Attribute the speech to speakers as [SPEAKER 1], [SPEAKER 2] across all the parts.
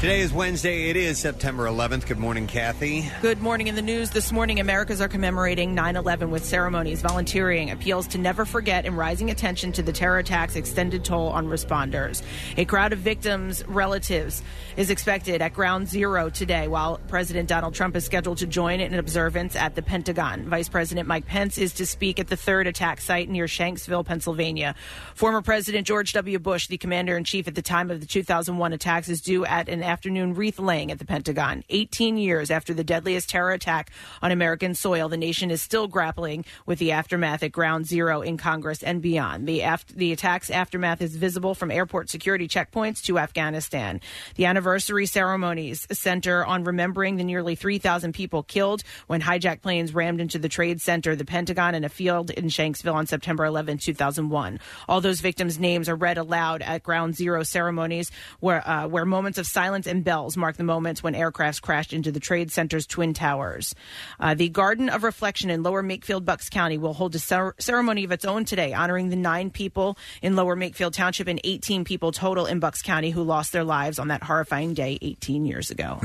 [SPEAKER 1] Today is Wednesday. It is September 11th. Good morning, Kathy.
[SPEAKER 2] Good morning. In the news this morning, Americans are commemorating 9 11 with ceremonies, volunteering, appeals to never forget, and rising attention to the terror attack's extended toll on responders. A crowd of victims' relatives is expected at Ground Zero today, while President Donald Trump is scheduled to join in an observance at the Pentagon. Vice President Mike Pence is to speak at the third attack site near Shanksville, Pennsylvania. Former President George W. Bush, the commander in chief at the time of the 2001 attacks, is due at an afternoon wreath laying at the Pentagon. 18 years after the deadliest terror attack on American soil, the nation is still grappling with the aftermath at Ground Zero in Congress and beyond. The, af- the attack's aftermath is visible from airport security checkpoints to Afghanistan. The anniversary ceremonies center on remembering the nearly 3,000 people killed when hijacked planes rammed into the Trade Center, the Pentagon, and a field in Shanksville on September 11, 2001. All those victims' names are read aloud at Ground Zero ceremonies, where uh, where moments of silence and bells mark the moments when aircrafts crashed into the Trade Center's twin towers. Uh, the Garden of Reflection in Lower Makefield, Bucks County, will hold a cer- ceremony of its own today, honoring the nine people in Lower Makefield Township and 18 people total in Bucks County who lost their lives on that horrifying day 18 years ago.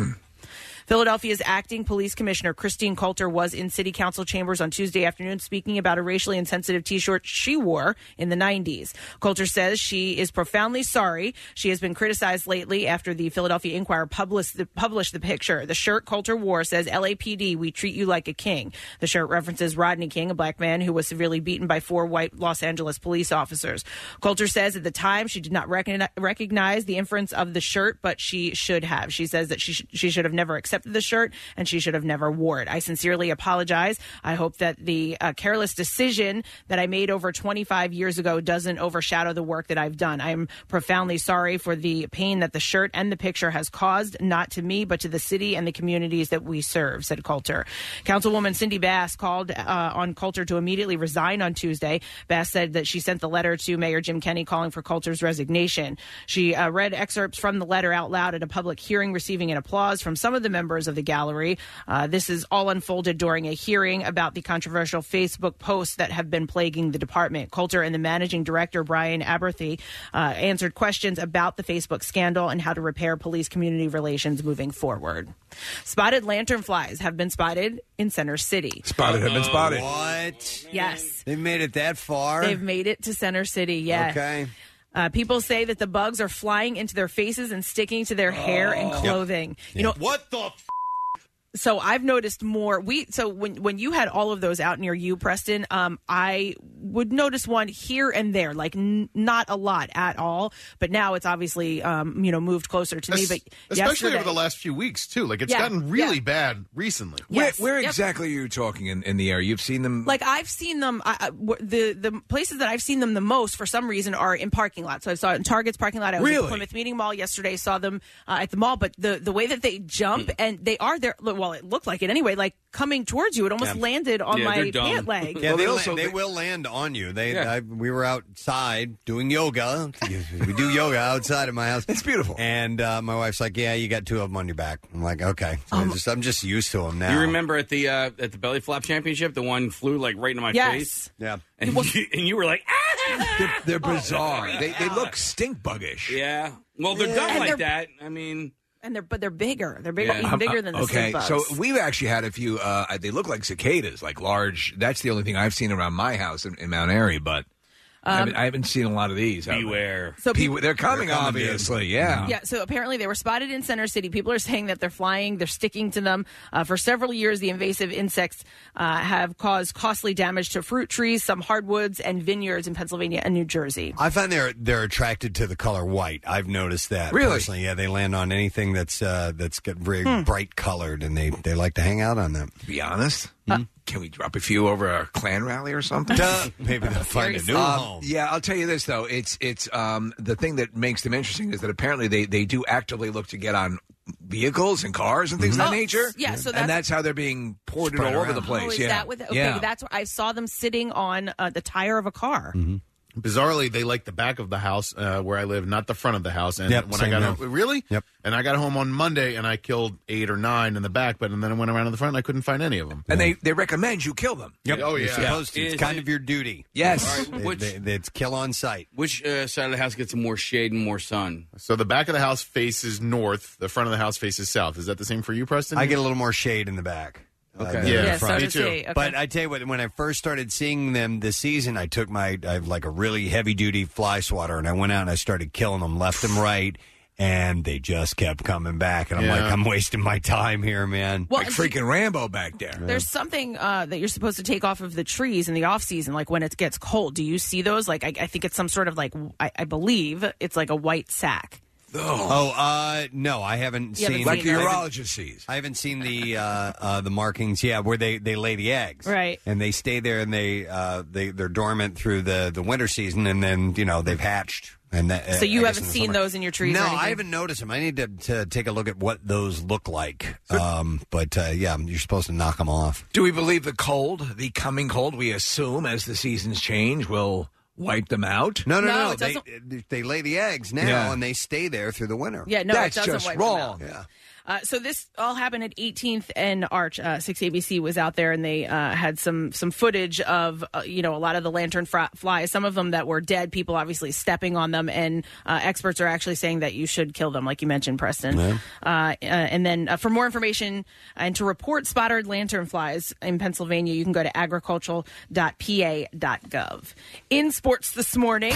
[SPEAKER 2] Philadelphia's acting police commissioner Christine Coulter was in city council chambers on Tuesday afternoon speaking about a racially insensitive t-shirt she wore in the 90s. Coulter says she is profoundly sorry. She has been criticized lately after the Philadelphia Inquirer published the, published the picture. The shirt Coulter wore says LAPD, we treat you like a king. The shirt references Rodney King, a black man who was severely beaten by four white Los Angeles police officers. Coulter says at the time she did not recogni- recognize the inference of the shirt, but she should have. She says that she, sh- she should have never accepted accepted the shirt and she should have never wore it. I sincerely apologize. I hope that the uh, careless decision that I made over 25 years ago doesn't overshadow the work that I've done. I am profoundly sorry for the pain that the shirt and the picture has caused, not to me, but to the city and the communities that we serve, said Coulter. Councilwoman Cindy Bass called uh, on Coulter to immediately resign on Tuesday. Bass said that she sent the letter to Mayor Jim Kenney calling for Coulter's resignation. She uh, read excerpts from the letter out loud at a public hearing, receiving an applause from some of the members members of the gallery. Uh, this is all unfolded during a hearing about the controversial Facebook posts that have been plaguing the department. Coulter and the managing director, Brian Aberthy, uh, answered questions about the Facebook scandal and how to repair police community relations moving forward. Spotted lanternflies have been spotted in Center City.
[SPEAKER 3] Spotted have been spotted.
[SPEAKER 1] Oh, What?
[SPEAKER 2] Yes.
[SPEAKER 1] They made it that far?
[SPEAKER 2] They've made it to Center City, yes.
[SPEAKER 1] Okay.
[SPEAKER 2] Uh, people say that the bugs are flying into their faces and sticking to their hair and clothing. You know,
[SPEAKER 4] What the? F-
[SPEAKER 2] so I've noticed more. We so when when you had all of those out near you, Preston, um, I would notice one here and there, like n- not a lot at all. But now it's obviously um, you know moved closer to me. But
[SPEAKER 4] especially
[SPEAKER 2] yesterday-
[SPEAKER 4] over the last few weeks too. Like it's
[SPEAKER 2] Yeah,
[SPEAKER 4] gotten really
[SPEAKER 2] yeah.
[SPEAKER 4] bad recently.
[SPEAKER 2] Yes,
[SPEAKER 3] Where, where
[SPEAKER 2] yep.
[SPEAKER 3] exactly are you talking in, in the air? You've seen them.
[SPEAKER 2] Like I've seen them, I, I- w- the the places that I've seen them the most for some reason are in parking lots. So I saw it in Target's parking lot. I was
[SPEAKER 3] Really?
[SPEAKER 2] at Plymouth Meeting Mall yesterday. Saw them uh, at the mall, but the the way that they
[SPEAKER 5] Hmm.
[SPEAKER 2] jump and they are there. Well, it looked like it anyway. Like coming towards you, it almost landed on
[SPEAKER 5] Yeah,
[SPEAKER 2] my
[SPEAKER 5] they're dumb.
[SPEAKER 2] pant leg.
[SPEAKER 1] Yeah,
[SPEAKER 3] Well,
[SPEAKER 1] they,
[SPEAKER 3] they
[SPEAKER 1] la-
[SPEAKER 3] also-
[SPEAKER 1] they
[SPEAKER 3] they-
[SPEAKER 1] will land on you. They
[SPEAKER 3] Yeah.
[SPEAKER 1] I, we were outside doing yoga. we do yoga outside of my house.
[SPEAKER 3] It's beautiful.
[SPEAKER 1] And uh, my wife's like, "Yeah, you got two of them on your back." I'm like, "Okay." So
[SPEAKER 2] Um,
[SPEAKER 1] I'm, just, I'm just used to them now.
[SPEAKER 5] You remember at the uh, at the belly flop championship, the one flew like right into my
[SPEAKER 2] Yes.
[SPEAKER 5] face,
[SPEAKER 1] Yeah.
[SPEAKER 5] and you, and you were like, ah!
[SPEAKER 3] They're, they're bizarre. they, they look stink buggish.
[SPEAKER 5] yeah. Well, they're
[SPEAKER 2] And
[SPEAKER 5] done like
[SPEAKER 2] they're-
[SPEAKER 5] that. I mean,
[SPEAKER 2] and they're but they're bigger. They're bigger,
[SPEAKER 5] Yeah.
[SPEAKER 2] even bigger than the
[SPEAKER 3] Uh, okay,
[SPEAKER 2] sleep bugs.
[SPEAKER 3] so we've actually had a few. Uh, they look like cicadas, like large. That's the only thing I've seen around my house in, in Mount Airy, but I, haven't, I haven't seen a lot of these. have I?
[SPEAKER 5] beware.
[SPEAKER 2] Um, So
[SPEAKER 3] Pe-
[SPEAKER 2] peop-
[SPEAKER 3] they're coming,
[SPEAKER 1] They're coming, dude.
[SPEAKER 3] obviously. Yeah.
[SPEAKER 2] yeah, so apparently they were spotted in Center City. People are saying that they're flying, they're sticking to them. Uh, for several years, the invasive insects uh, have caused costly damage to fruit trees, some hardwoods, and vineyards in Pennsylvania and New Jersey.
[SPEAKER 1] I find they're they're attracted to the color white. I've noticed that
[SPEAKER 3] Really?
[SPEAKER 1] personally. Yeah, they land on anything that's uh, that's got very bright colored, and they, they like to hang out on them.
[SPEAKER 3] To be honest, Hmm? can we drop a few over our clan rally or something?
[SPEAKER 1] Duh. Maybe they'll find a new
[SPEAKER 3] Um,
[SPEAKER 1] home.
[SPEAKER 3] yeah, I'll tell you this though. It's it's um, the thing that makes them interesting is that apparently they, they do actively look to get on vehicles and cars and things of
[SPEAKER 2] Oh,
[SPEAKER 3] that nature.
[SPEAKER 2] yeah, so
[SPEAKER 3] and
[SPEAKER 2] that's-
[SPEAKER 3] that's how they're being ported all
[SPEAKER 1] Spread
[SPEAKER 3] over
[SPEAKER 1] around.
[SPEAKER 3] the place.
[SPEAKER 2] Oh, is
[SPEAKER 3] yeah,
[SPEAKER 2] that what? Okay,
[SPEAKER 3] yeah.
[SPEAKER 2] that's where I saw them sitting on uh, the tire of a car.
[SPEAKER 4] Bizarrely, they like the back of the house uh, where I live, not the front of the house. And
[SPEAKER 1] Yep,
[SPEAKER 4] when I
[SPEAKER 1] same
[SPEAKER 4] got
[SPEAKER 1] here.
[SPEAKER 4] home, really?
[SPEAKER 1] Yep.
[SPEAKER 4] And I got home on Monday, and I killed eight or nine in the back, but and then I went around in the front, and I couldn't find any of them.
[SPEAKER 3] And they, they recommend you kill them.
[SPEAKER 1] Yep.
[SPEAKER 4] Oh,
[SPEAKER 1] You're
[SPEAKER 4] yeah.
[SPEAKER 1] supposed to. It's
[SPEAKER 5] Is
[SPEAKER 1] kind
[SPEAKER 5] it-
[SPEAKER 1] of your duty.
[SPEAKER 3] Yes.
[SPEAKER 5] All right,
[SPEAKER 1] They-
[SPEAKER 5] which
[SPEAKER 1] they- they- it's kill on sight.
[SPEAKER 5] which uh, side of the house gets more shade and more sun?
[SPEAKER 4] So the back of the house faces north. The front of the house faces south. Is that the same for you, Preston?
[SPEAKER 1] I get a little more shade in the back. uh,
[SPEAKER 4] Okay.
[SPEAKER 1] than
[SPEAKER 4] Yeah,
[SPEAKER 1] the
[SPEAKER 4] so
[SPEAKER 1] front.
[SPEAKER 4] does Me too. he.
[SPEAKER 1] But I tell you what, when I first started seeing them this season, I took my I have like a really heavy duty fly swatter and I went out and I started killing them left and right, and they just kept coming back, and I'm
[SPEAKER 4] Yeah.
[SPEAKER 1] like, I'm wasting my time here, man.
[SPEAKER 2] Well,
[SPEAKER 3] like freaking Rambo back there.
[SPEAKER 2] There's something uh, that you're supposed to take off of the trees in the off season, like when it gets cold. Do you see those? Like, I, I think it's some sort of like, I, I believe it's like a white sack.
[SPEAKER 1] Oh, uh, no, I haven't
[SPEAKER 2] You
[SPEAKER 1] seen
[SPEAKER 2] haven't seen Like the that.
[SPEAKER 3] urologist sees.
[SPEAKER 1] I haven't seen the uh, uh, the markings. Yeah, where they, they lay the eggs,
[SPEAKER 2] Right.
[SPEAKER 1] And they stay there, and they uh, they they're dormant through the, the winter season, and then you know they've hatched. And that,
[SPEAKER 2] So
[SPEAKER 1] uh,
[SPEAKER 2] you
[SPEAKER 1] I guess
[SPEAKER 2] haven't
[SPEAKER 1] in the
[SPEAKER 2] seen
[SPEAKER 1] summer.
[SPEAKER 2] those in your trees? or
[SPEAKER 1] No, I
[SPEAKER 2] anything?
[SPEAKER 1] haven't noticed them. I need to, to take a look at what those look like. Um, but uh, yeah, you're supposed to knock them off.
[SPEAKER 3] Do we believe the cold, the coming cold, we assume as the seasons change, will wipe them out?
[SPEAKER 1] No, no,
[SPEAKER 2] No,
[SPEAKER 1] no.
[SPEAKER 2] it
[SPEAKER 1] They, they lay the eggs now,
[SPEAKER 3] Yeah.
[SPEAKER 1] and they stay there through the winter.
[SPEAKER 2] Yeah, no,
[SPEAKER 3] That's
[SPEAKER 2] it doesn't
[SPEAKER 3] just
[SPEAKER 2] wipe them out.
[SPEAKER 3] wrong.
[SPEAKER 2] Uh, so this all happened at 18th and Arch. Uh, 6ABC was out there and they uh, had some some footage of uh, you know a lot of the lantern fr- flies. Some of them that were dead. People obviously stepping on them, and uh, experts are actually saying that you should kill them, like you mentioned, Preston. Uh, uh, and then uh, for more information and to report spotted lantern flies in Pennsylvania, you can go to agricultural.pa.gov. In sports this morning.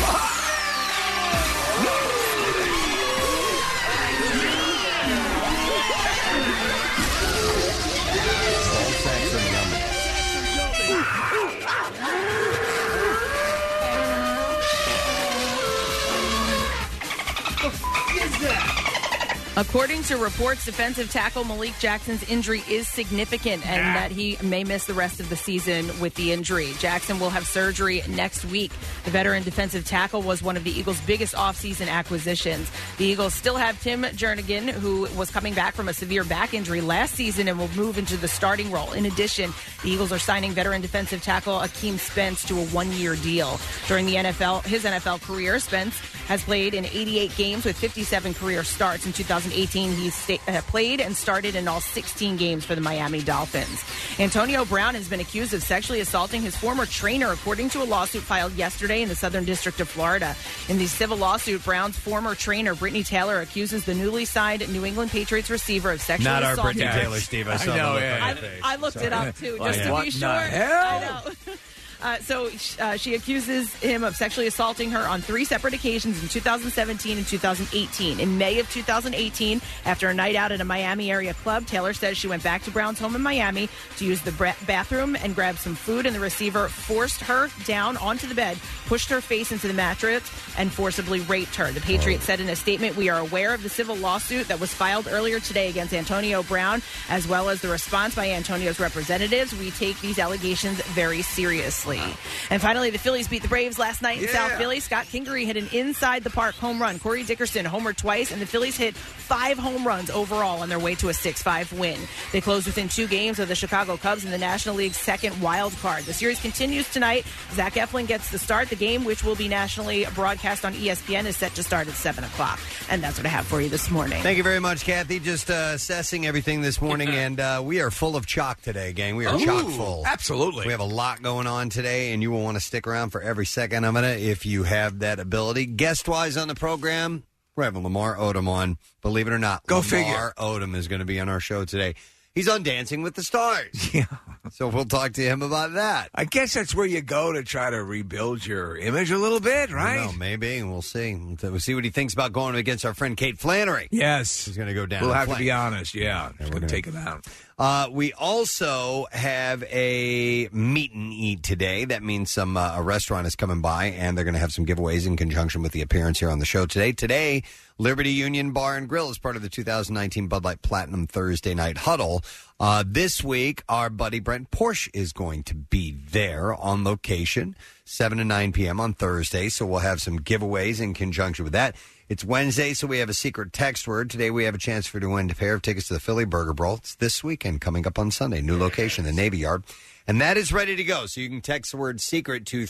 [SPEAKER 2] According to reports, defensive tackle Malik Jackson's injury is significant and that he may miss the rest of the season with the injury. Jackson will have surgery next week. The veteran defensive tackle was one of the Eagles' biggest offseason acquisitions. The Eagles still have Tim Jernigan, who was coming back from a severe back injury last season and will move into the starting role. In addition, the Eagles are signing veteran defensive tackle Akeem Spence to a one year deal. During the NFL, his NFL career, Spence has played in 88 games with 57 career starts. In 2018, he sta- uh, played and started in all 16 games for the Miami Dolphins. Antonio Brown has been accused of sexually assaulting his former trainer, according to a lawsuit filed yesterday in the Southern District of Florida. In the civil lawsuit, Brown's former trainer, Brittany Taylor, accuses the newly signed New England Patriots receiver of sexually
[SPEAKER 1] Not our
[SPEAKER 2] assaulting
[SPEAKER 1] Brittany
[SPEAKER 3] Yeah.
[SPEAKER 1] Taylor, Steve. I
[SPEAKER 3] I
[SPEAKER 1] saw
[SPEAKER 3] know,
[SPEAKER 1] the look
[SPEAKER 3] yeah.
[SPEAKER 1] on
[SPEAKER 3] I-
[SPEAKER 1] your face.
[SPEAKER 2] I looked it up too,
[SPEAKER 3] Like,
[SPEAKER 2] just to
[SPEAKER 3] what
[SPEAKER 2] be
[SPEAKER 3] the
[SPEAKER 2] sure. Oh,
[SPEAKER 3] hell?
[SPEAKER 2] I know. Uh, so sh- uh, she accuses him of sexually assaulting her on three separate occasions in 2017 and 2018. In May of 2018, after a night out at a Miami area club, Taylor says she went back to Brown's home in Miami to use the bra- bathroom and grab some food, and the receiver forced her down onto the bed, pushed her face into the mattress, and forcibly raped her. The Patriot said in a statement, "We are aware of the civil lawsuit that was filed earlier today against Antonio Brown, as well as the response by Antonio's representatives. We take these allegations very seriously." And finally, the Phillies beat the Braves last night in South Philly. Scott Kingery hit an inside the park home run. Corey Dickerson homered twice, and the Phillies hit five home runs overall on their way to a 6-5 win. They closed within two games of the Chicago Cubs in the National League's second wild card. The series continues tonight. Zach Eflin gets the start. The game, which will be nationally broadcast on E ESPN, is set to start at 7 o'clock. And that's what I have for you this morning.
[SPEAKER 1] Thank you very much, Kathy. Just uh, assessing everything this morning, and uh, we are full of chalk today, gang. We are chock full.
[SPEAKER 3] Absolutely.
[SPEAKER 1] We have a lot going on today, and you will want to stick around for every second of it if you have that ability. Guest wise on the program, we're having Lamar Odom on. Believe it or not,
[SPEAKER 3] Go
[SPEAKER 1] Lamar
[SPEAKER 3] figure.
[SPEAKER 1] Odom is going to be on our show today. He's on Dancing with the Stars. Yeah. So we'll talk to him about that.
[SPEAKER 3] I guess that's where you go to try to rebuild your image a little bit,
[SPEAKER 1] I
[SPEAKER 3] right?
[SPEAKER 1] don't know, maybe, and we'll see. We'll see what he thinks about going against our friend Kate Flannery.
[SPEAKER 3] Yes.
[SPEAKER 1] He's going to go down.
[SPEAKER 3] We'll
[SPEAKER 1] in
[SPEAKER 3] have to
[SPEAKER 1] flames.
[SPEAKER 3] be honest. Yeah. Just
[SPEAKER 1] we're
[SPEAKER 3] going to
[SPEAKER 1] gonna-
[SPEAKER 3] take him out.
[SPEAKER 1] Uh, we also have a meet and eat today. That means some uh, a restaurant is coming by, and they're going to have some giveaways in conjunction with the appearance here on the show today. Today, Liberty Union Bar and Grill is part of the 2019 Bud Light Platinum Thursday Night Huddle. Uh, this week, our buddy Brent Porsche is going to be there on location, 7 to 9 p.m. on Thursday. So we'll have some giveaways in conjunction with that. It's Wednesday, so we have a secret text word. Today we have a chance for you to win a pair of tickets to the Philly Burger Bowl. It's this weekend, coming up on Sunday. New location, the Navy Yard. And that is ready to go. So you can text the word secret to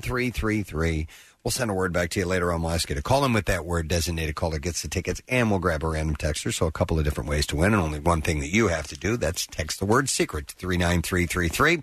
[SPEAKER 1] 39333. We'll send a word back to you later on. We'll ask you to call in with that word. Designated caller gets the tickets, and we'll grab a random texter. So a couple of different ways to win, and only one thing that you have to do. That's text the word secret to 39333.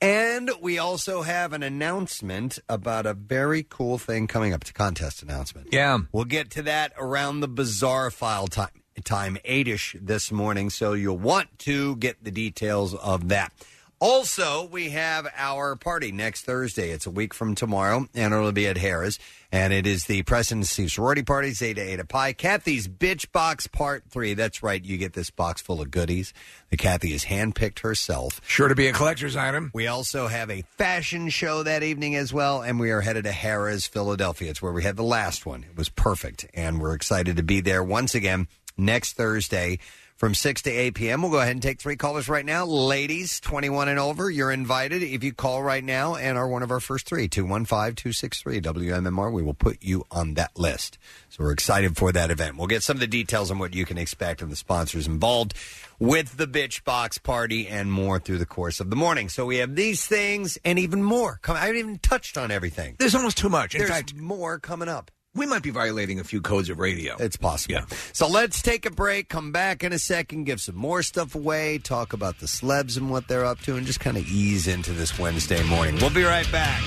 [SPEAKER 1] And we also have an announcement about a very cool thing coming up. It's a contest announcement.
[SPEAKER 3] Yeah.
[SPEAKER 1] We'll get to that around the bizarre file time time 8ish this morning so you'll want to get the details of that. Also, we have our party next Thursday. It's a week from tomorrow, and it'll be at Harris. And it is the President's Steve Sorority Party, Zeta Eta Pi, Kathy's Bitch Box Part 3. That's right, you get this box full of goodies that Kathy has handpicked herself.
[SPEAKER 3] Sure to be a collector's item.
[SPEAKER 1] We also have a fashion show that evening as well, and we are headed to Harrah's, Philadelphia. It's where we had the last one. It was perfect, and we're excited to be there once again next Thursday from 6 to 8 p.m. We'll go ahead and take three callers right now. Ladies, 21 and over, you're invited. If you call right now and are one of our first three, 215 263 WMMR, we will put you on that list. So we're excited for that event. We'll get some of the details on what you can expect and the sponsors involved with the Bitch Box Party and more through the course of the morning. So we have these things and even more. Come- I haven't even touched on everything.
[SPEAKER 3] There's almost too much. In
[SPEAKER 1] There's
[SPEAKER 3] fact,
[SPEAKER 1] more coming up.
[SPEAKER 3] We might be violating a few codes of radio.
[SPEAKER 1] It's possible.
[SPEAKER 3] Yeah.
[SPEAKER 1] So let's take a break, come back in a second, give some more stuff away, talk about the celebs and what they're up to, and just kind of ease into this Wednesday morning. We'll be right back.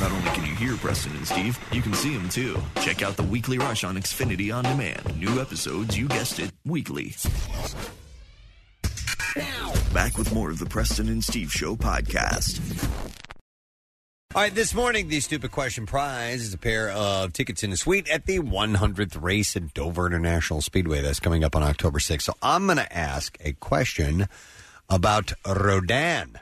[SPEAKER 6] Not only can you hear Preston and Steve, you can see them too. Check out the Weekly Rush on Xfinity On Demand. New episodes, you guessed it, weekly. Back with more of the Preston and Steve Show podcast.
[SPEAKER 1] All right, this morning, the Stupid Question Prize is a pair of tickets in a suite at the 100th race at Dover International Speedway. That's coming up on October 6th. So I'm going to ask a question about Rodin.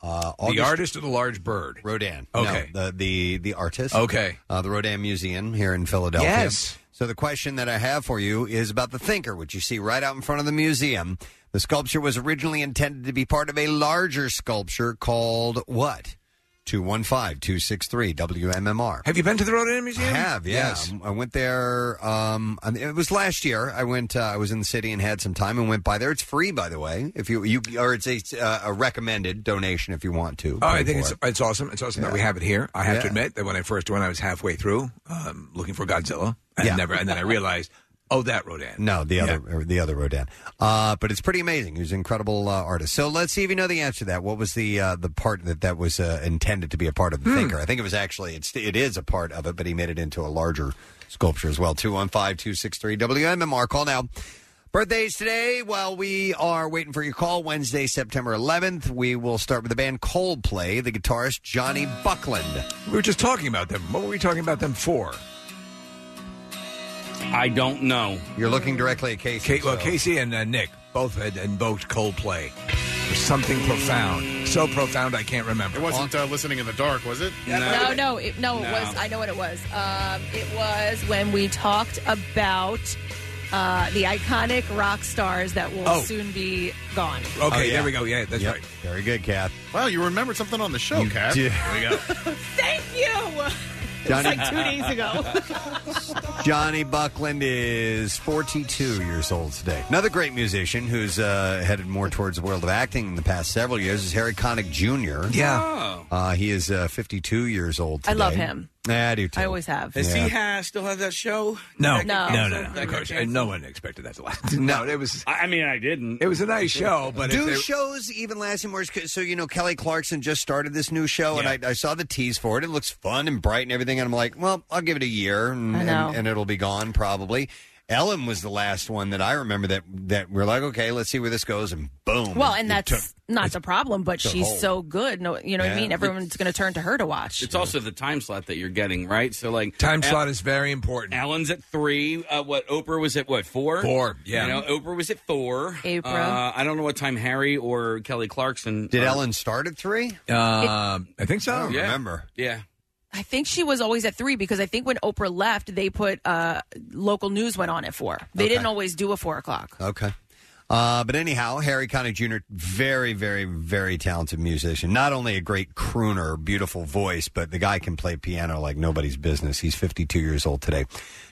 [SPEAKER 1] Uh,
[SPEAKER 3] the artist or the large bird?
[SPEAKER 1] Rodin.
[SPEAKER 3] Okay.
[SPEAKER 1] No, the, the, the artist.
[SPEAKER 3] Okay.
[SPEAKER 1] Uh, the Rodin Museum here in Philadelphia.
[SPEAKER 3] Yes.
[SPEAKER 1] So the question that I have for you is about the thinker, which you see right out in front of the museum. The sculpture was originally intended to be part of a larger sculpture called what? 215 263 WMMR.
[SPEAKER 3] Have you been to the Rodin Museum?
[SPEAKER 1] I have, yeah.
[SPEAKER 3] Yes.
[SPEAKER 1] I went there. Um, I mean, it was last year. I went. Uh, I was in the city and had some time and went by there. It's free, by the way. If you you or it's a, uh, a recommended donation if you want to.
[SPEAKER 3] Oh,
[SPEAKER 1] pay
[SPEAKER 3] I
[SPEAKER 1] for
[SPEAKER 3] think it's
[SPEAKER 1] it.
[SPEAKER 3] it's awesome. It's awesome that we
[SPEAKER 1] Yeah.
[SPEAKER 3] have it here. I have to
[SPEAKER 1] Yeah.
[SPEAKER 3] admit that when I first went, I was halfway through um, looking for Godzilla. I
[SPEAKER 1] Yeah.
[SPEAKER 3] never, and then I realized, oh, that Rodan.
[SPEAKER 1] No, the other or the other Rodin. Uh, but it's pretty amazing. He was an incredible uh, artist. So let's see if you know the answer to that. What was the uh, the part that that was uh, intended to be a part of the
[SPEAKER 3] Hmm.
[SPEAKER 1] thinker? I think it was actually it's it is a part of it, but he made it into a larger sculpture as well. 215-263 WMMR. Call now. Birthdays today. While we are waiting for your call, Wednesday, September 11th, we will start with the band Coldplay. The guitarist Johnny Buckland.
[SPEAKER 3] We were just talking about them. What were we talking about them for?
[SPEAKER 5] I don't know.
[SPEAKER 1] You're looking directly at Casey.
[SPEAKER 3] Kate, well,
[SPEAKER 1] so-
[SPEAKER 3] Casey and uh, Nick both had invoked Coldplay for something profound, so profound I can't remember.
[SPEAKER 4] It wasn't uh, listening in the dark, was it?
[SPEAKER 5] No.
[SPEAKER 7] No, no, it, no, It
[SPEAKER 5] No.
[SPEAKER 7] was. I know what it was. Um, it was when we talked about uh, the iconic rock stars that will
[SPEAKER 3] Oh.
[SPEAKER 7] soon be gone.
[SPEAKER 3] Okay,
[SPEAKER 1] Oh, yeah.
[SPEAKER 3] there we go. Yeah, that's
[SPEAKER 1] Yep.
[SPEAKER 3] right.
[SPEAKER 1] Very good, Kath.
[SPEAKER 4] Wow, you remembered something on the show,
[SPEAKER 1] You
[SPEAKER 4] Kat.
[SPEAKER 1] did.
[SPEAKER 4] There you go.
[SPEAKER 7] Thank you.
[SPEAKER 1] Johnny
[SPEAKER 7] Like two days ago.
[SPEAKER 1] Johnny Buckland is 42 years old today. Another great musician who's uh, headed more towards the world of acting in the past several years is Harry Connick Jr.
[SPEAKER 3] Yeah.
[SPEAKER 5] Oh.
[SPEAKER 1] Uh, he is uh, 52 years old today.
[SPEAKER 7] I love him.
[SPEAKER 1] Yeah, I do too.
[SPEAKER 7] I always have.
[SPEAKER 5] Does
[SPEAKER 1] Yeah.
[SPEAKER 5] he ha- still have that show?
[SPEAKER 3] No.
[SPEAKER 5] That
[SPEAKER 7] No.
[SPEAKER 5] got
[SPEAKER 3] No.
[SPEAKER 5] canceled?
[SPEAKER 3] No. No.
[SPEAKER 5] That
[SPEAKER 3] Of
[SPEAKER 5] got
[SPEAKER 3] course,
[SPEAKER 5] canceled?
[SPEAKER 3] no one expected that to last. No, it was.
[SPEAKER 5] I I mean, I didn't.
[SPEAKER 3] It was a nice show, but if
[SPEAKER 1] Do
[SPEAKER 3] there-
[SPEAKER 1] shows even last more? So you know, Kelly Clarkson just started this new show, and I, I saw the tease for it. It looks fun and bright and everything. And I'm like, well, I'll give it a year, and,
[SPEAKER 7] I know.
[SPEAKER 1] and, and it'll be gone probably. Ellen was the last one that I remember that that we're like, okay, let's see where this goes, and boom.
[SPEAKER 7] Well, and
[SPEAKER 1] it
[SPEAKER 7] that's
[SPEAKER 1] took-
[SPEAKER 7] not the problem, but she's
[SPEAKER 1] hold.
[SPEAKER 7] so good. No, you know what
[SPEAKER 1] Yeah.
[SPEAKER 7] I mean. Everyone's going to turn to her to watch.
[SPEAKER 5] It's also the time slot that you're getting, right? So like
[SPEAKER 3] time
[SPEAKER 5] Al-
[SPEAKER 3] slot is very important.
[SPEAKER 5] Alan's at three. Uh, what Oprah was at what four?
[SPEAKER 3] Four, yeah.
[SPEAKER 5] You know, Oprah was at four.
[SPEAKER 7] Oprah.
[SPEAKER 5] Uh, I don't know what time Harry or Kelly Clarkson
[SPEAKER 1] Did
[SPEAKER 5] are-
[SPEAKER 1] Ellen start at three?
[SPEAKER 3] Um, Uh, I think so.
[SPEAKER 5] Yeah.
[SPEAKER 1] remember.
[SPEAKER 5] Yeah.
[SPEAKER 7] I think she was always at three because I think when Oprah left, they put uh, local news went on at four. They didn't always do a four o'clock.
[SPEAKER 1] Okay. Uh, but anyhow, Harry Connick Jr., very, very, very talented musician. Not only a great crooner, beautiful voice, but the guy can play piano like nobody's business. He's 52 years old today.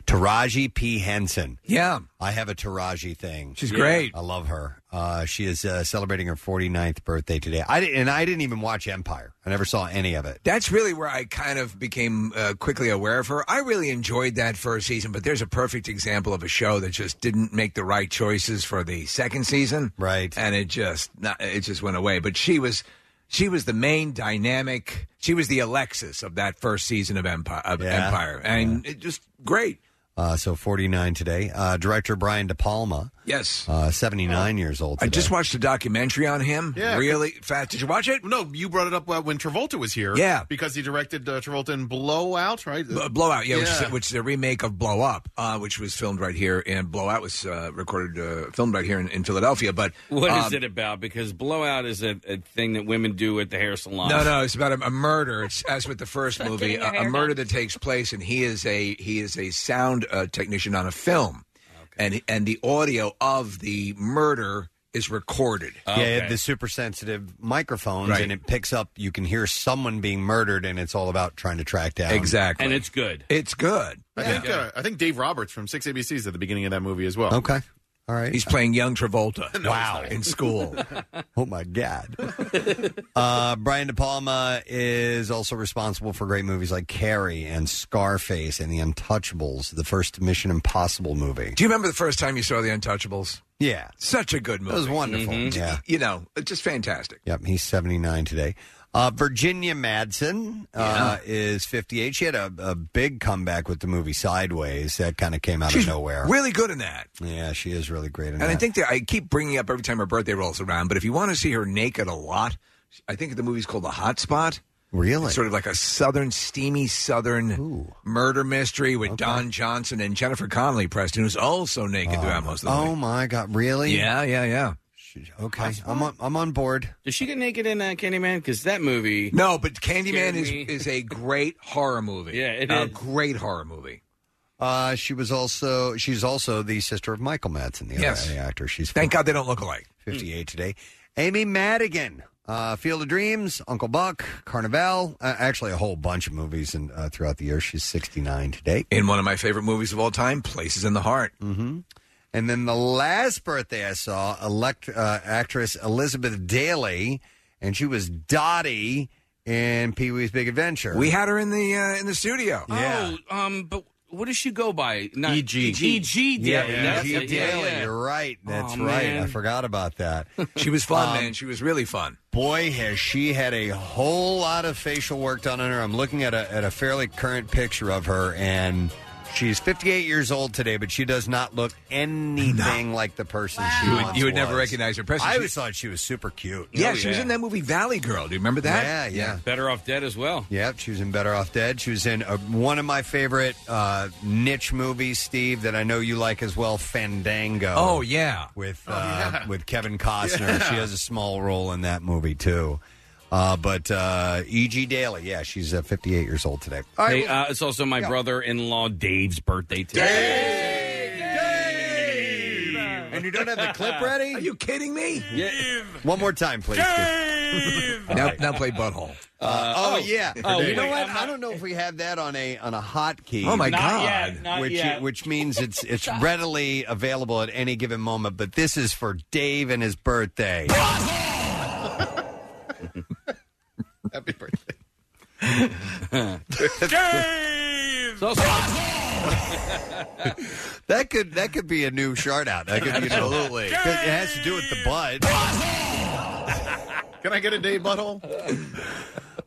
[SPEAKER 1] Taraji P. Henson.
[SPEAKER 3] Yeah.
[SPEAKER 1] I have a Taraji thing.
[SPEAKER 3] She's great.
[SPEAKER 1] I love her. Uh, she is uh, celebrating her 49th birthday today. I didn't, and I didn't even watch Empire. I never saw any of it.
[SPEAKER 3] That's really where I kind of became uh, quickly aware of her. I really enjoyed that first season, but there's a perfect example of a show that just didn't make the right choices for the second season,
[SPEAKER 1] right?
[SPEAKER 3] And it just not, it just went away. But she was she was the main dynamic. She was the Alexis of that first season of Empire. Of
[SPEAKER 1] Yeah.
[SPEAKER 3] Empire, and it just great.
[SPEAKER 1] Uh, so 49 today. Uh, director Brian De Palma,
[SPEAKER 3] Yes.
[SPEAKER 1] uh, 79 years old.
[SPEAKER 3] I
[SPEAKER 1] today.
[SPEAKER 3] just watched a documentary on him.
[SPEAKER 4] Yeah.
[SPEAKER 3] Really fast. Did you watch it?
[SPEAKER 4] No, you brought it up uh, when Travolta was here.
[SPEAKER 3] Yeah.
[SPEAKER 4] Because he directed uh, Travolta in Blowout, right?
[SPEAKER 3] B- Blowout, yeah, Which, is, which is a remake of Blow Up, uh, which was filmed right here. And Blowout was uh, recorded, uh, filmed right here in, in Philadelphia. But
[SPEAKER 5] What is
[SPEAKER 3] um,
[SPEAKER 5] it about? Because blowout is a, a thing that women do at the hair salon.
[SPEAKER 3] No, no, it's about a, a murder. It's as with the first movie,
[SPEAKER 5] getting your
[SPEAKER 3] a, a
[SPEAKER 5] hair
[SPEAKER 3] murder that takes place, and he is a he is a sound uh, technician on a film, and and the audio of the murder is recorded.
[SPEAKER 1] Yeah, the super sensitive microphones,
[SPEAKER 3] Right.
[SPEAKER 1] and it picks up. You can hear someone being murdered, and it's all about trying to track down
[SPEAKER 3] Exactly.
[SPEAKER 5] And it's good.
[SPEAKER 3] It's good.
[SPEAKER 4] I think uh, I think Dave Roberts from Six ABCs at the beginning of that movie as well.
[SPEAKER 1] Okay. All right.
[SPEAKER 3] He's playing young Travolta. wow, in school.
[SPEAKER 1] oh my god. Uh, Brian De Palma is also responsible for great movies like Carrie and Scarface and The Untouchables, the first Mission Impossible movie.
[SPEAKER 3] Do you remember the first time you saw The Untouchables?
[SPEAKER 1] Yeah,
[SPEAKER 3] such a good movie. Mm-hmm.
[SPEAKER 1] It was wonderful. Mhm. Yeah.
[SPEAKER 3] you know, just fantastic.
[SPEAKER 1] Yep, he's 79 today. Uh, Virginia Madsen uh, is 58. She had a, a big comeback with the movie Sideways. That kind of came out of nowhere.
[SPEAKER 3] Really good in that.
[SPEAKER 1] Yeah, she is really great in
[SPEAKER 3] And I
[SPEAKER 1] that.
[SPEAKER 3] think that I keep bringing up every time her birthday rolls around. But if you want to see her naked a lot, I think the movie's called The Hot Spot.
[SPEAKER 1] Really?
[SPEAKER 3] It's sort of like a southern, steamy southern murder mystery with Don Johnson and Jennifer Connelly Preston, who's also naked throughout most of the
[SPEAKER 1] oh
[SPEAKER 3] movie.
[SPEAKER 1] my God, really?
[SPEAKER 3] Yeah, yeah, yeah.
[SPEAKER 1] Okay, I'm on, I'm on board.
[SPEAKER 5] Does she get naked in uh, Candyman? Because that movie.
[SPEAKER 3] No, but Candyman
[SPEAKER 5] Scared
[SPEAKER 3] is
[SPEAKER 5] me.
[SPEAKER 3] is a great horror movie.
[SPEAKER 5] Yeah, it
[SPEAKER 3] a
[SPEAKER 5] is.
[SPEAKER 3] great horror movie.
[SPEAKER 1] Uh, she was also she's also the sister of Michael Madsen, the
[SPEAKER 3] Yes.
[SPEAKER 1] other actor. She's
[SPEAKER 3] Thank God they don't look alike.
[SPEAKER 1] 58 today. Amy Madigan, uh, Field of Dreams, Uncle Buck, Carnival, uh, actually a whole bunch of movies and uh, throughout the year. She's 69 today.
[SPEAKER 3] In one of my favorite movies of all time, Places in the Heart.
[SPEAKER 1] Mm-hmm. And then the last birthday I saw, elect- uh, actress Elizabeth Daly, and she was Dottie in Pee Wee's Big Adventure.
[SPEAKER 3] We had her in the uh, in the studio.
[SPEAKER 1] Yeah. E
[SPEAKER 5] Oh, um, but what does she go by? Not, E
[SPEAKER 1] E.G..
[SPEAKER 5] E.G.
[SPEAKER 1] Yeah,
[SPEAKER 5] Daly. That's
[SPEAKER 1] E.G.
[SPEAKER 5] it. Yeah,
[SPEAKER 1] Daly.
[SPEAKER 5] yeah.
[SPEAKER 1] You're right. That's
[SPEAKER 5] Oh,
[SPEAKER 1] right. I
[SPEAKER 5] man.
[SPEAKER 1] forgot about that.
[SPEAKER 3] She was fun,
[SPEAKER 1] Um,
[SPEAKER 3] man. She was really fun.
[SPEAKER 1] Boy, has she had a whole lot of facial work done on her. I'm looking at a, at a fairly current picture of her, and she's 58 years old today, but she does not look anything like the person she
[SPEAKER 3] You would,
[SPEAKER 1] once
[SPEAKER 3] you would never
[SPEAKER 1] was.
[SPEAKER 3] recognize her. Preston,
[SPEAKER 1] I
[SPEAKER 3] she-
[SPEAKER 1] always thought she was super cute. Oh,
[SPEAKER 3] Yeah, she was in that movie Valley Girl. Do you remember that?
[SPEAKER 1] Yeah, yeah.
[SPEAKER 5] Better off dead as well.
[SPEAKER 1] Yep, she was in Better Off Dead. She was in uh one of my favorite uh, niche movies, Steve, that I know you like as well, Fandango.
[SPEAKER 3] Oh yeah.
[SPEAKER 1] with uh, with Kevin Costner. She has a small role in that movie too. Uh, but uh, E.G. Daly, yeah, she's uh, 58 years old today. All right,
[SPEAKER 5] Hey, uh, it's also my brother-in-law Dave's birthday today.
[SPEAKER 1] and you don't have the clip ready?
[SPEAKER 3] Are you kidding me?
[SPEAKER 1] One more time, please.
[SPEAKER 3] Now, now play Butthole.
[SPEAKER 1] Uh, oh, yeah.
[SPEAKER 5] Oh,
[SPEAKER 1] you
[SPEAKER 5] wait,
[SPEAKER 1] know what?
[SPEAKER 5] I'm not-
[SPEAKER 1] I don't know if we have that on a on a hotkey.
[SPEAKER 3] Oh my
[SPEAKER 5] Not
[SPEAKER 3] God.
[SPEAKER 5] yet. Not
[SPEAKER 1] which
[SPEAKER 5] yet.
[SPEAKER 1] which means it's it's readily available at any given moment. But this is for Dave and his birthday.
[SPEAKER 4] Happy birthday.
[SPEAKER 5] It's also-
[SPEAKER 1] That could that could be a new shard out. That could, you know,
[SPEAKER 3] Absolutely.
[SPEAKER 1] It has to do with the butt.
[SPEAKER 4] Can I get a Dave butthole?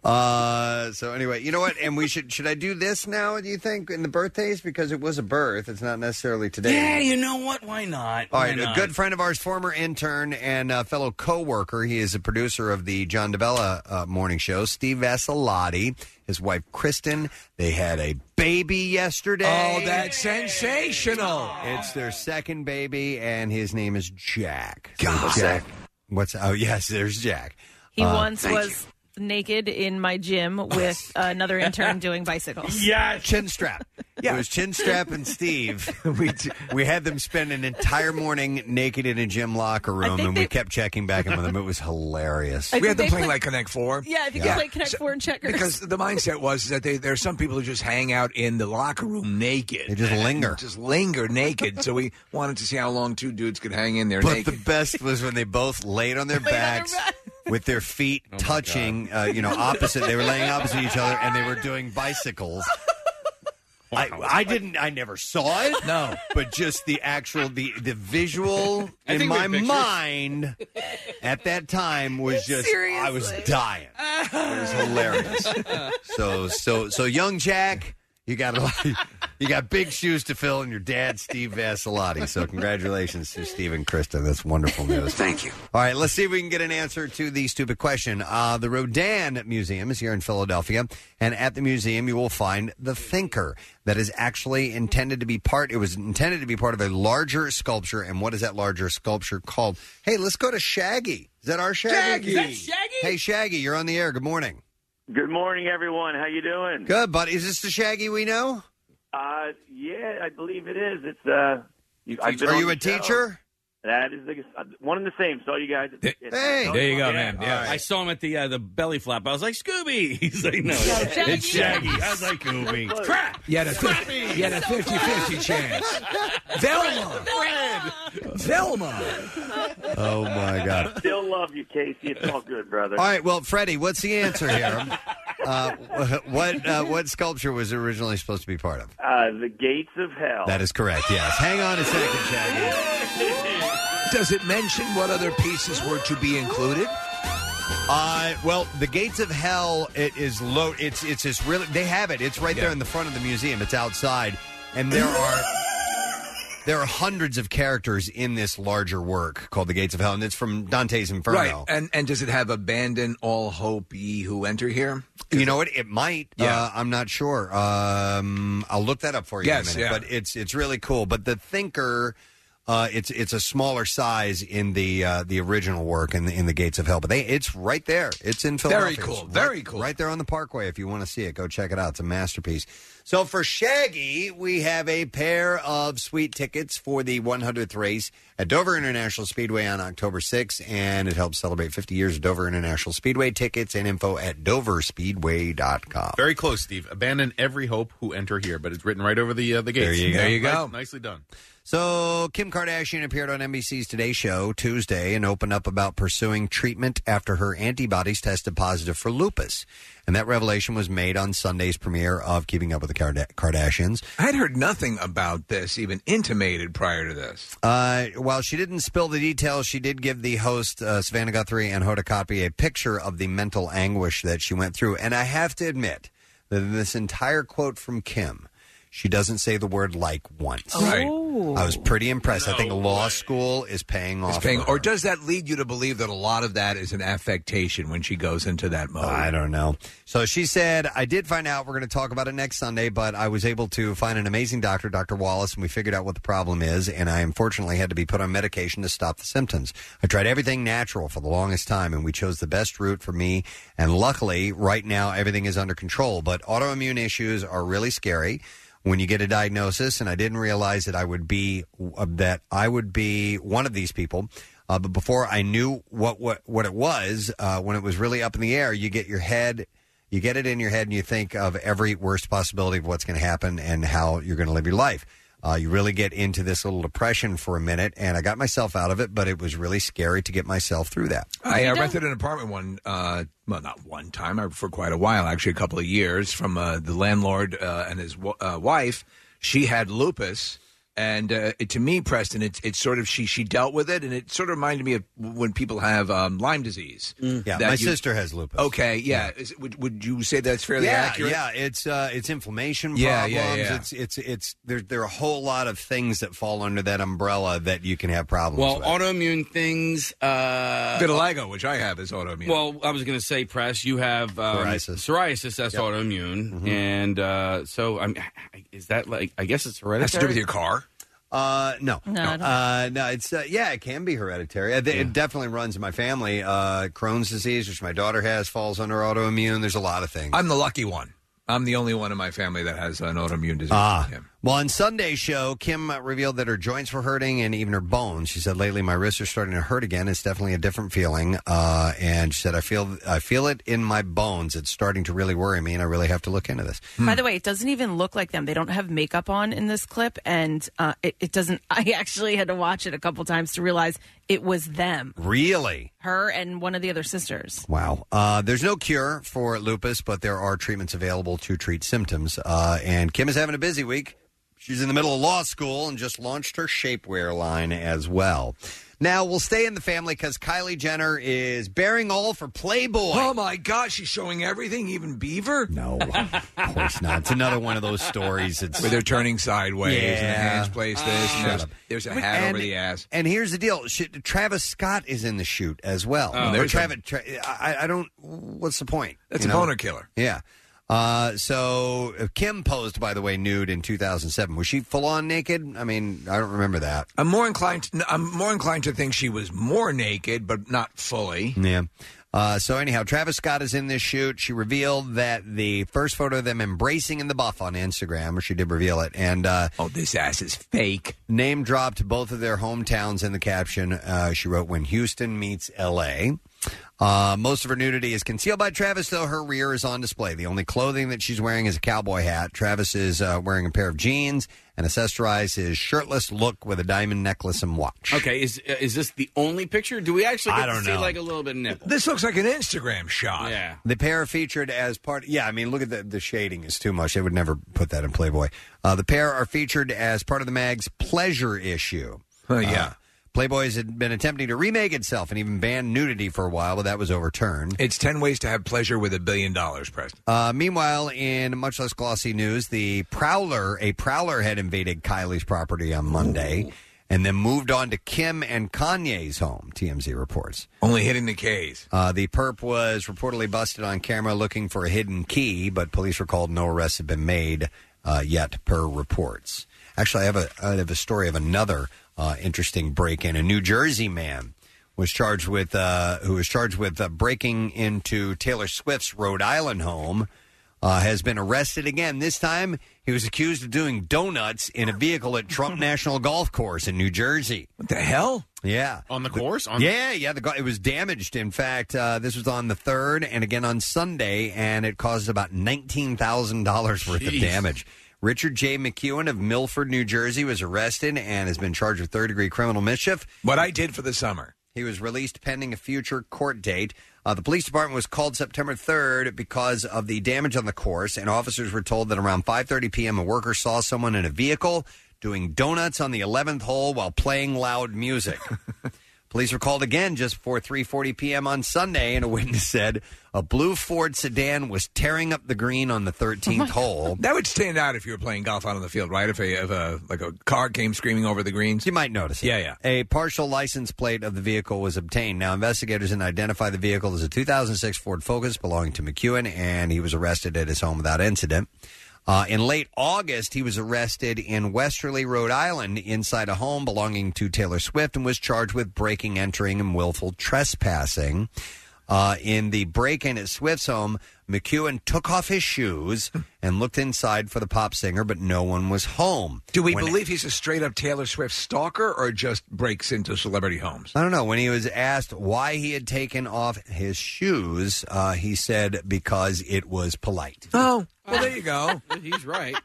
[SPEAKER 1] Uh, so anyway, you know what? And we should should I do this now? Do you think in the birthdays because it was a birth? It's not necessarily today.
[SPEAKER 5] yeah, you know what? Why not?
[SPEAKER 1] All
[SPEAKER 5] Why
[SPEAKER 1] right, a
[SPEAKER 5] not?
[SPEAKER 1] good friend of ours, former intern and uh, fellow co-worker, he is a producer of the John DeBella uh, morning show. Steve Vassalotti, his wife Kristen, they had a baby yesterday.
[SPEAKER 3] Oh, that's sensational.
[SPEAKER 1] It's their second baby, and his name is Jack. So
[SPEAKER 3] God.
[SPEAKER 1] Jack. What's oh yes, there's Jack.
[SPEAKER 2] He
[SPEAKER 1] Uh,
[SPEAKER 2] once was naked in my gym with another intern doing bicycles.
[SPEAKER 1] Yeah, chin strap. It was chin strap and Steve. we we had them spend an entire morning naked in a gym locker room,
[SPEAKER 2] think
[SPEAKER 1] and
[SPEAKER 2] they-
[SPEAKER 1] we kept checking back in with them. It was hilarious.
[SPEAKER 2] I We had think them they playing, put-
[SPEAKER 3] like Connect Four.
[SPEAKER 2] Yeah, I think
[SPEAKER 3] Yeah.
[SPEAKER 2] it's like Connect Four and Checkers.
[SPEAKER 3] Because the mindset was that they, there are some people who just hang out in the locker room naked. They
[SPEAKER 1] just linger.
[SPEAKER 3] Just linger naked. so we wanted to see how long two dudes could hang in there
[SPEAKER 1] But
[SPEAKER 3] naked.
[SPEAKER 1] the best was when they both laid on their backs with their feet
[SPEAKER 8] Oh
[SPEAKER 1] touching, uh, you know, opposite. They were laying opposite each other and they were doing bicycles. I, I didn't. I never saw it. No, but just the actual the the visual
[SPEAKER 8] I
[SPEAKER 1] in
[SPEAKER 8] think we
[SPEAKER 1] my
[SPEAKER 8] have pictures.
[SPEAKER 1] mind at that time was just I was dying. It was hilarious. So so so young Jack, you got a lot, you got big shoes to fill, and your dad Steve Vassilotti. So congratulations to Steve and Kristen. That's wonderful news.
[SPEAKER 3] Thank you.
[SPEAKER 1] All right, let's see if we can get an answer to the stupid question. Uh, the Rodin Museum is here in Philadelphia, and at the museum you will find the Thinker that is actually intended to be part. It was intended to be part of a larger sculpture, and what is that larger sculpture called? Hey, let's go to Shaggy. Is that our Shaggy?
[SPEAKER 9] Shaggy! Is that Shaggy?
[SPEAKER 1] Hey, Shaggy, you're on the air. Good morning.
[SPEAKER 9] Good morning, everyone. How you doing?
[SPEAKER 1] Good, buddy. Is this the Shaggy we know?
[SPEAKER 9] Uh, yeah, I believe it is. It's uh, you, I've been
[SPEAKER 1] Are
[SPEAKER 9] on
[SPEAKER 1] you
[SPEAKER 9] the
[SPEAKER 1] a
[SPEAKER 9] show.
[SPEAKER 1] teacher?
[SPEAKER 9] That is the, uh, one and the same. So you guys. It's, it's-
[SPEAKER 1] Hey.
[SPEAKER 9] it's-
[SPEAKER 5] There you go,
[SPEAKER 9] Yeah.
[SPEAKER 5] man. Yeah. I saw him at the uh, the belly flop. I was like, Scooby. He's like, no, it's,
[SPEAKER 9] Shaggy.
[SPEAKER 5] it's Shaggy. I was like, Scooby. Crap.
[SPEAKER 3] You had a, fif- you had a 50-50 chance. Velma. Velma.
[SPEAKER 1] Oh my God.
[SPEAKER 9] Still love you, Casey. It's all good, brother.
[SPEAKER 1] All right, well, Freddie, what's the answer here? uh, wh- what uh, what sculpture was it originally supposed to be part of?
[SPEAKER 9] Uh, the gates of hell.
[SPEAKER 1] That is correct. Yes. Hang on a second, Shaggy.
[SPEAKER 3] Does it mention what other pieces were to be included?
[SPEAKER 1] Uh, well, the gates of hell. It is low. It's it's this really. They have it. It's right there in the front of the museum. It's outside, and there are. There are hundreds of characters in this larger work called The Gates of Hell, and it's from Dante's Inferno.
[SPEAKER 3] Right. And and does it have abandon all hope ye who enter here?
[SPEAKER 1] You know what? It might. Yeah. Uh, I'm not sure. Um, I'll look that up for you
[SPEAKER 3] Yes,
[SPEAKER 1] in a minute.
[SPEAKER 3] yeah.
[SPEAKER 1] But it's it's really cool. But the Thinker, uh, it's it's a smaller size in the uh, the original work in the, in the Gates of Hell. But they it's right there. It's in
[SPEAKER 3] Very
[SPEAKER 1] Philadelphia.
[SPEAKER 3] cool,
[SPEAKER 1] It's
[SPEAKER 3] very
[SPEAKER 1] right-
[SPEAKER 3] cool.
[SPEAKER 1] Right there on the Parkway. If you want to see it, go check it out. It's a masterpiece. So for Shaggy, we have a pair of sweet tickets for the 100th race at Dover International Speedway on October 6th, and it helps celebrate 50 years of Dover International Speedway. Tickets and info at doverspeedway.com.
[SPEAKER 4] Very close, Steve. Abandon every hope who enter here, but it's written right over the uh, the gates.
[SPEAKER 1] There you go. There you
[SPEAKER 4] Nice-
[SPEAKER 1] go.
[SPEAKER 4] nicely done.
[SPEAKER 1] So, Kim Kardashian appeared on NBC's Today Show Tuesday and opened up about pursuing treatment after her antibodies tested positive for lupus. And that revelation was made on Sunday's premiere of Keeping Up with the Karda- Kardashians.
[SPEAKER 3] I had heard nothing about this, even intimated prior to this.
[SPEAKER 1] Uh, while she didn't spill the details, she did give the host, uh, Savannah Guthrie and Hoda Kotb, a picture of the mental anguish that she went through. And I have to admit that in this entire quote from Kim, she doesn't say the word like once.
[SPEAKER 3] Right.
[SPEAKER 1] I was pretty impressed. I think law school is paying off.
[SPEAKER 3] It's
[SPEAKER 1] for
[SPEAKER 3] paying-
[SPEAKER 1] her.
[SPEAKER 3] or does that lead you to believe that a lot of that is an affectation when she goes into that mode?
[SPEAKER 1] I don't know. So she said, I did find out. We're going to talk about it next Sunday, but I was able to find an amazing doctor, Dr. Wallace, and we figured out what the problem is. And I unfortunately had to be put on medication to stop the symptoms. I tried everything natural for the longest time, and we chose the best route for me. And luckily, right now, everything is under control. But autoimmune issues are really scary. When you get a diagnosis, and I didn't realize that I would be uh, that I would be one of these people. Uh, but before I knew what what, what it was, uh, when it was really up in the air, you get your head, you get it in your head, and you think of every worst possibility of what's going to happen and how you're going to live your life. Uh, you really get into this little depression for a minute, and I got myself out of it, but it was really scary to get myself through that.
[SPEAKER 3] I uh, rented an apartment one, uh, well, not one time, I- for quite a while, actually, a couple of years, from uh, the landlord uh, and his w- uh, wife. She had lupus. And uh, it, to me, Preston, it's it's sort of she she dealt with it, and it sort of reminded me of when people have um, Lyme disease.
[SPEAKER 1] Mm. Yeah,
[SPEAKER 3] That
[SPEAKER 1] my
[SPEAKER 3] you-
[SPEAKER 1] sister has lupus.
[SPEAKER 3] Okay, yeah. Is, would, would you say that's fairly
[SPEAKER 1] yeah,
[SPEAKER 3] accurate?
[SPEAKER 1] Yeah, it's uh, it's inflammation
[SPEAKER 3] Yeah,
[SPEAKER 1] problems.
[SPEAKER 3] yeah, yeah.
[SPEAKER 1] It's it's it's there. There are a whole lot of things that fall under that umbrella that you can have problems.
[SPEAKER 5] Well,
[SPEAKER 1] with.
[SPEAKER 5] autoimmune things. Uh,
[SPEAKER 3] Vitiligo, which I have, is autoimmune.
[SPEAKER 5] Well, I was going to say, press. You have um,
[SPEAKER 1] Psoriasis.
[SPEAKER 5] Psoriasis. That's autoimmune, and uh, so I'm. Is that like? I guess it's hereditary.
[SPEAKER 3] Has to do with your car.
[SPEAKER 1] Uh, no,
[SPEAKER 2] No, I don't
[SPEAKER 1] uh, no. It's uh, yeah, it can be hereditary. It, it definitely runs in my family. Uh, Crohn's disease, which my daughter has, falls under autoimmune. There's a lot of things.
[SPEAKER 3] I'm the lucky one. I'm the only one in my family that has an autoimmune disease.
[SPEAKER 1] Ah. Well, on Sunday's show, Kim uh, revealed that her joints were hurting and even her bones. She said, "Lately, my wrists are starting to hurt again. It's definitely a different feeling." Uh, and she said, "I feel I feel it in my bones. It's starting to really worry me, and I really have to look into this."
[SPEAKER 3] Hmm.
[SPEAKER 2] By the way, it doesn't even look like them. They don't have makeup on in this clip, and uh, it, it doesn't. I actually had to watch it a couple times to realize it was them,
[SPEAKER 1] Really?
[SPEAKER 2] her and one of the other sisters.
[SPEAKER 1] Wow. Uh, there's no cure for lupus, but there are treatments available to treat symptoms. Uh, and Kim is having a busy week. She's in the middle of law school and just launched her shapewear line as well. Now we'll stay in the family because Kylie Jenner is bearing all for Playboy.
[SPEAKER 3] Oh my God, she's showing everything, even Beaver.
[SPEAKER 1] No, of course not. It's another one of those stories. It's
[SPEAKER 3] where they're turning sideways and the
[SPEAKER 1] Yeah.
[SPEAKER 3] hands place this.
[SPEAKER 1] Shut
[SPEAKER 3] and there's,
[SPEAKER 1] up.
[SPEAKER 3] there's a
[SPEAKER 1] Wait,
[SPEAKER 3] hat
[SPEAKER 1] and-
[SPEAKER 3] over the ass.
[SPEAKER 1] And here's the deal: Sh- Travis Scott is in the shoot as well.
[SPEAKER 3] Oh,
[SPEAKER 1] or
[SPEAKER 3] there's a-
[SPEAKER 1] Travis, tra- I, I don't. What's the point?
[SPEAKER 3] That's
[SPEAKER 1] You
[SPEAKER 3] a
[SPEAKER 1] know?
[SPEAKER 3] boner killer.
[SPEAKER 1] Yeah. Uh, so uh, Kim posed, by the way, nude in 2007. Was she full on naked? I mean, I don't remember that.
[SPEAKER 3] I'm more inclined. To, I'm more inclined to think she was more naked, but not fully.
[SPEAKER 1] Yeah. Uh, so anyhow, Travis Scott is in this shoot. She revealed that the first photo of them embracing in the buff on Instagram, or she did reveal it, and uh,
[SPEAKER 3] oh, this ass is fake.
[SPEAKER 1] Name dropped both of their hometowns in the caption. Uh, she wrote, "When Houston meets L.A." Uh, most of her nudity is concealed by Travis, though her rear is on display. The only clothing that she's wearing is a cowboy hat. Travis is uh, wearing a pair of jeans and accessorized his shirtless look with a diamond necklace and watch.
[SPEAKER 5] Okay, is uh, is this the only picture? Do we actually get
[SPEAKER 1] I don't
[SPEAKER 5] to
[SPEAKER 1] know.
[SPEAKER 5] see like a little bit of nipple?
[SPEAKER 3] This looks like an Instagram shot.
[SPEAKER 5] Yeah.
[SPEAKER 1] The pair featured as part. Yeah, I mean, look at the the shading is too much. They would never put that in Playboy. Uh, the pair are featured as part of the mag's pleasure issue.
[SPEAKER 3] Oh, yeah.
[SPEAKER 1] Uh, Playboy has been attempting to remake itself and even ban nudity for a while, but that was overturned.
[SPEAKER 3] It's ten ways to have pleasure with a billion dollars, Preston.
[SPEAKER 1] Uh, meanwhile, in much less glossy news, the prowler, a prowler, had invaded Kylie's property on Monday, and then moved on to Kim and Kanye's home. TMZ reports.
[SPEAKER 3] Only hitting the K's.
[SPEAKER 1] Uh, the perp was reportedly busted on camera looking for a hidden key, but police were called. No arrests have been made uh, yet, per reports. Actually, I have a I have a story of another uh, interesting break-in. A New Jersey man was charged with uh, who was charged with uh, breaking into Taylor Swift's Rhode Island home. Uh, has been arrested again. This time, he was accused of doing donuts in a vehicle at Trump National Golf Course in New Jersey.
[SPEAKER 3] What the hell? Oh,
[SPEAKER 1] Yeah.
[SPEAKER 4] On the course? On
[SPEAKER 1] Yeah, yeah. The, gu- it was damaged. In fact, uh, this was on the third and again on Sunday, and it caused about nineteen thousand dollars worth of
[SPEAKER 5] Jeez.
[SPEAKER 1] damage. Richard J. McEwen of Milford, New Jersey, was arrested and has been charged with third degree criminal mischief.
[SPEAKER 3] What I did for the summer.
[SPEAKER 1] He was released pending a future court date. Uh, the police department was called September 3rd because of the damage on the course, and officers were told that around 5:30 p.m. a worker saw someone in a vehicle doing donuts on the 11th hole while playing loud music. Police were called again just before 3:40 p.m. on Sunday, and a witness said a blue Ford sedan was tearing up the green on the 13th hole.
[SPEAKER 3] That would stand out if you were playing golf out on the field, right? If a, if a like a car came screaming over the greens.
[SPEAKER 1] You might notice it.
[SPEAKER 3] Yeah, yeah.
[SPEAKER 1] A partial license plate of the vehicle was obtained. Now, investigators didn't identify the vehicle as a 2006 Ford Focus belonging to McEwen, and he was arrested at his home without incident. Uh, in late August, he was arrested in Westerly, Rhode Island, inside a home belonging to Taylor Swift, and was charged with breaking, entering, and willful trespassing. Uh, in the break in at Swift's home, McEwen took off his shoes and looked inside for the pop singer, but no one was home.
[SPEAKER 3] Do we
[SPEAKER 1] When-
[SPEAKER 3] believe he's a straight up Taylor Swift stalker or just breaks into celebrity homes?
[SPEAKER 1] I don't know. When he was asked why he had taken off his shoes, uh, he said because it was polite.
[SPEAKER 3] Oh, well, there you go.
[SPEAKER 5] He's right.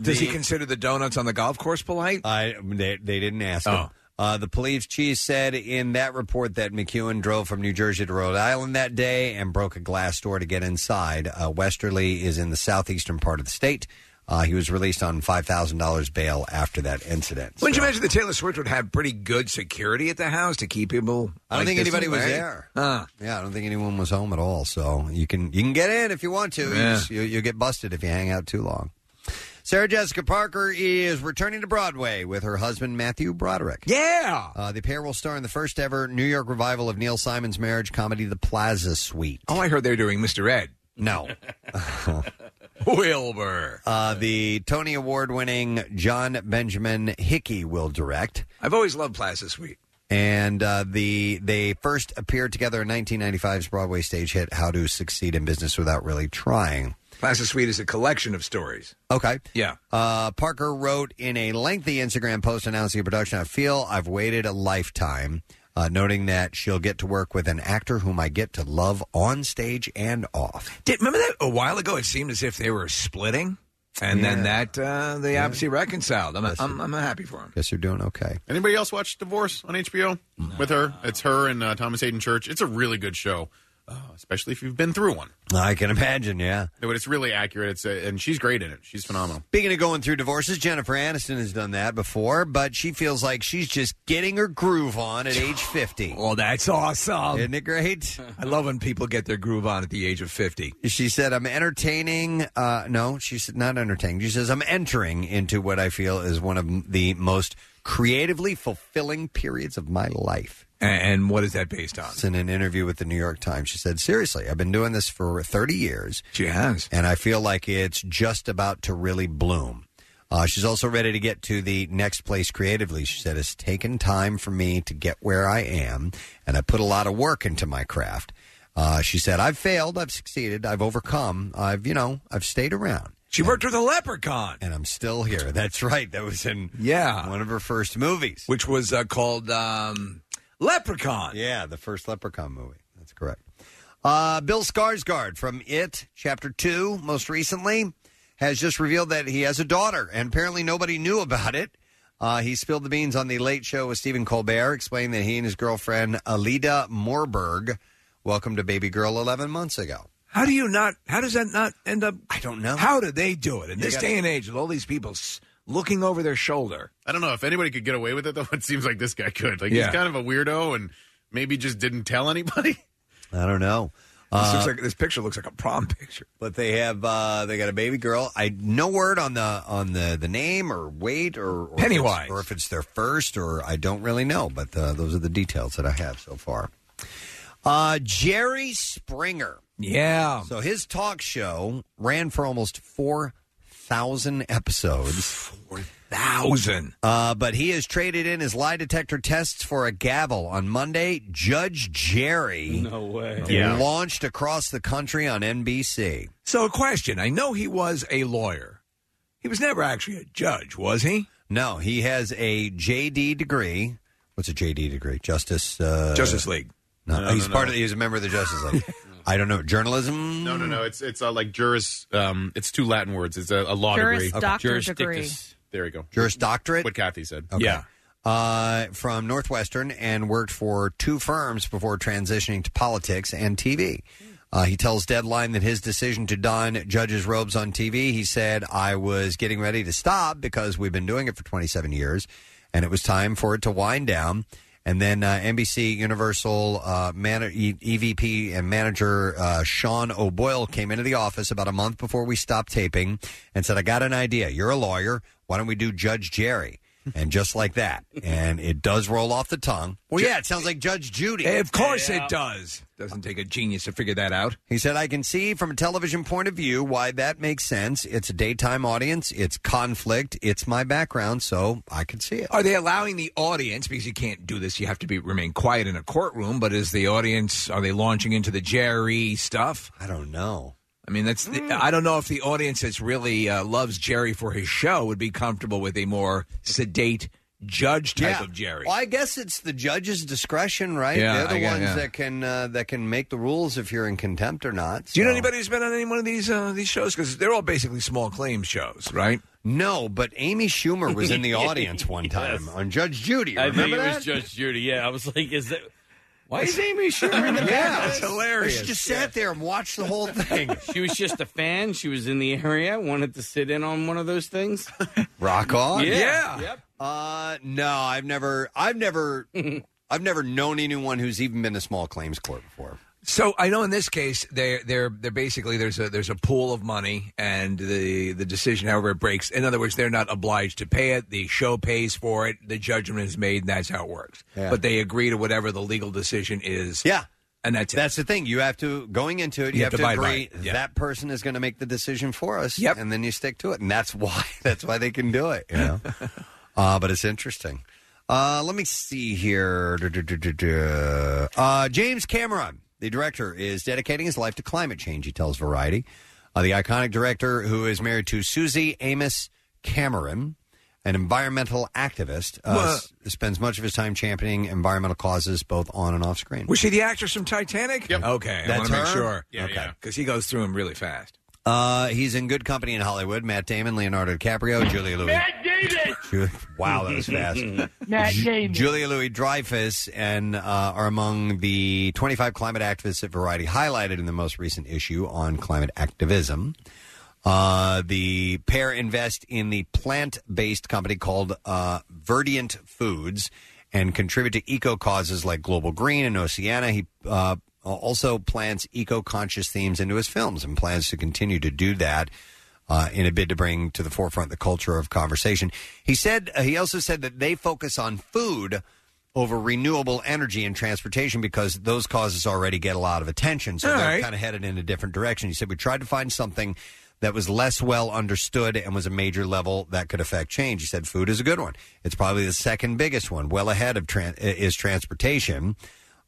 [SPEAKER 3] Does he consider the donuts on the golf course polite?
[SPEAKER 1] I they, they didn't ask him.
[SPEAKER 3] Oh.
[SPEAKER 1] Uh, the police chief said in that report that McEwen drove from New Jersey to Rhode Island that day and broke a glass door to get inside. Uh, Westerly is in the southeastern part of the state. Uh, he was released on five thousand dollars bail after that incident.
[SPEAKER 3] Wouldn't you
[SPEAKER 1] So-
[SPEAKER 3] imagine that Taylor Swift would have pretty good security at the house to keep people?
[SPEAKER 1] I
[SPEAKER 3] like
[SPEAKER 1] don't think
[SPEAKER 3] this
[SPEAKER 1] anybody was
[SPEAKER 3] away?
[SPEAKER 1] there.
[SPEAKER 3] Huh.
[SPEAKER 1] Yeah, I don't think anyone was home at all. So you can you can get in if you want to. You
[SPEAKER 3] Yeah.
[SPEAKER 1] just- You, you'll get busted if you hang out too long. Sarah Jessica Parker is returning to Broadway with her husband Matthew Broderick.
[SPEAKER 3] yeah.
[SPEAKER 1] Uh, the pair will star in the first ever New York revival of Neil Simon's marriage comedy, The Plaza Suite.
[SPEAKER 3] Oh, I heard they're doing Mr. Ed.
[SPEAKER 1] No,
[SPEAKER 3] Wilbur.
[SPEAKER 1] Uh, the Tony Award winning John Benjamin Hickey will direct.
[SPEAKER 3] I've always loved Plaza Suite.
[SPEAKER 1] And uh, the they first appeared together in 1995's Broadway stage hit "How to Succeed in Business Without Really Trying."
[SPEAKER 3] Plaza Suite is a collection of stories.
[SPEAKER 1] Okay.
[SPEAKER 3] Yeah.
[SPEAKER 1] Uh, Parker wrote in a lengthy Instagram post announcing the production. I feel I've waited a lifetime, uh, noting that she'll get to work with an actor whom I get to love on stage and off.
[SPEAKER 3] Did remember that a while ago? It seemed as if they were splitting, and then that uh, they obviously reconciled. I'm, I'm, I'm happy for him.
[SPEAKER 1] Guess you're doing okay.
[SPEAKER 4] Anybody else watch Divorce on HBO with her? It's her and uh, Thomas Hayden Church. It's a really good show, uh, especially if you've been through one.
[SPEAKER 1] I can imagine. Yeah.
[SPEAKER 4] But it's really accurate. It's uh and she's great in it. She's phenomenal.
[SPEAKER 1] Speaking of going through divorces, Jennifer Aniston has done that before, but she feels like she's just getting her groove on at age 50.
[SPEAKER 3] Well, that's awesome.
[SPEAKER 1] Isn't it great?
[SPEAKER 3] I love when people get their groove on at the age of 50.
[SPEAKER 1] She said, I'm entertaining. Uh, no, she's not entertaining. She says, I'm entering into what I feel is one of the most creatively fulfilling periods of my life.
[SPEAKER 3] And, and what is that based on?
[SPEAKER 1] In an interview with the New York Times, she said, Seriously, I've been doing this for 30 years.
[SPEAKER 3] She has.
[SPEAKER 1] And I feel like it's just about to really bloom. Uh, she's also ready to get to the next place creatively. She said, It's taken time for me to get where I am, and I put a lot of work into my craft. Uh, she said, I've failed, I've succeeded, I've overcome, I've, you know, I've stayed around.
[SPEAKER 3] She worked with a leprechaun.
[SPEAKER 1] And I'm still here. That's right. That was in
[SPEAKER 3] yeah
[SPEAKER 1] one of her first movies,
[SPEAKER 3] which was uh, called um, Leprechaun.
[SPEAKER 1] Yeah, the first Leprechaun movie. That's correct. Uh, Bill Skarsgård from It, Chapter 2, most recently, has just revealed that he has a daughter, and apparently nobody knew about it. Uh, he spilled the beans on The Late Show with Stephen Colbert, explaining that he and his girlfriend, Alida Morberg, welcomed a baby girl 11 months ago.
[SPEAKER 3] How do you not? How does that not end up? I
[SPEAKER 1] don't know.
[SPEAKER 3] How do they do it in
[SPEAKER 4] You
[SPEAKER 3] this
[SPEAKER 4] gotta-
[SPEAKER 3] day and age with all these people s- looking over their shoulder?
[SPEAKER 4] I don't know if anybody could get away with it though. It seems like this guy could. Like
[SPEAKER 3] Yeah.
[SPEAKER 4] he's kind of a weirdo and maybe just didn't tell anybody.
[SPEAKER 1] I don't know.
[SPEAKER 3] This,
[SPEAKER 1] Uh,
[SPEAKER 3] looks like, this picture looks like a prom picture.
[SPEAKER 1] But they have uh, they got a baby girl. I no word on the on the, the name or weight or, or if it's-
[SPEAKER 3] Pennywise.
[SPEAKER 1] or if it's their first or I don't really know. But uh, those are the details that I have so far. Uh, Jerry Springer.
[SPEAKER 3] Yeah.
[SPEAKER 1] So his talk show ran for almost four thousand episodes.
[SPEAKER 3] Thousand.
[SPEAKER 1] Uh, but he has traded in his lie detector tests for a gavel. On Monday, Judge Jerry
[SPEAKER 5] No way.
[SPEAKER 1] launched across the country on NBC.
[SPEAKER 3] So, a question. I know he was a lawyer. He was never actually a judge, was he?
[SPEAKER 1] No, he has a JD degree. What's a JD degree? Justice. Uh,
[SPEAKER 3] Justice League.
[SPEAKER 1] No,
[SPEAKER 4] No,
[SPEAKER 1] he's
[SPEAKER 4] no,
[SPEAKER 1] part
[SPEAKER 4] no.
[SPEAKER 1] of. He's a member of the Justice League. I don't know journalism.
[SPEAKER 4] No, no, no. It's it's uh, like juris. Um, it's two Latin words. It's a, a law
[SPEAKER 1] Juris
[SPEAKER 4] degree.
[SPEAKER 1] doctor
[SPEAKER 4] juris
[SPEAKER 1] degree.
[SPEAKER 4] dictus. There you go.
[SPEAKER 1] Juris doctorate.
[SPEAKER 4] What Kathy said.
[SPEAKER 1] Okay. Uh, from Northwestern and worked for two firms before transitioning to politics and TV. Uh, he tells Deadline that his decision to don judges' robes on TV, he said, I was getting ready to stop because we've been doing it for 27 years and it was time for it to wind down. And then uh, NBC Universal uh, man- E- EVP and manager uh, Sean O'Boyle came into the office about a month before we stopped taping and said, I got an idea. You're a lawyer. Why don't we do Judge Jerry? And just like that. And it does roll off the tongue. Well, yeah, it sounds like Judge Judy.
[SPEAKER 3] Of course it does. Doesn't take a genius to figure that out.
[SPEAKER 1] He said, I can see from a television point of view why that makes sense. It's a daytime audience, it's conflict, it's my background, so I can see it.
[SPEAKER 3] Are they allowing the audience because you can't do this? You have to be remain quiet in a courtroom. But is the audience are they launching into the Jerry stuff?
[SPEAKER 1] I don't know. Mm.
[SPEAKER 3] I mean, that's the, I don't know if the audience that's really uh, loves Jerry for his show would be comfortable with a more sedate judge type of Jerry.
[SPEAKER 1] Well, I guess it's the judge's discretion, right?
[SPEAKER 3] Yeah,
[SPEAKER 1] They're the
[SPEAKER 3] I guess,
[SPEAKER 1] ones
[SPEAKER 3] yeah.
[SPEAKER 1] that can uh, that can make the rules if you're in contempt or not.
[SPEAKER 3] Do you know
[SPEAKER 1] so-
[SPEAKER 3] anybody who's been on any one of these uh, these shows? Because they're all basically small claim shows, right?
[SPEAKER 1] No, but Amy Schumer was in the audience one time on Judge
[SPEAKER 3] Uh,
[SPEAKER 1] Judy.
[SPEAKER 5] I
[SPEAKER 1] Remember
[SPEAKER 5] think it
[SPEAKER 1] that?
[SPEAKER 5] was Judge Judy. Yeah, I was like, is that why is Amy Schumer in the
[SPEAKER 1] yeah,
[SPEAKER 5] back?
[SPEAKER 1] She just sat there and watched the whole thing.
[SPEAKER 5] She was just a fan. She was in the area, wanted to sit in on one of those things.
[SPEAKER 1] Rock on.
[SPEAKER 5] Yeah. Yeah.
[SPEAKER 1] Uh, no, I've never, I've never, I've never known anyone who's even been to small claims court before.
[SPEAKER 3] So I know in this case they they're they're basically there's a there's a pool of money and the the decision however it breaks in other words they're not obliged to pay it the show pays for it the judgment is made and that's how it works
[SPEAKER 1] Yeah.
[SPEAKER 3] but they agree to whatever the legal decision is
[SPEAKER 1] yeah
[SPEAKER 3] and that's
[SPEAKER 1] that's the thing. You have to going into it. You,
[SPEAKER 3] You
[SPEAKER 1] have,
[SPEAKER 3] have
[SPEAKER 1] to,
[SPEAKER 3] to abide by
[SPEAKER 1] agree
[SPEAKER 3] it. Yeah.
[SPEAKER 1] that person is going to make the decision for us. Yep. and then you stick to it, and that's why that's why they can do it. You know, uh, but it's interesting. Uh, let me see here. Du- du- du- du- du. Uh, James Cameron, the director, is dedicating his life to climate change. He tells Variety, uh, the iconic director who is married to Susie Amos Cameron. An environmental activist uh,
[SPEAKER 3] Well-
[SPEAKER 1] s- spends much of his time championing environmental causes, both on and off screen.
[SPEAKER 3] Was she the actress from Titanic? Yep. Okay, I
[SPEAKER 1] That's
[SPEAKER 3] want to make
[SPEAKER 1] her?
[SPEAKER 3] sure.
[SPEAKER 1] Yeah,
[SPEAKER 3] okay,
[SPEAKER 1] yeah.
[SPEAKER 3] because he goes through them really fast.
[SPEAKER 1] Uh, he's in good company in Hollywood. Matt Damon, Leonardo DiCaprio, Julia Louis.
[SPEAKER 9] Davis!
[SPEAKER 1] Ju- wow, that was fast.
[SPEAKER 9] Matt
[SPEAKER 1] Ju-
[SPEAKER 9] Damon.
[SPEAKER 1] Julia Louis Dreyfus and uh, are among the 25 climate activists that Variety highlighted in the most recent issue on climate activism. Uh, the pair invest in the plant based company called uh, Verdient Foods and contribute to eco causes like Global Green and Oceana. He uh, also plants eco conscious themes into his films and plans to continue to do that uh, in a bid to bring to the forefront the culture of conversation. He said uh, he also said that they focus on food over renewable energy and transportation because those causes already get a lot of attention. So
[SPEAKER 3] All
[SPEAKER 1] they're
[SPEAKER 3] right.
[SPEAKER 1] kind of headed in a different direction. He said we tried to find something that was less well understood and was a major level that could affect change. He said food is a good one. It's probably the second biggest one, well ahead of tran- is transportation.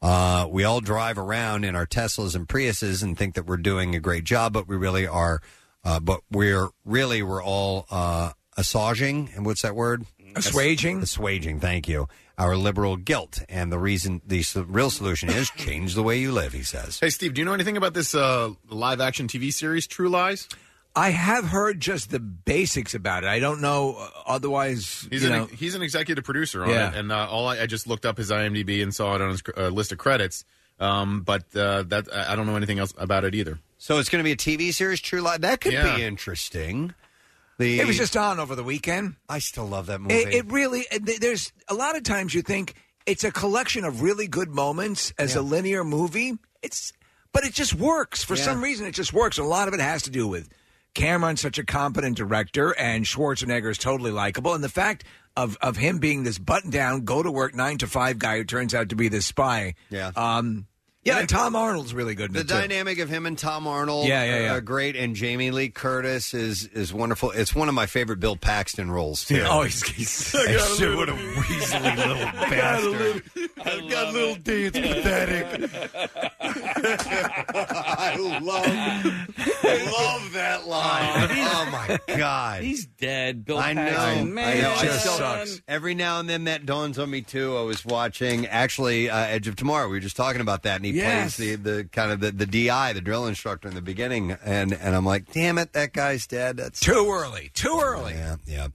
[SPEAKER 1] Uh, we all drive around in our Teslas and Priuses and think that we're doing a great job, but we really are. Uh, but we're really we're all uh, assuaging and what's that word? Assuaging. Assuaging. Thank you. Our liberal guilt and the reason the s- real solution is change the way you live. He says.
[SPEAKER 4] Hey, Steve, do you know anything about this uh, live action TV series, True Lies?
[SPEAKER 3] I have heard just the basics about it. I don't know uh, otherwise.
[SPEAKER 4] He's
[SPEAKER 3] you
[SPEAKER 4] an
[SPEAKER 3] know,
[SPEAKER 4] he's an executive producer on
[SPEAKER 3] Yeah.
[SPEAKER 4] it, and uh, all I, I just looked up his IMDb and saw it on his cr- uh, list of credits. Um, but uh, that I I don't know anything else about it either.
[SPEAKER 1] So it's going to be a TV series, True Life. That could
[SPEAKER 4] Yeah.
[SPEAKER 1] be interesting. The
[SPEAKER 3] it was just on over the weekend.
[SPEAKER 1] I still love that movie.
[SPEAKER 3] It, it really. and th- There's a lot of times you think it's a collection of really good moments as a linear movie. It's, but it just works for some reason. It just works. A lot of it has to do with Cameron's such a competent director, and Schwarzenegger is totally likable, and the fact. Of, of him being this button down, go to work nine to five guy who turns out to be this spy.
[SPEAKER 1] Yeah.
[SPEAKER 3] Um, yeah, and Tom Arnold's really good in
[SPEAKER 1] the
[SPEAKER 3] it, too.
[SPEAKER 1] dynamic of him and Tom Arnold
[SPEAKER 3] Yeah, yeah, yeah.
[SPEAKER 1] are great, and Jamie Lee Curtis is is wonderful. It's one of my favorite Bill Paxton roles. Too.
[SPEAKER 3] Yeah. Oh, he's, he's
[SPEAKER 1] I sure would have
[SPEAKER 3] weaselly little
[SPEAKER 1] bastard.
[SPEAKER 9] I've got a little D. It's pathetic.
[SPEAKER 1] I love, I love that line. Oh my god,
[SPEAKER 5] he's dead. Bill
[SPEAKER 1] I know,
[SPEAKER 5] Paxton, man,
[SPEAKER 1] I know. I
[SPEAKER 5] just
[SPEAKER 1] still-
[SPEAKER 5] sucks.
[SPEAKER 1] Every now and then that dawns on me too. I was watching actually uh, Edge of Tomorrow. We were just talking about that, and he
[SPEAKER 5] Yes.
[SPEAKER 1] plays the, the kind of the, the DI, the drill instructor in the beginning, and and I'm like, damn it, that guy's dead. That's
[SPEAKER 3] Too early. Too early.
[SPEAKER 1] Yeah, yeah.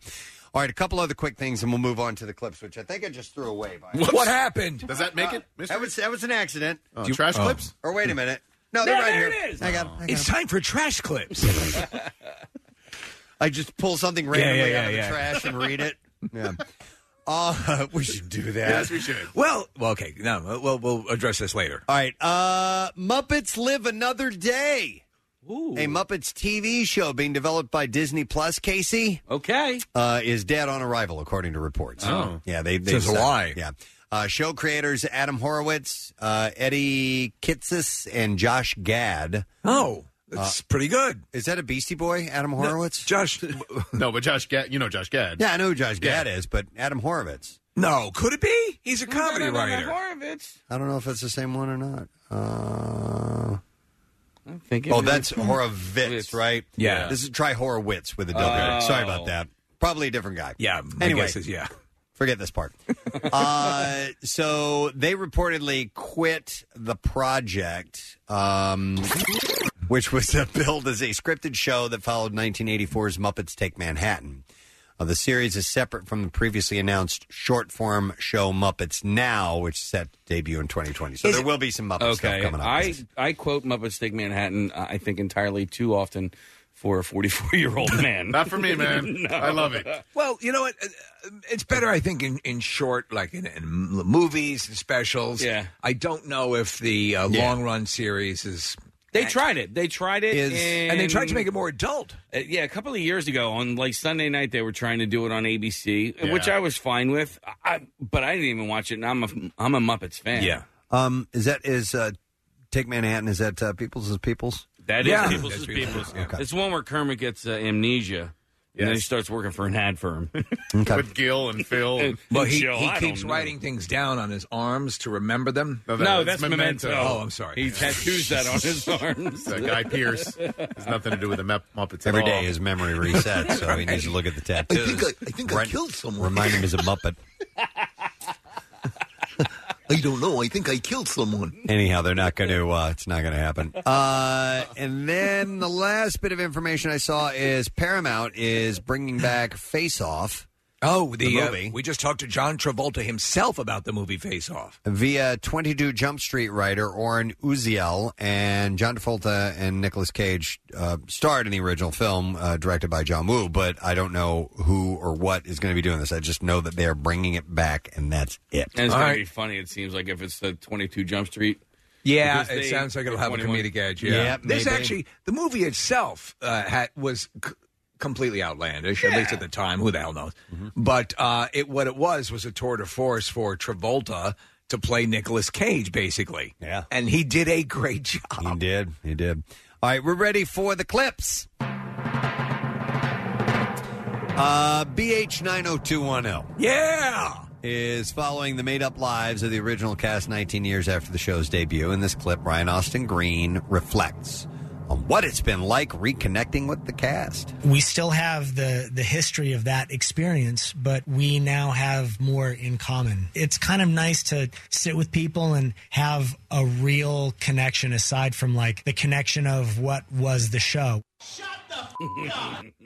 [SPEAKER 1] All right, a couple other quick things, and we'll move on to the clips, which I think I just threw away. By
[SPEAKER 3] Whoops. What happened?
[SPEAKER 4] Does that make it?
[SPEAKER 1] That was that was an accident.
[SPEAKER 4] Do you- trash oh. clips?
[SPEAKER 1] Or wait a minute. No, they're
[SPEAKER 9] No,
[SPEAKER 1] right
[SPEAKER 9] there
[SPEAKER 1] here.
[SPEAKER 9] it is.
[SPEAKER 1] I got. I, got
[SPEAKER 3] It's time for trash clips.
[SPEAKER 1] I just pull something
[SPEAKER 3] yeah,
[SPEAKER 1] randomly
[SPEAKER 3] yeah,
[SPEAKER 1] out of the
[SPEAKER 3] yeah.
[SPEAKER 1] trash and read it. Yeah. Uh, we should do that.
[SPEAKER 4] Yes, we should.
[SPEAKER 3] well, well, okay, no, we'll we'll address this later.
[SPEAKER 1] All right. Uh, Muppets Live Another Day.
[SPEAKER 5] Ooh.
[SPEAKER 1] A Muppets TV show being developed by Disney Plus, Casey,
[SPEAKER 5] Okay.
[SPEAKER 1] uh, is dead on arrival, according to reports.
[SPEAKER 5] Oh.
[SPEAKER 1] Yeah, they. they
[SPEAKER 3] Says a lie.
[SPEAKER 1] Yeah. Uh, show creators Adam Horowitz, uh, Eddie Kitsis, and Josh Gad. Uh,
[SPEAKER 3] Oh, that's pretty good.
[SPEAKER 1] Is that a Beastie Boy, Adam Horowitz?
[SPEAKER 3] Josh,
[SPEAKER 4] No, but Josh Gad, you know Josh Gad.
[SPEAKER 1] Yeah, I know who Josh Gad is, but Adam Horowitz.
[SPEAKER 3] no, could it be? He's a comedy
[SPEAKER 5] No, no, no, no,
[SPEAKER 3] writer.
[SPEAKER 5] Horowitz.
[SPEAKER 1] I don't know if it's the same one or not. Uh,
[SPEAKER 5] I'm thinking.
[SPEAKER 1] oh,
[SPEAKER 5] it
[SPEAKER 1] that's
[SPEAKER 5] was-
[SPEAKER 1] Horowitz, right?
[SPEAKER 3] Yeah.
[SPEAKER 1] This is try Horowitz with a W.
[SPEAKER 5] Oh.
[SPEAKER 1] Sorry about that. Probably a different guy.
[SPEAKER 3] Yeah. My
[SPEAKER 1] Anyway.
[SPEAKER 3] guess is yeah.
[SPEAKER 1] Forget this part. uh, so they reportedly quit the project, um, which was billed as a scripted show that followed 1984's Muppets Take Manhattan. Uh, the series is separate from the previously announced short form show Muppets Now, which is set to debut in 2020. So
[SPEAKER 3] Is
[SPEAKER 1] there
[SPEAKER 3] it-
[SPEAKER 1] will be some Muppet stuff
[SPEAKER 5] Okay.
[SPEAKER 1] coming up.
[SPEAKER 5] I I quote Muppets Take Manhattan. uh, I think entirely too often for a 44 year old man.
[SPEAKER 4] Not for me, man.
[SPEAKER 5] No.
[SPEAKER 4] I love it.
[SPEAKER 3] Well, you know what? Uh, It's better, I think, in, in short, like in, in movies and specials.
[SPEAKER 5] Yeah.
[SPEAKER 3] I don't know if the uh,
[SPEAKER 1] Yeah.
[SPEAKER 3] long run series is,
[SPEAKER 5] They tried it. They tried it.
[SPEAKER 1] Is-
[SPEAKER 5] in-
[SPEAKER 3] and they tried to make it more adult.
[SPEAKER 5] Uh, yeah, a couple of years ago on like Sunday night, they were trying to do it on ABC,
[SPEAKER 4] Yeah.
[SPEAKER 5] which I was fine with. I, but I didn't even watch it, and I'm a I'm a Muppets fan.
[SPEAKER 1] Um, is that is uh, Take Manhattan is that uh, Peoples is Peoples?
[SPEAKER 5] That is
[SPEAKER 1] Yeah.
[SPEAKER 5] people's
[SPEAKER 1] That's
[SPEAKER 5] is
[SPEAKER 1] People's,
[SPEAKER 5] people's.
[SPEAKER 1] yeah. Okay.
[SPEAKER 5] It's the one where Kermit gets uh, amnesia. And then he
[SPEAKER 1] Yes.
[SPEAKER 5] starts working for an ad firm.
[SPEAKER 1] With
[SPEAKER 4] Gil and Phil.
[SPEAKER 5] and
[SPEAKER 3] Well, he,
[SPEAKER 5] Jill,
[SPEAKER 3] he
[SPEAKER 5] I
[SPEAKER 3] keeps
[SPEAKER 5] don't know.
[SPEAKER 3] writing things down on his arms to remember them.
[SPEAKER 4] Oh,
[SPEAKER 5] No, that- No, that's that's Memento. Memento.
[SPEAKER 3] Oh, I'm sorry.
[SPEAKER 5] He tattoos that on his arms.
[SPEAKER 4] That Guy Pierce has nothing to do with the Mupp- Muppets
[SPEAKER 1] Every
[SPEAKER 4] at all.
[SPEAKER 1] day his memory resets, so he needs to look at the tattoos.
[SPEAKER 4] I think I- I think I
[SPEAKER 1] killed someone. Remind him he's a Muppet.
[SPEAKER 8] I don't know. I think I killed someone.
[SPEAKER 1] Anyhow, they're not going to. Uh, it's not going to happen. Uh, and then the last bit of information I saw is Paramount is bringing back Face Off.
[SPEAKER 3] Oh, the, uh,
[SPEAKER 1] movie
[SPEAKER 3] we just talked to John Travolta himself about the movie Face Off.
[SPEAKER 1] via 22 Jump Street writer Oren Uziel and John Travolta and Nicolas Cage uh, starred in the original film uh, directed by John Woo. But I don't know who or what is going to be doing this. I just know that they are bringing it back, and that's it.
[SPEAKER 5] And it's going to be funny, it seems like, if it's the 22 Jump Street.
[SPEAKER 3] Yeah,
[SPEAKER 5] Because
[SPEAKER 3] it
[SPEAKER 5] they-
[SPEAKER 3] sounds like it'll
[SPEAKER 5] they're
[SPEAKER 3] have
[SPEAKER 5] 21.
[SPEAKER 3] a comedic edge. Yeah, this actually the movie itself uh, had, was c- completely outlandish, at least at the time. Who the hell knows? But uh, it what it was was a tour de force for Travolta to play Nicolas Cage, basically.
[SPEAKER 1] Yeah,
[SPEAKER 3] and he did a great job.
[SPEAKER 1] He did. He did. All right, we're ready for the clips. Uh, BH 90210.
[SPEAKER 3] Yeah!
[SPEAKER 1] Is following the made up lives of the original cast 19 years after the show's debut. In this clip, Ryan Austin Green reflects on what it's been like reconnecting with the cast.
[SPEAKER 10] we still have the the history of that experience but we now have more in common it's kind of nice to sit with people and have a real connection aside from like the connection of what was the show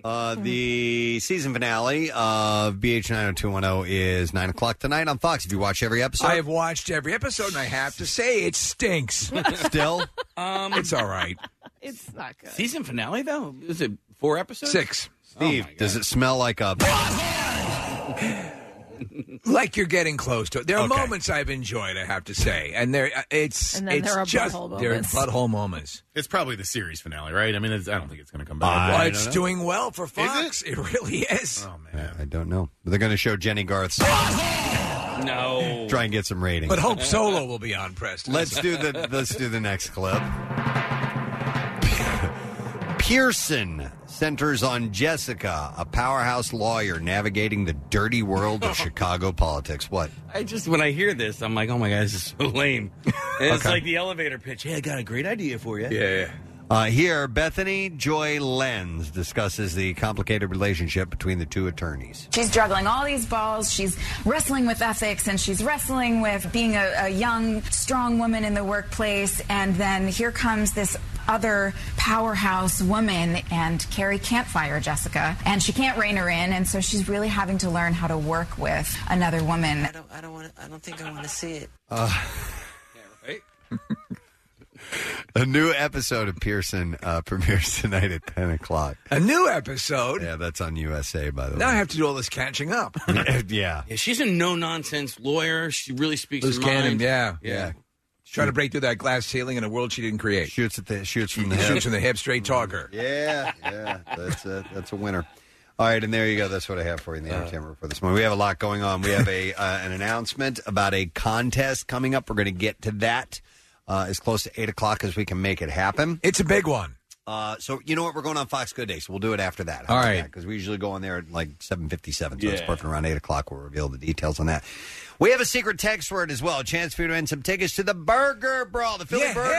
[SPEAKER 1] Uh, the season finale of BH 90210 is 9 o'clock tonight on Fox. If you watch every episode,
[SPEAKER 3] I have watched every episode, and I have to say it stinks.
[SPEAKER 1] Still,
[SPEAKER 5] um,
[SPEAKER 3] it's all right.
[SPEAKER 2] It's not good.
[SPEAKER 5] Season finale, though? Is it four episodes? Oh,
[SPEAKER 3] Six.
[SPEAKER 1] Steve, does it smell like a.
[SPEAKER 3] like you're getting close to it. There are
[SPEAKER 1] Okay.
[SPEAKER 3] moments I've enjoyed, I have to say, and there uh, it's
[SPEAKER 4] And then
[SPEAKER 3] it's
[SPEAKER 4] there are
[SPEAKER 3] just
[SPEAKER 4] butthole
[SPEAKER 3] there are
[SPEAKER 4] moments.
[SPEAKER 3] butthole moments. Uh,
[SPEAKER 4] It's probably the series finale, right? I mean, it's, I don't think it's going to come
[SPEAKER 1] I
[SPEAKER 4] back.
[SPEAKER 1] don't
[SPEAKER 3] it's
[SPEAKER 1] know.
[SPEAKER 3] doing well for Fox. It? really is.
[SPEAKER 5] Oh,
[SPEAKER 1] I don't know. They're going to show Jenny Garth's.
[SPEAKER 5] No.
[SPEAKER 1] Try and get some ratings.
[SPEAKER 3] Oh. But Hope Solo will be on Preston.
[SPEAKER 1] Let's do the let's do the next clip. Pearson centers on Jessica, a powerhouse lawyer navigating the dirty world of Chicago politics. What?
[SPEAKER 5] I just when I hear this, I'm like, oh my god, this is so lame. And It's like the elevator pitch. Hey, I got a great idea for you.
[SPEAKER 3] Yeah.
[SPEAKER 1] Uh, here, Bethany Joy Lenz discusses the complicated relationship between the two attorneys.
[SPEAKER 11] She's juggling all these balls. She's wrestling with ethics and she's wrestling with being a, a young, strong woman in the workplace. And then here comes this other powerhouse woman, and Carrie can't fire Jessica. And she can't rein her in. And so she's really having to learn how to work with another woman.
[SPEAKER 12] I don't want. I don't think I want to see it.
[SPEAKER 1] Uh, a new episode of Pearson uh, premieres tonight at 10 o'clock.
[SPEAKER 3] A new episode?
[SPEAKER 1] Yeah, that's on USA, by the way.
[SPEAKER 3] Now I have to do all this catching up.
[SPEAKER 1] yeah.
[SPEAKER 5] Yeah, she's a no nonsense lawyer. She really speaks
[SPEAKER 3] Loose
[SPEAKER 5] her mind.
[SPEAKER 3] cannon, yeah.
[SPEAKER 5] yeah.
[SPEAKER 3] Trying to break through that glass ceiling in a world she didn't create.
[SPEAKER 1] Shoots at the shoots from
[SPEAKER 3] the
[SPEAKER 1] hip.
[SPEAKER 3] shoots from the hip, straight talker.
[SPEAKER 1] Yeah, yeah, that's a that's a winner. All right, and there you go. That's what I have for you in
[SPEAKER 3] Uh.
[SPEAKER 1] the entertainment for this morning. We have a lot going on. We have a uh, an announcement about a contest coming up. We're going to get to that uh, as close to eight o'clock as we can make it happen.
[SPEAKER 3] It's a big one.
[SPEAKER 1] Uh, so you know what? We're going on Fox Good Day, so we'll do it after that.
[SPEAKER 3] All right.
[SPEAKER 1] because we usually go on there at like seven fifty-seven, so it's
[SPEAKER 3] Yeah.
[SPEAKER 1] perfect around eight o'clock. We'll reveal the details on that. We have a secret text word as well. A chance for you to win some tickets to the Burger Brawl, the Philly
[SPEAKER 13] Yeah.
[SPEAKER 1] Burger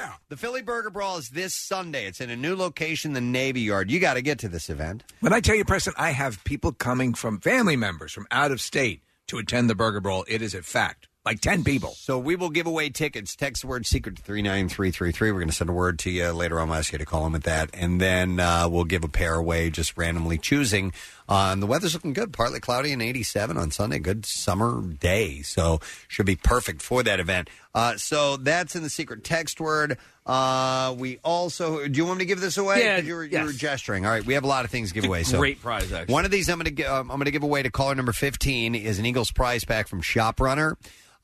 [SPEAKER 1] Brawl. The Philly Burger Brawl is this Sunday. It's in a new location, the Navy Yard. You got to get to this event.
[SPEAKER 3] When I tell you, Preston, I have people coming from family members from out of state to attend the Burger Brawl. It is a fact. Like 10 people.
[SPEAKER 1] So we will give away tickets. Text the word secret to 39333. We're going to send a word to you later on. I'll ask you to call them at that. And then uh, we'll give a pair away, just randomly choosing. Uh, and the weather's looking good. Partly cloudy and 87 on Sunday. Good summer day. So should be perfect for that event. Uh, so that's in the secret text word. Uh, we also, do you want me to give this away?
[SPEAKER 5] Yeah,
[SPEAKER 1] 'Cause You were, you
[SPEAKER 5] yes.
[SPEAKER 1] were gesturing. All right. We have a lot of things to give away. So
[SPEAKER 5] Great prize, actually.
[SPEAKER 1] one of these I'm going to um, I'm going to give away to caller number 15 is an Eagles prize pack from ShopRunner.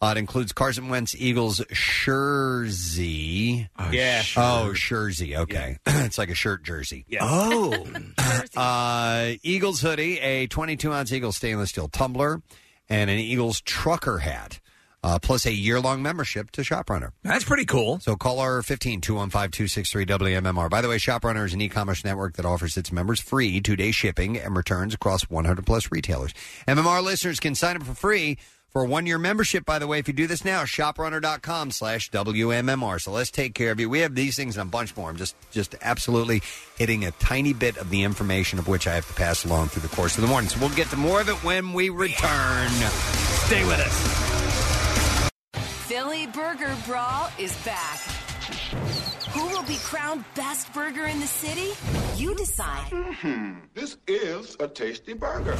[SPEAKER 1] Uh, it includes Carson Wentz Eagles jersey. Oh,
[SPEAKER 5] Yeah.
[SPEAKER 1] Oh, jersey. Okay. it's like a shirt jersey.
[SPEAKER 5] Yeah.
[SPEAKER 1] Oh. uh, Eagles hoodie, a 22 ounce Eagles stainless steel tumbler, and an Eagles trucker hat. uh, plus a year long membership to ShopRunner.
[SPEAKER 3] That's pretty cool.
[SPEAKER 1] So call our 15 215 263 WMMR. By the way, ShopRunner is an e commerce network that offers its members free two day shipping and returns across 100 plus retailers. MMR listeners can sign up for free for a one year membership, by the way, if you do this now, shoprunner.com slash WMMR. So let's take care of you. We have these things and a bunch more. I'm just, just absolutely hitting a tiny bit of the information of which I have to pass along through the course of the morning. So we'll get to more of it when we return. Stay with us.
[SPEAKER 13] Philly Burger Brawl is back. Who will be crowned best burger in the city? You decide.
[SPEAKER 14] Hmm, This is a tasty burger.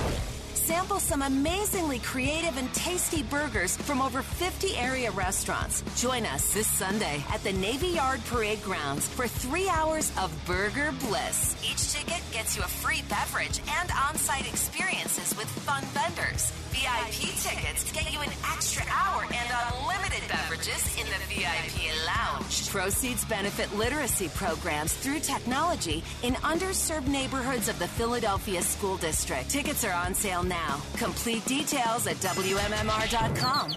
[SPEAKER 13] Sample some amazingly creative and tasty burgers from over 50 area restaurants. Join us this Sunday at the Navy Yard Parade Grounds for three hours of burger bliss. Each ticket gets you a free beverage and on site experiences with fun vendors. VIP tickets get you an extra hour and unlimited beverages in the VIP lounge. Proceeds benefit literacy programs through technology in underserved neighborhoods of the Philadelphia School District. Tickets are on sale now. Complete details at WMMR.com.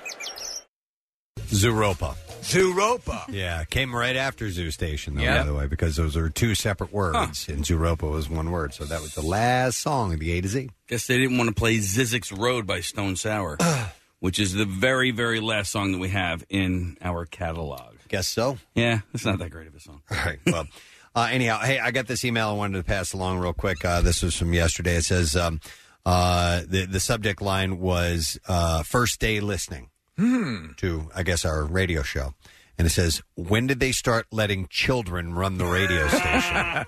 [SPEAKER 1] Zuropa.
[SPEAKER 3] Zuropa.
[SPEAKER 1] Yeah, came right after Zoo Station, though,
[SPEAKER 3] Yeah.
[SPEAKER 1] by the way, because those are two separate words, and Zuropa was one word. So that was the last song of the A to Z.
[SPEAKER 5] Guess they didn't want to play Zizek's Road by Stone Sour, which is the very, very last song that we have in our catalog.
[SPEAKER 1] Guess so.
[SPEAKER 5] Yeah, it's not that great of a song.
[SPEAKER 1] All right. Well, uh, anyhow, hey, I got this email I wanted to pass along real quick. Uh, this was from yesterday. It says um, uh, the the subject line was uh, first day listening
[SPEAKER 3] hmm.
[SPEAKER 1] to I guess our radio show, and it says when did they start letting children run the radio station?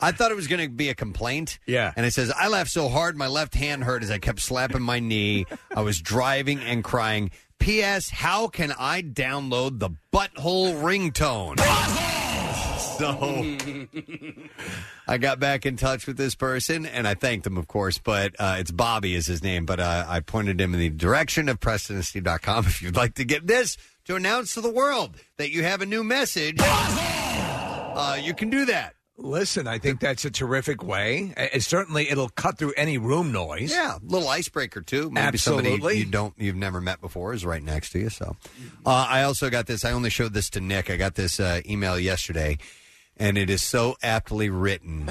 [SPEAKER 1] I thought it was going to be a complaint. Yeah, and it says I laughed so hard my left hand hurt as I kept slapping my knee. I was driving and crying. P.S. How can I download the butthole ringtone? So I got back in touch with this person, and I thanked him, of course. But uh, it's Bobby is his name. But uh, I pointed him in the direction of PrestonandSteve.com if you'd like to get this to announce to the world that you have a new message. Uh, you can do that.
[SPEAKER 3] Listen, I think that's a terrific way. Uh, It, certainly, it'll cut through any room noise.
[SPEAKER 1] Yeah, little icebreaker too. Maybe somebody
[SPEAKER 3] Absolutely.
[SPEAKER 1] you don't you've never met before is right next to you. So, uh, I also got this. I only showed this to Nick. I got this uh, email yesterday, and it is so aptly written.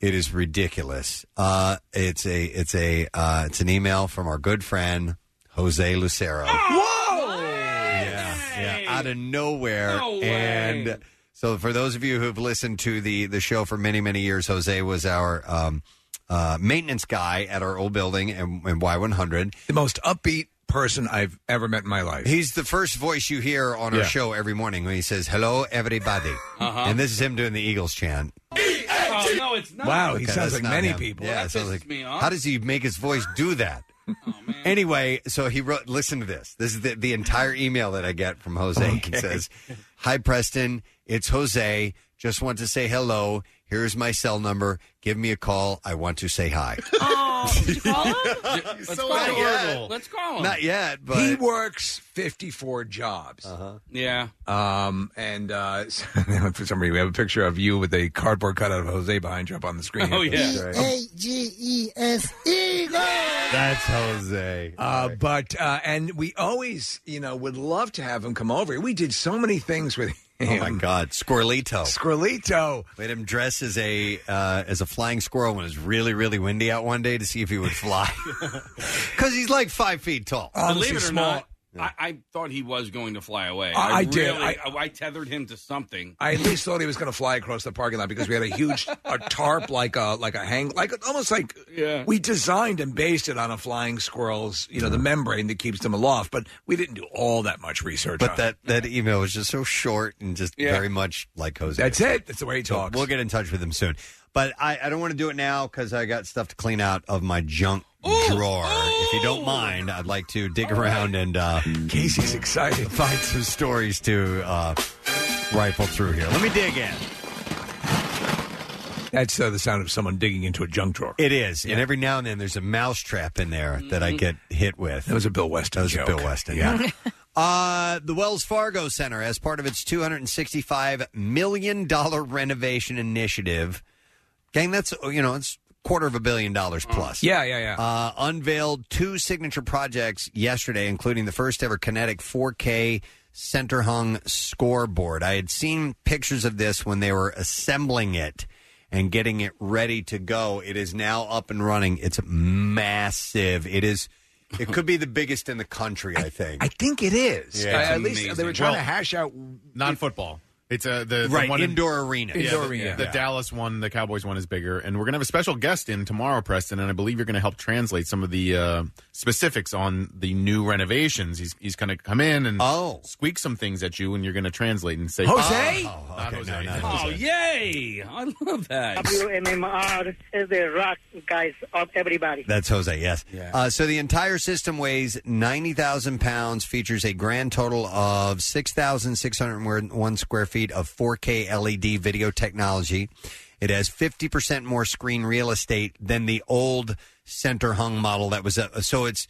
[SPEAKER 1] it is ridiculous. Uh, it's a it's a uh, it's an email from our good friend Jose Lucero.
[SPEAKER 3] Whoa!
[SPEAKER 1] Yeah, yeah, out of nowhere. And so, for those of you who've listened to the the show for many many years, Jose was our um, uh, maintenance guy at our old building and, and Y one hundred.
[SPEAKER 3] The most upbeat person I've ever met in my life.
[SPEAKER 1] He's the first voice you hear on our
[SPEAKER 3] Yeah.
[SPEAKER 1] show every morning when he says "Hello, everybody,"
[SPEAKER 5] Uh-huh.
[SPEAKER 1] and this is him doing the Eagles chant.
[SPEAKER 5] Oh, no, it's not.
[SPEAKER 1] Okay, that's not him. Yeah, it sounds like-
[SPEAKER 5] me off. Oh,
[SPEAKER 1] How does he make his voice do that? Anyway, so he wrote. Listen to this. This is the, the entire email that I get from Jose. It says, "Hi Preston, it's Jose. Just want to say hello. Here's my cell number. Give me a call. I want to say hi."
[SPEAKER 2] Oh, did you call him?
[SPEAKER 5] Let's
[SPEAKER 2] so
[SPEAKER 5] call him.
[SPEAKER 2] adorable.
[SPEAKER 5] Let's call him.
[SPEAKER 1] Not yet, but
[SPEAKER 3] he works 54 jobs. Uh-huh.
[SPEAKER 5] Yeah.
[SPEAKER 3] Um, and uh, for some reason, we have a picture of you with a cardboard cutout of Jose behind you up on the screen.
[SPEAKER 5] Oh, yeah.
[SPEAKER 15] G E S E.
[SPEAKER 1] That's Jose.
[SPEAKER 3] Uh, But uh, and we always, you know, would love to have him come over. We did so many things with him.
[SPEAKER 1] Oh my God, Squirrelito!
[SPEAKER 3] Squirrelito
[SPEAKER 1] made him dress as a uh, as a flying squirrel when it was really really windy out one day to see if he would fly because he's like five feet tall.
[SPEAKER 5] Believe it or not, I, I thought he was going to fly away.
[SPEAKER 3] I- I did.
[SPEAKER 5] really- I, I tethered him to something.
[SPEAKER 3] I at least thought he was going to fly across the parking lot because we had a huge a tarp like a like a hang like almost like
[SPEAKER 5] Yeah.
[SPEAKER 3] we designed and based it on a flying squirrel's you know
[SPEAKER 1] Mm-hmm.
[SPEAKER 3] the membrane that keeps them aloft. But we didn't do all that much research.
[SPEAKER 1] But
[SPEAKER 3] on
[SPEAKER 1] that
[SPEAKER 3] it.
[SPEAKER 1] that email was just so short and just
[SPEAKER 3] Yeah.
[SPEAKER 1] very much like Jose.
[SPEAKER 3] That's it. That's the way he
[SPEAKER 1] So
[SPEAKER 3] talks.
[SPEAKER 1] we'll get in touch with him soon. But I, I don't want to do it now because I got stuff to clean out of my junk drawer. If you don't mind, I'd like to dig around and uh,
[SPEAKER 3] Casey's excited.
[SPEAKER 1] Find some stories to uh, rifle through here. Let me dig in.
[SPEAKER 3] That's uh, the sound of someone digging into a junk drawer.
[SPEAKER 1] It is, and every now and then there's a mousetrap in there that I get hit with. That
[SPEAKER 3] Mm-hmm. was a Bill Weston.
[SPEAKER 1] That was a Bill Weston. Yeah. Uh, the Wells Fargo Center, as part of its $265 million renovation initiative, gang, that's, you know, it's quarter of a billion dollars plus.
[SPEAKER 3] Yeah, yeah, yeah.
[SPEAKER 1] Uh, unveiled two signature projects yesterday, including the first ever Kinetic 4K center hung scoreboard. I had seen pictures of this when they were assembling it and getting it ready to go. It is now up and running. It's massive. It is. It could be the biggest in the country, I think.
[SPEAKER 3] I think it is.
[SPEAKER 1] Yeah.
[SPEAKER 3] Uh, at least they were trying to
[SPEAKER 4] Well,
[SPEAKER 3] hash out
[SPEAKER 4] non-football. It's a the, the
[SPEAKER 1] Right,
[SPEAKER 4] one in-
[SPEAKER 1] indoor arena.
[SPEAKER 4] Yeah,
[SPEAKER 1] Indoor
[SPEAKER 4] the,
[SPEAKER 1] arena.
[SPEAKER 4] The
[SPEAKER 1] Yeah.
[SPEAKER 4] Dallas one, the Cowboys one is bigger, and we're gonna have a special guest in tomorrow, Preston, and I believe you're gonna help translate some of the uh, specifics on the new renovations. He's he's gonna come in and
[SPEAKER 1] oh.
[SPEAKER 4] squeak some things at you, and you're gonna translate and say
[SPEAKER 5] Jose?
[SPEAKER 4] Oh, not Jose.
[SPEAKER 5] Oh, yay! I love that.
[SPEAKER 16] WMMR is the rock guys of everybody.
[SPEAKER 1] That's Jose, yes. Uh, so the entire system weighs 90,000 pounds, features a grand total of 6,601 square feet of 4K LED E video technology. It has 50% more screen real estate than the old center hung model that was, uh, so it's,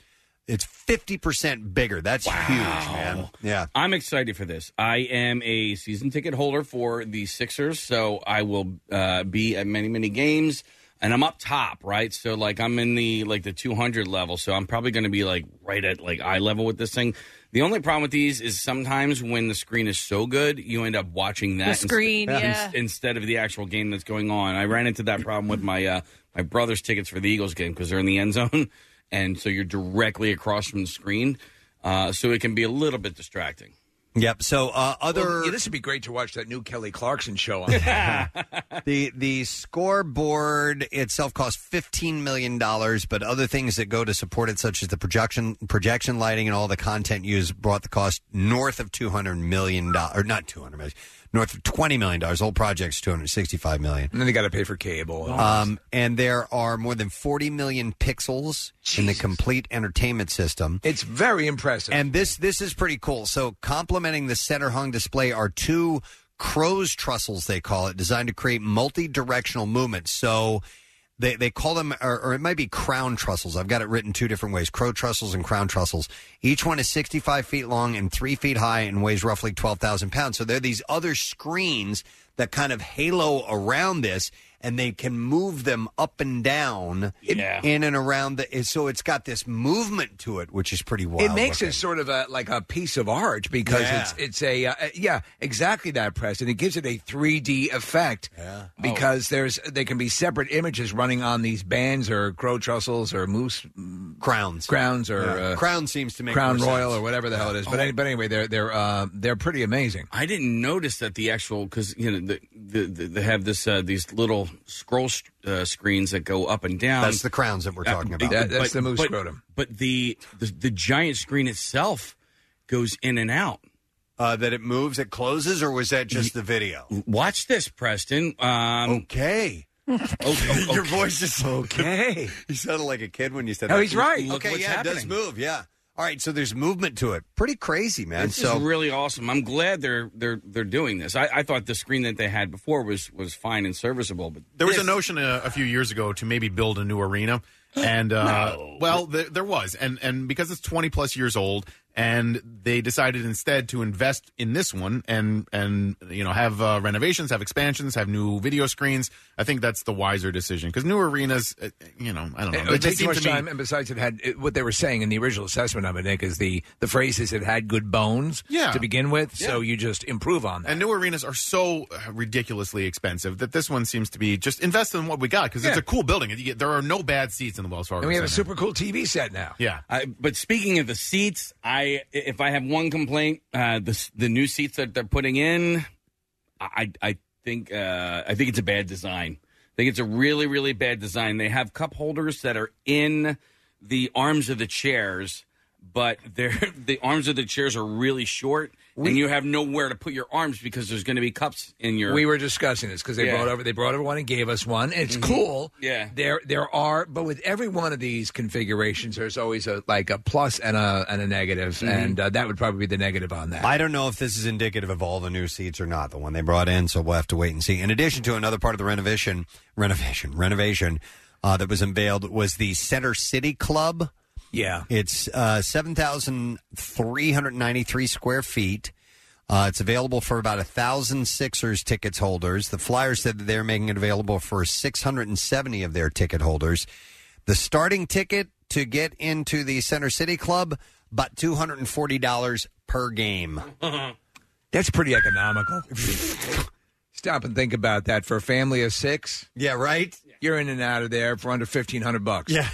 [SPEAKER 1] it's 50% bigger. That's huge, man. Yeah.
[SPEAKER 5] I'm excited for this. I am a season ticket holder for the Sixers, so I will uh, be at many, many games. And I'm up top, right? So like I'm in the like the 200 level, so I'm probably going to be like right at like eye level with this thing. The only problem with these is sometimes when the screen is so good, you end up watching that
[SPEAKER 2] The
[SPEAKER 5] inst-
[SPEAKER 2] screen,
[SPEAKER 5] ins-
[SPEAKER 2] yeah.
[SPEAKER 5] instead of the actual game that's going on. I ran into that problem with my uh, my brother's tickets for the Eagles game because they're in the end zone, and so you're directly across from the screen, uh, so it can be a little bit distracting.
[SPEAKER 1] Yep. So uh, other
[SPEAKER 3] Well, yeah, this would be great to watch that new Kelly Clarkson show on. yeah,
[SPEAKER 1] the the scoreboard itself costs fifteen million dollars, but other things that go to support it, such as the projection projection lighting and all the content used, brought the cost north of two hundred million dollars, or not two hundred million, north of twenty million dollars. The whole project's two hundred sixty five million.
[SPEAKER 3] And then they got to pay for cable.
[SPEAKER 1] Um, and there are more than 40 million pixels in the complete entertainment system.
[SPEAKER 3] It's very impressive.
[SPEAKER 1] And this this is pretty cool. So complementing the center hung display are two crow's trussels they call it, designed to create multi-directional movement. So they, they call them, or, or it might be crown trussels. I've got it written two different ways crow trussels and crown trussels. Each one is 65 feet long and three feet high and weighs roughly 12,000 pounds. So there are these other screens that kind of halo around this and they can move them up and down in and around the. So it's got this movement to it, which is pretty wild.
[SPEAKER 3] it makes
[SPEAKER 1] looking.
[SPEAKER 3] it sort of a like a piece of art because
[SPEAKER 1] Yeah.
[SPEAKER 3] it's it's a uh, yeah exactly that press and it gives it a 3D effect yeah. because there's they can be separate images running on these bands or crow trussels or moose mm,
[SPEAKER 1] crowns
[SPEAKER 3] crowns or
[SPEAKER 1] Yeah.
[SPEAKER 3] uh,
[SPEAKER 1] Crown seems to make
[SPEAKER 3] crown
[SPEAKER 1] more
[SPEAKER 3] royal
[SPEAKER 1] sense.
[SPEAKER 3] or whatever the hell it is but,
[SPEAKER 5] Oh.
[SPEAKER 3] any, but anyway they're they're uh, they're pretty amazing
[SPEAKER 5] I didn't notice that the actual because you know the, the, the, they have this uh, these little scroll uh, screens that go up and down. Uh,
[SPEAKER 1] That's the crowns that we're talking about. That- that's the moose
[SPEAKER 5] but,
[SPEAKER 1] scrotum.
[SPEAKER 5] But the, the the giant screen itself goes in and out.
[SPEAKER 1] Uh, that it moves, it closes, or was that just the video?
[SPEAKER 5] Watch this, Preston. Um,
[SPEAKER 1] okay. Your voice is
[SPEAKER 3] okay.
[SPEAKER 1] you sounded like a kid when you said
[SPEAKER 5] No,
[SPEAKER 1] that.
[SPEAKER 5] he's right. Look
[SPEAKER 1] Okay,
[SPEAKER 5] what's
[SPEAKER 1] yeah, it does
[SPEAKER 5] happening.
[SPEAKER 1] move. Yeah. All right, so there's movement to it. Pretty crazy, man.
[SPEAKER 5] This
[SPEAKER 1] so
[SPEAKER 5] is really awesome. I'm glad they're they're they're doing this. I, I thought the screen that they had before was was fine and serviceable, but
[SPEAKER 4] There was a notion uh, a, a few years ago to maybe build a new arena, and uh, well, th- there was, and and because it's twenty plus years old, and they decided instead to invest in this one, and and you know have uh, renovations, have expansions, have new video screens. I think that's the wiser decision because new arenas, uh, you know, I don't know,
[SPEAKER 3] It
[SPEAKER 4] they
[SPEAKER 3] would take
[SPEAKER 4] seem
[SPEAKER 3] too much
[SPEAKER 4] to me-
[SPEAKER 3] time, and besides, it had it, what they were saying in the original assessment of it, Nick, is the the phrase is it had good bones
[SPEAKER 4] Yeah.
[SPEAKER 3] to begin with, so you just improve on that.
[SPEAKER 4] And new arenas are so uh, ridiculously expensive that this one seems to be just invest in what we got because it's
[SPEAKER 3] Yeah.
[SPEAKER 4] a cool building. You get- there are no bad seats in the Wells Fargo.
[SPEAKER 3] And we have a
[SPEAKER 4] Center.
[SPEAKER 3] super cool TV set now.
[SPEAKER 4] Yeah.
[SPEAKER 5] I, but speaking of the seats, I if I have one complaint, uh, the s- the new seats that they're putting in, I I think uh, I think it's a bad design. I think it's a really really bad design. They have cup holders that are in the arms of the chairs, but they're the arms of the chairs are really short, and you have nowhere to put your arms because there's going to be cups in your.
[SPEAKER 3] We were discussing this because they
[SPEAKER 5] Yeah. Mm-hmm.
[SPEAKER 3] brought over they brought over one and gave us one. And it's cool.
[SPEAKER 5] Yeah.
[SPEAKER 3] There there are, but with every one of these configurations, there's always a like a plus and a and a negative,
[SPEAKER 1] Mhm.
[SPEAKER 3] and uh, that would probably be the negative on that.
[SPEAKER 1] I don't know if this is indicative of all the new seats or not, the one they brought in, so we'll have to wait and see. In addition to another part of the renovation, renovation, renovation uh, that was unveiled was the Center City Club.
[SPEAKER 3] Yeah.
[SPEAKER 1] It's uh, 7,393 square feet. Uh, it's available for about a thousand Sixers tickets holders. The Flyers said that they're making it available for 670 of their ticket holders. The starting ticket to get into the Center City Club, about $240 per game.
[SPEAKER 3] That's pretty economical. Stop and think about that for a family of six.
[SPEAKER 1] Yeah, right.
[SPEAKER 3] You're in and out of there for under fifteen hundred bucks.
[SPEAKER 1] Yeah.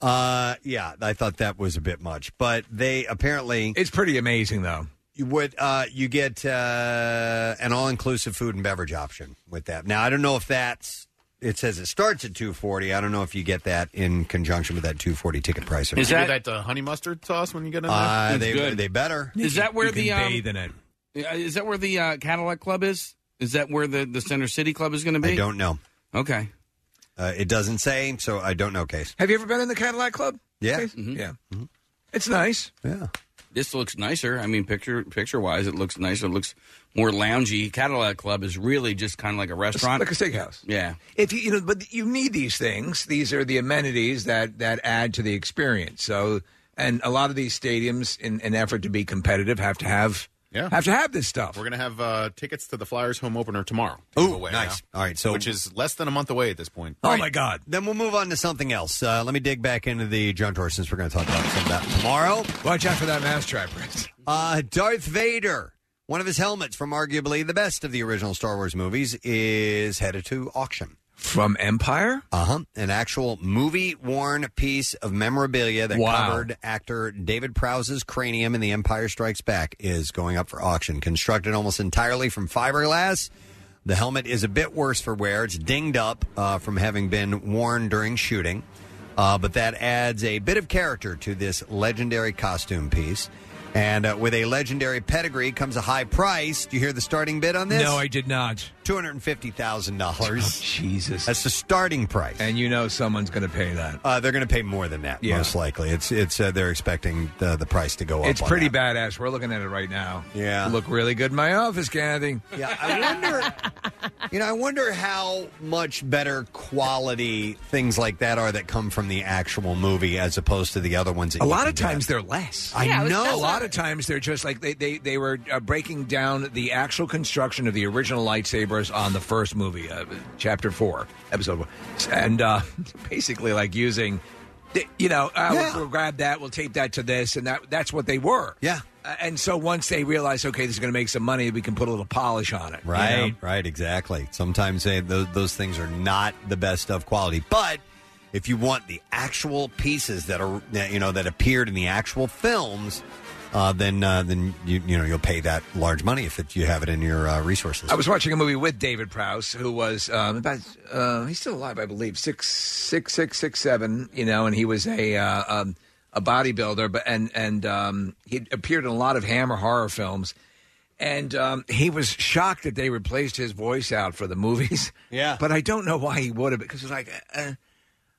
[SPEAKER 1] Uh, yeah, I thought that was a bit much, but they apparently
[SPEAKER 3] it's pretty amazing though.
[SPEAKER 1] You would uh, you get uh, an all inclusive food and beverage option with that. Now I don't know if that's it says it starts at two forty. I don't know if you get that in conjunction with that two forty ticket price. Or
[SPEAKER 4] Is
[SPEAKER 1] not.
[SPEAKER 4] that, that the honey mustard sauce when you get in there?
[SPEAKER 1] Uh, they they better.
[SPEAKER 5] Is that where the um,
[SPEAKER 3] it?
[SPEAKER 5] Is that where the uh, Cadillac Club is? Is that where the, the Center City Club is going to be?
[SPEAKER 1] I don't know.
[SPEAKER 5] Okay.
[SPEAKER 1] Uh, it doesn't say, so I don't know, Case.
[SPEAKER 3] Have you ever been in the Cadillac Club?
[SPEAKER 1] Yeah.
[SPEAKER 3] Yeah. It's nice.
[SPEAKER 1] Yeah.
[SPEAKER 5] Mm-hmm. This looks nicer. I mean, picture picture wise, it looks nicer. It looks more loungy. Cadillac Club is really just kind of like a restaurant,
[SPEAKER 3] like a steakhouse.
[SPEAKER 5] Yeah.
[SPEAKER 3] If you, you know, but you need these things. These are the amenities that that add to the experience. So, and a lot of these stadiums, in an effort to be competitive, have to have
[SPEAKER 4] Yeah.
[SPEAKER 3] have to have this stuff.
[SPEAKER 4] We're going to have uh, tickets to the Flyers home opener tomorrow.
[SPEAKER 1] Ooh, nice. All right, so
[SPEAKER 4] which is less than a month away at this point.
[SPEAKER 3] Oh,
[SPEAKER 1] All right, Then we'll move on to something else. Uh, let me dig back into the junk drawer since we're going to talk about some of that tomorrow.
[SPEAKER 3] Watch out for that mousetrap, Brett.
[SPEAKER 1] Uh, Darth Vader, one of his helmets from arguably the best of the original Star Wars movies, is headed to auction.
[SPEAKER 3] From Empire?
[SPEAKER 1] Uh huh. An actual movie worn piece of memorabilia that
[SPEAKER 3] Wow.
[SPEAKER 1] covered actor David Prowse's cranium in The Empire Strikes Back is going up for auction. Constructed almost entirely from fiberglass, the helmet is a bit worse for wear. It's dinged up uh, from having been worn during shooting, uh, but that adds a bit of character to this legendary costume piece. And uh, with a legendary pedigree comes a high price. Do you hear the starting bid on this?
[SPEAKER 3] No, I did not. Oh,
[SPEAKER 1] Two hundred fifty thousand dollars.
[SPEAKER 3] Jesus,
[SPEAKER 1] that's the starting price.
[SPEAKER 3] And you know someone's going to pay that.
[SPEAKER 1] Uh, they're going to pay more than that,
[SPEAKER 3] Yeah.
[SPEAKER 1] most likely. It's it's uh, they're expecting the the price to go up.
[SPEAKER 3] It's
[SPEAKER 1] on
[SPEAKER 3] pretty
[SPEAKER 1] that.
[SPEAKER 3] badass. We're looking at it right now.
[SPEAKER 1] Yeah.
[SPEAKER 3] Look really good in my office, Kathy.
[SPEAKER 1] Yeah, I wonder. you know, I wonder how much better quality things like that are that come from the actual movie as opposed to the other ones. That
[SPEAKER 3] A
[SPEAKER 1] you
[SPEAKER 3] lot
[SPEAKER 1] can
[SPEAKER 3] of times
[SPEAKER 1] get.
[SPEAKER 3] they're less.
[SPEAKER 1] I Yeah, I was-
[SPEAKER 3] A
[SPEAKER 1] know.
[SPEAKER 3] lot of times they're just like they they, they were uh, breaking down the actual construction of the original lightsabers on the first movie, uh, chapter four, episode one, and uh, basically like using, th- you know, uh,
[SPEAKER 6] Yeah.
[SPEAKER 3] we'll, we'll grab that, we'll tape that to this, and that that's what they were.
[SPEAKER 1] Yeah.
[SPEAKER 3] Uh, and so once they realized, okay, this is going to make some money, we can put a little polish on it. you
[SPEAKER 1] Right,
[SPEAKER 3] know?
[SPEAKER 1] right, exactly. Sometimes they, those, those things are not the best of quality, but if you want the actual pieces that are that, you know that appeared in the actual films, uh, then uh, then you you know you'll pay that large money if it, you have it in your uh, resources.
[SPEAKER 3] I was watching a movie with David Prowse, who was um, about uh, he's still alive, I believe, six six six six seven. You know, and he was a uh, um, a bodybuilder, but and and um, he appeared in a lot of Hammer horror films, and um, he was shocked that they replaced his voice out for the movies.
[SPEAKER 1] Yeah,
[SPEAKER 3] but I don't know why he would have because it's like. Uh,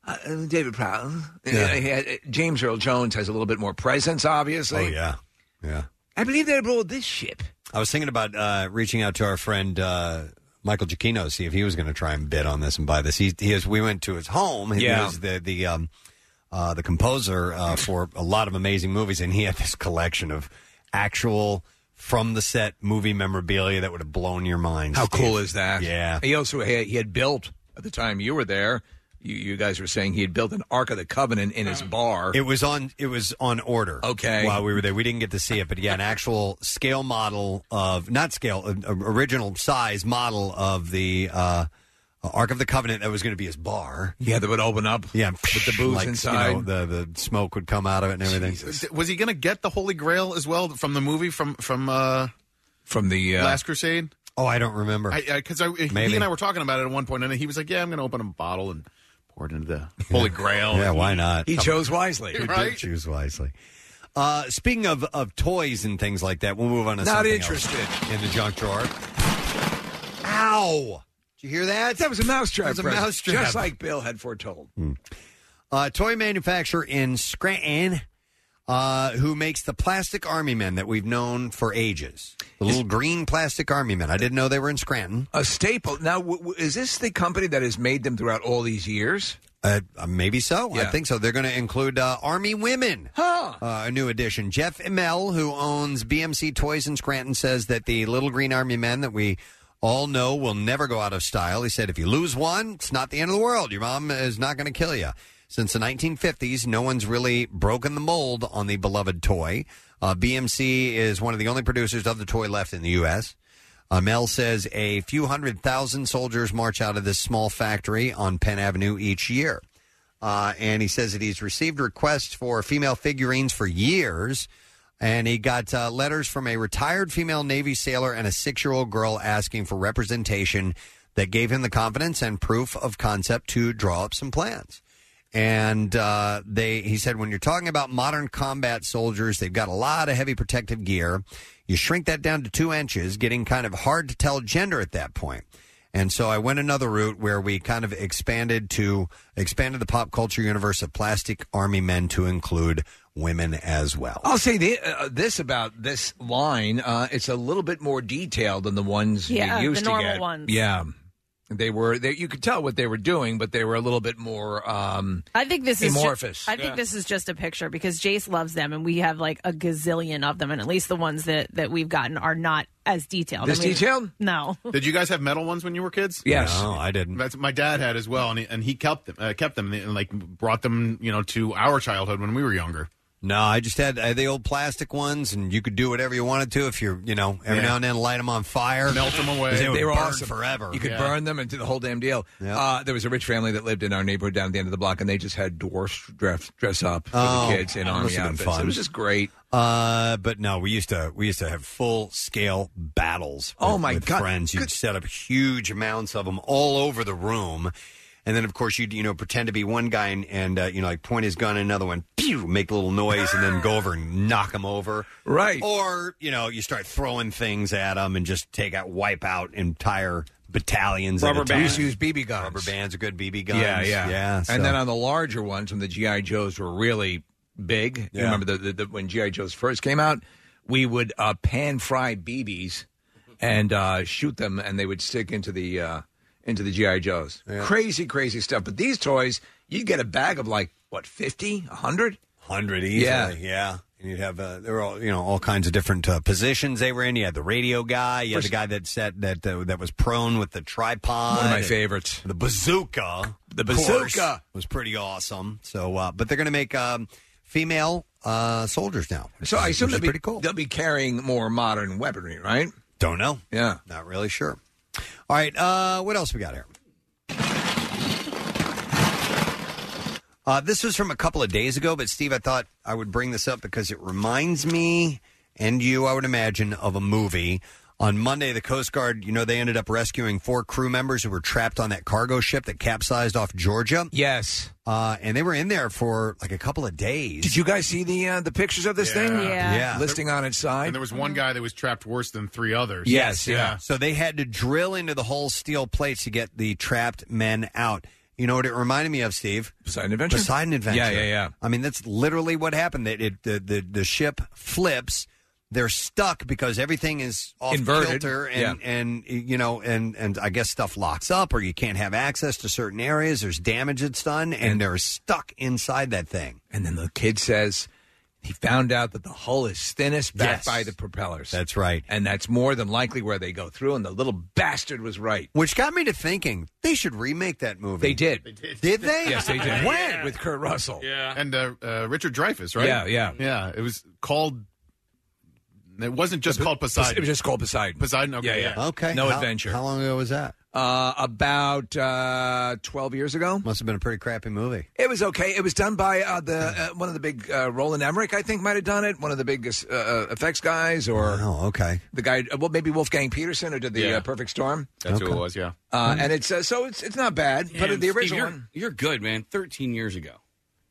[SPEAKER 3] uh, uh, David Prowse,
[SPEAKER 6] Yeah.
[SPEAKER 3] Uh, he had- uh, James Earl Jones has a little bit more presence, obviously.
[SPEAKER 1] Oh yeah, yeah.
[SPEAKER 3] I believe they ruled this ship.
[SPEAKER 1] I was thinking about uh, reaching out to our friend uh, Michael Giacchino, see if he was going to try and bid on this and buy this. He, he is. We went to his home. He
[SPEAKER 3] Yeah.
[SPEAKER 1] was the the um, uh, the composer uh, for a lot of amazing movies, and he had this collection of actual from the set movie memorabilia that would have blown your mind.
[SPEAKER 3] How
[SPEAKER 1] Steve.
[SPEAKER 3] cool is that?
[SPEAKER 1] Yeah.
[SPEAKER 3] He also had, he had built at the time you were there. You, you guys were saying he had built an Ark of the Covenant in his bar.
[SPEAKER 1] It was on. It was on order.
[SPEAKER 3] Okay.
[SPEAKER 1] While we were there, we didn't get to see it, but yeah, an actual scale model of not scale, an original size model of the uh, Ark of the Covenant that was going to be his bar.
[SPEAKER 3] yeah, that would open up.
[SPEAKER 1] Yeah,
[SPEAKER 3] with the booze
[SPEAKER 1] like,
[SPEAKER 3] inside.
[SPEAKER 1] You know, the the smoke would come out of it and everything.
[SPEAKER 4] Was he going to get the Holy Grail as well from the movie from from uh,
[SPEAKER 3] from the uh,
[SPEAKER 4] Last Crusade?
[SPEAKER 1] Oh, I don't remember.
[SPEAKER 4] Because I,
[SPEAKER 1] Maybe.
[SPEAKER 4] he and I were talking about it at one point, and he was like, "Yeah, I'm going to open a bottle and pour it into the Holy Grail."
[SPEAKER 1] yeah, why not?
[SPEAKER 4] He
[SPEAKER 3] chose wisely.
[SPEAKER 1] He
[SPEAKER 4] Right?
[SPEAKER 1] did choose wisely. Uh, speaking of, of toys and things like that, we'll move on to
[SPEAKER 3] Not
[SPEAKER 1] something
[SPEAKER 3] interested.
[SPEAKER 1] else in the junk drawer. Ow! Did you hear that?
[SPEAKER 3] That was a mousetrap.
[SPEAKER 1] That was a
[SPEAKER 3] Preston,
[SPEAKER 1] mousetrap.
[SPEAKER 3] Just like Bill had foretold.
[SPEAKER 1] uh, toy manufacturer in Scranton uh, who makes the plastic army men that we've known for ages. The little green plastic army men. I didn't know they were in Scranton.
[SPEAKER 3] A staple. Now, w- w- is this the company that has made them throughout all these years?
[SPEAKER 1] Uh, uh, maybe so. I
[SPEAKER 17] Yeah.
[SPEAKER 1] think so. They're going to include uh, Army Women, uh, a new addition. Jeff Immel, who owns BMC Toys in Scranton, says that the Little Green Army Men that we all know will never go out of style. He said, if you lose one, it's not the end of the world. Your mom is not going to kill you. Since the 1950s, no one's really broken the mold on the beloved toy. Uh, BMC is one of the only producers of the toy left in the U.S. Uh, Mel says a few hundred thousand soldiers march out of this small factory on Penn Avenue each year. Uh, and he says that he's received requests for female figurines for years. And he got uh, letters from a retired female Navy sailor and a six year old girl asking for representation that gave him the confidence and proof of concept to draw up some plans and uh, they he said when you're talking about modern combat soldiers they've got a lot of heavy protective gear you shrink that down to two inches getting kind of hard to tell gender at that point and so i went another route where we kind of expanded to expanded the pop culture universe of plastic army men to include women as well
[SPEAKER 3] I'll say the, uh, this about this line: uh, it's a little bit more detailed than the ones
[SPEAKER 2] Yeah,
[SPEAKER 3] we used
[SPEAKER 2] the normal
[SPEAKER 3] to get.
[SPEAKER 2] ones.
[SPEAKER 3] Yeah, they were. They, you could tell what they were doing, but they were a little bit more. Um,
[SPEAKER 2] I think this is ju-
[SPEAKER 3] amorphous.
[SPEAKER 2] I think this is just a picture because Jace loves them, and we have like a gazillion of them, and at least the ones that that we've gotten are not as detailed.
[SPEAKER 4] This detailed?
[SPEAKER 2] No.
[SPEAKER 4] Did you guys have metal ones when you were kids?
[SPEAKER 1] Yes. No, I didn't.
[SPEAKER 4] That's, my dad had as well, and he, and he kept them, uh, kept them, and like brought them, you know, to our childhood when we were younger.
[SPEAKER 1] no i just had uh, the old plastic ones and you could do whatever you wanted to if you're you know every
[SPEAKER 3] Yeah.
[SPEAKER 1] now and then light them on fire
[SPEAKER 4] Melt 'em away.
[SPEAKER 1] 'Cause they,
[SPEAKER 3] they,
[SPEAKER 1] would
[SPEAKER 3] were
[SPEAKER 1] burn
[SPEAKER 3] awesome.
[SPEAKER 1] forever
[SPEAKER 3] You could burn them and do the whole damn deal. Uh, there was a rich family that lived in our neighborhood down at the end of the block, and they just had dwarfs dress, dress up for
[SPEAKER 1] Oh,
[SPEAKER 3] the kids in
[SPEAKER 1] that
[SPEAKER 3] army
[SPEAKER 1] must have been
[SPEAKER 3] outfits.
[SPEAKER 1] fun.
[SPEAKER 3] It was just great.
[SPEAKER 1] Uh, but no, we used to we used to have full scale battles.
[SPEAKER 3] Oh,
[SPEAKER 1] with-
[SPEAKER 3] my
[SPEAKER 1] with
[SPEAKER 3] God.
[SPEAKER 1] Friends, you'd set up huge amounts of them all over the room, and then of course you'd you know pretend to be one guy and, and uh, you know like point his gun at another one, pew, make a little noise, and then go over and knock him over.
[SPEAKER 3] Right.
[SPEAKER 1] Or you know you start throwing things at them and just take out wipe out entire battalions. at a time.
[SPEAKER 3] We used to use BB guns.
[SPEAKER 1] Rubber bands are good BB guns.
[SPEAKER 3] Yeah, yeah,
[SPEAKER 1] yeah.
[SPEAKER 3] And
[SPEAKER 1] so-
[SPEAKER 3] then on the larger ones, when the GI Joes were really big, you
[SPEAKER 1] Yeah.
[SPEAKER 3] remember the, the, the when GI Joes first came out, we would uh, pan fry BBs and uh, shoot them, and they would stick into the uh, into the GI Joes. Crazy, crazy stuff. But these toys, you get a bag of like what 50, 100?
[SPEAKER 1] 100 easily.
[SPEAKER 3] Yeah.
[SPEAKER 1] Yeah. yeah. And you'd have uh, there were all you know all kinds of different uh, positions they were in. You had the radio guy, you had the guy that sat that uh, that was prone with the tripod.
[SPEAKER 3] One of my
[SPEAKER 1] and
[SPEAKER 3] favorites.
[SPEAKER 1] The bazooka.
[SPEAKER 3] The
[SPEAKER 1] of course,
[SPEAKER 3] bazooka.
[SPEAKER 1] was pretty awesome. So, uh, but they're going to make um, female uh, soldiers now.
[SPEAKER 3] So I assume
[SPEAKER 1] Which
[SPEAKER 3] they'll
[SPEAKER 1] is
[SPEAKER 3] be,
[SPEAKER 1] pretty cool.
[SPEAKER 3] they'll be carrying more modern weaponry, right?
[SPEAKER 1] Don't know.
[SPEAKER 3] Yeah,
[SPEAKER 1] not really sure. All right, uh, what else we got here? Uh, this was from a couple of days ago, but Steve, I thought I would bring this up because it reminds me and you, I would imagine, of a movie. On Monday, the Coast Guard, you know, they ended up rescuing four crew members who were trapped on that cargo ship that capsized off Georgia.
[SPEAKER 3] Yes.
[SPEAKER 1] Uh, and they were in there for like a couple of days.
[SPEAKER 3] Did you guys see the uh, the pictures of this thing?
[SPEAKER 1] Yeah. Yeah.
[SPEAKER 3] listing on its side.
[SPEAKER 4] And there was one guy that was trapped worse than three others.
[SPEAKER 1] So they had to drill into the whole steel plates to get the trapped men out. You know what it reminded me of, Steve?
[SPEAKER 3] Poseidon Adventure.
[SPEAKER 1] Poseidon Adventure.
[SPEAKER 3] Yeah, yeah, yeah.
[SPEAKER 1] I mean, that's literally what happened. That it the, the the ship flips. They're stuck because everything is off
[SPEAKER 3] Inverted.
[SPEAKER 1] kilter, and and you know, and and I guess stuff locks up, or you can't have access to certain areas. There's damage that's done, and, they're stuck inside that thing.
[SPEAKER 3] And then the kid says he found out that the hull is thinnest back
[SPEAKER 1] Yes.
[SPEAKER 3] by the propellers.
[SPEAKER 1] That's right.
[SPEAKER 3] And that's more than likely where they go through. And the little bastard was right.
[SPEAKER 1] Which got me to thinking they should remake that movie.
[SPEAKER 3] They did. They
[SPEAKER 4] did.
[SPEAKER 1] Did they?
[SPEAKER 3] Yes, they did.
[SPEAKER 1] When?
[SPEAKER 3] With Kurt Russell.
[SPEAKER 4] Yeah. And uh, uh, Richard Dreyfuss, right?
[SPEAKER 3] Yeah, yeah.
[SPEAKER 4] Yeah, it was called. It wasn't just called Poseidon.
[SPEAKER 3] It was just called Poseidon.
[SPEAKER 4] Poseidon, okay.
[SPEAKER 3] Yeah, yeah.
[SPEAKER 1] Okay.
[SPEAKER 3] No
[SPEAKER 1] How-
[SPEAKER 3] adventure.
[SPEAKER 1] How long ago was that?
[SPEAKER 3] Uh, about uh, 12 years ago.
[SPEAKER 1] Must have been a pretty crappy movie.
[SPEAKER 3] It was okay. It was done by uh, the uh, one of the big uh, Roland Emmerich, I think, might have done it. One of the big uh, uh, effects guys, or
[SPEAKER 1] oh, okay,
[SPEAKER 3] the guy. uh, Well, maybe Wolfgang Peterson, who did the
[SPEAKER 4] Yeah.
[SPEAKER 3] uh, Perfect Storm.
[SPEAKER 4] That's who it was. Yeah.
[SPEAKER 3] Uh, and it's uh, so it's it's not bad,
[SPEAKER 5] Man,
[SPEAKER 3] but the
[SPEAKER 5] Steve,
[SPEAKER 3] original
[SPEAKER 5] you're,
[SPEAKER 3] one.
[SPEAKER 5] You're good, man. Thirteen years ago.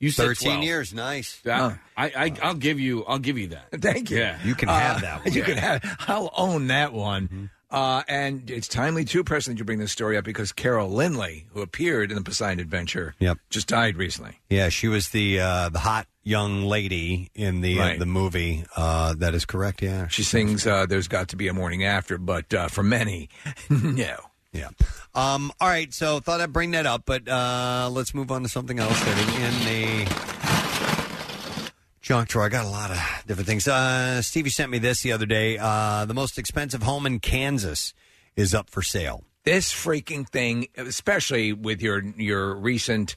[SPEAKER 5] You said
[SPEAKER 1] 13
[SPEAKER 5] 12.
[SPEAKER 1] years, nice.
[SPEAKER 5] I, I, I I'll give you I'll give you that.
[SPEAKER 3] Thank you. Uh,
[SPEAKER 5] Yeah.
[SPEAKER 1] You can have that one. Mm-hmm.
[SPEAKER 3] You can have. I'll own that one. Uh, and it's timely too, Preston, that you bring this story up because Carol Lindley, who appeared in the Poseidon Adventure,
[SPEAKER 1] Yep.
[SPEAKER 3] just died recently.
[SPEAKER 1] Yeah, she was the uh, the hot young lady in the
[SPEAKER 3] Right.
[SPEAKER 1] the movie. Uh, that is correct. Yeah,
[SPEAKER 3] She sings uh, "There's Got to Be a Morning After," but uh, for many, no.
[SPEAKER 1] Yeah. Um, all right. So thought I'd bring that up, but uh, let's move on to something else that is in the junk drawer. I got a lot of different things. Uh, Stevie sent me this the other day. Uh, the most expensive home in Kansas is up for sale.
[SPEAKER 3] this freaking thing, especially with your your recent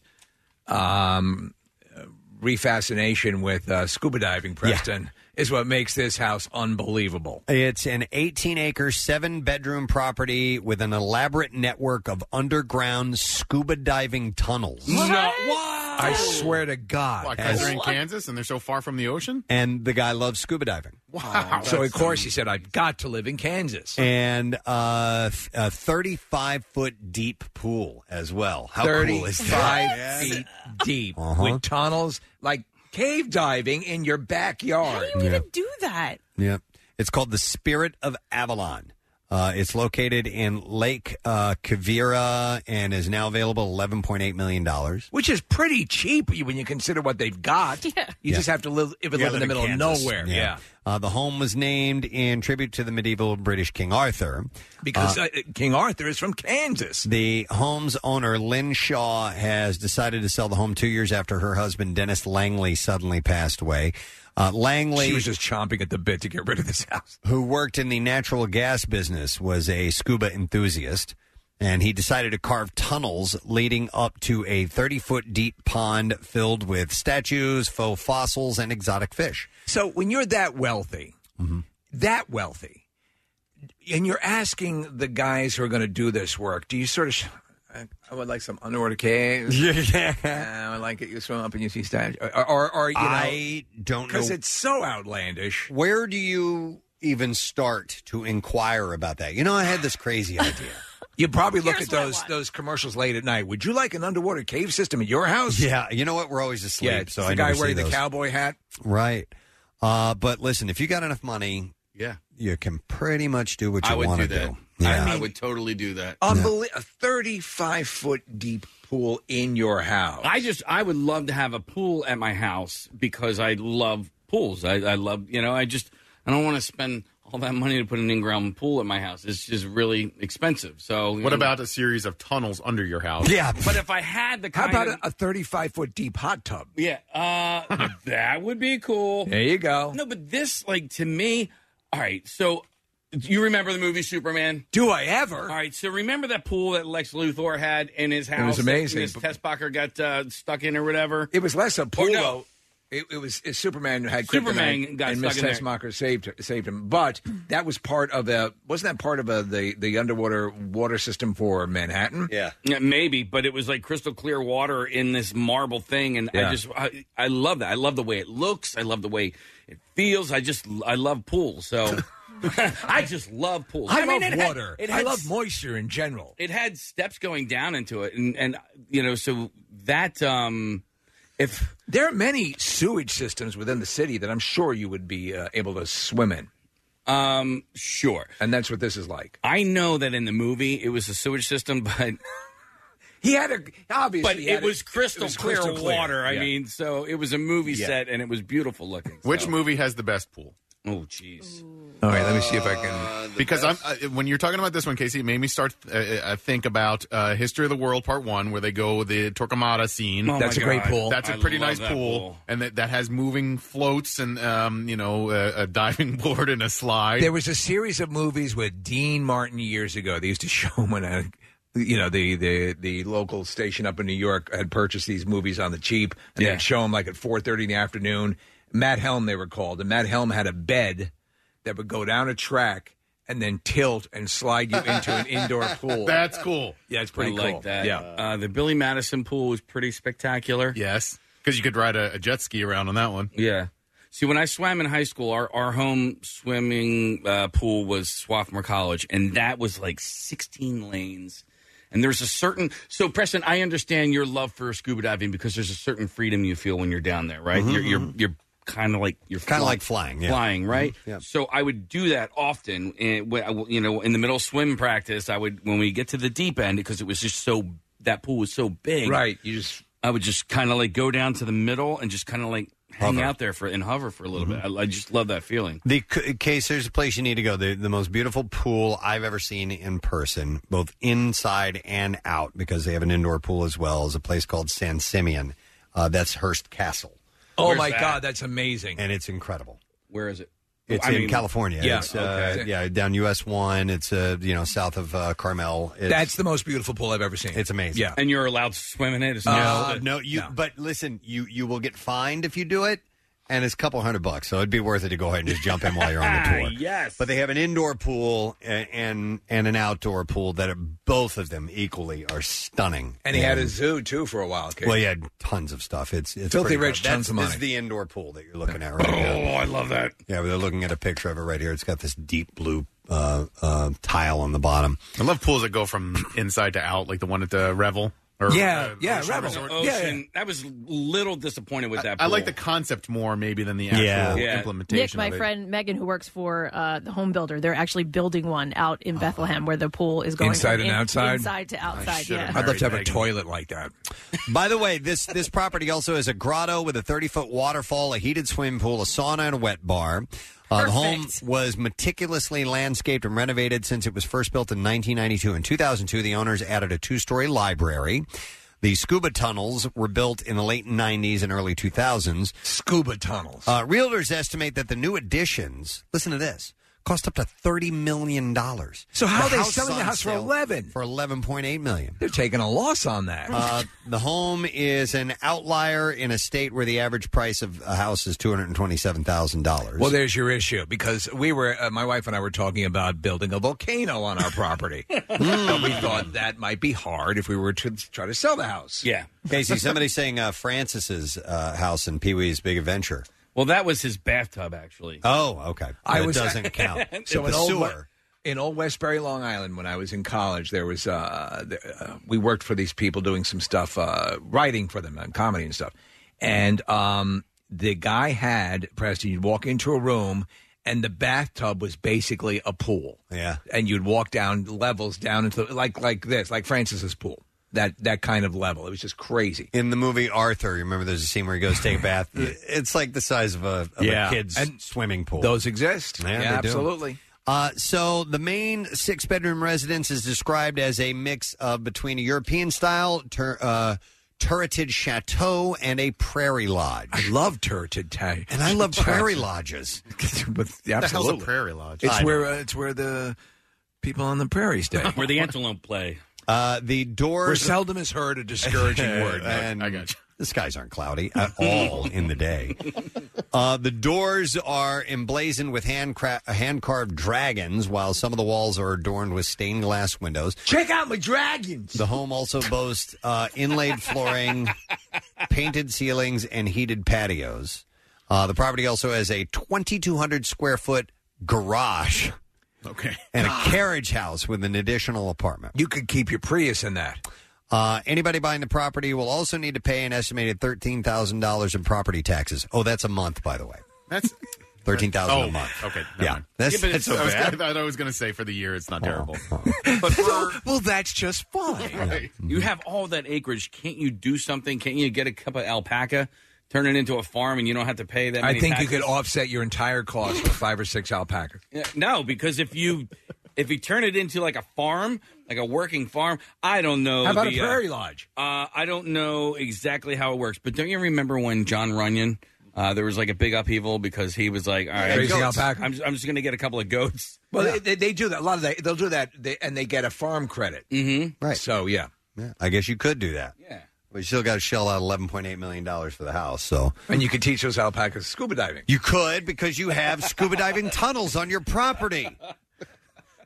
[SPEAKER 3] um, uh, refascination with uh, scuba diving, Preston, is what makes this house unbelievable.
[SPEAKER 1] It's an 18 acre, seven bedroom property with an elaborate network of underground scuba diving tunnels.
[SPEAKER 3] I swear to God.
[SPEAKER 4] Why, 'cause they're in Kansas and they're so far from the ocean?
[SPEAKER 1] And the guy loves scuba diving.
[SPEAKER 4] Wow.
[SPEAKER 3] so of
[SPEAKER 4] That's-
[SPEAKER 3] course he said, "I've got to live in Kansas."
[SPEAKER 1] And uh, th- a 35 foot deep pool as well. How cool is that?
[SPEAKER 3] 35 feet deep
[SPEAKER 1] Uh-huh.
[SPEAKER 3] with tunnels like cave diving in your backyard.
[SPEAKER 1] do you Yeah. even
[SPEAKER 2] do that?
[SPEAKER 1] Yeah. It's called the Spirit of Avalon. Uh, it's located in Lake uh, Kavira and is now available $11.8 million.
[SPEAKER 3] Which is pretty cheap when you consider what they've got. You
[SPEAKER 1] Yeah.
[SPEAKER 3] just have to live, live,
[SPEAKER 1] You
[SPEAKER 3] live in the middle
[SPEAKER 1] Kansas.
[SPEAKER 3] of nowhere. yeah.
[SPEAKER 1] Uh, the home was named in tribute to the medieval British King Arthur.
[SPEAKER 3] Because
[SPEAKER 1] Uh,
[SPEAKER 3] uh, King Arthur is from Kansas.
[SPEAKER 1] the home's owner, Lynn Shaw, has decided to sell the home two years after her husband, Dennis Langley, suddenly passed away. Uh, Langley.
[SPEAKER 3] She was just chomping at the bit to get rid of this house.
[SPEAKER 1] who worked in the natural gas business, was a scuba enthusiast, and he decided to carve tunnels leading up to a 30 foot deep pond filled with statues, faux fossils, and exotic fish.
[SPEAKER 3] So when you're that wealthy,
[SPEAKER 1] Mm-hmm.
[SPEAKER 3] that wealthy, and you're asking the guys who are going to do this work, do you sort of. Sh- I- I would like some unordered caves. Uh,
[SPEAKER 1] Yeah.
[SPEAKER 3] I would like it. You swim up and you see statues. Or, Uh, or, or, you know.
[SPEAKER 1] I don't know.
[SPEAKER 3] Because it's so outlandish.
[SPEAKER 1] Where do you even start to inquire about that? You know, I had this crazy idea.
[SPEAKER 3] You probably look at those those commercials late at night. Would you like an underwater cave system at your house?
[SPEAKER 1] Yeah, you know what? We're always asleep,
[SPEAKER 3] Yeah, it's
[SPEAKER 1] so
[SPEAKER 3] the
[SPEAKER 1] I
[SPEAKER 3] guy
[SPEAKER 1] never see
[SPEAKER 3] wearing the
[SPEAKER 1] those.
[SPEAKER 3] cowboy hat.
[SPEAKER 1] right. Uh, but listen, if you got enough money, yeah, you can pretty much do what
[SPEAKER 5] I
[SPEAKER 1] you
[SPEAKER 5] would
[SPEAKER 1] want
[SPEAKER 5] do
[SPEAKER 1] to
[SPEAKER 5] that.
[SPEAKER 1] do.
[SPEAKER 5] I, I would totally do that.
[SPEAKER 3] Unbelievable! A thirty-five foot deep pool in your house.
[SPEAKER 5] I just I would love to have a pool at my house because I love pools. I, I love you know I just I don't want to spend all that money to put an in-ground pool at my house. It's just really expensive. So
[SPEAKER 4] What about a series of tunnels under your house?
[SPEAKER 1] Yeah,
[SPEAKER 5] But if I had the
[SPEAKER 3] How
[SPEAKER 5] kind
[SPEAKER 3] about
[SPEAKER 5] of,
[SPEAKER 3] a a thirty-five foot deep hot tub?
[SPEAKER 5] yeah, uh, that would be cool.
[SPEAKER 3] There you go.
[SPEAKER 5] No, but this like to me. All right, so you remember the movie Superman?
[SPEAKER 3] Do I ever? All
[SPEAKER 5] right, so remember that pool that Lex Luthor had in his house?
[SPEAKER 3] was amazing.
[SPEAKER 5] This Tessbacher got uh, stuck in or whatever.
[SPEAKER 3] It was less a pool.
[SPEAKER 5] Or no.
[SPEAKER 3] though. It, it was it, Superman had
[SPEAKER 5] Superman
[SPEAKER 3] kryptonite,
[SPEAKER 5] got
[SPEAKER 3] and
[SPEAKER 5] stuck
[SPEAKER 3] Miss
[SPEAKER 5] in there.
[SPEAKER 3] Tessmacher saved her- saved him. But that was part of a wasn't that part of a the the underwater water system for Manhattan?
[SPEAKER 1] Yeah.
[SPEAKER 5] Yeah, maybe, but it was like crystal clear water in this marble thing, and
[SPEAKER 3] Yeah.
[SPEAKER 5] I just I, I love that. I love the way it looks. I love the way it feels. I just I love pools. So I just love pools.
[SPEAKER 3] I,
[SPEAKER 5] mean,
[SPEAKER 3] love
[SPEAKER 5] it had-
[SPEAKER 3] water.
[SPEAKER 5] it
[SPEAKER 3] I
[SPEAKER 5] had
[SPEAKER 3] love moisture in general.
[SPEAKER 5] it had steps going down into it, and and you know, so that um, if
[SPEAKER 3] there are many sewage systems within the city that I'm sure you would be uh, able to swim in.
[SPEAKER 5] Um, sure.
[SPEAKER 3] And that's what this is like.
[SPEAKER 5] I know that in the movie it was a sewage system, but
[SPEAKER 3] he had a obviously,
[SPEAKER 5] but
[SPEAKER 3] he
[SPEAKER 5] it
[SPEAKER 3] had a-
[SPEAKER 5] was crystal
[SPEAKER 3] it was
[SPEAKER 5] clear
[SPEAKER 3] crystal clear.
[SPEAKER 5] water. I
[SPEAKER 3] Yeah.
[SPEAKER 5] mean, so it was a movie
[SPEAKER 3] Yeah.
[SPEAKER 5] set, and it was beautiful looking.
[SPEAKER 4] Which
[SPEAKER 5] so.
[SPEAKER 4] movie has the best pool?
[SPEAKER 5] Oh, jeez.
[SPEAKER 4] All
[SPEAKER 3] right, let me see if I can.
[SPEAKER 4] because I'm uh, when you're talking about this one, Casey, it made me start uh, uh, think about uh, History of the World Part One, where they go with the Torquemada scene.
[SPEAKER 3] Oh, That's my a great God. pool.
[SPEAKER 4] That's a
[SPEAKER 3] I
[SPEAKER 4] pretty
[SPEAKER 3] love
[SPEAKER 4] nice
[SPEAKER 3] that
[SPEAKER 4] pool,
[SPEAKER 3] pool.
[SPEAKER 4] and that, that has moving floats and um, you know uh, a diving board and a slide.
[SPEAKER 3] There was a series of movies with Dean Martin years ago. They used to show him when I, you know, the, the the local station up in New York had purchased these movies on the cheap, and
[SPEAKER 5] Yeah.
[SPEAKER 3] they'd show them like at four thirty in the afternoon. Matt Helm, they were called, and Matt Helm had a bed that would go down a track and then tilt and slide you into an indoor pool.
[SPEAKER 4] That's cool.
[SPEAKER 3] Yeah, it's pretty
[SPEAKER 5] I
[SPEAKER 3] cool.
[SPEAKER 5] like that.
[SPEAKER 3] Yeah.
[SPEAKER 5] Uh, the Billy Madison pool was pretty spectacular.
[SPEAKER 4] Yes, because you could ride a, a jet ski around on that one.
[SPEAKER 5] Yeah. See, when I swam in high school, our, our home swimming uh, pool was Swarthmore College, and that was like 16 lanes. And there's a certain. So, Preston, I understand your love for scuba diving because there's a certain freedom you feel when you're down there,
[SPEAKER 4] Mm-hmm,
[SPEAKER 5] right?
[SPEAKER 1] Mhm,
[SPEAKER 5] You're, you're, you're kind of like. you're
[SPEAKER 1] Kinda like flying, yeah.
[SPEAKER 5] Flying,
[SPEAKER 3] Mm-hmm.
[SPEAKER 5] right?
[SPEAKER 1] Mhm, yeah.
[SPEAKER 5] So I would do that often. And when I w- you know, in the middle of swim practice, I would when we get to the deep end because it was just so that pool was so big.
[SPEAKER 3] Right, you just
[SPEAKER 5] I would just kind of like go down to the middle and just kind of like hang
[SPEAKER 1] Hover.
[SPEAKER 5] out there for and hover for a little
[SPEAKER 3] Mm-hmm.
[SPEAKER 5] bit. I, I just love that feeling.
[SPEAKER 1] The c- case, there's a place you need to go. The, the most beautiful pool I've ever seen in person, both inside and out, because they have an indoor pool as well, is a place called San Simeon. Uh, that's Hearst Castle.
[SPEAKER 3] Oh my God, that's amazing,
[SPEAKER 1] and it's incredible.
[SPEAKER 5] Where is it?
[SPEAKER 1] It's
[SPEAKER 5] I
[SPEAKER 1] in
[SPEAKER 5] mean-
[SPEAKER 1] California.
[SPEAKER 3] Yeah,
[SPEAKER 1] It's, uh,
[SPEAKER 3] okay.
[SPEAKER 1] yeah, down US one. It's uh, you know south of uh, Carmel. It's,
[SPEAKER 3] that's the most beautiful pool I've ever seen. Uh,
[SPEAKER 1] It's amazing.
[SPEAKER 5] and you're allowed to swim in it. It's
[SPEAKER 1] No,
[SPEAKER 5] not-
[SPEAKER 1] no, you. But listen, you you will get fined if you do it, and it's a couple hundred bucks, so it'd be worth it to go ahead and just jump in while you're on the
[SPEAKER 3] Ah,
[SPEAKER 1] tour.
[SPEAKER 5] yes,
[SPEAKER 1] but they have an indoor pool a- and and an outdoor pool that are, both of them equally are stunning.
[SPEAKER 3] And he had a zoo too for a while. Kate.
[SPEAKER 1] well, he had tons of stuff. It's, it's
[SPEAKER 3] Filthy
[SPEAKER 1] pretty cool.
[SPEAKER 3] Rich,
[SPEAKER 1] That's-
[SPEAKER 3] tons of
[SPEAKER 1] this
[SPEAKER 3] money.
[SPEAKER 1] is the indoor pool that you're looking at right now.
[SPEAKER 5] Oh, I love that.
[SPEAKER 1] Yeah, but they're looking at a picture of it right here. It's got this deep blue uh, uh, tile on the bottom.
[SPEAKER 4] I love pools that go from inside to out, like the one at the Revel. Or, uh, Ocean Resort.
[SPEAKER 5] Ocean. I was a little disappointed with that.
[SPEAKER 4] I like the
[SPEAKER 5] pool.
[SPEAKER 4] concept more maybe than the actual
[SPEAKER 5] Yeah. Yeah.
[SPEAKER 4] implementation.
[SPEAKER 2] Nick, my
[SPEAKER 4] of it.
[SPEAKER 2] friend Megan, who works for uh, the home builder, they're actually building one out in Bethlehem where the pool is going
[SPEAKER 3] Oh. Inside
[SPEAKER 2] from
[SPEAKER 3] and
[SPEAKER 2] in-
[SPEAKER 3] outside?
[SPEAKER 2] inside to outside. Yeah,
[SPEAKER 3] I'd love to have a toilet like that.
[SPEAKER 1] By the way, this this property also has a grotto with a 30 foot waterfall, a heated swimming pool, a sauna, and a wet bar. Uh, the home was meticulously landscaped and renovated since it was first built in 1992. In 2002, the owners added a two story library. The scuba tunnels were built in the late 90s and early 2000s.
[SPEAKER 3] Scuba tunnels.
[SPEAKER 1] Uh, realtors estimate that the new additions, listen to this, cost up to $30 million.
[SPEAKER 3] So how
[SPEAKER 1] The
[SPEAKER 3] are they selling the
[SPEAKER 1] on
[SPEAKER 3] house for
[SPEAKER 1] sale-
[SPEAKER 3] 11?
[SPEAKER 1] For 11.8 million.
[SPEAKER 3] They're taking a loss on that.
[SPEAKER 1] Uh, the home is an outlier in a state where the average price of a house is two hundred twenty-seven thousand dollars.
[SPEAKER 3] Well, there's your issue because we were, uh, my wife and I were talking about building a volcano on our property.
[SPEAKER 5] Hmm.
[SPEAKER 3] but we thought that might be hard if we were to try to sell the house.
[SPEAKER 5] Yeah.
[SPEAKER 1] Casey, somebody's saying uh, Francis's uh, house in Pee Wee's Big Adventure.
[SPEAKER 5] Well, that was his bathtub, actually.
[SPEAKER 1] Oh, okay.
[SPEAKER 3] I
[SPEAKER 1] That
[SPEAKER 3] was
[SPEAKER 1] doesn't count.
[SPEAKER 3] so
[SPEAKER 1] The
[SPEAKER 3] in old,
[SPEAKER 1] sewer.
[SPEAKER 3] in old Westbury, Long Island, when I was in college, there was uh, there, uh, we worked for these people doing some stuff, uh, writing for them on comedy and stuff. And um, the guy had Preston. You'd walk into a room, and the bathtub was basically a pool.
[SPEAKER 1] Yeah,
[SPEAKER 3] and you'd walk down levels down into like like this, like Francis's pool. That that kind of level. It was just crazy.
[SPEAKER 1] In the movie Arthur, you remember there's a scene where he goes take a bath. It's like the size of a, of
[SPEAKER 3] Yeah.
[SPEAKER 1] a kid's
[SPEAKER 3] And
[SPEAKER 1] swimming pool.
[SPEAKER 3] Those exist.
[SPEAKER 1] Yeah,
[SPEAKER 3] yeah
[SPEAKER 1] they do.
[SPEAKER 3] absolutely.
[SPEAKER 1] Uh, so the main six-bedroom residence is described as a mix of between a European-style tur- uh, turreted chateau and a prairie lodge. I
[SPEAKER 3] love turreted tag,
[SPEAKER 1] and I love prairie
[SPEAKER 3] Chateau.
[SPEAKER 1] lodges.
[SPEAKER 3] With,
[SPEAKER 1] The hell's a
[SPEAKER 3] absolutely.
[SPEAKER 1] prairie lodge?
[SPEAKER 3] It's
[SPEAKER 1] I
[SPEAKER 3] where
[SPEAKER 1] know.
[SPEAKER 3] uh, it's where the people on the prairie stay.
[SPEAKER 5] where the antelope play.
[SPEAKER 1] Uh, the doors
[SPEAKER 3] Where seldom is heard a discouraging word.
[SPEAKER 1] and I got you. The skies aren't cloudy at all in the day. Uh, the doors are emblazoned with hand hand carved dragons, while some of the walls are adorned with stained glass windows.
[SPEAKER 3] Check out my dragons.
[SPEAKER 1] The home also boasts uh, inlaid flooring, painted ceilings, and heated patios. Uh, the property also has a 2,200 square foot garage.
[SPEAKER 4] Okay.
[SPEAKER 1] And a carriage house with an additional apartment.
[SPEAKER 3] You could keep your Prius in that.
[SPEAKER 1] Uh, anybody buying the property will also need to pay an estimated thirteen thousand dollars in property taxes. Oh, that's a month, by the way.
[SPEAKER 4] That's
[SPEAKER 1] thirteen thousand
[SPEAKER 4] Oh,
[SPEAKER 1] a month.
[SPEAKER 4] Okay.
[SPEAKER 1] yeah, that's,
[SPEAKER 4] but it's-
[SPEAKER 1] that's so
[SPEAKER 4] I was
[SPEAKER 1] bad. Oh.
[SPEAKER 4] gonna- I thought I was going to say for the year, it's not terrible.
[SPEAKER 3] well, that's just fine. Mm-hmm.
[SPEAKER 5] You have all that acreage. Can't you do something? Can't you get a cup of alpaca, turn it into a farm, and you don't have to pay that?
[SPEAKER 3] I
[SPEAKER 5] many
[SPEAKER 3] think
[SPEAKER 5] taxes?
[SPEAKER 3] you could offset your entire cost with five or six alpaca.
[SPEAKER 5] Yeah, No, because if you if you turn it into like a farm, like a working farm, I don't know.
[SPEAKER 3] How about
[SPEAKER 5] the,
[SPEAKER 3] a
[SPEAKER 5] uh,
[SPEAKER 3] prairie lodge?
[SPEAKER 5] Uh, I don't know exactly how it works, but don't you remember when John Runyon? Uh, there was like a big upheaval because he was like, "All right,
[SPEAKER 3] Raising
[SPEAKER 5] goats.
[SPEAKER 3] alpaca.
[SPEAKER 5] I'm just, I'm just going to get a couple of goats."
[SPEAKER 3] Well, they, they, they do that. A lot of that, they'll do that, they, and they get a farm credit.
[SPEAKER 5] Mm-hmm.
[SPEAKER 1] Right.
[SPEAKER 3] So yeah.
[SPEAKER 1] Yeah, I guess you could do that.
[SPEAKER 5] Yeah.
[SPEAKER 1] But you still got to shell out eleven point eight million dollars for the house. So
[SPEAKER 3] And you could teach those alpacas scuba diving.
[SPEAKER 1] you could because you have scuba diving tunnels on your property.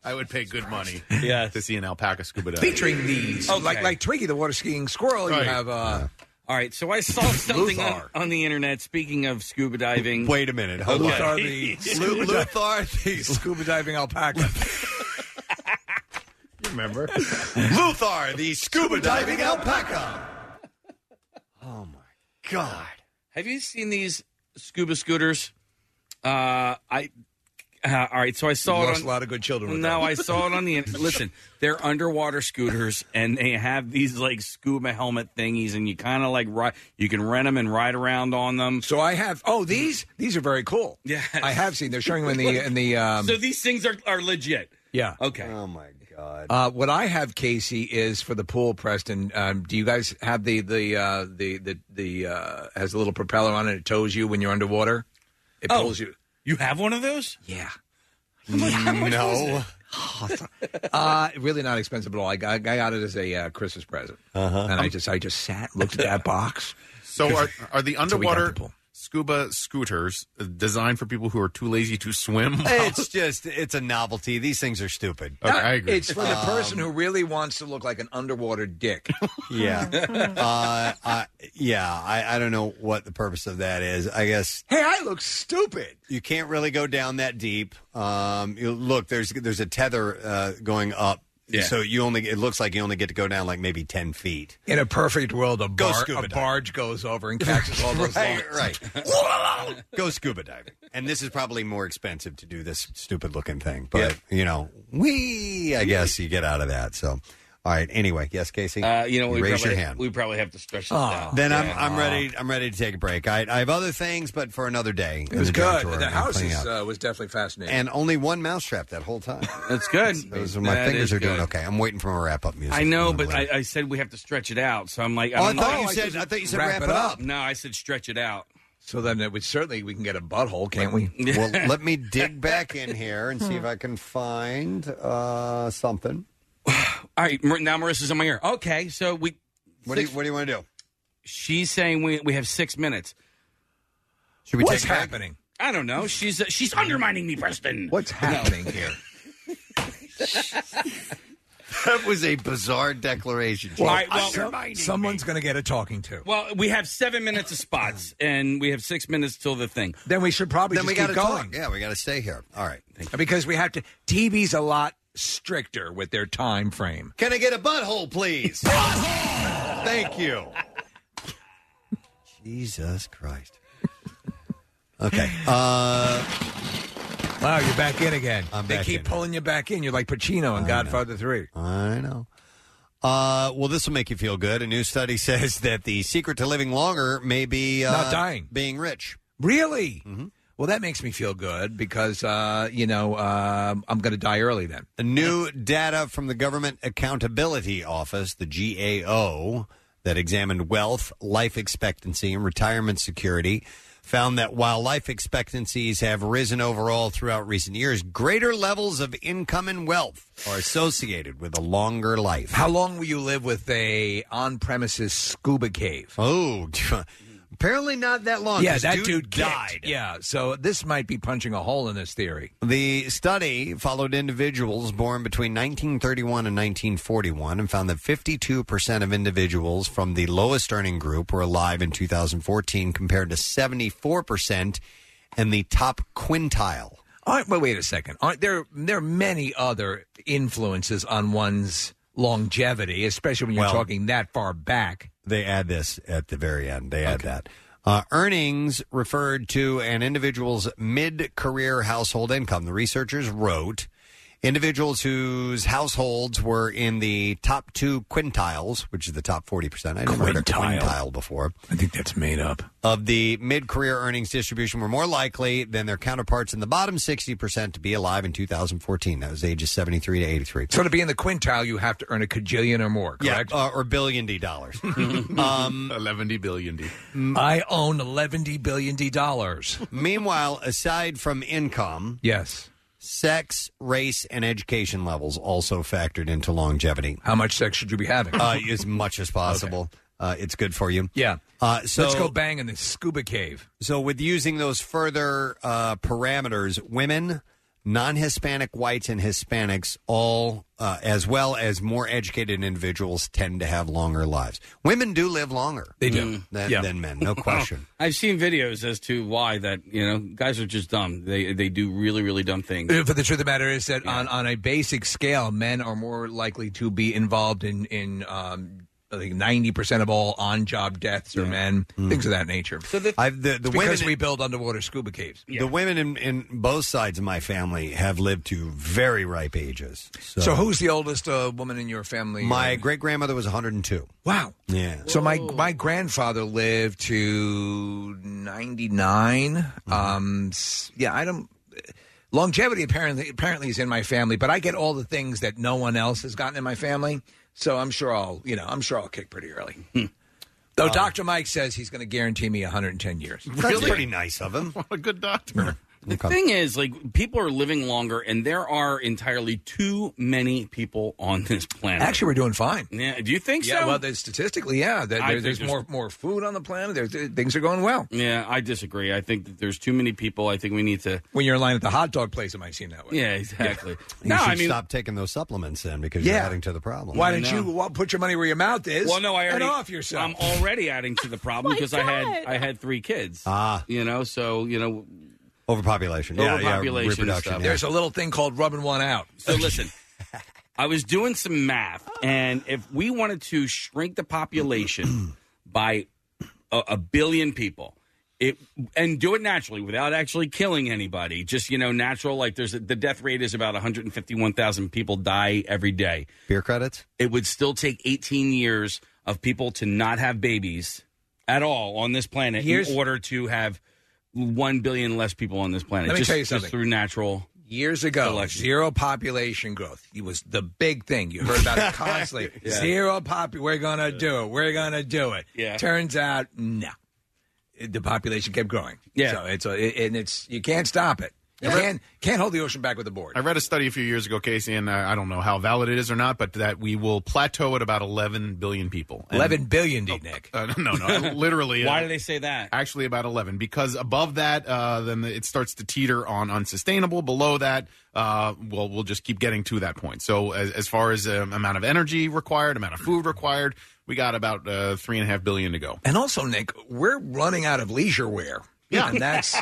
[SPEAKER 4] I would pay good money
[SPEAKER 5] yes.
[SPEAKER 4] to see an alpaca scuba dive.
[SPEAKER 3] Featuring these, oh, like
[SPEAKER 5] Okay.
[SPEAKER 3] like Twiggy the water skiing squirrel. You
[SPEAKER 4] Right.
[SPEAKER 3] have. Uh,
[SPEAKER 5] All right, so I saw something on, on the internet. Speaking of scuba diving,
[SPEAKER 1] wait a minute.
[SPEAKER 3] hold on. Luthar the- Scuba dive-
[SPEAKER 1] Luthar the
[SPEAKER 3] scuba diving alpaca.
[SPEAKER 4] you remember?
[SPEAKER 1] Luthar the scuba diving alpaca.
[SPEAKER 5] Oh
[SPEAKER 1] my god!
[SPEAKER 5] Have you seen these scuba scooters? Uh, I Uh, all right, so I saw
[SPEAKER 3] You
[SPEAKER 5] it
[SPEAKER 3] lost
[SPEAKER 5] on
[SPEAKER 3] a lot of good children with
[SPEAKER 5] no,
[SPEAKER 3] that.
[SPEAKER 5] I saw it on the in- listen. They're underwater scooters, and they have these like scuba helmet thingies, and you kind of like ride. You can rent them and ride around on them.
[SPEAKER 3] So I have oh these these are very cool.
[SPEAKER 5] Yeah,
[SPEAKER 3] I have seen. They're showing them in the in the. Um,
[SPEAKER 5] so these things are are legit.
[SPEAKER 3] yeah.
[SPEAKER 5] Okay.
[SPEAKER 1] Oh my god.
[SPEAKER 3] Uh, what I have, Casey, is for the pool, Preston. Um, do you guys have the the uh, the the the uh, has a little propeller on it? It tows you when you're underwater. It
[SPEAKER 5] Oh.
[SPEAKER 3] pulls you.
[SPEAKER 5] You have one of those?
[SPEAKER 3] Yeah.
[SPEAKER 1] Mm,
[SPEAKER 5] No.
[SPEAKER 3] Uh, really not expensive at all. I got, I got it as a uh, Christmas present,
[SPEAKER 1] Uh-huh.
[SPEAKER 3] and I just I just sat looked at that box.
[SPEAKER 4] So are are the
[SPEAKER 3] Until we got
[SPEAKER 4] underwater
[SPEAKER 3] the pool.
[SPEAKER 4] scuba scooters designed for people who are too lazy to swim?
[SPEAKER 1] It's just it's a novelty. These things are stupid.
[SPEAKER 4] Okay, I agree.
[SPEAKER 3] It's for the
[SPEAKER 1] Um,
[SPEAKER 3] person who really wants to look like an underwater dick.
[SPEAKER 1] Yeah. uh, I, yeah. I, I don't know what the purpose of that is. I guess
[SPEAKER 3] Hey, I look stupid.
[SPEAKER 1] you can't really go down that deep. Um, you, look, there's there's a tether uh, going up,
[SPEAKER 3] Yeah.
[SPEAKER 1] so you only it looks like you only get to go down like maybe ten feet.
[SPEAKER 3] In a perfect world, a,
[SPEAKER 1] Go
[SPEAKER 3] bar-
[SPEAKER 1] scuba
[SPEAKER 3] a
[SPEAKER 1] diving.
[SPEAKER 3] barge goes over and catches all those
[SPEAKER 1] right,
[SPEAKER 3] lines.
[SPEAKER 1] right. go scuba diving, and this is probably more expensive to do this stupid looking thing. But you know, we I guess you get out of that. So, all right. Anyway, yes, Casey.
[SPEAKER 5] Uh, you know,
[SPEAKER 1] You
[SPEAKER 5] we
[SPEAKER 1] raise
[SPEAKER 5] probably,
[SPEAKER 1] your hand.
[SPEAKER 5] We probably have to stretch
[SPEAKER 1] Oh,
[SPEAKER 5] this out.
[SPEAKER 1] then
[SPEAKER 5] Yeah.
[SPEAKER 1] I'm I'm ready. I'm ready to take a break. I, I have other things, but for another day.
[SPEAKER 3] It was good. The house
[SPEAKER 1] houses.
[SPEAKER 3] is, uh, was definitely fascinating.
[SPEAKER 1] and only one mousetrap that whole time.
[SPEAKER 5] That's good.
[SPEAKER 1] Those are my
[SPEAKER 5] That
[SPEAKER 1] fingers
[SPEAKER 5] is
[SPEAKER 1] are doing
[SPEAKER 5] good.
[SPEAKER 1] okay. I'm waiting for my wrap up music.
[SPEAKER 5] I know, but I, I said we have to stretch it out. So I'm like,
[SPEAKER 1] Oh, I
[SPEAKER 5] don't
[SPEAKER 1] thought
[SPEAKER 5] know.
[SPEAKER 1] you said- I thought you said wrap it up.
[SPEAKER 5] No, I said stretch it out.
[SPEAKER 3] so then it would certainly we can get a butthole, can't we?
[SPEAKER 1] well, let me dig back in here and see if I can find uh, something.
[SPEAKER 5] All right, Mar- now Marissa's in my ear. Okay, so we.
[SPEAKER 1] What do you- what do you want to do?
[SPEAKER 5] She's saying we we have six minutes.
[SPEAKER 1] Should
[SPEAKER 3] we What's take a break? happening?
[SPEAKER 5] I don't know. She's uh,
[SPEAKER 1] Mm-hmm.
[SPEAKER 5] she's undermining me, Preston.
[SPEAKER 3] What's happening here?
[SPEAKER 1] That was a bizarre declaration.
[SPEAKER 5] All right, well-
[SPEAKER 3] someone's going to get a talking to.
[SPEAKER 5] Well, we have seven minutes of spots, and we have six minutes till the thing.
[SPEAKER 3] Then we should probably
[SPEAKER 1] Then we
[SPEAKER 3] just
[SPEAKER 1] got to
[SPEAKER 3] keep going
[SPEAKER 1] talk. Yeah, we got to stay here. All right.
[SPEAKER 3] because we have to. TV's a lot stricter with their time frame.
[SPEAKER 1] Can I get a butthole, please? Thank you. Jesus Christ. Okay. Uh,
[SPEAKER 3] wow, you're back in again.
[SPEAKER 1] I'm
[SPEAKER 3] they
[SPEAKER 1] back
[SPEAKER 3] keep
[SPEAKER 1] in. Uh-huh.
[SPEAKER 3] pulling you back in. You're like Pacino in Godfather Three.
[SPEAKER 1] I know. Uh, well, this will make you feel good. A new study says that the secret to living longer may be uh,
[SPEAKER 3] Not dying.
[SPEAKER 1] being rich. Mm-hmm.
[SPEAKER 3] Really? Well, that makes me feel good because uh, you know um I'm going to die early then.
[SPEAKER 1] New data from the Government Accountability Office, the GAO, that examined wealth, life expectancy, and retirement security found that while life expectancies have risen overall throughout recent years, greater levels of income and wealth are associated with a longer life.
[SPEAKER 3] How long will you live with a on-premises scuba cave?
[SPEAKER 1] Oh, apparently not that long.
[SPEAKER 3] Yeah,
[SPEAKER 1] 'cause
[SPEAKER 3] that dude,
[SPEAKER 1] Oh, dude
[SPEAKER 3] kicked.
[SPEAKER 1] died.
[SPEAKER 3] Yeah, so this might be punching a hole in this theory.
[SPEAKER 1] The study followed individuals born between 1931 and 1941 and found that 52% of individuals from the lowest earning group were alive in 2014 compared to 74% in the top quintile.
[SPEAKER 3] Aren't, but wait a second. Aren't there there are many other influences on one's longevity, especially when you're
[SPEAKER 1] Well-
[SPEAKER 3] talking that far back?
[SPEAKER 1] They add this at the very end. They add that. Uh, earnings referred to an individual's mid career household income. The researchers wrote individuals whose households were in the top two quintiles, which is the top 40%. I never heard of
[SPEAKER 3] Quintile.
[SPEAKER 1] quintile before.
[SPEAKER 3] I think that's made up.
[SPEAKER 1] Of the mid career earnings distribution were more likely than their counterparts in the bottom 60% to be alive in 2014. That was ages 73 to 83.
[SPEAKER 3] So to be in the quintile, you have to earn a cajillion or more,
[SPEAKER 1] Yeah,
[SPEAKER 3] correct?
[SPEAKER 1] uh, or billion D dollars.
[SPEAKER 4] um, 11 billion D.
[SPEAKER 3] I own eleven D billion D dollars.
[SPEAKER 1] Meanwhile, aside from income,
[SPEAKER 3] yes.
[SPEAKER 1] sex, race, and education levels also factored into longevity.
[SPEAKER 3] How much sex should you be having?
[SPEAKER 1] Uh, as much as possible, uh, it's good for you.
[SPEAKER 3] yeah.
[SPEAKER 1] Uh, so
[SPEAKER 3] Let's go bang in the scuba cave.
[SPEAKER 1] So, with using those further uh, parameters, women, non Hispanic whites, and Hispanics, all uh, as well as more educated individuals, tend to have longer lives. Women do live longer.
[SPEAKER 3] They do.
[SPEAKER 1] Than,
[SPEAKER 3] Yeah.
[SPEAKER 1] than men, no question.
[SPEAKER 5] I've seen videos as to why that you know guys are just dumb. They they do really really dumb things.
[SPEAKER 3] Uh, But the truth of the matter is that on, on a basic scale, men are more likely to be involved in in um, I think ninety percent of all on-job deaths are men, things of that nature. So
[SPEAKER 1] the, Mm. I've, the, the
[SPEAKER 3] because
[SPEAKER 1] women-
[SPEAKER 3] we build underwater scuba caves.
[SPEAKER 1] The women in, in both sides of my family have lived to very ripe ages. So,
[SPEAKER 3] So, who's the oldest uh, woman in your family?
[SPEAKER 1] my great grandmother was 102.
[SPEAKER 3] Wow.
[SPEAKER 1] Yeah.
[SPEAKER 3] So my my grandfather lived to ninety
[SPEAKER 5] Mm-hmm.
[SPEAKER 3] Um, s- yeah, I don't. Longevity apparently apparently is in my family, but I get all the things that no one else has gotten in my family. So I'm sure I'll you know I'm sure I'll kick pretty early.
[SPEAKER 5] Hmm.
[SPEAKER 3] Though Doctor Mike says he's going to guarantee me 110 years.
[SPEAKER 5] That's Uh, Really? pretty
[SPEAKER 1] nice of him.
[SPEAKER 4] What a good doctor.
[SPEAKER 5] The thing is, like, people are living longer, and there are entirely too many people on this planet.
[SPEAKER 3] Actually, we're doing fine.
[SPEAKER 5] Yeah, do you think
[SPEAKER 3] yeah,
[SPEAKER 5] so?
[SPEAKER 3] Well, there's statistically, yeah, there-
[SPEAKER 5] I
[SPEAKER 3] there-
[SPEAKER 5] think
[SPEAKER 3] there's
[SPEAKER 5] there's-
[SPEAKER 3] more more food on the planet. There's, there- things are going well.
[SPEAKER 5] yeah, I disagree. I think that there's too many people. I think we need to.
[SPEAKER 3] When you're in line at the hot dog place, it might seem that way.
[SPEAKER 5] Yeah, exactly.
[SPEAKER 1] You
[SPEAKER 5] no,
[SPEAKER 1] should
[SPEAKER 5] I mean,
[SPEAKER 1] stop taking those supplements then because you're
[SPEAKER 5] Yeah.
[SPEAKER 1] adding to the problem.
[SPEAKER 3] Why don't you well, put your money where your mouth is?
[SPEAKER 5] Well, no, I
[SPEAKER 3] and
[SPEAKER 5] already
[SPEAKER 3] off yourself. Oh
[SPEAKER 5] I'm already adding to the problem because I had I had three kids. Ah, you know, so you know,
[SPEAKER 1] Overpopulation. Yeah, yeah,
[SPEAKER 5] Overpopulation and
[SPEAKER 1] reproduction.
[SPEAKER 5] stuff.
[SPEAKER 1] yeah.
[SPEAKER 3] There's a little thing called rubbing one out.
[SPEAKER 5] So listen, I was doing some math, and if we wanted to shrink the population by a, a billion people, it and do it naturally without actually killing anybody, just you know, natural. Like there's a, the death rate is about 151,000 people die every day.
[SPEAKER 1] Beer credits.
[SPEAKER 5] It would still take 18 years of people to not have babies at all on this planet
[SPEAKER 3] Years-
[SPEAKER 5] in order to have one billion less people on this planet.
[SPEAKER 3] Let me
[SPEAKER 5] just,
[SPEAKER 3] tell you
[SPEAKER 5] just
[SPEAKER 3] something.
[SPEAKER 5] through natural.
[SPEAKER 3] Years ago,
[SPEAKER 5] Selection.
[SPEAKER 3] zero population growth. It was the big thing. You heard about it constantly.
[SPEAKER 5] Yeah.
[SPEAKER 3] Zero pop. We're gonna do it. We're gonna do it.
[SPEAKER 5] Yeah.
[SPEAKER 3] Turns out, no. It- The population kept growing.
[SPEAKER 4] Yeah.
[SPEAKER 3] So it's a, it- and it's you can't stop it. You can't can't hold the ocean back with a board.
[SPEAKER 4] I read a study a few years ago, Casey, and I I don't know how valid it is or not, but that we will plateau at about 11 billion people. And-
[SPEAKER 3] 11 billion, D. Nick.
[SPEAKER 4] Uh, no, no, literally.
[SPEAKER 5] Why
[SPEAKER 4] uh,
[SPEAKER 5] do they say that?
[SPEAKER 4] Actually, about 11, because above that, uh, then it starts to teeter on unsustainable. Below that, uh, well, we'll just keep getting to that point. So, as, as far as um, amount of energy required, amount of food required, we got about uh, three and a half billion to go.
[SPEAKER 3] And also, Nick, we're running out of leisure wear.
[SPEAKER 4] Yeah.
[SPEAKER 3] And that's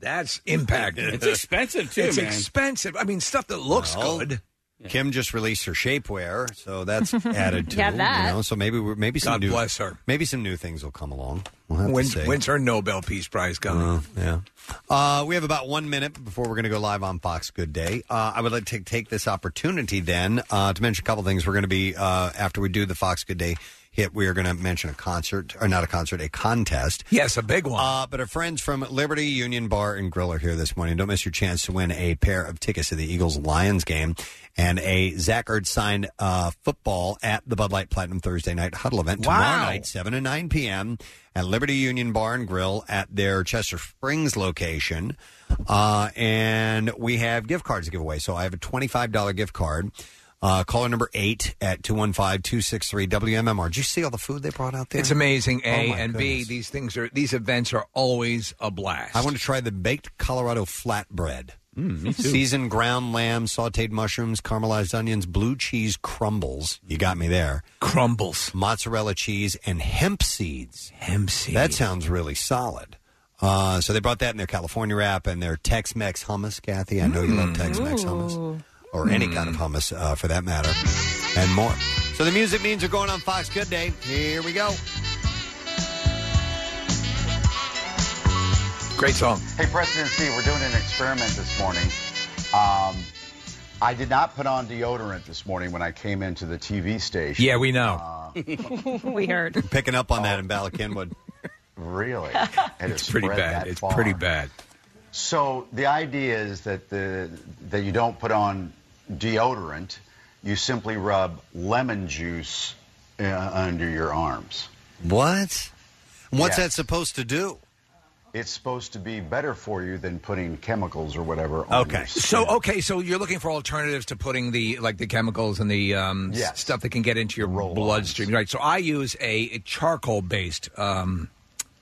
[SPEAKER 3] that's impacted.
[SPEAKER 5] It's expensive, too,
[SPEAKER 3] It's
[SPEAKER 5] man.
[SPEAKER 3] expensive. I mean, stuff that looks
[SPEAKER 1] Well,
[SPEAKER 3] good.
[SPEAKER 1] Kim just released her shapewear, so that's added to
[SPEAKER 3] Yeah, that.
[SPEAKER 1] You know, so maybe we're, maybe some
[SPEAKER 3] God
[SPEAKER 1] new,
[SPEAKER 3] bless her.
[SPEAKER 1] Maybe some new things will come along. We'll have
[SPEAKER 3] When's,
[SPEAKER 1] to see. Uh-huh.
[SPEAKER 3] when's her Nobel Peace Prize coming?
[SPEAKER 1] yeah. Uh, we have about one minute before we're going to go live on Fox Good Day. Uh, I would like to take this opportunity then uh, to mention a couple things. We're going to be, uh, after we do the Fox Good Day hit, we are going to mention a concert, or not a concert, a contest.
[SPEAKER 3] Yes, a big one.
[SPEAKER 1] Uh, but our friends from Liberty Union Bar and Grill are here this morning. Don't miss your chance to win a pair of tickets to the Eagles Lions game and a Zach Ertz signed uh, football at the Bud Light Platinum Thursday night huddle event tomorrow
[SPEAKER 17] Wow.
[SPEAKER 1] night, 7 and 9 p.m. at Liberty Union Bar and Grill at their Chester Springs location. Uh, and we have gift cards to give away. So I have a $25 gift card. Uh, caller number eight at 215 263 WMMR. Did you see all the food they brought out there?
[SPEAKER 3] It's amazing. A
[SPEAKER 1] Oh, my
[SPEAKER 3] and B.
[SPEAKER 1] goodness.
[SPEAKER 3] These things are these events are always a blast.
[SPEAKER 1] I want to try the baked Colorado flatbread.
[SPEAKER 3] Mm, me too.
[SPEAKER 1] Seasoned ground lamb, sauteed mushrooms, caramelized onions, blue cheese crumbles. You got me there.
[SPEAKER 3] Crumbles.
[SPEAKER 1] Mozzarella cheese and hemp seeds.
[SPEAKER 3] Hemp seeds.
[SPEAKER 1] That sounds really solid. Uh, so they brought that in their California wrap and their Tex Mex hummus, Kathy. I know you
[SPEAKER 3] Mm.
[SPEAKER 1] love Tex Mex hummus. Or any kind of hummus uh, for that matter. And more. So the music means are going on Fox Good Day. Here we go.
[SPEAKER 3] Great song.
[SPEAKER 18] Hey, President Steve, we're doing an experiment this morning. Um, I did not put on deodorant this morning when I came into the TV station. Uh, Oh.
[SPEAKER 3] Yeah, we know.
[SPEAKER 2] we heard.
[SPEAKER 1] Picking up on that in Bala Kenwood.
[SPEAKER 18] really?
[SPEAKER 3] It's pretty bad. It's pretty bad.
[SPEAKER 18] So the idea is that the that you don't put on deodorant. You simply rub lemon juice uh, under your arms.
[SPEAKER 1] What? What's
[SPEAKER 18] Yeah.
[SPEAKER 1] that supposed to do?
[SPEAKER 18] It's supposed to be better for you than putting chemicals or whatever on
[SPEAKER 3] Okay. So okay. So you're looking for alternatives to putting the like the chemicals and the um, s-
[SPEAKER 18] Yes.
[SPEAKER 3] stuff that can get into your bloodstream. Right. So I use a charcoal based um,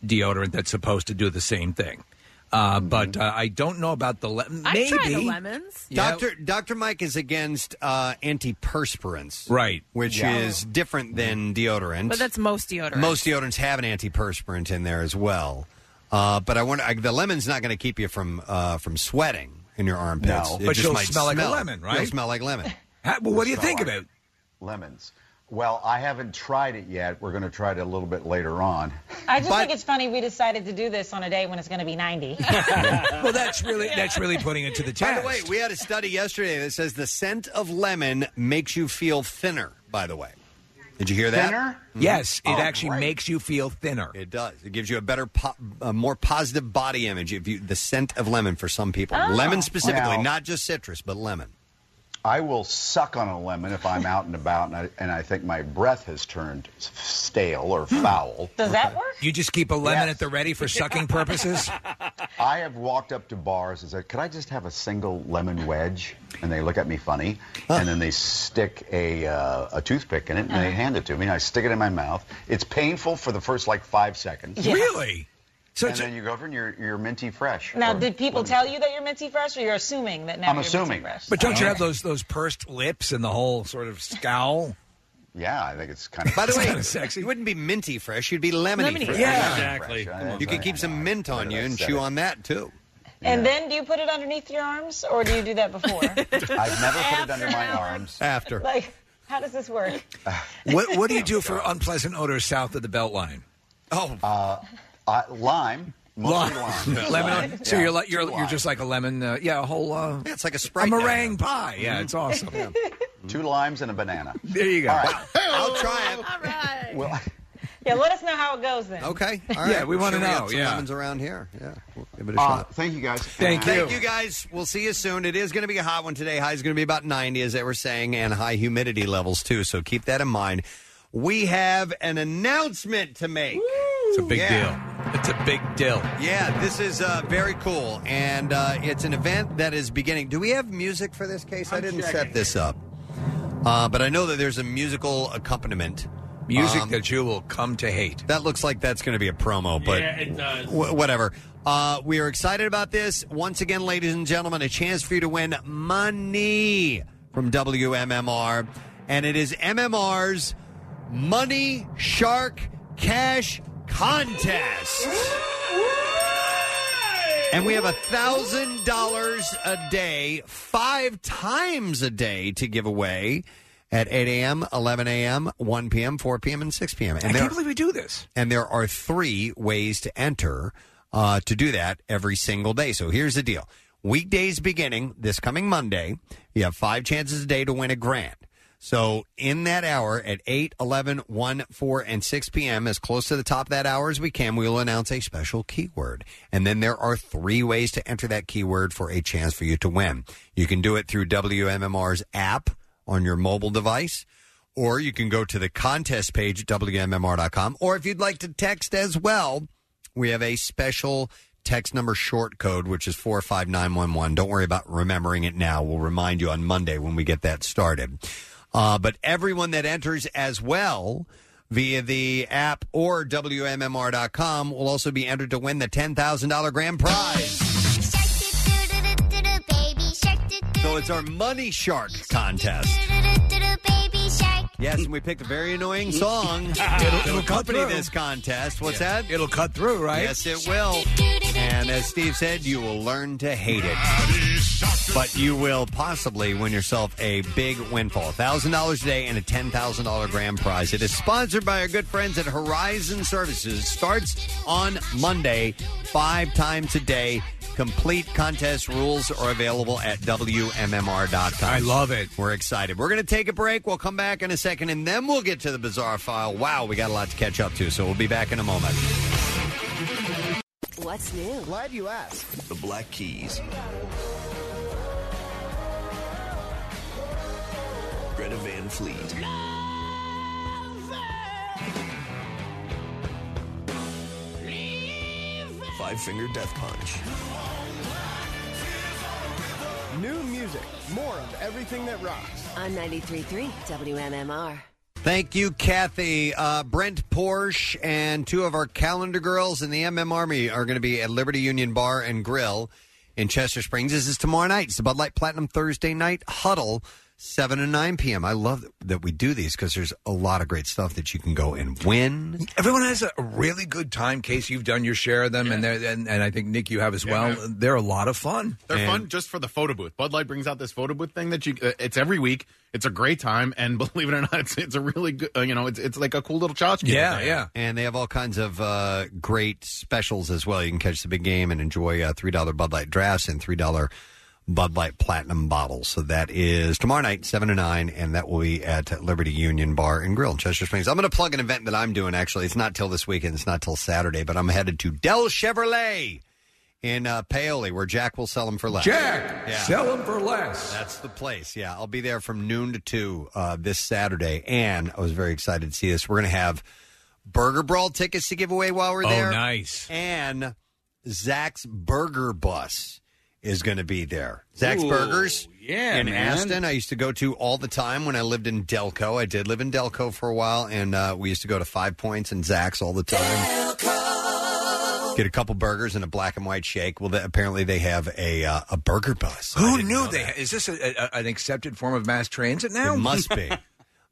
[SPEAKER 3] deodorant that's supposed to do the same thing. Uh,
[SPEAKER 1] Mm-hmm.
[SPEAKER 3] But uh, I don't know about the lemon.
[SPEAKER 2] I try the
[SPEAKER 3] Maybe
[SPEAKER 2] lemons.
[SPEAKER 1] Doctor Doctor Mike is against uh, antiperspirants,
[SPEAKER 3] Right.
[SPEAKER 1] Which
[SPEAKER 2] Yeah.
[SPEAKER 1] is different than deodorant.
[SPEAKER 2] But that's most deodorant.
[SPEAKER 1] most deodorants have an antiperspirant in there as well. Uh, but I wonder, I, the lemon's not going to keep you from uh, from sweating in your armpits.
[SPEAKER 18] No.
[SPEAKER 1] It
[SPEAKER 18] But
[SPEAKER 1] just
[SPEAKER 18] you'll
[SPEAKER 1] might
[SPEAKER 18] smell like a lemon, right?
[SPEAKER 1] You'll smell like lemon.
[SPEAKER 3] How- well, what do you think about
[SPEAKER 18] lemons? Well, I haven't tried it yet. We're going to try it a little bit later on.
[SPEAKER 17] I just think it's funny we decided to do this on a day when it's going to be 90.
[SPEAKER 3] well, that's really that's really putting it to the
[SPEAKER 1] By
[SPEAKER 3] test.
[SPEAKER 1] the way, we had a study yesterday that says the scent of lemon makes you feel thinner. By the way, did you hear that? Oh.
[SPEAKER 3] Thinner? Yes, it actually
[SPEAKER 1] makes you feel thinner. It does. It gives you a better, po- a more positive body image. If you the scent of lemon for some people,
[SPEAKER 18] Oh.
[SPEAKER 1] lemon specifically,
[SPEAKER 18] Wow.
[SPEAKER 1] not just citrus, but lemon.
[SPEAKER 18] I will suck on a lemon if I'm out and about and I, and I think my breath has turned s- stale or
[SPEAKER 1] Hmm.
[SPEAKER 18] foul.
[SPEAKER 17] Does that work?
[SPEAKER 18] You just keep a lemon
[SPEAKER 3] at the ready for sucking purposes?
[SPEAKER 18] I have walked up to bars and said, "Could I just have a single lemon wedge?" And they look at me funny, and then they stick a uh, a toothpick in it and
[SPEAKER 17] Uh-huh.
[SPEAKER 18] they hand it to me. And I stick it in my mouth. It's painful for the first like five seconds.
[SPEAKER 17] Yeah.
[SPEAKER 3] Really?
[SPEAKER 18] So and then you go over and you're you're minty fresh.
[SPEAKER 17] Now,
[SPEAKER 18] Or
[SPEAKER 17] did people
[SPEAKER 18] lemon-
[SPEAKER 17] tell you that you're minty fresh, or you're assuming that now
[SPEAKER 18] I'm
[SPEAKER 17] you're
[SPEAKER 18] assuming.
[SPEAKER 17] minty fresh?
[SPEAKER 3] But don't you
[SPEAKER 18] Uh,
[SPEAKER 3] have those those pursed lips and the whole sort of scowl?
[SPEAKER 18] Yeah, I think it's kind of.
[SPEAKER 1] By the way,
[SPEAKER 3] Kinda sexy.
[SPEAKER 1] you wouldn't be minty fresh; you'd be lemony,
[SPEAKER 17] Lemony.
[SPEAKER 1] fresh.
[SPEAKER 17] Yeah.
[SPEAKER 3] Exactly.
[SPEAKER 1] You could keep some mint on you and chew on that too.
[SPEAKER 17] And then do you put it underneath your arms, or do you do that before?
[SPEAKER 18] I've never put it under my arms.
[SPEAKER 1] After.
[SPEAKER 17] like, how does this work?
[SPEAKER 3] What what do you do for unpleasant odors south of the Beltline?
[SPEAKER 1] Oh,
[SPEAKER 18] uh, uh, lime. Mostly lime.
[SPEAKER 3] lemon.
[SPEAKER 18] Lime.
[SPEAKER 3] So
[SPEAKER 18] Yeah.
[SPEAKER 3] you're like you're you're just like a lemon. Uh, yeah, a whole. Uh,
[SPEAKER 1] it's like a Mm-hmm.
[SPEAKER 3] A meringue pie. Yeah, it's awesome.
[SPEAKER 18] Two limes and a banana.
[SPEAKER 3] There you go.
[SPEAKER 18] All right.
[SPEAKER 1] I'll try it.
[SPEAKER 17] All right.
[SPEAKER 18] Well,
[SPEAKER 17] Yeah, let us know how it goes then.
[SPEAKER 1] Okay. All right.
[SPEAKER 3] Yeah, we wanna
[SPEAKER 1] Sure have
[SPEAKER 3] know,
[SPEAKER 1] some
[SPEAKER 3] yeah.
[SPEAKER 1] lemons around here. Yeah. We'll give it a
[SPEAKER 18] Uh,
[SPEAKER 1] shot.
[SPEAKER 18] Thank you guys.
[SPEAKER 1] Thank you guys. We'll see you soon. It is going to be a hot one today. High is going to be about 90, as they were saying, and high humidity levels, too. So keep that in mind. We have an announcement to make. It's
[SPEAKER 3] a big deal. It's a big deal.
[SPEAKER 1] Yeah, this is uh, very cool. And uh, it's an event that is beginning. Do we have music for this case? I didn't set this up. Uh, but I know that there's a musical accompaniment. um,
[SPEAKER 3] Music that you will come to hate.
[SPEAKER 1] That looks like that's going to be a promo, but
[SPEAKER 5] Yeah, it does.
[SPEAKER 1] wh- whatever. Uh, we are excited about this. Once again, ladies and gentlemen, a chance for you to win money from WMMR. And it is MMR's Money Shark Cash Contest. And we have a thousand dollars a day, five times a day to give away at 8 a.m., 11 a.m., 1 p.m., 4 p.m., and 6 p.m. And
[SPEAKER 3] I
[SPEAKER 1] there,
[SPEAKER 3] can't believe we do this.
[SPEAKER 1] and there are three ways to enter uh, to do that every single day. So here's the deal: weekdays beginning this coming Monday, you have five chances a day to win a grand. So in that hour at 8, 11, 1, 4, and 6 p.m., as close to the top of that hour as we can, we will announce a special keyword. And then there are three ways to enter that keyword for a chance for you to win. You can do it through WMMR's app on your mobile device or you can go to the contest page at WMMR.com. Or if you'd like to text as well, we have a special text number short code, which is 45911. Don't worry about remembering it now. We'll remind you on Monday when we get that started. Uh, but everyone that enters as well via the app or WMMR.com will also be entered to win the $10,000 grand prize. So it's our Money Shark contest. Yes, and we picked a very annoying song to
[SPEAKER 3] it'll cut
[SPEAKER 1] accompany
[SPEAKER 3] through.
[SPEAKER 1] this contest. What's that?
[SPEAKER 3] It'll cut through, right?
[SPEAKER 1] Yes, it will. And as Steve said, you will learn to hate it. But you will possibly win yourself a big windfall $1,000 a day and a $10,000 grand prize. It is sponsored by our good friends at Horizon Services. It starts on Monday, five times a day. Complete contest rules are available at WMMR.com. I love it. We're excited. We're going to take a break. We'll come back in a second, and then we'll get to the bizarre file. Wow, we got a lot to catch up to, so we'll be back in a moment.
[SPEAKER 13] What's new?
[SPEAKER 15] Glad you asked.
[SPEAKER 6] The Black Keys. Greta Van Fleet. Five Finger Death Punch.
[SPEAKER 15] New music. More of everything that rocks.
[SPEAKER 13] On 93.3 WMMR.
[SPEAKER 1] Thank you, Kathy. Uh, Brent Porsche and two of our calendar girls in the MM Army are going to be at Liberty Union Bar and Grill in Chester Springs. This is tomorrow night. It's the Bud Light Platinum Thursday night huddle. 7 and 9 p.m. I love that we do these because there's a lot of great stuff that you can go and win.
[SPEAKER 3] Everyone has a really good time. Case you've done your share of them, and they're, and and I think Nick you have as well. They're a lot of fun.
[SPEAKER 4] They're
[SPEAKER 3] And-
[SPEAKER 4] fun just for the photo booth. Bud Light brings out this photo booth thing that you. Uh, it's every week. It's a great time, and believe it or not, it's, it's a really good. Uh, you know, it's it's like a cool little tchotchke. that they have.
[SPEAKER 1] And they have all kinds of uh, great specials as well. You can catch the big game and enjoy uh, $3 Bud Light drafts and $3 Bud Light Platinum bottles. So that is tomorrow night, 7 to 9, and that will be at Liberty Union Bar and Grill in Chester Springs. I'm going to plug an event that I'm doing, actually. It's not till this weekend, it's not till Saturday, but I'm headed to Del Chevrolet in uh, Paoli, where Jack will sell them for less.
[SPEAKER 3] Jack,
[SPEAKER 1] Yeah.
[SPEAKER 3] sell them for less.
[SPEAKER 1] That's the place. Yeah, I'll be there from noon to two uh, this Saturday, and I was very excited to see this. We're going to have Burger Brawl tickets to give away while we're
[SPEAKER 3] Oh,
[SPEAKER 1] there.
[SPEAKER 3] nice.
[SPEAKER 1] And Zach's Burger Bus is going to be there. Zach's
[SPEAKER 5] Ooh,
[SPEAKER 1] Burgers,
[SPEAKER 5] yeah,
[SPEAKER 1] in
[SPEAKER 5] man.
[SPEAKER 1] Aston. I used to go to all the time when I lived in Delco. I did live in Delco for a while, and uh, we used to go to Five Points and Zach's all the time. Get a couple burgers and a black and white shake. Well, th- apparently they have a uh, a burger bus. I
[SPEAKER 3] Who
[SPEAKER 1] didn't
[SPEAKER 3] knew
[SPEAKER 1] know
[SPEAKER 3] they? Is this a, a, an accepted form of mass transit now?
[SPEAKER 1] It must be.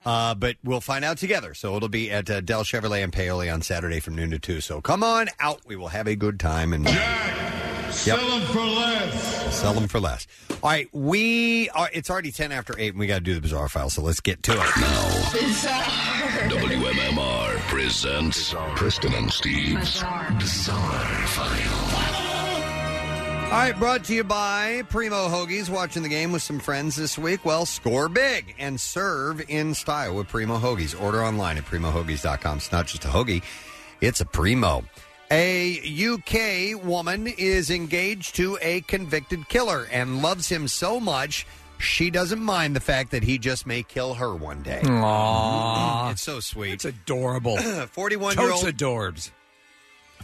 [SPEAKER 1] Uh, but we'll find out together. So it'll be at uh, Del Chevrolet and Paoli on Saturday from noon to 2. So come on out. We will have a good time. and uh, Yep.
[SPEAKER 19] Sell them for less.
[SPEAKER 1] Sell them for less. All right. We are, it's already 10 after 8, and we got to do the bizarre file. So let's get to it.
[SPEAKER 20] Now,
[SPEAKER 19] Bizarre.
[SPEAKER 20] WMMR presents Preston and Steve's Bizarre, File.
[SPEAKER 1] All right, brought to you by Primo Hoagies. Watching the game with some friends this week. Well, score big and serve in style with Primo Hoagies. Order online at primohoagies.com. It's not just a hoagie, it's a primo. A UK woman is engaged to a convicted killer and loves him so much, she doesn't mind the fact that he just may kill her one day.
[SPEAKER 3] Aww.
[SPEAKER 1] It's so sweet.
[SPEAKER 3] It's adorable.
[SPEAKER 1] 41 year old.
[SPEAKER 3] Totes adorbs.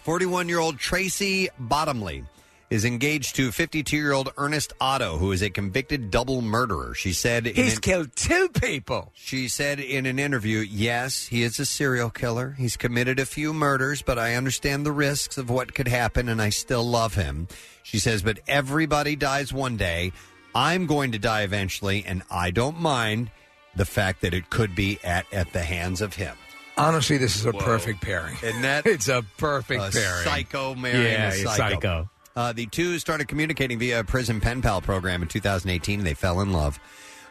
[SPEAKER 1] 41 year old Tracy Bottomley is engaged to 52 year old Ernest Otto, who is a convicted double murderer. She said in
[SPEAKER 3] He's
[SPEAKER 1] an-
[SPEAKER 3] killed two people.
[SPEAKER 1] She said in an interview, Yes, he is a serial killer. He's committed a few murders, but I understand the risks of what could happen and I still love him. She says, But everybody dies one day. I'm going to die eventually, and I don't mind the fact that it could be at, at the hands of him.
[SPEAKER 3] Honestly, this is a perfect pairing.
[SPEAKER 1] Isn't that?
[SPEAKER 3] It's a perfect
[SPEAKER 1] a
[SPEAKER 3] pairing.
[SPEAKER 1] Psycho marrying
[SPEAKER 3] Yeah,
[SPEAKER 1] a
[SPEAKER 3] he's
[SPEAKER 1] psycho.
[SPEAKER 3] psycho.
[SPEAKER 1] Uh, the two started communicating via a prison pen pal program in 2018, and they fell in love.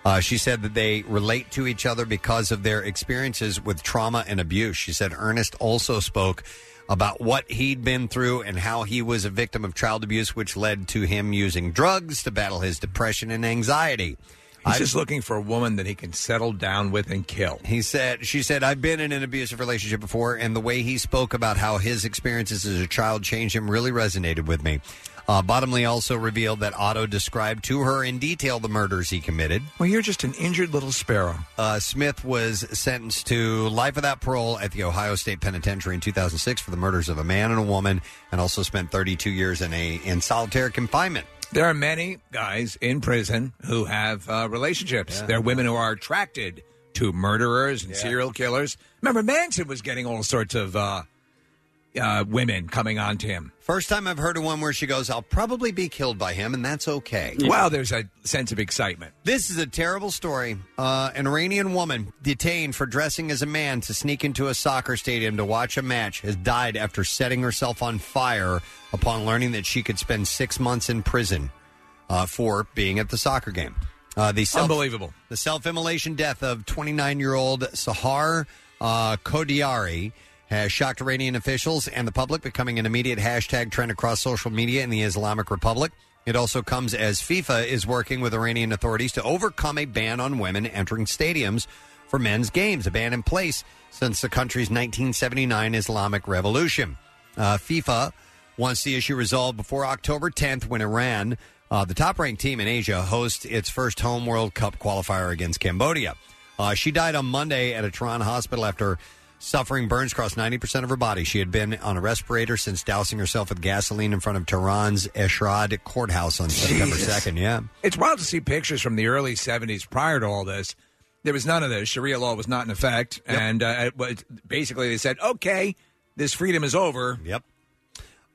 [SPEAKER 1] Uh, she said that they relate to each other because of their experiences with trauma and abuse. She said Ernest also spoke about what he'd been through and how he was a victim of child abuse, which led to him using drugs to battle his depression and anxiety.
[SPEAKER 3] He's just looking for a woman that he can settle down with and kill.
[SPEAKER 1] He said, she said, I've been in an abusive relationship before, and the way he spoke about how his experiences as a child changed him really resonated with me. Uh, Bottomley also revealed that Otto described to her in detail the murders he committed.
[SPEAKER 3] Well, you're just an injured little sparrow.
[SPEAKER 1] Uh, Smith was sentenced to life without parole at the Ohio State Penitentiary in 2006 for the murders of a man and a woman, and also spent 32 years in a in solitary confinement.
[SPEAKER 3] There are many guys in prison who have uh, relationships. There are women who are attracted to murderers and serial killers. Remember, Manson was getting all sorts of uh, uh, women coming on to him.
[SPEAKER 1] First time I've heard of one where she goes, "I'll probably be killed by him, and that's okay."
[SPEAKER 3] Wow, there's a sense of excitement.
[SPEAKER 1] This is a terrible story. Uh, an Iranian woman detained for dressing as a man to sneak into a soccer stadium to watch a match has died after setting herself on fire upon learning that she could spend six months in prison uh, for being at the soccer game. Uh, the self-
[SPEAKER 3] Unbelievable.
[SPEAKER 1] The self immolation death of 29 year old Sahar uh, Kodiari has shocked Iranian officials and the public, becoming an immediate hashtag trend across social media in the Islamic Republic. It also comes as FIFA is working with Iranian authorities to overcome a ban on women entering stadiums for men's games, a ban in place since the country's 1979 Islamic Revolution. Uh, FIFA wants the issue resolved before October 10th when Iran, uh, the top ranked team in Asia, hosts its first home World Cup qualifier against Cambodia. Uh, she died on Monday at a Tehran hospital after suffering burns across 90% of her body. She had been on a respirator since dousing herself with gasoline in front of Tehran's Eshrad courthouse on September 2nd. Yeah.
[SPEAKER 3] It's wild to see pictures from the early 70s prior to all this. There was none of this. Sharia law was not in effect. And uh, it was, basically, they said, okay, this freedom is over.
[SPEAKER 1] Yep.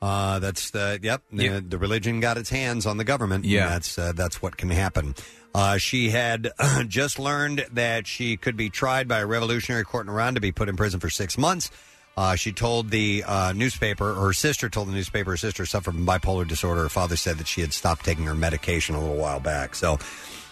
[SPEAKER 1] Uh, that's the yep. The,
[SPEAKER 3] Yeah.
[SPEAKER 1] the religion got its hands on the government. and
[SPEAKER 3] Yeah.
[SPEAKER 1] that's uh, that's what can happen. Uh, she had just learned that she could be tried by a revolutionary court in Iran to be put in prison for six months. Uh, she told the uh, newspaper, her sister told the newspaper, her sister suffered from bipolar disorder. Her father said that she had stopped taking her medication a little while back. So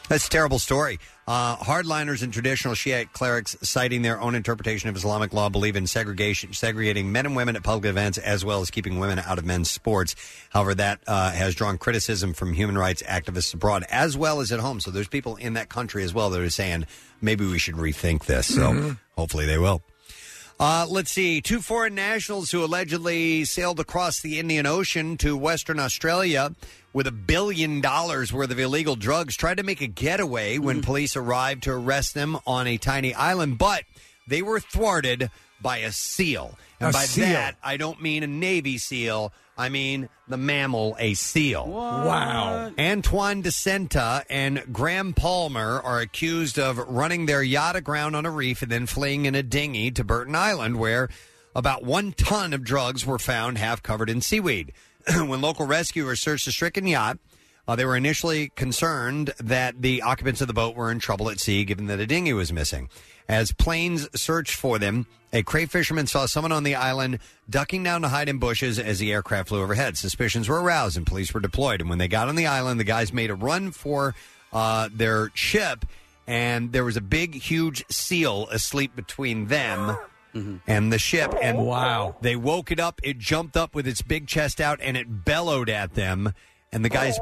[SPEAKER 1] that's a terrible story. Uh, hardliners and traditional Shiite clerics, citing their own interpretation of Islamic law, believe in segregation, segregating men and women at public events, as well as keeping women out of men's sports. However, that uh, has drawn criticism from human rights activists abroad, as well as at home. So there's people in that country as well that are saying maybe we should rethink this. So
[SPEAKER 21] Mhm.
[SPEAKER 1] hopefully they will. Uh, let's see. Two foreign nationals who allegedly sailed across the Indian Ocean to Western Australia with a billion dollars worth of illegal drugs tried to make a
[SPEAKER 22] Hmm.
[SPEAKER 1] getaway when police arrived to arrest them on a tiny island, but they were thwarted by a seal. And
[SPEAKER 22] A
[SPEAKER 1] by
[SPEAKER 22] seal.
[SPEAKER 1] that, I don't mean a Navy SEAL. I mean the mammal, a seal.
[SPEAKER 22] Wow.
[SPEAKER 1] Antoine DeSenta and Graham Palmer are accused of running their yacht aground on a reef and then fleeing in a dinghy to Burton Island, where about one ton of drugs were found half covered in seaweed. when local rescuers searched the stricken yacht, uh, they were initially concerned that the occupants of the boat were in trouble at sea, given that a dinghy was missing. As planes searched for them, a crayfisherman saw someone on the island ducking down to hide in bushes as the aircraft flew overhead. Suspicions were aroused and police were deployed. And when they got on the island, the guys made a run for uh, their ship, and there was a big, huge seal asleep between them and the ship. And wow, they woke it up. It jumped up with its big chest out and it bellowed at them. And the guys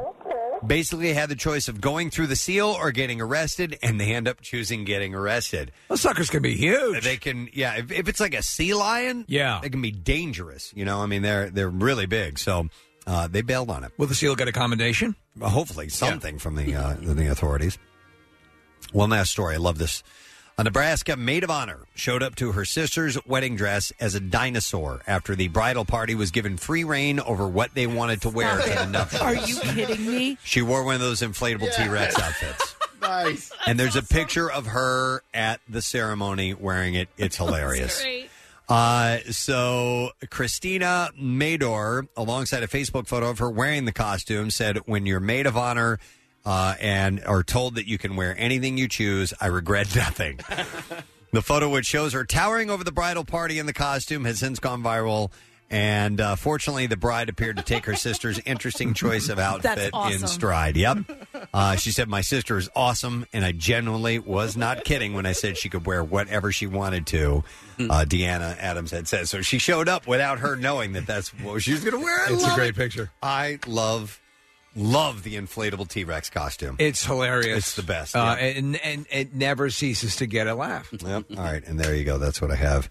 [SPEAKER 1] basically had the choice of going through the seal or getting arrested, and they end up choosing getting arrested.
[SPEAKER 3] Those suckers can be huge.
[SPEAKER 1] They can, yeah. If, if it's like a sea lion,
[SPEAKER 3] Yeah.
[SPEAKER 1] they can be dangerous. You know, I mean, they're they're really big. So uh, they bailed on it.
[SPEAKER 3] Will the seal get a commendation?
[SPEAKER 1] Well, hopefully something from the uh, the authorities. One last story. I love this. A Nebraska maid of honor showed up to her sister's wedding dress as a dinosaur after the bridal party was given free reign over what they wanted to wear to the nuptials.
[SPEAKER 2] Are you kidding me?
[SPEAKER 1] She wore one of those inflatable T Rex outfits.
[SPEAKER 4] Nice.
[SPEAKER 1] and there's a picture of her at the ceremony wearing it. It's hilarious.
[SPEAKER 19] great.
[SPEAKER 1] Uh, so Christina Mador, alongside a Facebook photo of her wearing the costume, said, "When you're maid of honor uh, and are told that you can wear anything you choose, I regret nothing." the photo, which shows her towering over the bridal party in the costume, has since gone viral. And uh, fortunately, the bride appeared to take her sister's interesting choice of outfit
[SPEAKER 19] awesome.
[SPEAKER 1] in stride. Yep. Uh, she said, My sister is awesome, and I genuinely was not kidding when I said she could wear whatever she wanted to. Uh, Deanna Adams had said. So she showed up without her knowing that that's what she was going to wear. I
[SPEAKER 3] It's a
[SPEAKER 1] love
[SPEAKER 3] great
[SPEAKER 1] it.
[SPEAKER 3] picture.
[SPEAKER 1] I love, love the inflatable T Rex costume.
[SPEAKER 3] It's hilarious.
[SPEAKER 1] It's the best.
[SPEAKER 3] Uh,
[SPEAKER 1] yeah.
[SPEAKER 3] and, and it never ceases to get a laugh.
[SPEAKER 1] Yep. All right. And there you go. That's what I have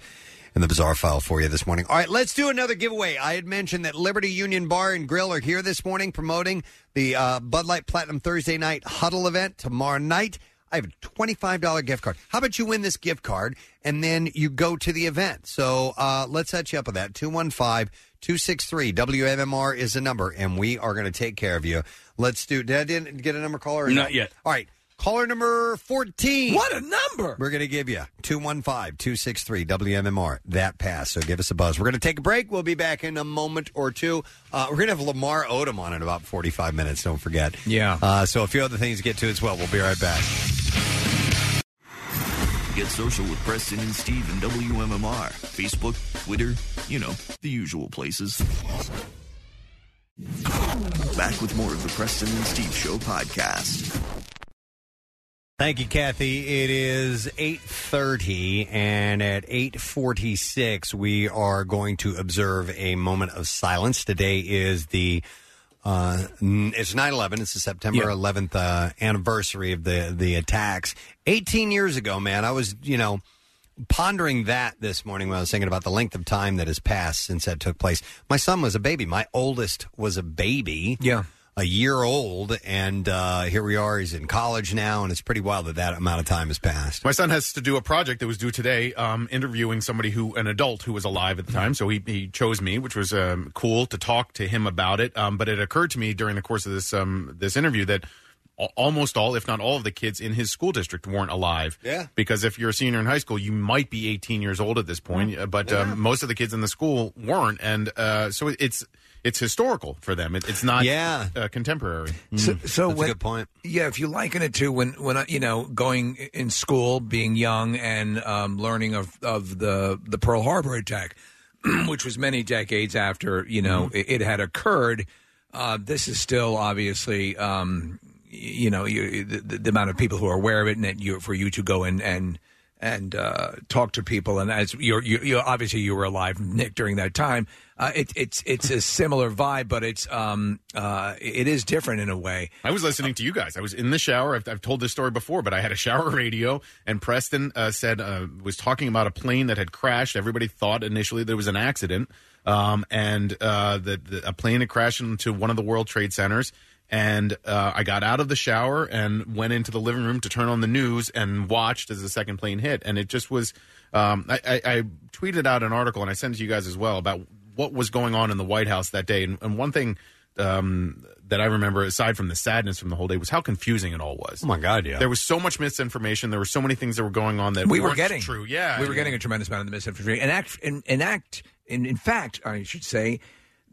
[SPEAKER 1] in the bizarre file for you this morning. All right, let's do another giveaway. I had mentioned that Liberty Union Bar and Grill are here this morning promoting the uh, Bud Light Platinum Thursday night huddle event tomorrow night. I have a $25 gift card. How about you win this gift card and then you go to the event? So uh, let's set you up with that. 215 263 WMMR is the number, and we are going to take care of you. Let's do. Did I didn't get a number caller? or
[SPEAKER 5] Not
[SPEAKER 1] no?
[SPEAKER 5] yet.
[SPEAKER 1] All right. Caller number 14.
[SPEAKER 3] What a number!
[SPEAKER 1] We're going to give you 215 263 WMMR. That pass. So give us a buzz. We're going to take a break. We'll be back in a moment or two. Uh, we're going to have Lamar Odom on in about 45 minutes. Don't forget.
[SPEAKER 3] Yeah.
[SPEAKER 1] Uh, so a few other things to get to as well. We'll be right back.
[SPEAKER 6] Get social with Preston and Steve and WMMR. Facebook, Twitter, you know, the usual places. Back with more of the Preston and Steve Show podcast.
[SPEAKER 1] Thank you, Kathy. It is 8.30, and at 8.46, we are going to observe a moment of silence. Today is the, uh, n- it's 9-11. It's the September
[SPEAKER 21] Yeah.
[SPEAKER 1] 11th uh, anniversary of the, the attacks. 18 years ago, man, I was, you know, pondering that this morning when I was thinking about the length of time that has passed since that took place. My son was a baby. My oldest was a baby.
[SPEAKER 3] Yeah.
[SPEAKER 1] A year old, and uh, here we are. He's in college now, and it's pretty wild that that amount of time has passed.
[SPEAKER 4] My son has to do a project that was due today, um, interviewing somebody who, an adult who was alive at the time. So he, he chose me, which was um, cool to talk to him about it. Um, but it occurred to me during the course of this um, this interview that al- almost all, if not all, of the kids in his school district weren't alive.
[SPEAKER 1] Yeah.
[SPEAKER 4] Because if you're a senior in high school, you might be 18 years old at this point, uh, but um, most of the kids in the school weren't, and uh, so it's it's historical for them. It, it's not
[SPEAKER 3] Yeah.
[SPEAKER 4] uh, contemporary.
[SPEAKER 3] So, so when,
[SPEAKER 1] point.
[SPEAKER 3] Yeah, if you liken it to when when I, you know going in school, being young, and um, learning of of the the Pearl Harbor attack, which was many decades after you know it, it had occurred. Uh, this is still obviously. Um, y- you know you, the, the amount of people who are aware of it, and that you, for you to go in and and uh, talk to people, and as you're, you, you obviously you were alive, Nick, during that time. Uh, it, it's it's a similar vibe, but it's um uh, it is different in a way.
[SPEAKER 4] I was listening to you guys. I was in the shower. I've, I've told this story before, but I had a shower radio, and Preston uh, said uh, was talking about a plane that had crashed. Everybody thought initially there was an accident, um, and uh, that the, a plane had crashed into one of the World Trade Centers. And uh, I got out of the shower and went into the living room to turn on the news and watched as the second plane hit. And it just was. Um, I, I, I tweeted out an article and I sent it to you guys as well about what was going on in the White House that day. And, and one thing um, that I remember, aside from the sadness from the whole day, was how confusing it all was. Oh
[SPEAKER 1] my god! Yeah,
[SPEAKER 4] there was so much misinformation. There were so many things that were going on that
[SPEAKER 3] we were
[SPEAKER 4] weren't
[SPEAKER 3] getting
[SPEAKER 4] true. Yeah,
[SPEAKER 3] we were getting a tremendous amount of the misinformation. And act, in, in act, in, in fact, I should say,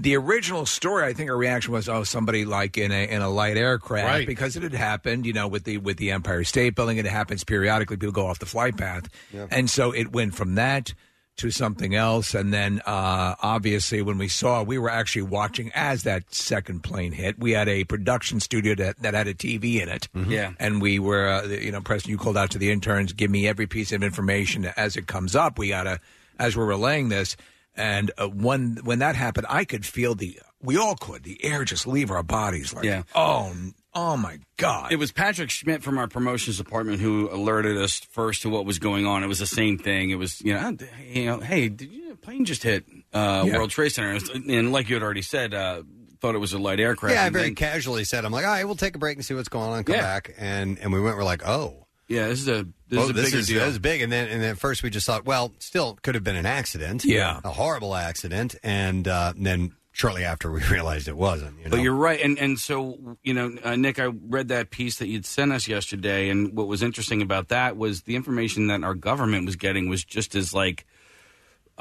[SPEAKER 3] the original story. I think our reaction was, oh, somebody like in a in a light aircraft
[SPEAKER 4] Right.
[SPEAKER 3] because it had happened. You know, with the with the Empire State Building, it happens periodically. People go off the flight path,
[SPEAKER 1] Yeah.
[SPEAKER 3] and so it went from that. To something else, and then uh, obviously when we saw, we were actually watching as that second plane hit. We had a production studio that, that had a TV in it,
[SPEAKER 5] Yeah.
[SPEAKER 3] and we were, uh, you know, Preston, you called out to the interns, give me every piece of information as it comes up. We gotta, as we're relaying this, and uh, when when that happened, I could feel the, we all could, the air just leave our bodies like,
[SPEAKER 5] Yeah.
[SPEAKER 3] oh, n- oh my God.
[SPEAKER 5] It was Patrick Schmidt from our promotions department who alerted us first to what was going on. It was the same thing. It was you know, "Ah, d- you know, hey, did you, a plane just hit uh,
[SPEAKER 1] Yeah.
[SPEAKER 5] World Trade Center? And it was- And like you had already said, uh, thought it was a light aircraft.
[SPEAKER 1] Yeah, I
[SPEAKER 5] And
[SPEAKER 1] very
[SPEAKER 5] then-
[SPEAKER 1] casually said, "I'm like, all right, we'll take a break and see what's going on, come
[SPEAKER 5] Yeah.
[SPEAKER 1] back." And and we went, we're like, "Oh,
[SPEAKER 5] yeah, this is a this
[SPEAKER 1] Well,
[SPEAKER 5] is a bigger deal.
[SPEAKER 1] This is big, and then and then at first we just thought, well, still could have been an accident,
[SPEAKER 5] Yeah.
[SPEAKER 1] a horrible accident, and, uh, then shortly after we realized it wasn't. You know?
[SPEAKER 5] But you're right, and and so you know, uh, Nick, I read that piece that you'd sent us yesterday, and what was interesting about that was the information that our government was getting was just as like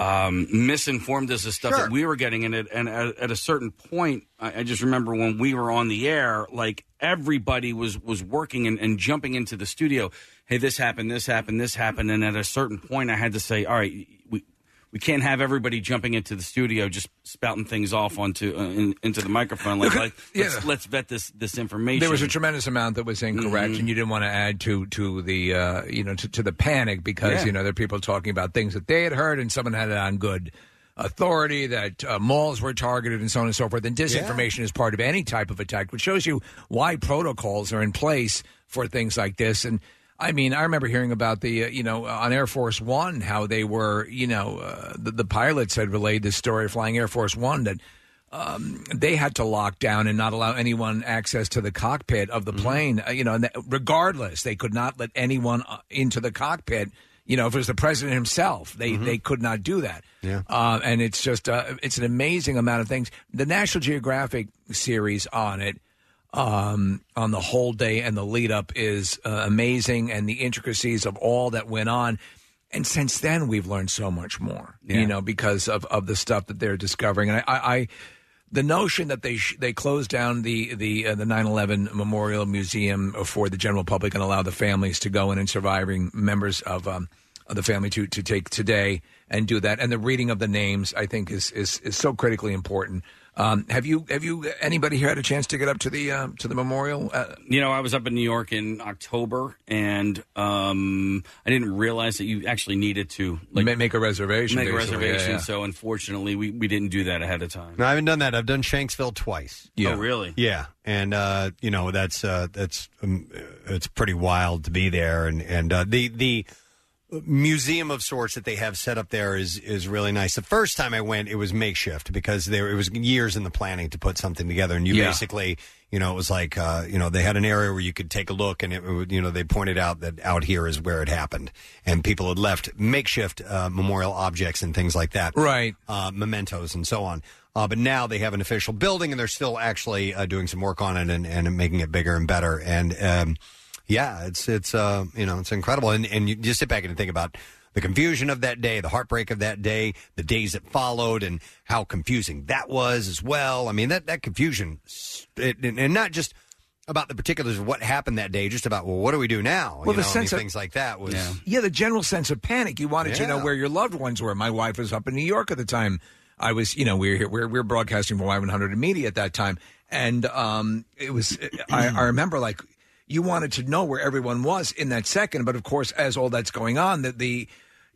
[SPEAKER 5] um, misinformed as the stuff that we were getting, and it, and at, at a certain point, I, I just remember when we were on the air, like everybody was was working and, and jumping into the studio. Hey, this happened, this happened, this happened, and at a certain point, I had to say, all right, we. We can't have everybody jumping into the studio just spouting things off onto uh, in, into the microphone like, like let's, let's vet this this information. Mm-hmm.
[SPEAKER 3] There was a tremendous amount that was incorrect, and you didn't want to add to to the uh, you know to, to the panic because
[SPEAKER 5] Yeah.
[SPEAKER 3] you know there are people talking about things that they had heard, and someone had it on good authority that uh, malls were targeted and so on and so forth. And disinformation is part of any type of attack, which shows you why protocols are in place for things like this. And I mean, I remember hearing about the, uh, you know, on Air Force One, how they were, you know, uh, the, the pilots had relayed this story flying Air Force One that um, they had to lock down and not allow anyone access to the cockpit of the plane. Uh, you know, and that, regardless, they could not let anyone uh, into the cockpit. You know, if it was the president himself, they they could not do that.
[SPEAKER 1] Yeah.
[SPEAKER 3] Uh, and it's just uh, it's an amazing amount of things. The National Geographic series on it um, on the whole day and the lead up is uh, amazing, and the intricacies of all that went on. And since then, we've learned so much more, you know, because of, of the stuff that they're discovering. And I, I, I the notion that they sh- they closed down the the uh, the 11 Memorial Museum for the general public and allow the families to go in and surviving members of um, of the family to to take today and do that. And the reading of the names, I think, is is, is so critically important. Um, have you have you anybody here had a chance to get up to the um, to the memorial? Uh,
[SPEAKER 5] you know, I was up in New York in October, and um, I didn't realize that you actually needed to like
[SPEAKER 3] Ma- make a reservation.
[SPEAKER 5] Make a
[SPEAKER 3] basically. Yeah,
[SPEAKER 5] reservation.
[SPEAKER 3] yeah.
[SPEAKER 5] So unfortunately, we, we didn't do that ahead of time.
[SPEAKER 1] No, I haven't done that. I've done Shanksville twice.
[SPEAKER 5] Yeah. Oh, really?
[SPEAKER 1] Yeah, and uh, you know that's uh, that's um, uh, it's pretty wild to be there, and and uh, the the museum of sorts that they have set up there is is really nice. The first time I went, it was makeshift because there it was years in the planning to put something together, and you
[SPEAKER 21] Yeah.
[SPEAKER 1] basically. You know, it was like uh, you know they had an area where you could take a look, and it would, you know they pointed out that out here is where it happened, and people had left makeshift uh, memorial objects and things like that,
[SPEAKER 3] right?
[SPEAKER 1] Uh, mementos and so on. Uh, but now they have an official building, and they're still actually uh, doing some work on it and, and making it bigger and better. And um, yeah, it's it's uh, you know it's incredible, and and you just sit back and think about the confusion of that day, the heartbreak of that day, the days that followed, and how confusing that was as well. I mean, that that confusion, s- it, and and not just about the particulars of what happened that day, just about well, what do we do now?
[SPEAKER 3] Well, the
[SPEAKER 1] you know, I mean,
[SPEAKER 3] sense of-
[SPEAKER 1] things like that was.
[SPEAKER 3] Yeah, the general sense of panic. You wanted to know
[SPEAKER 1] Yeah.
[SPEAKER 3] where your loved ones were. My wife was up in New York at the time. I was, you know, we were here, we were, we were broadcasting for Y100 Media at that time, and um, it was. I, I remember like you wanted to know where everyone was in that second, but of course, as all that's going on, that the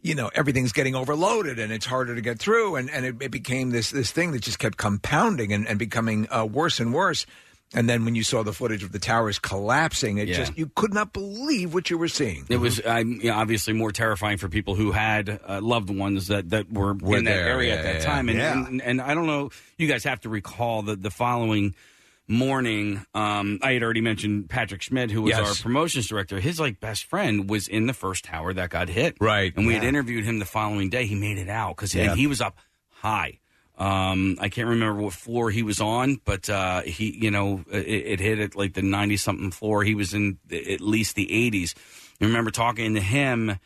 [SPEAKER 3] you know everything's getting overloaded and it's harder to get through and, and it, it became this this thing that just kept compounding and, and becoming uh, worse and worse and then when you saw the footage of the towers collapsing it
[SPEAKER 5] Yeah.
[SPEAKER 3] just you could not believe what you were seeing
[SPEAKER 5] It was
[SPEAKER 3] Mm-hmm.
[SPEAKER 5] um, yeah, obviously more terrifying for people who had uh, loved ones that, that were,
[SPEAKER 3] Were
[SPEAKER 5] in that
[SPEAKER 3] there,
[SPEAKER 5] area
[SPEAKER 3] yeah,
[SPEAKER 5] at that
[SPEAKER 3] yeah,
[SPEAKER 5] time. And,
[SPEAKER 3] yeah.
[SPEAKER 5] and, and I don't know, you guys have to recall that the following morning, um, I had already mentioned Patrick Schmidt, who was
[SPEAKER 3] Yes.
[SPEAKER 5] our promotions director. His like best friend was in the first tower that got hit. Right. And we had
[SPEAKER 3] Yeah.
[SPEAKER 5] interviewed him the following day. He made it out because
[SPEAKER 3] Yeah.
[SPEAKER 5] he was up high. Um, I can't remember what floor he was on, but uh, he, you know, it, it hit at like the ninety something floor. He was in the- at least the eighties. I remember talking to him,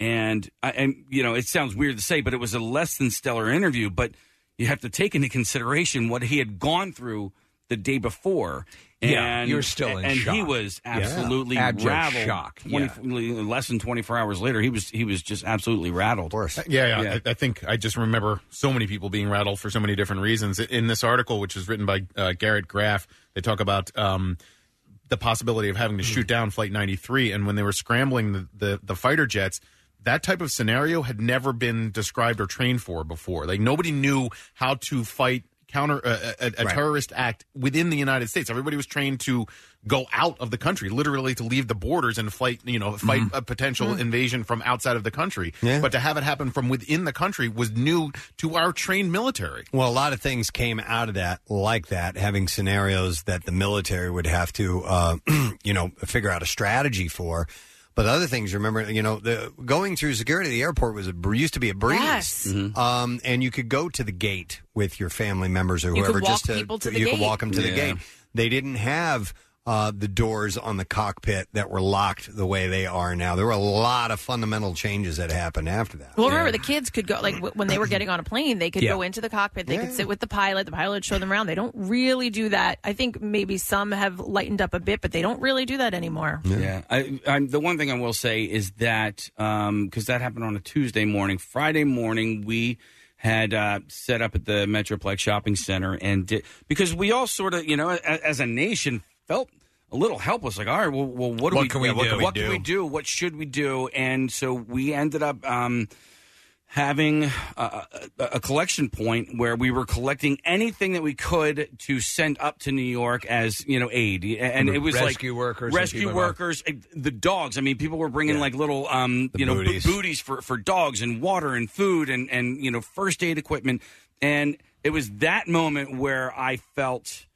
[SPEAKER 5] and I, and you know, it sounds weird to say, but it was a less than stellar interview. But you have to take into consideration what he had gone through the day before.
[SPEAKER 3] Yeah,
[SPEAKER 5] and,
[SPEAKER 3] you're still in
[SPEAKER 5] and he
[SPEAKER 3] shock.
[SPEAKER 5] was
[SPEAKER 3] Yeah.
[SPEAKER 5] absolutely
[SPEAKER 3] Abject
[SPEAKER 5] rattled.
[SPEAKER 3] shock,
[SPEAKER 5] 20 Less than twenty four hours later, he was he was just absolutely rattled. Worse,
[SPEAKER 4] Yeah, yeah. I, I think I just remember so many people being rattled for so many different reasons. In this article, which was written by uh, Garrett Graff, they talk about um, the possibility of having to shoot down Flight 93. And when they were scrambling the, the, the fighter jets, that type of scenario had never been described or trained for before. Like nobody knew how to fight counter uh, a, a
[SPEAKER 21] Right.
[SPEAKER 4] terrorist act within the United States. Everybody was trained to go out of the country, literally to leave the borders and fight, you know, fight a potential invasion from outside of the country.
[SPEAKER 1] Mm. Yeah.
[SPEAKER 4] But to have it happen from within the country was new to our trained military.
[SPEAKER 1] Well, a lot of things came out of that, like that, having scenarios that the military would have to, uh, you know, figure out a strategy for. But other things, remember, you know, the, going through security at the airport was a, br- used to be a breeze.
[SPEAKER 2] Yes. Mhm.
[SPEAKER 1] Um, and you could go to the gate with your family members or
[SPEAKER 2] You could
[SPEAKER 1] whoever
[SPEAKER 2] walk
[SPEAKER 1] just to,
[SPEAKER 2] people to the
[SPEAKER 1] you
[SPEAKER 2] gate.
[SPEAKER 1] could walk them to the
[SPEAKER 2] Yeah.
[SPEAKER 1] gate. They didn't have uh, the doors on the cockpit that were locked the way they are now. There were a lot of fundamental changes that happened after that.
[SPEAKER 2] Well, remember the kids could go like w- when they were getting on a plane, they could
[SPEAKER 1] Yeah.
[SPEAKER 2] go into the cockpit, they could sit with the pilot, the pilot would show them around. They don't really do that. I think maybe some have lightened up a bit, but they don't really do that anymore.
[SPEAKER 5] Yeah. I, I'm, the one thing I will say is that because that happened on a Tuesday morning, Friday morning we had uh, set up at the Metroplex Shopping Center, and di- because we all sort of, you know, as, as a nation, felt a little helpless. Like, all right, well, well what, do
[SPEAKER 3] What
[SPEAKER 5] we,
[SPEAKER 3] can we
[SPEAKER 5] yeah, what
[SPEAKER 3] do?
[SPEAKER 5] Can we
[SPEAKER 3] What
[SPEAKER 5] do?
[SPEAKER 3] can we
[SPEAKER 5] What should we do? And so we ended up. Um, having a, a, a collection point where we were collecting anything that we could to send up to New York as you know aid, and it was
[SPEAKER 3] Rescue
[SPEAKER 5] like
[SPEAKER 3] workers and
[SPEAKER 5] rescue
[SPEAKER 3] people like-
[SPEAKER 5] workers, eh, the dogs. I mean, people were bringing like little um you know bo-
[SPEAKER 3] booties.
[SPEAKER 5] booties for for dogs and water and food and and you know first aid equipment, and it was that moment where I felt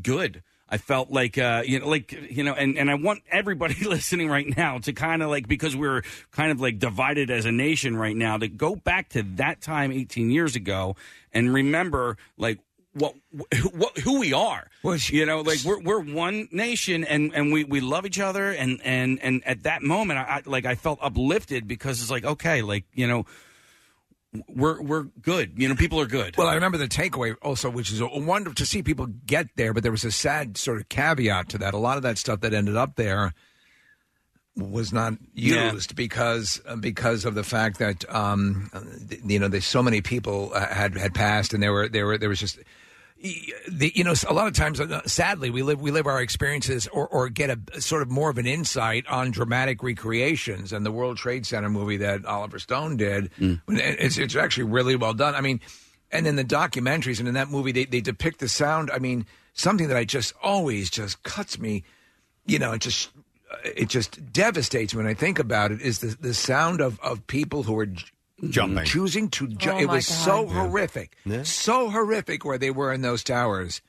[SPEAKER 5] good. I felt like uh, you know, like you know, and, and I want everybody listening right now to kind of like because we're kind of like divided as a nation right now to go back to that time 18 years ago and remember like what wh- what who we are. you know, like we're we're one nation and and we we love each other and and and at that moment I, I like I felt uplifted because it's like okay, like you know, we're we're good. You know, people are good.
[SPEAKER 3] Well, I remember the takeaway also, which is a wonderful to see people get there, but there was a sad sort of caveat to that. A lot of that stuff that ended up there was not
[SPEAKER 5] Yeah.
[SPEAKER 3] used because uh, because of the fact that um, th- you know there's so many people uh, had had passed, and there were there were there was just the, you know, a lot of times, uh, sadly, we live we live our experiences or, or get a sort of more of an insight on dramatic recreations. And the World Trade Center movie that Oliver Stone did, Mm. it's, it's actually really well done. I mean, and in the documentaries and in that movie, they, they depict the sound. I mean, something that I just always just cuts me. You know, it just it just devastates me when I think about it. Is the the sound of of people who are j-
[SPEAKER 1] Jumping.
[SPEAKER 3] choosing to ju-
[SPEAKER 1] Oh,
[SPEAKER 3] it
[SPEAKER 1] my
[SPEAKER 3] was so
[SPEAKER 1] God. Yeah.
[SPEAKER 3] horrific,
[SPEAKER 1] Yeah.
[SPEAKER 3] so horrific where they were in those towers.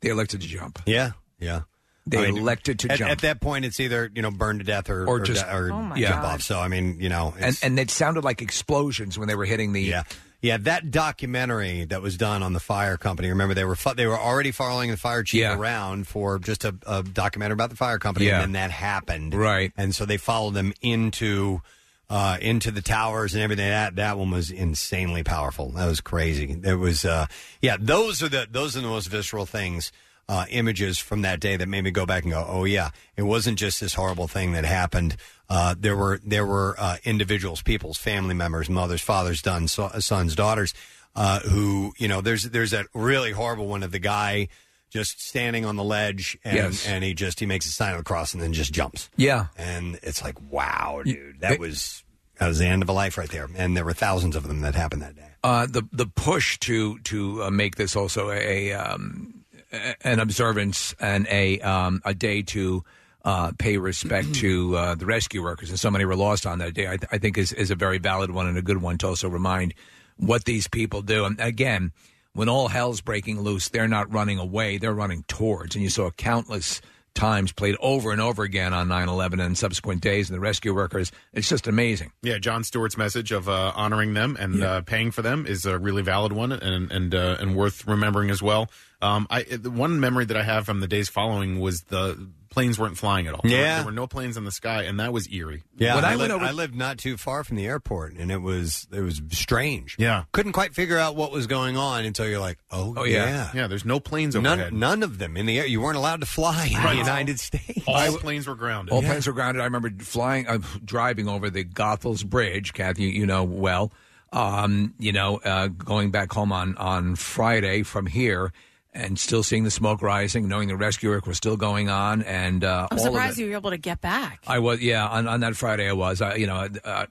[SPEAKER 3] They elected to jump.
[SPEAKER 1] Yeah, yeah.
[SPEAKER 3] They elected to
[SPEAKER 1] at,
[SPEAKER 3] jump.
[SPEAKER 1] At that point, it's either you know burn to death or
[SPEAKER 3] Or
[SPEAKER 1] or,
[SPEAKER 3] just-
[SPEAKER 1] di- or
[SPEAKER 3] Oh, my
[SPEAKER 1] jump
[SPEAKER 3] God.
[SPEAKER 1] off. So I mean, you know,
[SPEAKER 3] and and it sounded like explosions when they were hitting the.
[SPEAKER 1] Yeah, yeah. That documentary that was done on the fire company. Remember, they were fu- they were already following the fire chief
[SPEAKER 3] Yeah.
[SPEAKER 1] around for just a, a documentary about the fire company,
[SPEAKER 3] Yeah.
[SPEAKER 1] and then that happened.
[SPEAKER 3] Right.
[SPEAKER 1] And so they followed them into uh, into the towers and everything. That that one was insanely powerful. That was crazy. It was, uh, yeah. Those are the those are the most visceral things, uh, images from that day that made me go back and go, oh yeah, it wasn't just this horrible thing that happened. Uh, there were there were uh, individuals, people's family members, mothers, fathers, done, so, sons, daughters, uh, who you know. There's there's that really horrible one of the guy just standing on the ledge and
[SPEAKER 3] Yes.
[SPEAKER 1] and he just he makes a sign of the cross and then just jumps.
[SPEAKER 3] Yeah.
[SPEAKER 1] And it's like, wow, dude, that was that was the end of a life right there. And there were thousands of them that happened that day.
[SPEAKER 3] Uh, the the push to to uh, make this also a, a, um, a- an observance and a um, a day to uh, pay respect to uh, the rescue workers and so many were lost on that day. I, th- I think is is a very valid one and a good one to also remind what these people do. And again, when all hell's breaking loose, they're not running away; they're running towards. And you saw countless times played over and over again on 9-11 and subsequent days and the rescue workers it's just amazing
[SPEAKER 4] Yeah, John Stewart's message of uh, honoring them and uh, paying for them is a really valid one and and uh, and worth remembering as well. Um, I the one memory that I have from the days following was the planes weren't flying at all. There were-
[SPEAKER 1] Yeah.
[SPEAKER 4] there were no planes in the sky, and that was eerie.
[SPEAKER 1] Yeah, I, lived, I lived not too far from the airport, and it was it was strange.
[SPEAKER 4] Yeah.
[SPEAKER 1] couldn't quite figure out what was going on until you're like, oh,
[SPEAKER 4] Oh, yeah.
[SPEAKER 1] yeah.
[SPEAKER 4] Yeah, there's no planes overhead.
[SPEAKER 1] None, none of them in the air. You weren't allowed to fly in
[SPEAKER 3] Right.
[SPEAKER 1] the United States.
[SPEAKER 4] All planes were grounded.
[SPEAKER 3] All planes were grounded. I remember flying, uh, driving over the Gothels Bridge, Kathy, you know well. Um, you know, uh, going back home on, on Friday from here and still seeing the smoke rising, knowing the rescue work was still going on. And uh,
[SPEAKER 2] I'm
[SPEAKER 3] all of it.
[SPEAKER 2] surprised you were able to get back.
[SPEAKER 3] I was, yeah. On, on that Friday, I was. I, you know, uh,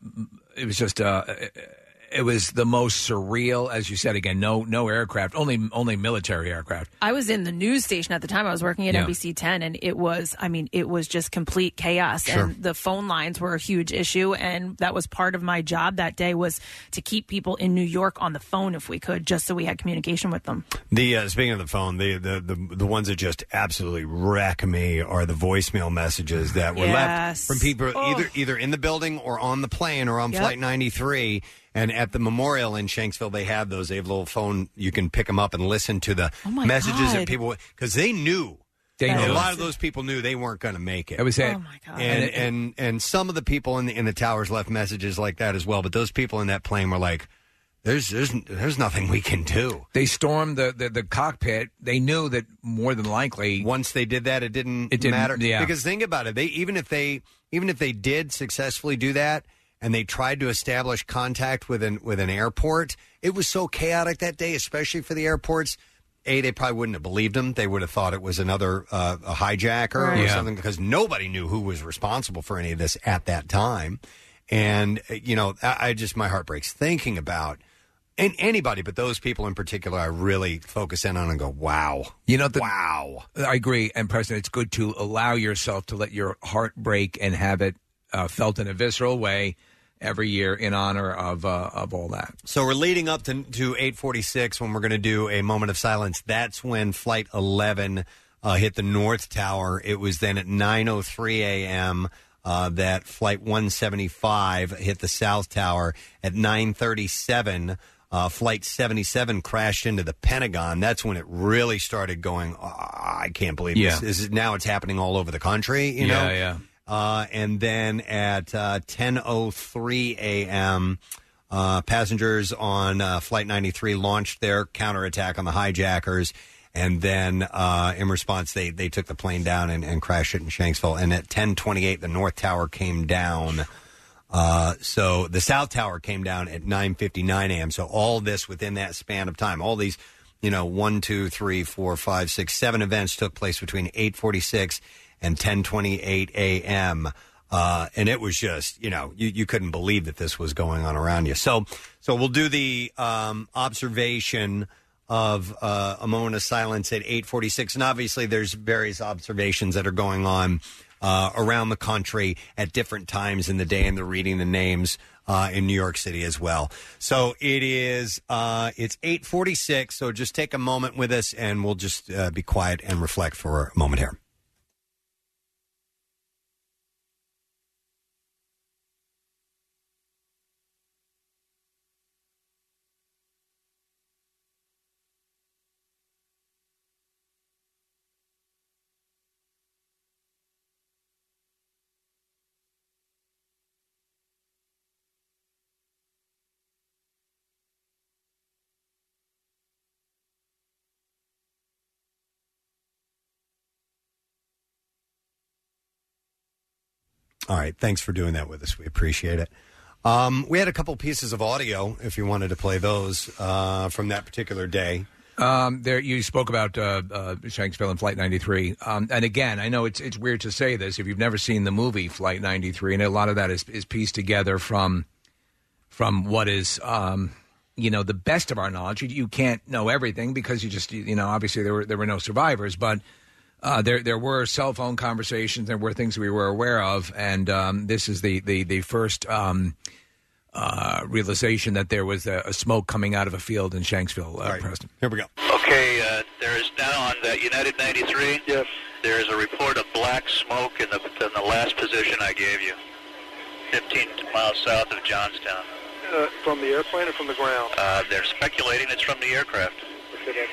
[SPEAKER 3] it was just. Uh, it was the most surreal, as you said again. No, no aircraft. Only, only military aircraft.
[SPEAKER 2] I was in the news station at the time. I was working at
[SPEAKER 3] Yeah.
[SPEAKER 2] NBC 10, and it was, I mean, it was just complete chaos.
[SPEAKER 3] Sure.
[SPEAKER 2] And the phone lines were a huge issue. And that was part of my job that day was to keep people in New York on the phone if we could, just so we had communication with them.
[SPEAKER 1] The uh, speaking of the phone, the, the the the ones that just absolutely wreck me are the voicemail messages that were left
[SPEAKER 4] Yes.
[SPEAKER 1] from people
[SPEAKER 4] Oh.
[SPEAKER 1] either either in the building or on the plane or on
[SPEAKER 4] Yep.
[SPEAKER 1] flight 93. And at the memorial in Shanksville, they have those. They have a little phone you can pick them up and listen to the
[SPEAKER 3] Oh, my
[SPEAKER 1] messages
[SPEAKER 3] God.
[SPEAKER 1] that people because they knew.
[SPEAKER 3] They
[SPEAKER 1] And
[SPEAKER 3] knew.
[SPEAKER 1] a lot of those people knew they weren't going to make it.
[SPEAKER 3] That was it. Oh, my God.
[SPEAKER 1] And and and some of the people in the, in the towers left messages like that as well. But those people in that plane were like, "There's there's there's nothing we can do."
[SPEAKER 3] They stormed the, the, the cockpit. They knew that more than likely
[SPEAKER 1] once they did that, it didn't
[SPEAKER 3] it didn't
[SPEAKER 1] matter.
[SPEAKER 3] Yeah,
[SPEAKER 1] Because think about it, they even if they even if they did successfully do that and they tried to establish contact with an with an airport, it was so chaotic that day, especially for the airports. A, they probably wouldn't have believed them. They would have thought it was another uh, a hijacker or
[SPEAKER 3] Right. Yeah.
[SPEAKER 1] something because nobody knew who was responsible for any of this at that time. And uh, you know, I, I just my heart breaks thinking about and anybody, but those people in particular, I really focus in on and go, wow,
[SPEAKER 3] you know, the,
[SPEAKER 1] wow.
[SPEAKER 3] I agree. And President, it's good to allow yourself to let your heart break and have it uh, felt in a visceral way every year in honor of uh, of all that.
[SPEAKER 1] So we're leading up to, to 846 when we're going to do a moment of silence. That's when Flight 11 uh, hit the North Tower. It was then at 9.03 a.m. Uh, that Flight 175 hit the South Tower. At 9.37, uh, Flight 77 crashed into the Pentagon. That's when it really started going, "Ah, I can't believe
[SPEAKER 3] Yeah.
[SPEAKER 1] this. this is, now it's happening all over the country, you know?
[SPEAKER 3] Yeah, yeah.
[SPEAKER 1] Uh, and then at uh, 10.03 a.m., uh, passengers on uh, Flight 93 launched their counterattack on the hijackers. And then uh, in response, they, they took the plane down and, and crashed it in Shanksville. And at 10.28, the North Tower came down. Uh, so the South Tower came down at 9:59 a.m. So all this within that span of time, all these, you know, one, two, three, four, five, six, seven events took place between 8:46 and 10:28 a.m. Uh, and it was just, you know, you, you couldn't believe that this was going on around you. So, so we'll do the um, observation of uh, a moment of silence at 8:46, and obviously there's various observations that are going on uh, around the country at different times in the day, and they're reading the names uh, in New York City as well. So it is uh, it's 8:46. So just take a moment with us, and we'll just uh, be quiet and reflect for a moment here. All right. Thanks for doing that with us. We appreciate it. Um, we had a couple pieces of audio, if you wanted to play those, uh, from that particular day.
[SPEAKER 3] Um, there, you spoke about uh, uh, Shanksville and Flight 93, um, and again, I know it's it's weird to say this if you've never seen the movie Flight 93, and a lot of that is is pieced together from from what is um, you know the best of our knowledge. You, you can't know everything because you just you know obviously there were there were no survivors, but uh, there there were cell phone conversations, there were things we were aware of, and um, this is the the the first. Um, uh, realization that there was a, a smoke coming out of a field in Shanksville, uh, Preston. Here we go.
[SPEAKER 21] Okay, uh, there is now on the United 93. Yes. There is a report of black smoke in the, in the last position I gave you, 15 miles south of Johnstown.
[SPEAKER 22] Uh, from the airplane or from the ground?
[SPEAKER 21] Uh, they're speculating it's from the aircraft
[SPEAKER 22] Okay,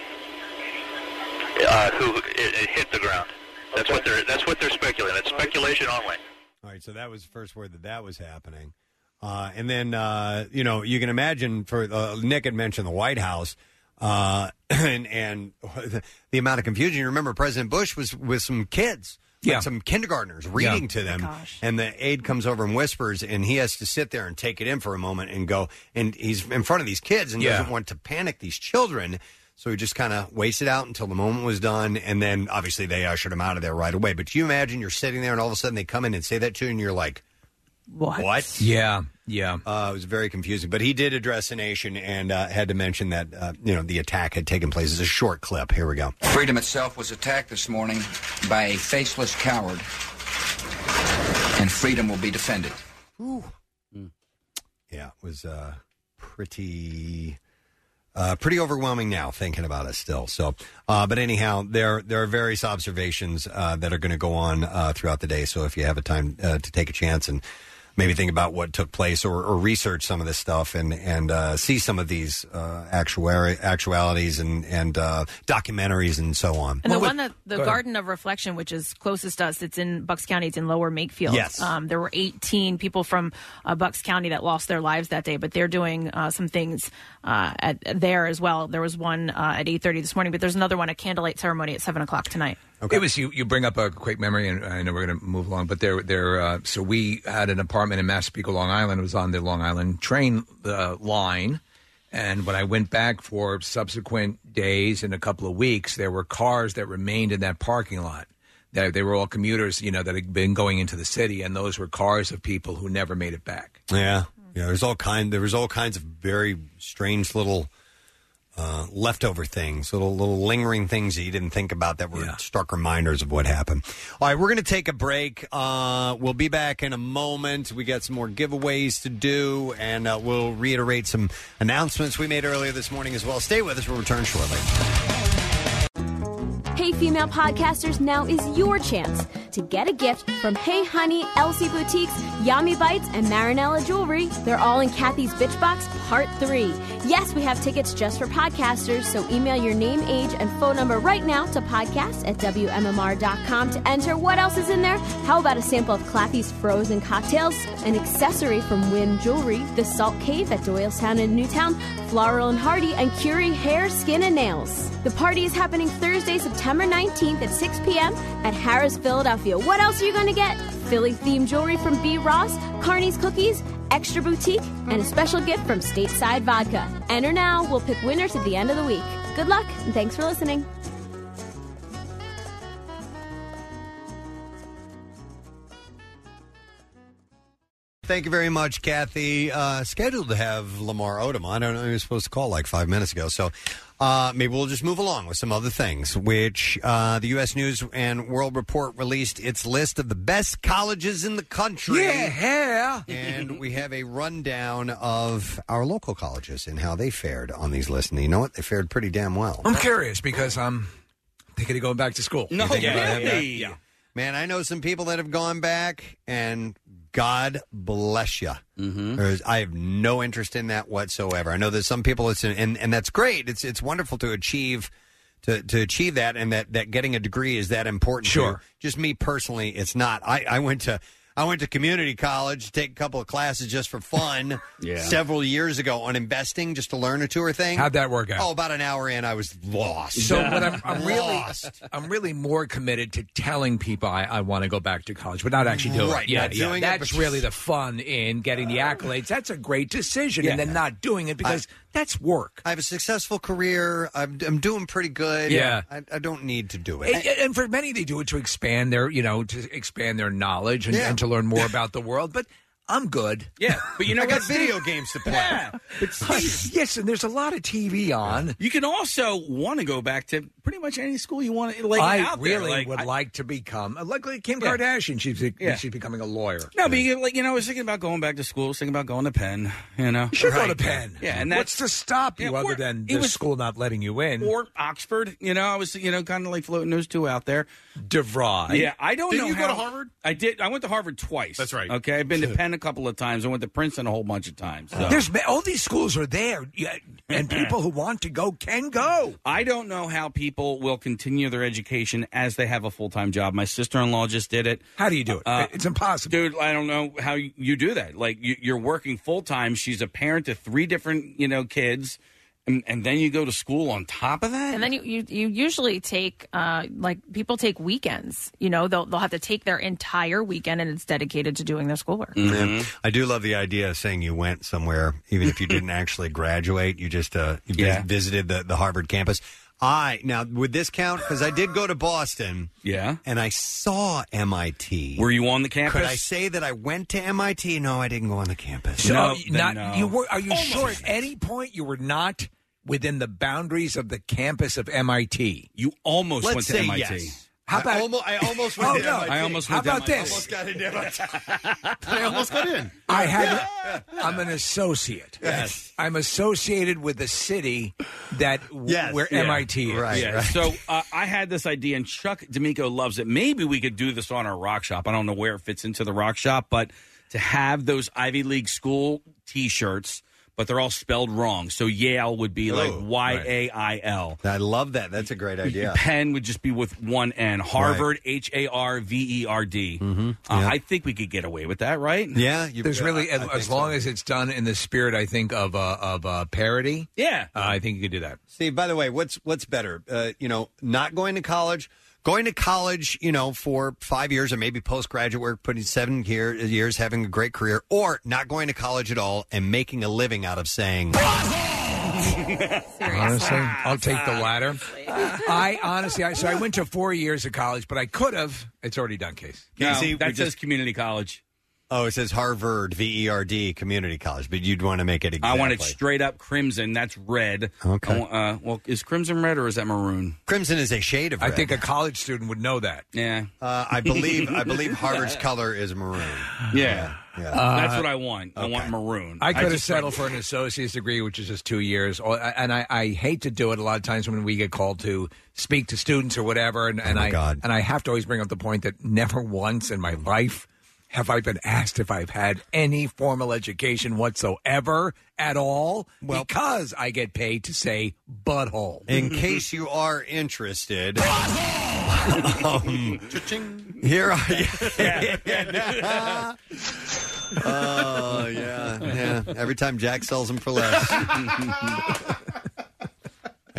[SPEAKER 22] then.
[SPEAKER 21] uh, who it, it hit the ground. That's what they're that's what they're speculating. It's speculation only.
[SPEAKER 1] All right, so that was the first word that that was happening. Uh, and then, uh, you know, you can imagine for uh, Nick had mentioned the White House uh, and, and the amount of confusion. You remember President Bush was with some kids, like
[SPEAKER 23] Yeah.
[SPEAKER 1] some kindergartners reading
[SPEAKER 23] Yeah.
[SPEAKER 1] to them.
[SPEAKER 23] Oh my gosh.
[SPEAKER 1] And the aide comes over and whispers, and he has to sit there and take it in for a moment and go. And he's in front of these kids and
[SPEAKER 23] Yeah.
[SPEAKER 1] doesn't want to panic these children. So he just kind of waits it out until the moment was done. And then obviously they ushered him out of there right away. But you imagine you're sitting there and all of a sudden they come in and say that to you, and you're like,
[SPEAKER 2] what?
[SPEAKER 3] Yeah, yeah.
[SPEAKER 1] Uh, it was very confusing, but he did address the nation and uh, had to mention that uh, you know the attack had taken place. It's a short clip. Here we go.
[SPEAKER 24] Freedom itself was attacked this morning by a faceless coward, and freedom will be defended.
[SPEAKER 1] Yeah, it was uh, pretty. Uh, pretty overwhelming now, thinking about it still. So, uh, but anyhow, there there are various observations uh, that are going to go on uh, throughout the day. So, if you have a time uh, to take a chance and maybe think about what took place or, or research some of this stuff and and uh, see some of these uh, actuari- actualities and and uh, documentaries and so on.
[SPEAKER 2] And the one that the Garden of Reflection, which is closest to us, it's in Bucks County. It's in Lower Makefield.
[SPEAKER 1] Yes.
[SPEAKER 2] um, there were 18 people from uh, Bucks County that lost their lives that day, but they're doing uh, some things uh, at there as well. There was one uh, at 8:30 this morning, but there's another one at candlelight ceremony at seven o'clock tonight.
[SPEAKER 3] It was you. You bring up a quick memory, and I know we're going to move along. But there, there. Uh, so we had an apartment in Massapequa, Long Island. It was on the Long Island train uh, line, and when I went back for subsequent days and a couple of weeks, there were cars that remained in that parking lot. That they were all commuters, you know, that had been going into the city, and those were cars of people who never made it back.
[SPEAKER 1] Yeah, yeah. There's all kind. There was all kinds of very strange little uh, leftover things, little little lingering things that you didn't think about that were stark reminders of what happened. All right, we're going to take a break. Uh, we'll be back in a moment. We got some more giveaways to do, and uh, we'll reiterate some announcements we made earlier this morning as well. Stay with us. We'll return shortly.
[SPEAKER 25] Hey, female podcasters, now is your chance to get a gift from Hey Honey, Elsie Boutiques, Yummy Bites, and Marinella Jewelry. They're all in Kathy's Bitch Box Part 3. Yes, we have tickets just for podcasters, so email your name, age, and phone number right now to podcast at WMMR.com to enter. What else is in there? How about a sample of Clappy's frozen cocktails, an accessory from Wynn Jewelry, the Salt Cave at Doylestown and Newtown, Floral and Hardy, and Curie Hair, Skin, and Nails. The party is happening Thursday, September 19th at 6 p.m. at Harris, Philadelphia. What else are you going to get? Philly themed jewelry from B. Ross, Carney's Cookies, Extra Boutique, and a special gift from Stateside Vodka. Enter now. We'll pick winners at the end of the week. Good luck, and thanks for listening.
[SPEAKER 1] Thank you very much, Kathy. Uh, scheduled to have Lamar Odom. on. I don't know. He was supposed to call like five minutes ago. So uh, maybe we'll just move along with some other things, which uh, the U.S. News and World Report released its list of the best colleges in the country.
[SPEAKER 3] Yeah.
[SPEAKER 1] And we have a rundown of our local colleges and how they fared on these lists. And you know what? They fared pretty damn well.
[SPEAKER 3] I'm curious because I'm thinking of going back to school.
[SPEAKER 1] You think about it,
[SPEAKER 3] Yeah.
[SPEAKER 1] huh? Man, I know some people that have gone back, and God bless you.
[SPEAKER 3] Mm-hmm.
[SPEAKER 1] There's- I have no interest in that whatsoever. I know that some people, it's and and that's great. It's it's wonderful to achieve. To, to achieve that and that, that getting a degree is that important. to
[SPEAKER 3] Sure.
[SPEAKER 1] you. Just me personally, it's not. I, I went to I went to community college to take a couple of classes just for fun
[SPEAKER 3] Yeah.
[SPEAKER 1] several years ago on investing just to learn a two or thing.
[SPEAKER 3] How'd that work out?
[SPEAKER 1] Oh, about an hour in, I was lost.
[SPEAKER 3] So what I'm, I'm really,
[SPEAKER 1] Lost.
[SPEAKER 3] I'm really more committed to telling people I, I want to go back to college, but not actually doing
[SPEAKER 1] Right,
[SPEAKER 3] it. Yeah,
[SPEAKER 1] not
[SPEAKER 3] yeah.
[SPEAKER 1] doing it,
[SPEAKER 3] that's
[SPEAKER 1] but-
[SPEAKER 3] really the fun in getting the accolades. That's a great decision, and
[SPEAKER 1] Yeah.
[SPEAKER 3] then not doing it because that's work.
[SPEAKER 1] I have a successful career. I'm, I'm doing pretty good.
[SPEAKER 3] Yeah.
[SPEAKER 1] I, I don't need to do it.
[SPEAKER 3] And, and for many, they do it to expand their, you know, to expand their knowledge and,
[SPEAKER 1] Yeah.
[SPEAKER 3] and to learn more about the world. But I'm good.
[SPEAKER 5] Yeah, but you know
[SPEAKER 3] I
[SPEAKER 5] what,
[SPEAKER 3] got
[SPEAKER 5] Steve?
[SPEAKER 3] video games to play.
[SPEAKER 5] Yeah, but
[SPEAKER 3] yes, and there's a lot of TV on.
[SPEAKER 5] You can also want to go back to pretty much any school you want. Like
[SPEAKER 3] I
[SPEAKER 5] out there,
[SPEAKER 3] really
[SPEAKER 5] like,
[SPEAKER 3] would
[SPEAKER 5] I-
[SPEAKER 3] like to become, uh, like, like Kim
[SPEAKER 5] Yeah.
[SPEAKER 3] Kardashian. She's be-
[SPEAKER 5] Yeah.
[SPEAKER 3] she's becoming a lawyer.
[SPEAKER 5] No, but you, like you know, I was thinking about going back to school. I was thinking about going to Penn. You know,
[SPEAKER 3] You should
[SPEAKER 5] Right.
[SPEAKER 3] go to Penn.
[SPEAKER 5] Yeah, and
[SPEAKER 3] what's
[SPEAKER 5] that's
[SPEAKER 3] to stop you
[SPEAKER 5] Yeah,
[SPEAKER 3] other
[SPEAKER 5] or-
[SPEAKER 3] than
[SPEAKER 5] it
[SPEAKER 3] the
[SPEAKER 5] was-
[SPEAKER 3] school not letting you in?
[SPEAKER 5] or Oxford. You know, I was you know kind of like floating those two out there.
[SPEAKER 3] DeVry.
[SPEAKER 5] Yeah, I don't
[SPEAKER 4] Didn't
[SPEAKER 5] know.
[SPEAKER 4] you go
[SPEAKER 5] how-
[SPEAKER 4] to Harvard?
[SPEAKER 5] I did. I went to Harvard twice. That's
[SPEAKER 4] right.
[SPEAKER 5] Okay, I've been to Penn a couple of times. I went to Princeton a whole bunch of times. So.
[SPEAKER 3] There's ma- all these schools are there, yeah, and people who want to go can go.
[SPEAKER 5] I don't know how people will continue their education as they have a full time job. My sister in law just did it. Uh,
[SPEAKER 3] How do you do it? it's impossible,
[SPEAKER 5] dude. I don't know how you, you do that. Like you, you're working full time. She's a parent to three different you know kids, and, and then you go to school on top of that.
[SPEAKER 7] And then you, you, you usually take, uh, like, people take weekends. You know, they'll, they'll have to take their entire weekend and it's dedicated to doing their schoolwork.
[SPEAKER 3] Mm-hmm.
[SPEAKER 1] Yeah. I do love the idea of saying you went somewhere, even if you didn't actually graduate. You just uh, you vis-
[SPEAKER 5] Yeah.
[SPEAKER 1] visited the, the Harvard campus. I now would this count? Because I did go to Boston.
[SPEAKER 5] Yeah,
[SPEAKER 1] and I saw MIT.
[SPEAKER 5] Were you on the campus?
[SPEAKER 1] Could I say that I went to MIT? No, I didn't go on the campus.
[SPEAKER 3] So not you were. Are you sure at any point you were not within the boundaries of the campus of MIT?
[SPEAKER 5] You almost
[SPEAKER 1] Let's say yes.
[SPEAKER 3] How about
[SPEAKER 1] I almost, I almost went
[SPEAKER 3] Oh,
[SPEAKER 1] to
[SPEAKER 3] no.
[SPEAKER 1] MIT.
[SPEAKER 3] I almost How went to about MIT. this?
[SPEAKER 1] got into MIT.
[SPEAKER 4] I almost got in.
[SPEAKER 3] I have. I'm an associate.
[SPEAKER 5] Yes.
[SPEAKER 3] I'm associated with the city that w- where MIT is.
[SPEAKER 5] Yeah. So uh, I had this idea, and Chuck D'Amico loves it. Maybe we could do this on our rock shop. I don't know where it fits into the rock shop, but to have those Ivy League school T-shirts, but they're all spelled wrong. So Yale would be like
[SPEAKER 1] Oh,
[SPEAKER 5] Y A I L.
[SPEAKER 1] I love that. That's a great idea.
[SPEAKER 5] Penn would just be with one N. Harvard, H A R V E R D. Uh, I think we could get away with that, right?
[SPEAKER 1] Yeah,
[SPEAKER 3] There's really as, as long as it's done in the spirit, I think of uh, of uh, parody.
[SPEAKER 5] Yeah,
[SPEAKER 3] uh, I think you could do that.
[SPEAKER 1] Steve, by the way, what's what's better? Uh, you know, not going to college, going to college, you know, for five years or maybe postgraduate work, putting seven year, years, having a great career, or not going to college at all and making a living out of saying.
[SPEAKER 3] Honestly, I'll take the latter. I honestly, I, so I went to four years of college, but I could have. It's already done, case.
[SPEAKER 5] No, that says community college.
[SPEAKER 1] Oh, it says Harvard V E R D Community College, but you'd want to make it. Exactly.
[SPEAKER 5] I want it straight up crimson. That's red.
[SPEAKER 1] Okay.
[SPEAKER 5] I want- uh, well, is crimson red or is that maroon?
[SPEAKER 1] Crimson is a shade of
[SPEAKER 3] I
[SPEAKER 1] red.
[SPEAKER 3] think a college student would know that.
[SPEAKER 5] Yeah.
[SPEAKER 1] Uh, I believe I believe Harvard's color is maroon.
[SPEAKER 5] Yeah.
[SPEAKER 1] yeah.
[SPEAKER 5] That's what I want. I want maroon.
[SPEAKER 3] Uh, I could have
[SPEAKER 5] just-
[SPEAKER 3] settled for an associate's degree, which is just two years. Or- And I, I hate to do it a lot of times when we get called to speak to students or whatever. And, and
[SPEAKER 1] Oh my
[SPEAKER 3] I
[SPEAKER 1] God.
[SPEAKER 3] and I have to always bring up the point that never once in my life have I been asked if I've had any formal education whatsoever at all because I get paid to say butthole.
[SPEAKER 1] In case you are interested, um, here are.
[SPEAKER 19] Yeah.
[SPEAKER 1] Oh yeah, yeah. Every time Jack sells them for less, I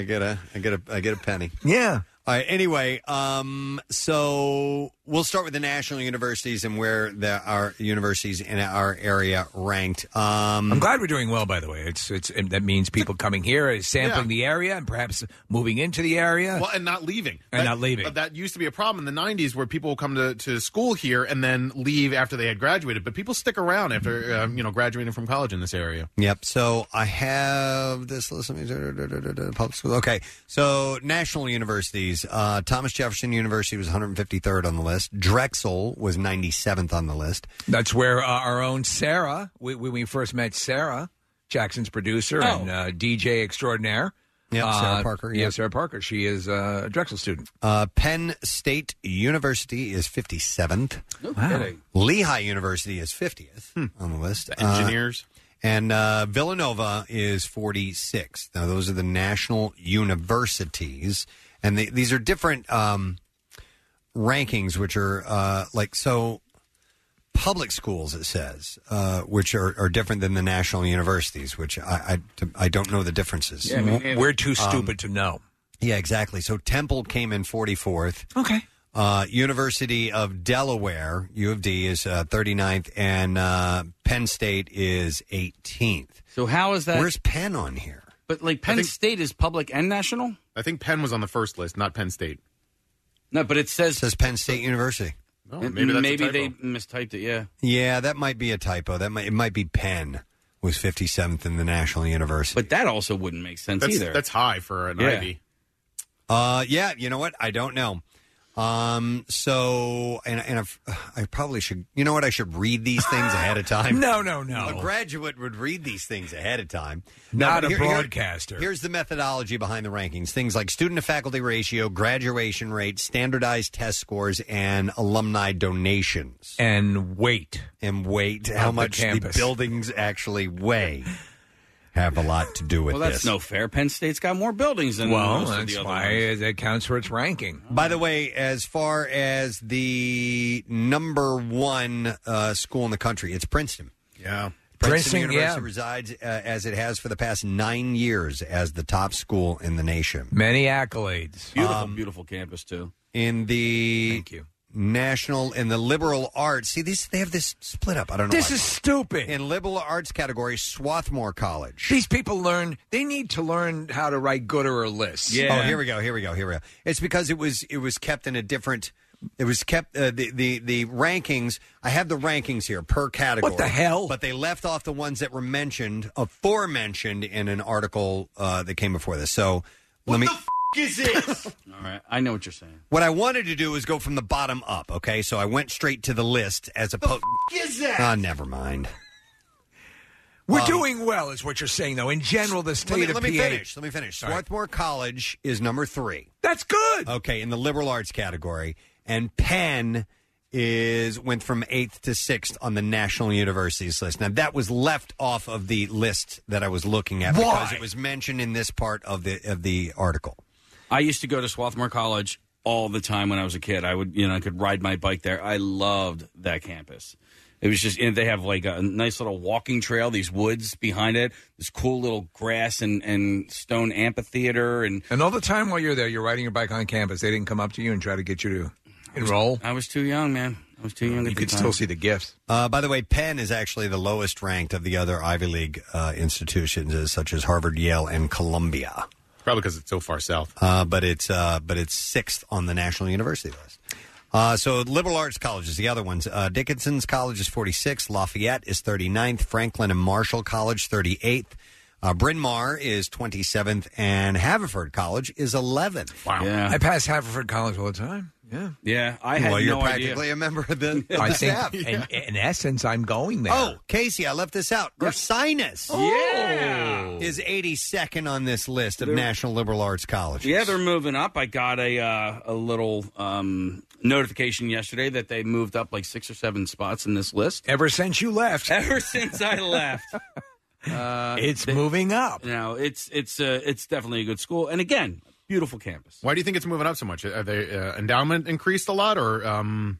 [SPEAKER 1] get a, I get a, I get a penny.
[SPEAKER 3] Yeah.
[SPEAKER 1] All right. Anyway, um, so we'll start with the national universities and where the, our universities in our area ranked. Um,
[SPEAKER 3] I'm glad we're doing well, by the way. It's it's and that means people coming here is sampling the area and perhaps moving into the area.
[SPEAKER 4] Well, and not leaving.
[SPEAKER 3] And
[SPEAKER 4] That-
[SPEAKER 3] not leaving.
[SPEAKER 4] uh, That used to be a problem in the 90s where people would come to, to school here and then leave after they had graduated. But people stick around after, um, you know, graduating from college in this area.
[SPEAKER 1] Yep. So I have this list. Let me- Public school. Okay. So national universities. Uh, Thomas Jefferson University was 153rd on the list. Drexel was 97th on the list.
[SPEAKER 3] That's where uh, our own Sarah, we, when we first met Sarah, Jackson's producer and uh, DJ extraordinaire.
[SPEAKER 1] Yep, Sarah
[SPEAKER 3] Uh,
[SPEAKER 1] Parker,
[SPEAKER 3] Yeah,
[SPEAKER 1] yep.
[SPEAKER 3] Sarah Parker. She is uh, a Drexel student.
[SPEAKER 1] Uh, Penn State University is 57th.
[SPEAKER 3] kidding.
[SPEAKER 1] Lehigh University is 50th on the list.
[SPEAKER 4] The engineers.
[SPEAKER 1] Uh, and uh, Villanova is 46th. Now, those are the national universities. And they, these are different um, rankings, which are uh, like so. public schools, it says, uh, which are, are different than the national universities, which I, I, I don't know the differences.
[SPEAKER 3] Yeah, I mean, it- We're too stupid
[SPEAKER 1] to know. Yeah, exactly. So Temple came in 44th.
[SPEAKER 3] Okay.
[SPEAKER 1] Uh, University of Delaware, U of D, is uh, 39th, and uh, Penn State is 18th.
[SPEAKER 5] So how is that?
[SPEAKER 1] Where's Penn on here?
[SPEAKER 5] But like Penn State is public and national.
[SPEAKER 4] I think Penn was on the first list, not Penn State.
[SPEAKER 5] No, but it says
[SPEAKER 1] says Penn State University.
[SPEAKER 4] Oh,
[SPEAKER 5] And
[SPEAKER 4] maybe that's a
[SPEAKER 5] maybe
[SPEAKER 4] typo.
[SPEAKER 5] they mistyped it. Yeah.
[SPEAKER 1] Yeah, that might be a typo. That might it might be Penn was 57th in the national university.
[SPEAKER 5] But that also wouldn't make sense
[SPEAKER 1] That's-
[SPEAKER 5] either.
[SPEAKER 1] that's
[SPEAKER 4] high for an
[SPEAKER 1] Yeah. Ivy. Uh, yeah, you know what? I don't know. Um, so and and I've, I probably should. You know what? I should read these things ahead of time.
[SPEAKER 3] No, no, no.
[SPEAKER 1] A graduate would read these things ahead of time.
[SPEAKER 3] Not
[SPEAKER 1] No, but
[SPEAKER 3] a
[SPEAKER 1] here- here-
[SPEAKER 3] broadcaster.
[SPEAKER 1] here's the methodology behind the rankings: things like student to faculty ratio, graduation rate, standardized test scores, and alumni donations,
[SPEAKER 3] and weight,
[SPEAKER 1] and weight.
[SPEAKER 3] Of
[SPEAKER 1] How
[SPEAKER 3] the
[SPEAKER 1] much the,
[SPEAKER 3] campus.
[SPEAKER 1] buildings actually weigh have a lot to do with
[SPEAKER 5] Well, that's
[SPEAKER 1] this.
[SPEAKER 5] no fair. Penn State's got more buildings than
[SPEAKER 3] Well,
[SPEAKER 5] most of
[SPEAKER 3] that's
[SPEAKER 5] the other
[SPEAKER 3] why
[SPEAKER 5] ones.
[SPEAKER 3] that counts for its ranking.
[SPEAKER 1] By the way, as far as the number one uh, school in the country, it's Princeton.
[SPEAKER 4] Yeah.
[SPEAKER 1] Princeton,
[SPEAKER 3] Princeton,
[SPEAKER 1] University
[SPEAKER 3] yeah.
[SPEAKER 1] resides uh, as it has for the past nine years as the top school in the nation.
[SPEAKER 3] Many accolades. Um,
[SPEAKER 5] Beautiful, beautiful campus too.
[SPEAKER 1] In the thank you national in the liberal arts. See, these they have this split up. I don't know.
[SPEAKER 3] This
[SPEAKER 1] why.
[SPEAKER 3] is stupid.
[SPEAKER 1] In liberal arts category, Swarthmore College.
[SPEAKER 3] These people learn. They need to learn how to write Gooderer lists.
[SPEAKER 1] Oh, here we go. Here we go. Here we go. It's because it was it was kept in a different. It was kept uh, the, the the rankings. I have the rankings here per category. What the hell? But they left off the ones that were mentioned, aforementioned, in an article uh, that came before this. So let me.
[SPEAKER 5] is this? All right, I know what you're saying.
[SPEAKER 1] what I wanted to do was go from the bottom up. Okay, so I went straight to the list as opposed.
[SPEAKER 3] is that?
[SPEAKER 1] Ah, never mind.
[SPEAKER 3] We're
[SPEAKER 1] Um,
[SPEAKER 3] doing well, is what you're saying, though. In general, the state
[SPEAKER 1] let me,
[SPEAKER 3] of
[SPEAKER 1] let me
[SPEAKER 3] PA
[SPEAKER 1] finish. Let me finish. Swarthmore College is number three.
[SPEAKER 3] That's good.
[SPEAKER 1] Okay, in the liberal arts category, and Penn is went from eighth to sixth on the national universities list. Now that was left off of the list that I was looking at because
[SPEAKER 5] Why?
[SPEAKER 1] it was mentioned in this part of the of the article.
[SPEAKER 5] I used to go to Swarthmore College all the time when I was a kid. I would, you know, I could ride my bike there. I loved that campus. It was just, and they have like a nice little walking trail, these woods behind it, this cool little grass and, and stone amphitheater. And
[SPEAKER 3] And all the time while you're there, you're riding your bike on campus. They didn't come up to you and try to get you to enroll.
[SPEAKER 5] I was too young, man. I was too young.
[SPEAKER 3] You
[SPEAKER 5] at the
[SPEAKER 3] could
[SPEAKER 5] time.
[SPEAKER 3] still see the gifts.
[SPEAKER 1] Uh, by the way, Penn is actually the lowest ranked of the other Ivy League uh, institutions, uh, such as Harvard, Yale, and Columbia.
[SPEAKER 4] Probably because it's so far south.
[SPEAKER 1] Uh, but it's uh, but it's sixth on the national university list. Uh, so liberal arts colleges, the other ones, uh, Dickinson's College is 46, Lafayette is 39th, Franklin and Marshall College 38th, uh, Bryn Mawr is 27th, and Haverford College is 11th.
[SPEAKER 3] Wow, I pass Haverford College all the time. Yeah,
[SPEAKER 5] yeah.
[SPEAKER 3] I had
[SPEAKER 1] well, you're
[SPEAKER 3] no idea.
[SPEAKER 1] practically a member of the, of the
[SPEAKER 3] I think,
[SPEAKER 1] staff.
[SPEAKER 3] in, in essence, I'm going there.
[SPEAKER 1] Oh, Casey, I left this out. Ursinus
[SPEAKER 5] Yeah.
[SPEAKER 1] is 82nd on this list of
[SPEAKER 5] They're-
[SPEAKER 1] National Liberal Arts Colleges.
[SPEAKER 5] Yeah, they're moving up. I got a uh, a little um, notification yesterday that they moved up like six or seven spots in this list.
[SPEAKER 3] Ever since you left,
[SPEAKER 5] ever since I left, uh,
[SPEAKER 3] it's moving up.
[SPEAKER 5] No, it's it's uh, it's definitely a good school, and again, beautiful campus.
[SPEAKER 4] Why do you think it's moving up so much? Are they uh, endowment increased a lot, or um,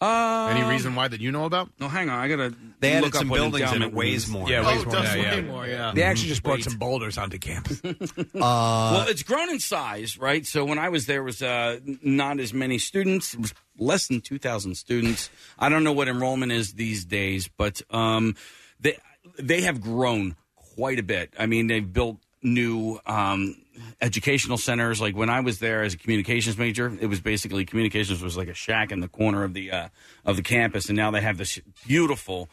[SPEAKER 4] any reason why that you know about?
[SPEAKER 5] Um, No, hang on, I gotta.
[SPEAKER 4] They added
[SPEAKER 5] look up
[SPEAKER 4] some
[SPEAKER 5] what
[SPEAKER 4] buildings and it
[SPEAKER 5] endowment
[SPEAKER 4] weighs
[SPEAKER 5] means.
[SPEAKER 4] more.
[SPEAKER 3] Yeah,
[SPEAKER 4] Oh,
[SPEAKER 3] weighs
[SPEAKER 4] it
[SPEAKER 3] more.
[SPEAKER 4] does
[SPEAKER 3] yeah,
[SPEAKER 4] weigh
[SPEAKER 3] yeah.
[SPEAKER 4] more, yeah.
[SPEAKER 3] They actually just brought
[SPEAKER 5] Weight.
[SPEAKER 3] some boulders onto campus.
[SPEAKER 1] Uh,
[SPEAKER 3] Uh,
[SPEAKER 5] well, it's grown in size, right? So when I was there, it was uh, n- not as many students, it was less than two thousand students. I don't know what enrollment is these days, but um, they they have grown quite a bit. I mean, they've built new um, educational centers. Like when I was there as a communications major, it was basically communications was like a shack in the corner of the uh, of the campus, and now they have this beautiful,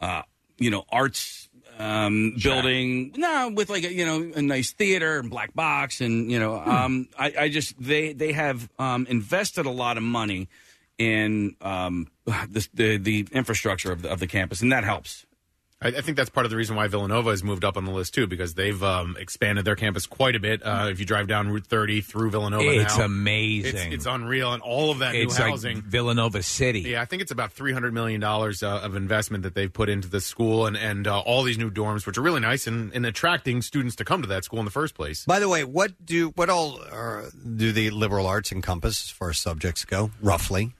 [SPEAKER 5] uh, you know, arts um, building. No, with like a, you know a nice theater and black box, and you
[SPEAKER 4] Hmm.
[SPEAKER 5] know, um, I, I just they they have um, invested a lot of money in um, the, the the infrastructure of the, of the campus, and that helps.
[SPEAKER 4] I, I think that's part of the reason why Villanova has moved up on the list too, because they've um, expanded their campus quite a bit. Uh, if you drive down Route 30 through Villanova,
[SPEAKER 3] It's
[SPEAKER 4] now,
[SPEAKER 3] amazing.
[SPEAKER 4] It's, it's unreal, and all of that
[SPEAKER 3] It's
[SPEAKER 4] new
[SPEAKER 3] like
[SPEAKER 4] housing,
[SPEAKER 3] Villanova City.
[SPEAKER 4] Yeah, I think it's about 300 million dollars uh, of investment that they've put into the school, and and uh, all these new dorms, which are really nice, and, and attracting students to come to that school in the first place.
[SPEAKER 1] By the way, what do what all are, do the liberal arts encompass as far as subjects go, roughly?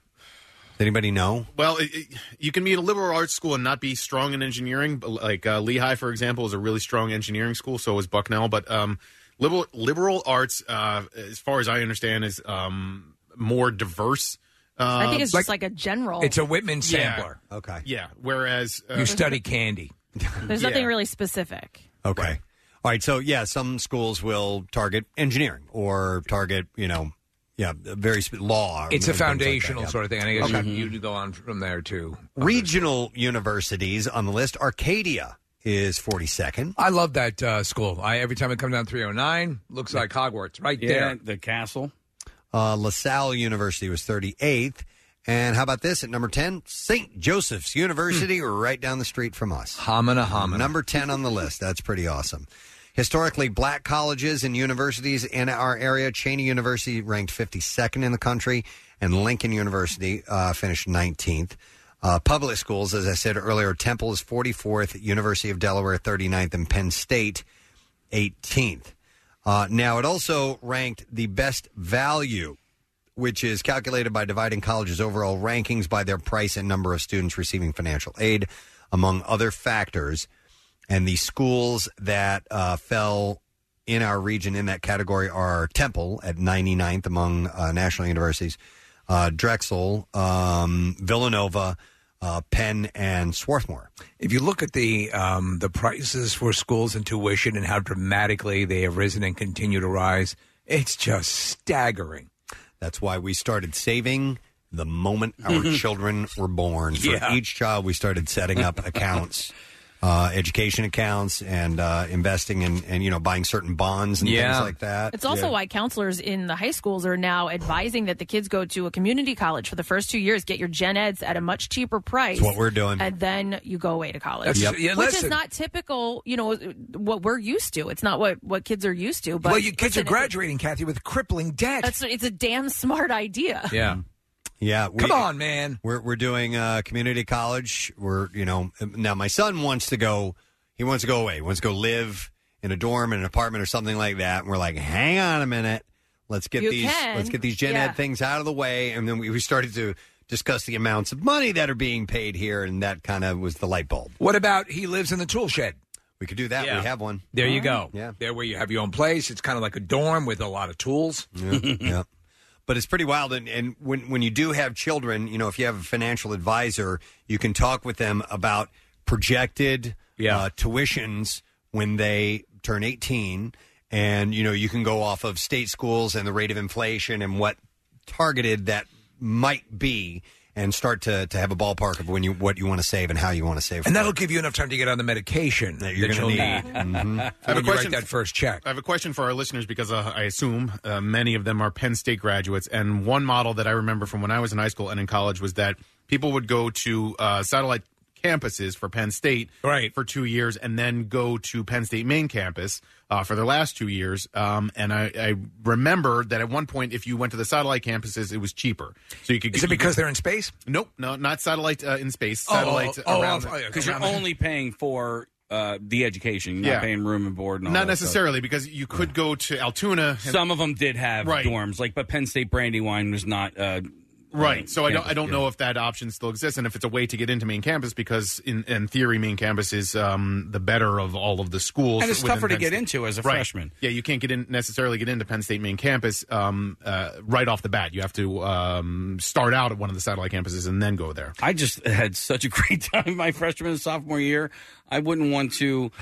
[SPEAKER 1] Does anybody know?
[SPEAKER 4] Well, it, it, you can be in a liberal arts school and not be strong in engineering. but, Like uh, Lehigh, for example, is a really strong engineering school. So is Bucknell. But um, liberal liberal arts, uh, as far as I understand, is um, more diverse. Uh,
[SPEAKER 7] I think it's just like a general.
[SPEAKER 4] Yeah.
[SPEAKER 1] Okay.
[SPEAKER 4] Yeah. Whereas uh,
[SPEAKER 3] You study candy.
[SPEAKER 7] There's nothing really specific.
[SPEAKER 1] Okay. All right. So yeah, some schools will target engineering or target you know, yeah, very sp- law. or
[SPEAKER 3] It's a
[SPEAKER 1] things like that,
[SPEAKER 3] foundational
[SPEAKER 1] yeah.
[SPEAKER 3] sort of thing. I guess
[SPEAKER 1] Okay.
[SPEAKER 3] you, you go on from there too.
[SPEAKER 1] Regional universities on the list. Arcadia is forty second.
[SPEAKER 3] I love that uh, school. I every time I come down 309, looks like Hogwarts right
[SPEAKER 1] Yeah,
[SPEAKER 3] there. The castle.
[SPEAKER 1] Uh, LaSalle University was 38th. And how about this at number 10? St. Joseph's University, right down the street from us.
[SPEAKER 3] Homina, homina.
[SPEAKER 1] Number 10 on the list. That's pretty awesome. Historically, black colleges and universities in our area. Cheney University ranked 52nd in the country, and Lincoln University uh, finished 19th. Uh, public schools, as I said earlier, Temple is 44th, University of Delaware 39th, and Penn State 18th. Uh, now, it also ranked the best value, which is calculated by dividing colleges' overall rankings by their price and number of students receiving financial aid, among other factors. And the schools that uh, fell in our region in that category are Temple at 99th among uh, national universities, uh, Drexel, um, Villanova, uh, Penn, and Swarthmore.
[SPEAKER 3] If you look at the um, the prices for schools and tuition and how dramatically they have risen and continue to rise, it's just staggering.
[SPEAKER 1] That's why we started saving the moment our children were born. For
[SPEAKER 3] Yeah.
[SPEAKER 1] each child, we started setting up accounts, uh, education accounts, and uh, investing in, and you know buying certain bonds and
[SPEAKER 7] Yeah.
[SPEAKER 1] things like that.
[SPEAKER 7] It's also why counselors in the high schools are now advising that the kids go to a community college for the first two years, get your gen eds at a much cheaper price.
[SPEAKER 1] It's what we're doing.
[SPEAKER 7] And then you go away to college.
[SPEAKER 1] That's- Yep. yeah,
[SPEAKER 7] Which
[SPEAKER 1] listen.
[SPEAKER 7] is not typical, you know, what we're used to. It's not what, what kids are used to. But
[SPEAKER 3] well, you kids
[SPEAKER 7] listen,
[SPEAKER 3] are graduating, Kathy, with crippling debt.
[SPEAKER 7] That's, it's a damn smart idea.
[SPEAKER 3] yeah.
[SPEAKER 1] Um, Yeah, we,
[SPEAKER 3] Come on, man.
[SPEAKER 1] We're we're doing uh, community college. We're you know now my son wants to go. He wants to go away. He wants to go live in a dorm, in an apartment, or something like that. And we're like, hang on a minute. Let's get
[SPEAKER 8] You
[SPEAKER 1] these
[SPEAKER 8] can.
[SPEAKER 1] let's get these gen
[SPEAKER 8] Yeah.
[SPEAKER 1] ed things out of the way, and then we, we started to discuss the amounts of money that are being paid here, and that kind of was the light bulb.
[SPEAKER 3] What about he lives in the tool shed?
[SPEAKER 1] We could do that.
[SPEAKER 3] Yeah.
[SPEAKER 1] We have one.
[SPEAKER 3] There you go.
[SPEAKER 1] Yeah.
[SPEAKER 3] There where you have your own place. It's kind of like a dorm with a lot of tools.
[SPEAKER 1] Yeah, yeah. But it's pretty wild, and, and when when you do have children, you know, if you have a financial advisor, you can talk with them about projected uh, tuitions when they turn eighteen, and you know you can go off of state schools and the rate of inflation and what targeted that might be, and start to to have a ballpark of when you what you want to save and how you want to save.
[SPEAKER 3] And that'll give you enough time to get on the medication that,
[SPEAKER 1] you're
[SPEAKER 3] you'll
[SPEAKER 1] gonna
[SPEAKER 3] need.
[SPEAKER 1] need. Mhm. I have
[SPEAKER 4] a
[SPEAKER 3] When you
[SPEAKER 4] question
[SPEAKER 3] write that first check.
[SPEAKER 4] I have a question for our listeners because uh, I assume uh, many of them are Penn State graduates. And one model that I remember from when I was in high school and in college was that people would go to uh, satellite campuses for Penn State right. for two years and then go to Penn State main campus uh, for their last two years. Um, and I, I remember that at one point, if you went to the satellite campuses, it was cheaper. So you could.
[SPEAKER 3] Is it
[SPEAKER 4] you could-
[SPEAKER 3] because they're in space? Oh,
[SPEAKER 4] Nope, no, not satellite uh, in space.
[SPEAKER 5] oh,
[SPEAKER 4] Satellite around.
[SPEAKER 5] because you're
[SPEAKER 4] around-
[SPEAKER 5] only paying for uh, the education. You're
[SPEAKER 4] Yeah.
[SPEAKER 5] not paying room and board. And all
[SPEAKER 4] Not
[SPEAKER 5] that stuff.
[SPEAKER 4] necessarily, because you could go to Altoona. and-
[SPEAKER 5] Some of them did have
[SPEAKER 4] Right.
[SPEAKER 5] dorms, like but Penn State Brandywine was not. Uh,
[SPEAKER 4] Right. So I don't I
[SPEAKER 5] campus,
[SPEAKER 4] don't
[SPEAKER 5] yeah.
[SPEAKER 4] know if that option still exists and if it's a way to get into main campus because in, in theory main campus is um, the better of all of the schools
[SPEAKER 5] And it's
[SPEAKER 4] within
[SPEAKER 5] tougher to
[SPEAKER 4] Penn
[SPEAKER 5] get
[SPEAKER 4] State.
[SPEAKER 5] into as a
[SPEAKER 4] Right.
[SPEAKER 5] freshman.
[SPEAKER 4] Yeah, you can't get in necessarily get into Penn State main campus um, uh, right off the bat. You have to um, start out at one of the satellite campuses and then go there.
[SPEAKER 5] I just had such a great time my freshman and sophomore year. I wouldn't want to.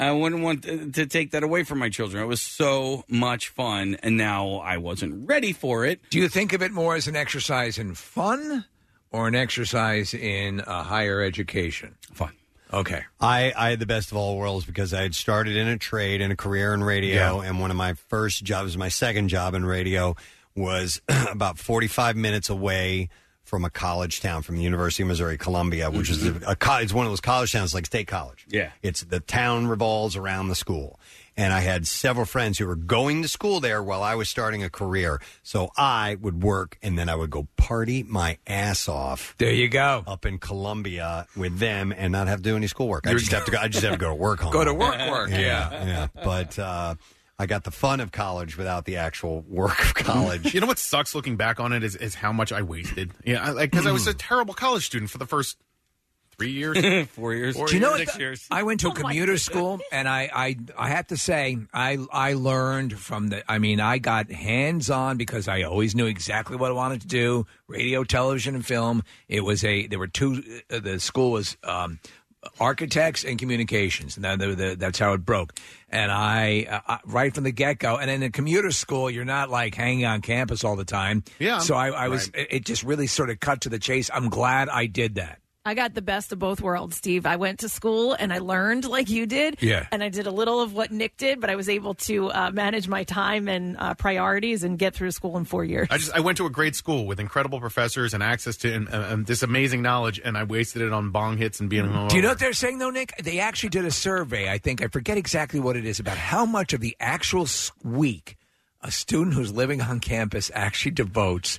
[SPEAKER 5] I wouldn't want to, to take that away from my children. It was so much fun, and now I wasn't ready for it.
[SPEAKER 3] Do you think of it more as an exercise in fun or an exercise in a higher education?
[SPEAKER 5] Fun.
[SPEAKER 3] Okay.
[SPEAKER 1] I, I had the best of all worlds because I had started in a trade and a career in radio, and one of my first jobs, my second job in radio, was about 45 minutes away from a college town, from the University of Missouri Columbia, which is a, a co- it's one of those college towns like State College.
[SPEAKER 5] Yeah.
[SPEAKER 1] It's the town revolves around the school. And I had several friends who were going to school there while I was starting a career. So I would work and then I would go party my ass off.
[SPEAKER 3] There you go.
[SPEAKER 1] Up in Columbia with them and not have to do any schoolwork. I
[SPEAKER 3] You're-
[SPEAKER 1] just have to go I just have to go to work home.
[SPEAKER 3] Go to work, work,
[SPEAKER 1] yeah. But uh I got the fun of college without the actual work of college.
[SPEAKER 4] You know what sucks looking back on it is, is how much I wasted. Yeah, I, like because I was
[SPEAKER 3] Hmm.
[SPEAKER 4] a terrible college student for the first three years,
[SPEAKER 5] four years, Oh
[SPEAKER 3] Do you know what? the- I went to a commuter school, and I, I, I have to say, I, I learned from the. I mean, I got hands on because I always knew exactly what I wanted to do: radio, television, and film. It was a. There were two. Uh, the school was um, architects and communications, and that, that- that's how it broke. And I, uh, I- right from the get go, and in a commuter school, you're not like hanging on campus all the time.
[SPEAKER 4] Yeah.
[SPEAKER 3] So I, I was. It, it just really sort of cut to the chase. I'm glad I did that.
[SPEAKER 7] I got the best of both worlds, Steve. I went to school and I learned like you did.
[SPEAKER 3] Yeah.
[SPEAKER 7] And I did a little of what Nick did, but I was able to uh, manage my time and uh, priorities and get through school in four years.
[SPEAKER 4] I just I went to a great school with incredible professors and access to and, uh, um, this amazing knowledge, and I wasted it on bong hits and being
[SPEAKER 3] Hmm. Do you know what they're saying though, Nick? They actually did a survey. I think I forget exactly what it is about how much of the actual s- week a student who's living on campus actually devotes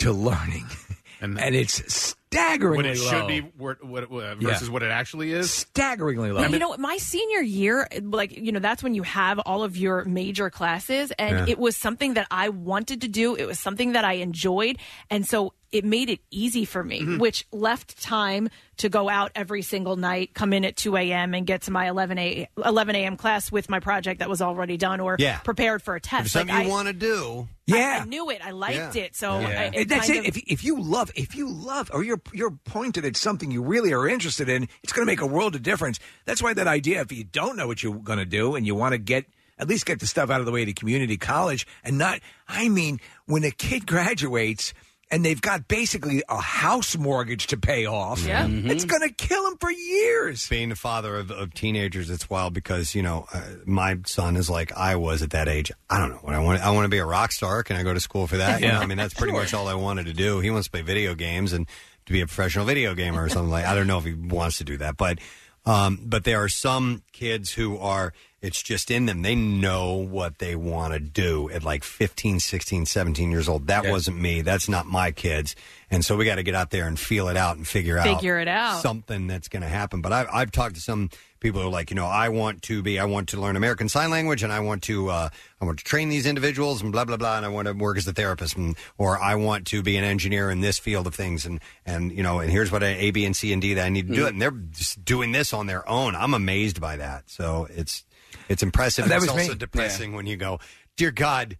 [SPEAKER 3] to learning, and, it's staggeringly
[SPEAKER 4] what it should
[SPEAKER 3] low.
[SPEAKER 4] be wor- what, what, uh, versus
[SPEAKER 3] Yeah.
[SPEAKER 4] what it actually is.
[SPEAKER 3] Staggeringly low.
[SPEAKER 7] But you know, what? my senior year, like, you know, that's when you have all of your major classes. And
[SPEAKER 4] Yeah.
[SPEAKER 7] it was something that I wanted to do. It was something that I enjoyed. And so it made it easy for me,
[SPEAKER 1] Mm-hmm.
[SPEAKER 8] Mhm.
[SPEAKER 7] which left time to go out every single night, come in at 2 a.m. and get to my 11 a, 11 a.m. class with my project that was already done or
[SPEAKER 1] Yeah.
[SPEAKER 7] prepared for a test.
[SPEAKER 1] If something
[SPEAKER 7] Like,
[SPEAKER 1] you
[SPEAKER 7] I-
[SPEAKER 1] want to do,
[SPEAKER 3] yeah,
[SPEAKER 7] I, knew it. I liked
[SPEAKER 3] Yeah.
[SPEAKER 7] it. So
[SPEAKER 3] Yeah.
[SPEAKER 7] I, it
[SPEAKER 3] And that's
[SPEAKER 7] kind
[SPEAKER 3] it.
[SPEAKER 7] of-
[SPEAKER 3] if, if you love, if you love, or you're you're pointed at something you really are interested in, it's going to make a world of difference. That's why that idea, if you don't know what you're going to do, and you want to get at least get the stuff out of the way to community college, and not, I mean, when a kid graduates. And they've got basically a house mortgage to pay off.
[SPEAKER 1] Yeah.
[SPEAKER 7] Mm-hmm.
[SPEAKER 3] It's going to kill them for years.
[SPEAKER 1] Being the father of, of teenagers, it's wild because you know uh, my son is like I was at that age. I don't know what I want. I want to be a rock star. Can I go to school for that? You know,
[SPEAKER 9] Yeah.
[SPEAKER 1] I mean, that's pretty much all I wanted to do. He wants to play video games and to be a professional video gamer or something like. I don't know if he wants to do that, but um, but there are some kids who are. It's just in them. They know what they want to do at like 15, 16, 17 years old. That wasn't me. That's not my kids. And so we got to get out there and feel it out and figure out
[SPEAKER 7] Figure it out.
[SPEAKER 1] something that's going to happen. But I've, I've talked to some people who are like, you know, I want to be, I want to learn American Sign Language, and I want to, uh, I want to train these individuals, and blah blah blah, and I want to work as a therapist, and or I want to be an engineer in this field of things, and and you know, and here's what I, A, B, and C, and D that I need to do
[SPEAKER 7] Mm.
[SPEAKER 3] Mhm.
[SPEAKER 1] it, and they're just doing this on their own. I'm amazed by that. So it's it's
[SPEAKER 7] Uh,
[SPEAKER 1] impressive.
[SPEAKER 3] That
[SPEAKER 1] it's
[SPEAKER 3] was
[SPEAKER 1] also
[SPEAKER 3] me.
[SPEAKER 1] depressing when you go, dear God.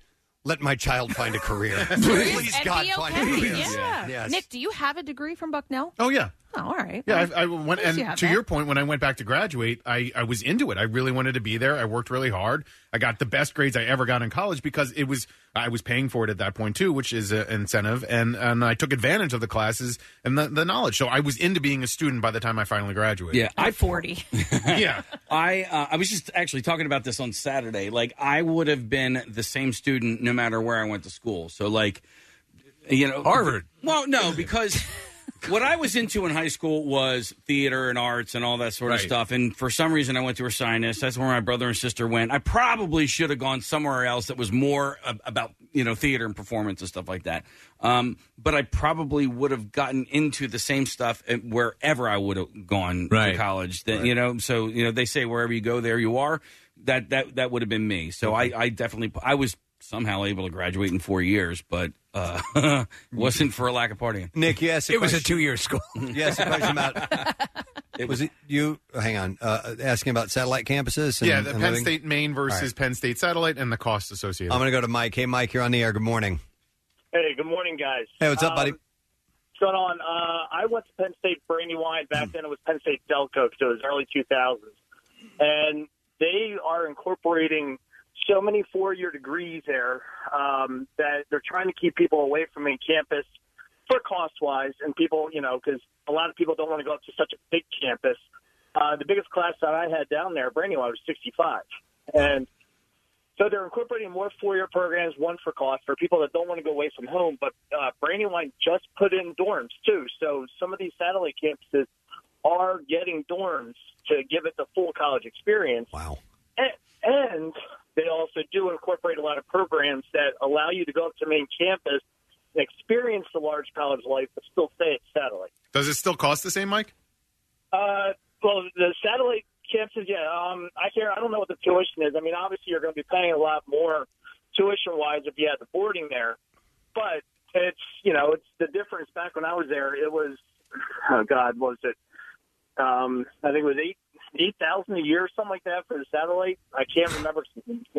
[SPEAKER 1] Let my child find a career. Please,
[SPEAKER 7] and
[SPEAKER 1] God,
[SPEAKER 7] be
[SPEAKER 1] find a
[SPEAKER 7] okay.
[SPEAKER 1] career.
[SPEAKER 7] Yeah.
[SPEAKER 1] Yes.
[SPEAKER 7] Nick, do you have a degree from Bucknell?
[SPEAKER 4] Oh yeah.
[SPEAKER 7] Oh, all right.
[SPEAKER 4] Yeah,
[SPEAKER 7] Well,
[SPEAKER 4] I, I went,
[SPEAKER 7] at least you
[SPEAKER 4] and
[SPEAKER 7] have
[SPEAKER 4] to
[SPEAKER 7] that.
[SPEAKER 4] your point, when I went back to graduate, I, I was into it. I really wanted to be there. I worked really hard. I got the best grades I ever got in college because it was I was paying for it at that point too, which is an incentive, and and I took advantage of the classes and the, the knowledge. So I was into being a student by the time I finally graduated.
[SPEAKER 5] Yeah, I- I'm
[SPEAKER 7] forty.
[SPEAKER 5] yeah. I uh, I was just actually talking about this on Saturday. Like I would have been the same student no matter where I went to school. So like you know
[SPEAKER 3] Harvard.
[SPEAKER 5] Well, no, because what I was into in high school was theater and arts and all that sort of
[SPEAKER 3] Right.
[SPEAKER 5] stuff. And for some reason, I went to Ursinus. That's where my brother and sister went. I probably should have gone somewhere else that was more ab- about you know theater and performance and stuff like that. Um, but I probably would have gotten into the same stuff uh, wherever I would have gone
[SPEAKER 3] Right.
[SPEAKER 5] to college. That you know, so you know they say wherever you go, there you are. That that that would have been me. So I, I definitely I was somehow able to graduate in four years, but uh, wasn't for a lack of partying.
[SPEAKER 1] Nick, you asked a
[SPEAKER 5] It was a
[SPEAKER 1] question-
[SPEAKER 3] two-year school.
[SPEAKER 1] You asked a question about
[SPEAKER 5] It
[SPEAKER 1] was it you? Hang on, uh, asking about satellite campuses. And,
[SPEAKER 4] yeah, the
[SPEAKER 1] and
[SPEAKER 4] Penn
[SPEAKER 1] living-
[SPEAKER 4] State Maine versus
[SPEAKER 1] All right.
[SPEAKER 4] Penn State satellite and the cost associated.
[SPEAKER 1] I'm going to go to Mike. Hey, Mike, you're on the air. Good morning.
[SPEAKER 10] Hey, good morning, guys.
[SPEAKER 1] Hey, what's up,
[SPEAKER 10] Um,
[SPEAKER 1] buddy?
[SPEAKER 10] What's going on? Uh, I went to Penn State Brandywine. Back then, it was Penn State Delco, so it was early 2000s. And they are incorporating so many four-year degrees there um, that they're trying to keep people away from main campus for cost-wise. And people, you know, because a lot of people don't want to go up to such a big campus. Uh, the biggest class that I had down there, Brandywine, was 65. And so they're incorporating more four-year programs, one for cost for people that don't want to go away from home. But uh, Brandywine just put in dorms too, so some of these satellite campuses are getting dorms to give it the full college experience.
[SPEAKER 1] Wow!
[SPEAKER 10] And, and they also do incorporate a lot of programs that allow you to go up to main campus and experience the large college life, but still stay at satellite.
[SPEAKER 4] Does it still cost the same, Mike?
[SPEAKER 10] Uh, well, the satellite Kim says, yeah, um, I care. I don't know what the tuition is. I mean, obviously, you're going to be paying a lot more tuition wise if you had the boarding there. But it's, you know, it's the difference. Back when I was there, it was, oh, God, what was it? Um, I think it was eight eight thousand a year, or something like that, for the satellite. I can't remember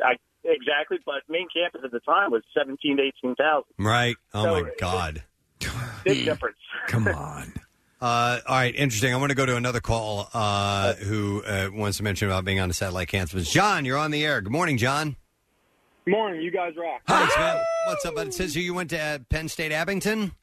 [SPEAKER 10] I, exactly, but main campus at the time was seventeen to eighteen thousand.
[SPEAKER 1] Right. Oh
[SPEAKER 10] So
[SPEAKER 1] my
[SPEAKER 10] it-
[SPEAKER 1] God.
[SPEAKER 10] Big difference.
[SPEAKER 1] Come on. Uh, all right, interesting. I want to go to another call uh, who uh, wants to mention about being on a satellite campus. John, you're on the air. Good morning, John.
[SPEAKER 8] Morning, you guys rock.
[SPEAKER 1] Thanks, man. What's up? bud? It says here you went to uh, Penn State Abington.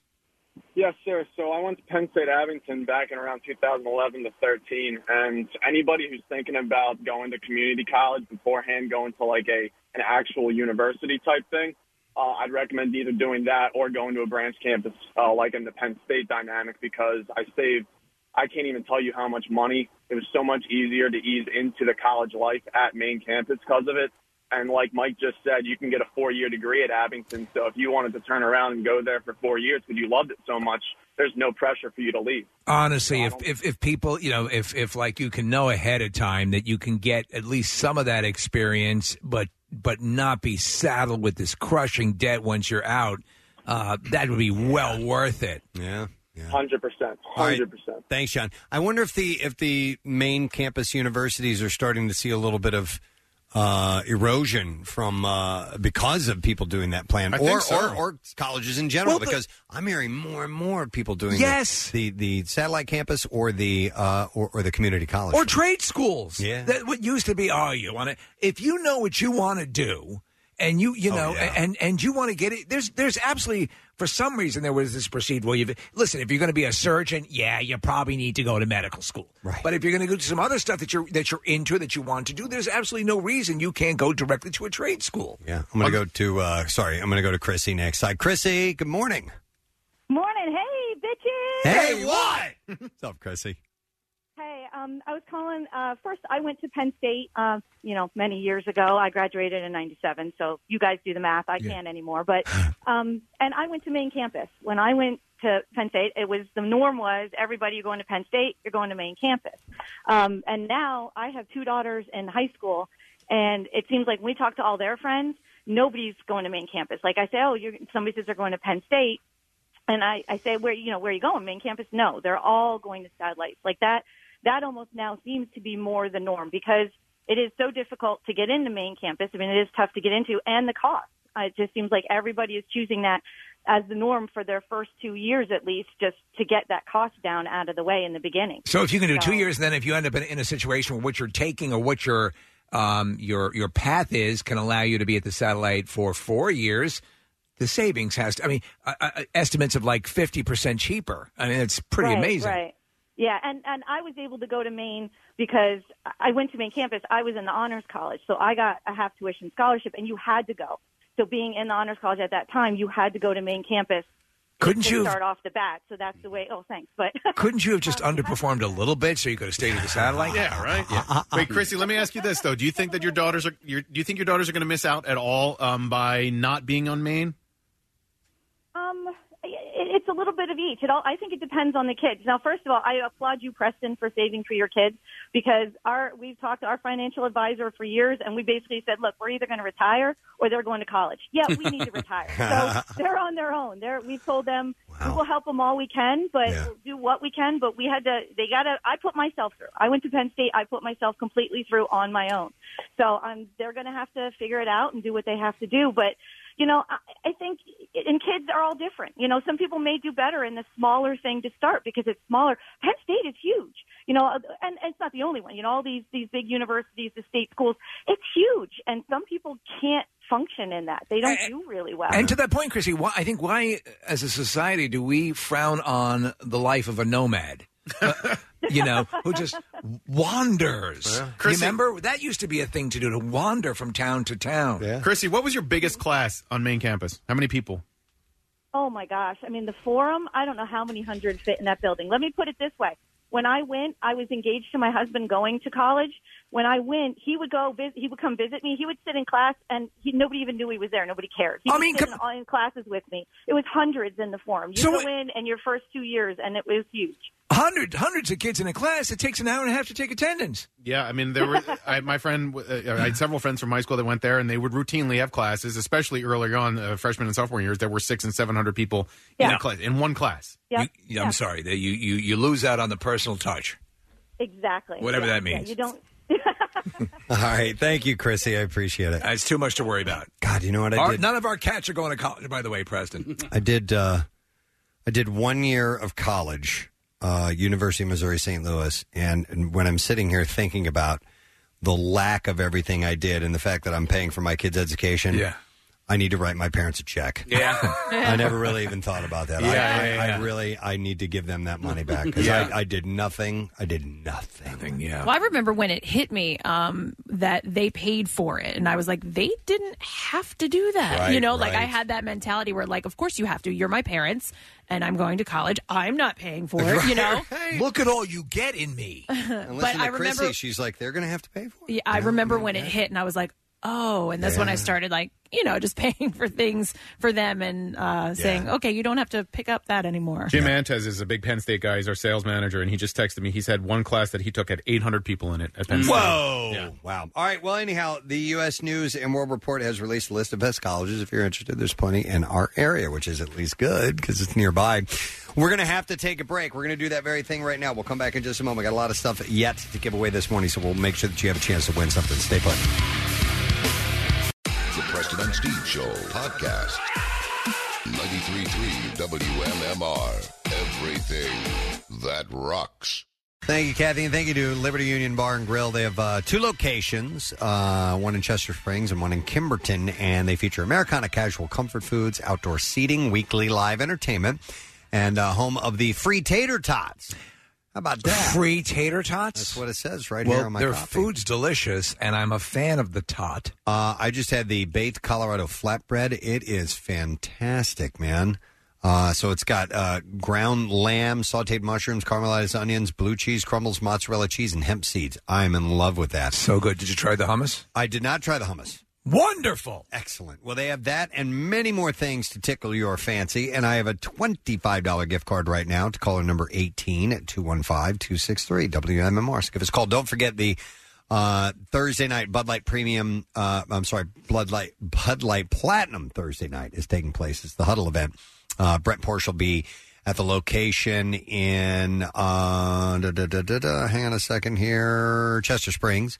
[SPEAKER 8] Yes, sir. So I went to Penn State Abington back in around 2011 to 13, and anybody who's thinking about going to community college beforehand, going to like a an actual university type thing, uh, I'd recommend either doing that or going to a branch campus uh, like in the Penn State dynamic because I saved. I can't even tell you how much money. It was so much easier to ease into the college life at main campus because of it. And like Mike just said, you can get a four-year degree at Abington. So if you wanted to turn around and go there for four years because you loved it so much, there's no pressure for you to leave.
[SPEAKER 3] Honestly, if, if if people, you know, if if like you can know ahead of time that you can get at least some of that experience, but but not be saddled with this crushing debt once you're out, uh, that would be well worth it.
[SPEAKER 1] Yeah.
[SPEAKER 8] Hundred percent.
[SPEAKER 1] All right.
[SPEAKER 8] Hundred percent.
[SPEAKER 1] Thanks, John. I wonder if the if the main campus universities are starting to see a little bit of uh, erosion from uh, because of people doing that plan,
[SPEAKER 4] I
[SPEAKER 1] or,
[SPEAKER 4] think so.
[SPEAKER 1] or or colleges in general.
[SPEAKER 4] Well, but-
[SPEAKER 1] because I'm hearing more and more people doing
[SPEAKER 3] Yes.
[SPEAKER 1] the, the the satellite campus or the uh, or, or the community college
[SPEAKER 3] Or trade schools.
[SPEAKER 1] Yeah.
[SPEAKER 3] That what used to be, oh, you want to, if you know what you want to do and you, you
[SPEAKER 1] Oh,
[SPEAKER 3] know,
[SPEAKER 1] yeah.
[SPEAKER 3] and, and you want to get it, there's, there's absolutely, for some reason, there was this perceived, well, you've, listen, if you're going to be a surgeon, yeah, you probably need to go to medical school. Right. But if you're going to go to some other stuff that you're, that you're into, that you want to do, there's absolutely no reason you can't go directly to a trade school.
[SPEAKER 1] Yeah, I'm going to go to uh, sorry, I'm going to go to Chrissy next. Hi, Chrissy. Good morning.
[SPEAKER 9] Morning. Hey, bitches.
[SPEAKER 1] What's up, Chrissy?
[SPEAKER 9] Hey, um, I was calling. Uh, first, I went to Penn State, uh, you know, many years ago. I graduated in 97, so you guys do the math. I can't anymore. But, um, and I went to main campus. When I went to Penn State, it was the norm was everybody you're going to Penn State, you're going to main campus. Um, and now I have two daughters in high school, and it seems like when we talk to all their friends, nobody's going to main campus. Like I say, oh, you're, somebody says they're going to Penn State. and I, I say, where you know, where are you going? Main campus? No, they're all going to satellites. Like that, that almost now seems to be more the norm because it is so difficult to get into main campus. I mean, it is tough to get into, and the cost. Uh, It just seems like everybody is choosing that as the norm for their first two years, at least, just to get that cost down out of the way in the beginning.
[SPEAKER 3] So if you can do
[SPEAKER 9] So-
[SPEAKER 3] two years, and then if you end up in, in a situation where what you're taking or what your um, your your path is can allow you to be at the satellite for four years, the savings has to. I mean, uh, uh, estimates of like fifty percent cheaper. I mean, it's pretty
[SPEAKER 9] Right,
[SPEAKER 3] amazing.
[SPEAKER 9] Right. Yeah, and and I was able to go to Maine because I went to Maine campus. I was in the honors college, so I got a half tuition scholarship, and you had to go. So being in the honors college at that time, you had to go to Maine campus.
[SPEAKER 3] Couldn't
[SPEAKER 9] to
[SPEAKER 3] you-
[SPEAKER 9] start off the bat? So that's the way. Oh, thanks, but
[SPEAKER 3] Couldn't you have just underperformed a little bit so you could have stayed at the satellite?
[SPEAKER 4] Yeah, right.
[SPEAKER 1] Uh,
[SPEAKER 4] Wait, Chrissy, let me ask you this though: Do you think that your daughters are? Your, do you think your daughters are going to miss out at all um, by not being on Maine?
[SPEAKER 9] Um, it, it's a little bit of each. It all, I think it depends on the kids. Now, first of all, I applaud you, Preston, for saving for your kids because our we've talked to our financial advisor for years, and we basically said, look, we're either going to retire or they're going to college. Yeah, we need to retire. So they're on their own. They're, we've told them we will help them all we can, but we'll do what we can. But we had to. They got to. I put myself through. I went to Penn State. I put myself completely through on my own. So um, they're going to have to figure it out and do what they have to do. But you know, I, I think, and kids are all different. You know, some people may do better in the smaller thing to start because it's smaller. Penn State is huge. You know, and, and it's not the only one. You know, all these these big universities, the state schools, it's huge, and some people can't function in that. They don't do really well.
[SPEAKER 3] And to that point, Chrissy, why, I think why, as a society, do we frown on the life of a nomad? Uh, you know, who just wanders.
[SPEAKER 1] Uh-huh.
[SPEAKER 4] Yeah.
[SPEAKER 3] You
[SPEAKER 4] Chrissy-
[SPEAKER 3] Remember that used to be a thing to do to wander from town to town. Yeah.
[SPEAKER 4] Chrissy, what was your biggest class on main campus? How many people?
[SPEAKER 9] Oh my gosh. I mean, the forum, I don't know how many hundred fit in that building. Let me put it this way. When I went, I was engaged to my husband going to college. when I went, he would go. Vis- he would come visit me. He would sit in class, and he, nobody even knew he was there. Nobody cared. He
[SPEAKER 11] I
[SPEAKER 9] would
[SPEAKER 11] mean,
[SPEAKER 9] sit in, all- in classes with me. It was hundreds in the forum. You
[SPEAKER 11] So
[SPEAKER 9] go in, and your first two years, and it was huge.
[SPEAKER 3] Hundred, hundreds of kids in a class. It takes an hour and a half to take attendance.
[SPEAKER 4] Yeah, I mean, there were I, my friend. Uh, I had several friends from high school that went there, and they would routinely have classes, especially earlier on, uh, freshman and sophomore years. There were six and seven hundred people in
[SPEAKER 9] Yeah.
[SPEAKER 4] a class in one class.
[SPEAKER 9] Yeah,
[SPEAKER 3] You- I'm sorry that you, you you lose out on the personal touch.
[SPEAKER 9] exactly.
[SPEAKER 3] Whatever
[SPEAKER 9] Yeah,
[SPEAKER 3] that
[SPEAKER 9] yeah,
[SPEAKER 3] means.
[SPEAKER 9] you don't.
[SPEAKER 1] All right. Thank you, Chrissy. I appreciate it.
[SPEAKER 3] It's too much to worry about.
[SPEAKER 1] God, you know what I
[SPEAKER 3] Our-
[SPEAKER 1] did?
[SPEAKER 3] none of our cats are going to college, by the way, Preston.
[SPEAKER 1] I did. Uh, I did one year of college, uh, University of Missouri St. Louis, and, and when I'm sitting here thinking about the lack of everything I did and the fact that I'm paying for my kids' education,
[SPEAKER 3] Yeah.
[SPEAKER 1] I need to write my parents a check.
[SPEAKER 3] Yeah.
[SPEAKER 1] I never really even thought about that. I,
[SPEAKER 3] Yeah,
[SPEAKER 1] I,
[SPEAKER 3] yeah, yeah.
[SPEAKER 1] I really, I need to give them that money back because
[SPEAKER 3] Yeah.
[SPEAKER 1] I, I did nothing. I did nothing. Nothing.
[SPEAKER 3] Yeah.
[SPEAKER 7] Well, I remember when it hit me um, that they paid for it, and I was like, they didn't have to do that.
[SPEAKER 12] Right,
[SPEAKER 7] you know, like I
[SPEAKER 12] right.
[SPEAKER 7] had that mentality where, like, of course you have to. You're my parents, and I'm going to college. I'm not paying for it. You know.
[SPEAKER 3] Look at all you get in me.
[SPEAKER 1] And
[SPEAKER 7] but
[SPEAKER 1] listen to
[SPEAKER 7] I
[SPEAKER 1] Chrissy.
[SPEAKER 7] remember,
[SPEAKER 1] she's like, they're going to have to pay for. it.
[SPEAKER 7] yeah, I remember when it hit, and I was like, oh, and that's when I
[SPEAKER 1] Yeah.
[SPEAKER 7] started like. You know, just paying for things for them and uh, saying, okay, you don't have to pick up that anymore.
[SPEAKER 4] Jim Antes is a big Penn State guy. He's our sales manager, and he just texted me. He's had one class that he took had 800 people in it at Penn State.
[SPEAKER 1] Whoa!
[SPEAKER 4] Yeah.
[SPEAKER 1] Wow. All right. Well, anyhow, the U.S. News and World Report has released a list of best colleges. If you're interested, there's plenty in our area, which is at least good because it's nearby. We're going to have to take a break. We're going to do that very thing right now. We'll come back in just a moment. Got a lot of stuff yet to give away this morning, so we'll make sure that you have a chance to win something. Stay put.
[SPEAKER 20] The Preston and Steve Show podcast. 93.3 WMMR. Everything that rocks.
[SPEAKER 1] Thank you, Kathy, and thank you to Liberty Union Bar and Grill. They have uh, two locations, uh, one in Chester Springs and one in Kimberton, and they feature Americana casual comfort foods, outdoor seating, weekly live entertainment, and uh, home of the free tater tots. How about that?
[SPEAKER 3] Free tater tots?
[SPEAKER 1] That's what it says right
[SPEAKER 3] well,
[SPEAKER 1] here on my
[SPEAKER 3] their
[SPEAKER 1] copy.
[SPEAKER 3] food's delicious, and I'm a fan of the tot.
[SPEAKER 1] Uh, I just had the baked Colorado flatbread. It is fantastic, man. Uh, so it's got uh, ground lamb, sauteed mushrooms, caramelized onions, blue cheese, crumbles, mozzarella cheese, and hemp seeds. I am in love with that.
[SPEAKER 3] So good. Did you try the hummus?
[SPEAKER 1] I did not try the hummus.
[SPEAKER 3] Wonderful.
[SPEAKER 1] Excellent. Well, they have that and many more things to tickle your fancy. And I have a $25 gift card right now to caller number 18 at 215 263 WMMR. So give us a call. Don't forget the uh, Thursday night Bud Light Premium, uh, I'm sorry, Bud Light, Bud Light Platinum Thursday night is taking place. It's the Huddle event. Uh, Brett Porsche will be at the location in, uh, da, da, da, da, da, hang on a second here, Chester Springs.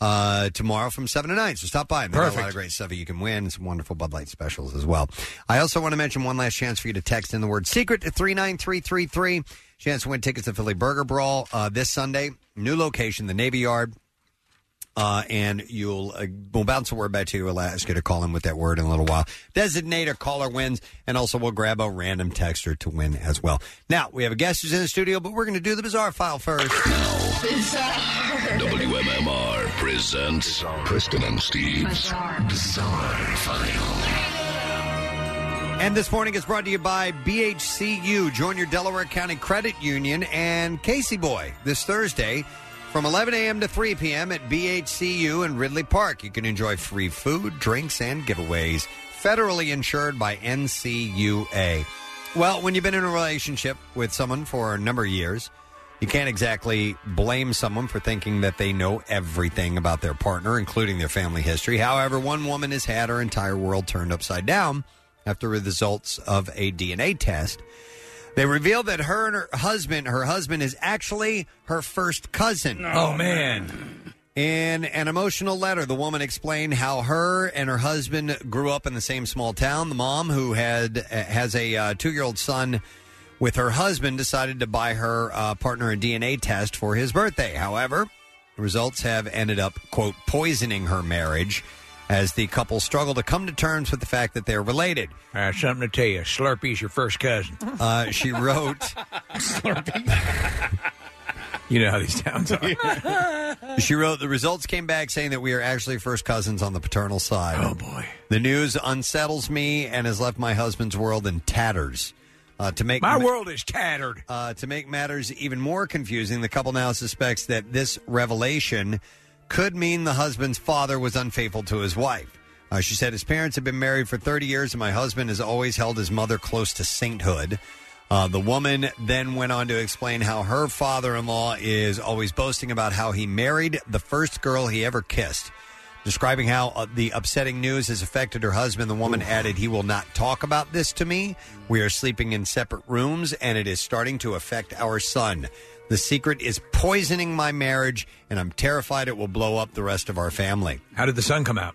[SPEAKER 1] Uh, tomorrow from seven to nine. So stop by. They've got A lot
[SPEAKER 3] Perfect.
[SPEAKER 1] of great stuff that you can win. Some wonderful Bud Light specials as well. I also want to mention one last chance for you to text in the word secret to 39333. Chance to win tickets to Philly Burger Brawl uh, this Sunday. New location, the Navy Yard. Uh, and you'll uh, we'll bounce a word back to you. We'll ask you to call in with that word in a little while. Designate a caller wins, and also we'll grab a random texter to win as well. Now we have a guest who's in the studio, but we're going to do the bizarre file first.
[SPEAKER 20] WMMR presents Preston and Steve's Bizarre, Final.
[SPEAKER 1] And this morning is brought to you by BHCU. Join your Delaware County Credit Union and Casey Boy this Thursday from 11 a.m. to 3 p.m. at BHCU in Ridley Park. You can enjoy free food, drinks, and giveaways. Federally insured by NCUA. Well, when you've been in a relationship with someone for a number of years, you can't exactly blame someone for thinking that they know everything about their partner, including their family history. However, one woman has had her entire world turned upside down after the results of a DNA test. They revealed that her and her husband, her husband is actually her first cousin.
[SPEAKER 3] Oh, man.
[SPEAKER 1] In an emotional letter, the woman explained how her and her husband grew up in the same small town. The mom, who had has a uh, two year old son with her husband, decided to buy her uh, partner a DNA test for his birthday. However, the results have ended up quote poisoning her marriage as the couple struggle to come to terms with the fact that they're related.
[SPEAKER 3] I have something to tell you. Slurpee's your first cousin.
[SPEAKER 1] Uh, she wrote.
[SPEAKER 3] You know how these towns are.
[SPEAKER 1] she wrote, The results came back saying that we are actually first cousins on the paternal side. Oh, boy. The news unsettles me and has left my husband's world in tatters. Uh, to make
[SPEAKER 3] My world is tattered.
[SPEAKER 1] Uh, to make matters even more confusing, the couple now suspects that this revelation could mean the husband's father was unfaithful to his wife. Uh, she said, His parents have been married for 30 years, and my husband has always held his mother close to sainthood. Uh, the woman then went on to explain how her father in law is always boasting about how he married the first girl he ever kissed. Describing how uh, the upsetting news has affected her husband, the woman added, He will not talk about this to me. We are sleeping in separate rooms, and it is starting to affect our son. The secret is poisoning my marriage, and I'm terrified it will blow up the rest of our family.
[SPEAKER 3] How did the son come out?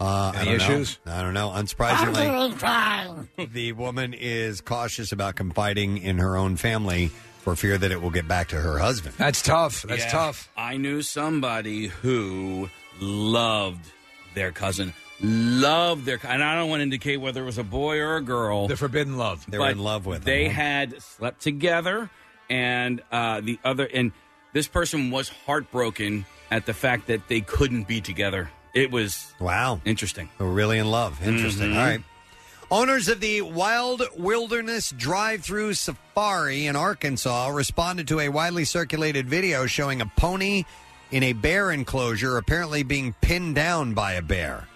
[SPEAKER 1] Uh,
[SPEAKER 3] Any
[SPEAKER 1] I don't know.
[SPEAKER 3] issues?
[SPEAKER 1] I don't know.
[SPEAKER 19] doing
[SPEAKER 1] Unsurprisingly, the woman is cautious about confiding in her own family for fear that it will get back to her husband.
[SPEAKER 3] That's tough.
[SPEAKER 5] Yeah. I knew somebody who loved their cousin. Loved their, and I don't want to indicate whether it was a boy or a girl. The
[SPEAKER 3] forbidden love.
[SPEAKER 1] They were in love with them,
[SPEAKER 5] They
[SPEAKER 1] huh?
[SPEAKER 5] had slept together, and uh, the other, and this person was heartbroken at the fact that they couldn't be together. It was
[SPEAKER 1] wow,
[SPEAKER 5] interesting.
[SPEAKER 1] They were really in love. Interesting.
[SPEAKER 5] Mhm.
[SPEAKER 1] All right. Owners of the Wild Wilderness Drive Through Safari in Arkansas responded to a widely circulated video showing a pony in a bear enclosure apparently being pinned down by a bear.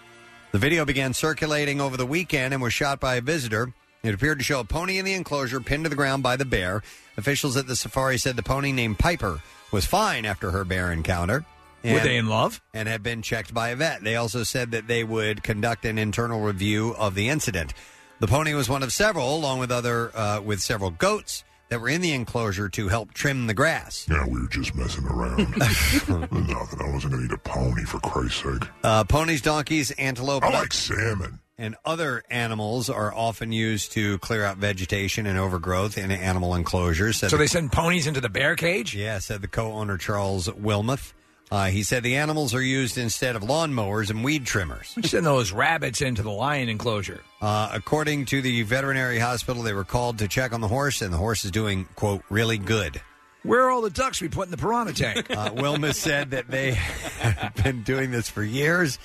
[SPEAKER 1] The video began circulating over the weekend and was shot by a visitor. It appeared to show a pony in the enclosure pinned to the ground by the bear. Officials at the safari said the pony named Piper was fine after her bear encounter.
[SPEAKER 3] Were they in love?
[SPEAKER 1] And had been checked by a vet. They also said that they would conduct an internal review of the incident. The pony was one of several, along with other uh, with several goats that were in the enclosure to help trim the grass.
[SPEAKER 11] Yeah, we were just messing around. Nothing. I wasn't gonna eat a pony for Christ's sake.
[SPEAKER 1] Uh, ponies, donkeys, antelope.
[SPEAKER 11] I like salmon.
[SPEAKER 1] And other animals are often used to clear out vegetation and overgrowth in animal enclosures. said
[SPEAKER 3] So
[SPEAKER 1] the-
[SPEAKER 3] they send ponies into the bear cage?
[SPEAKER 1] Yeah, said the co owner Charles Wilmoth. Uh, he said the animals are used instead of lawnmowers and weed trimmers.
[SPEAKER 3] We send those rabbits into the lion enclosure.
[SPEAKER 1] Uh, according to the veterinary hospital, they were called to check on the horse, and the horse is doing, quote, really good.
[SPEAKER 3] Where are all the ducks we put in the piranha tank?
[SPEAKER 1] Uh, Wilma said that they have been doing this for years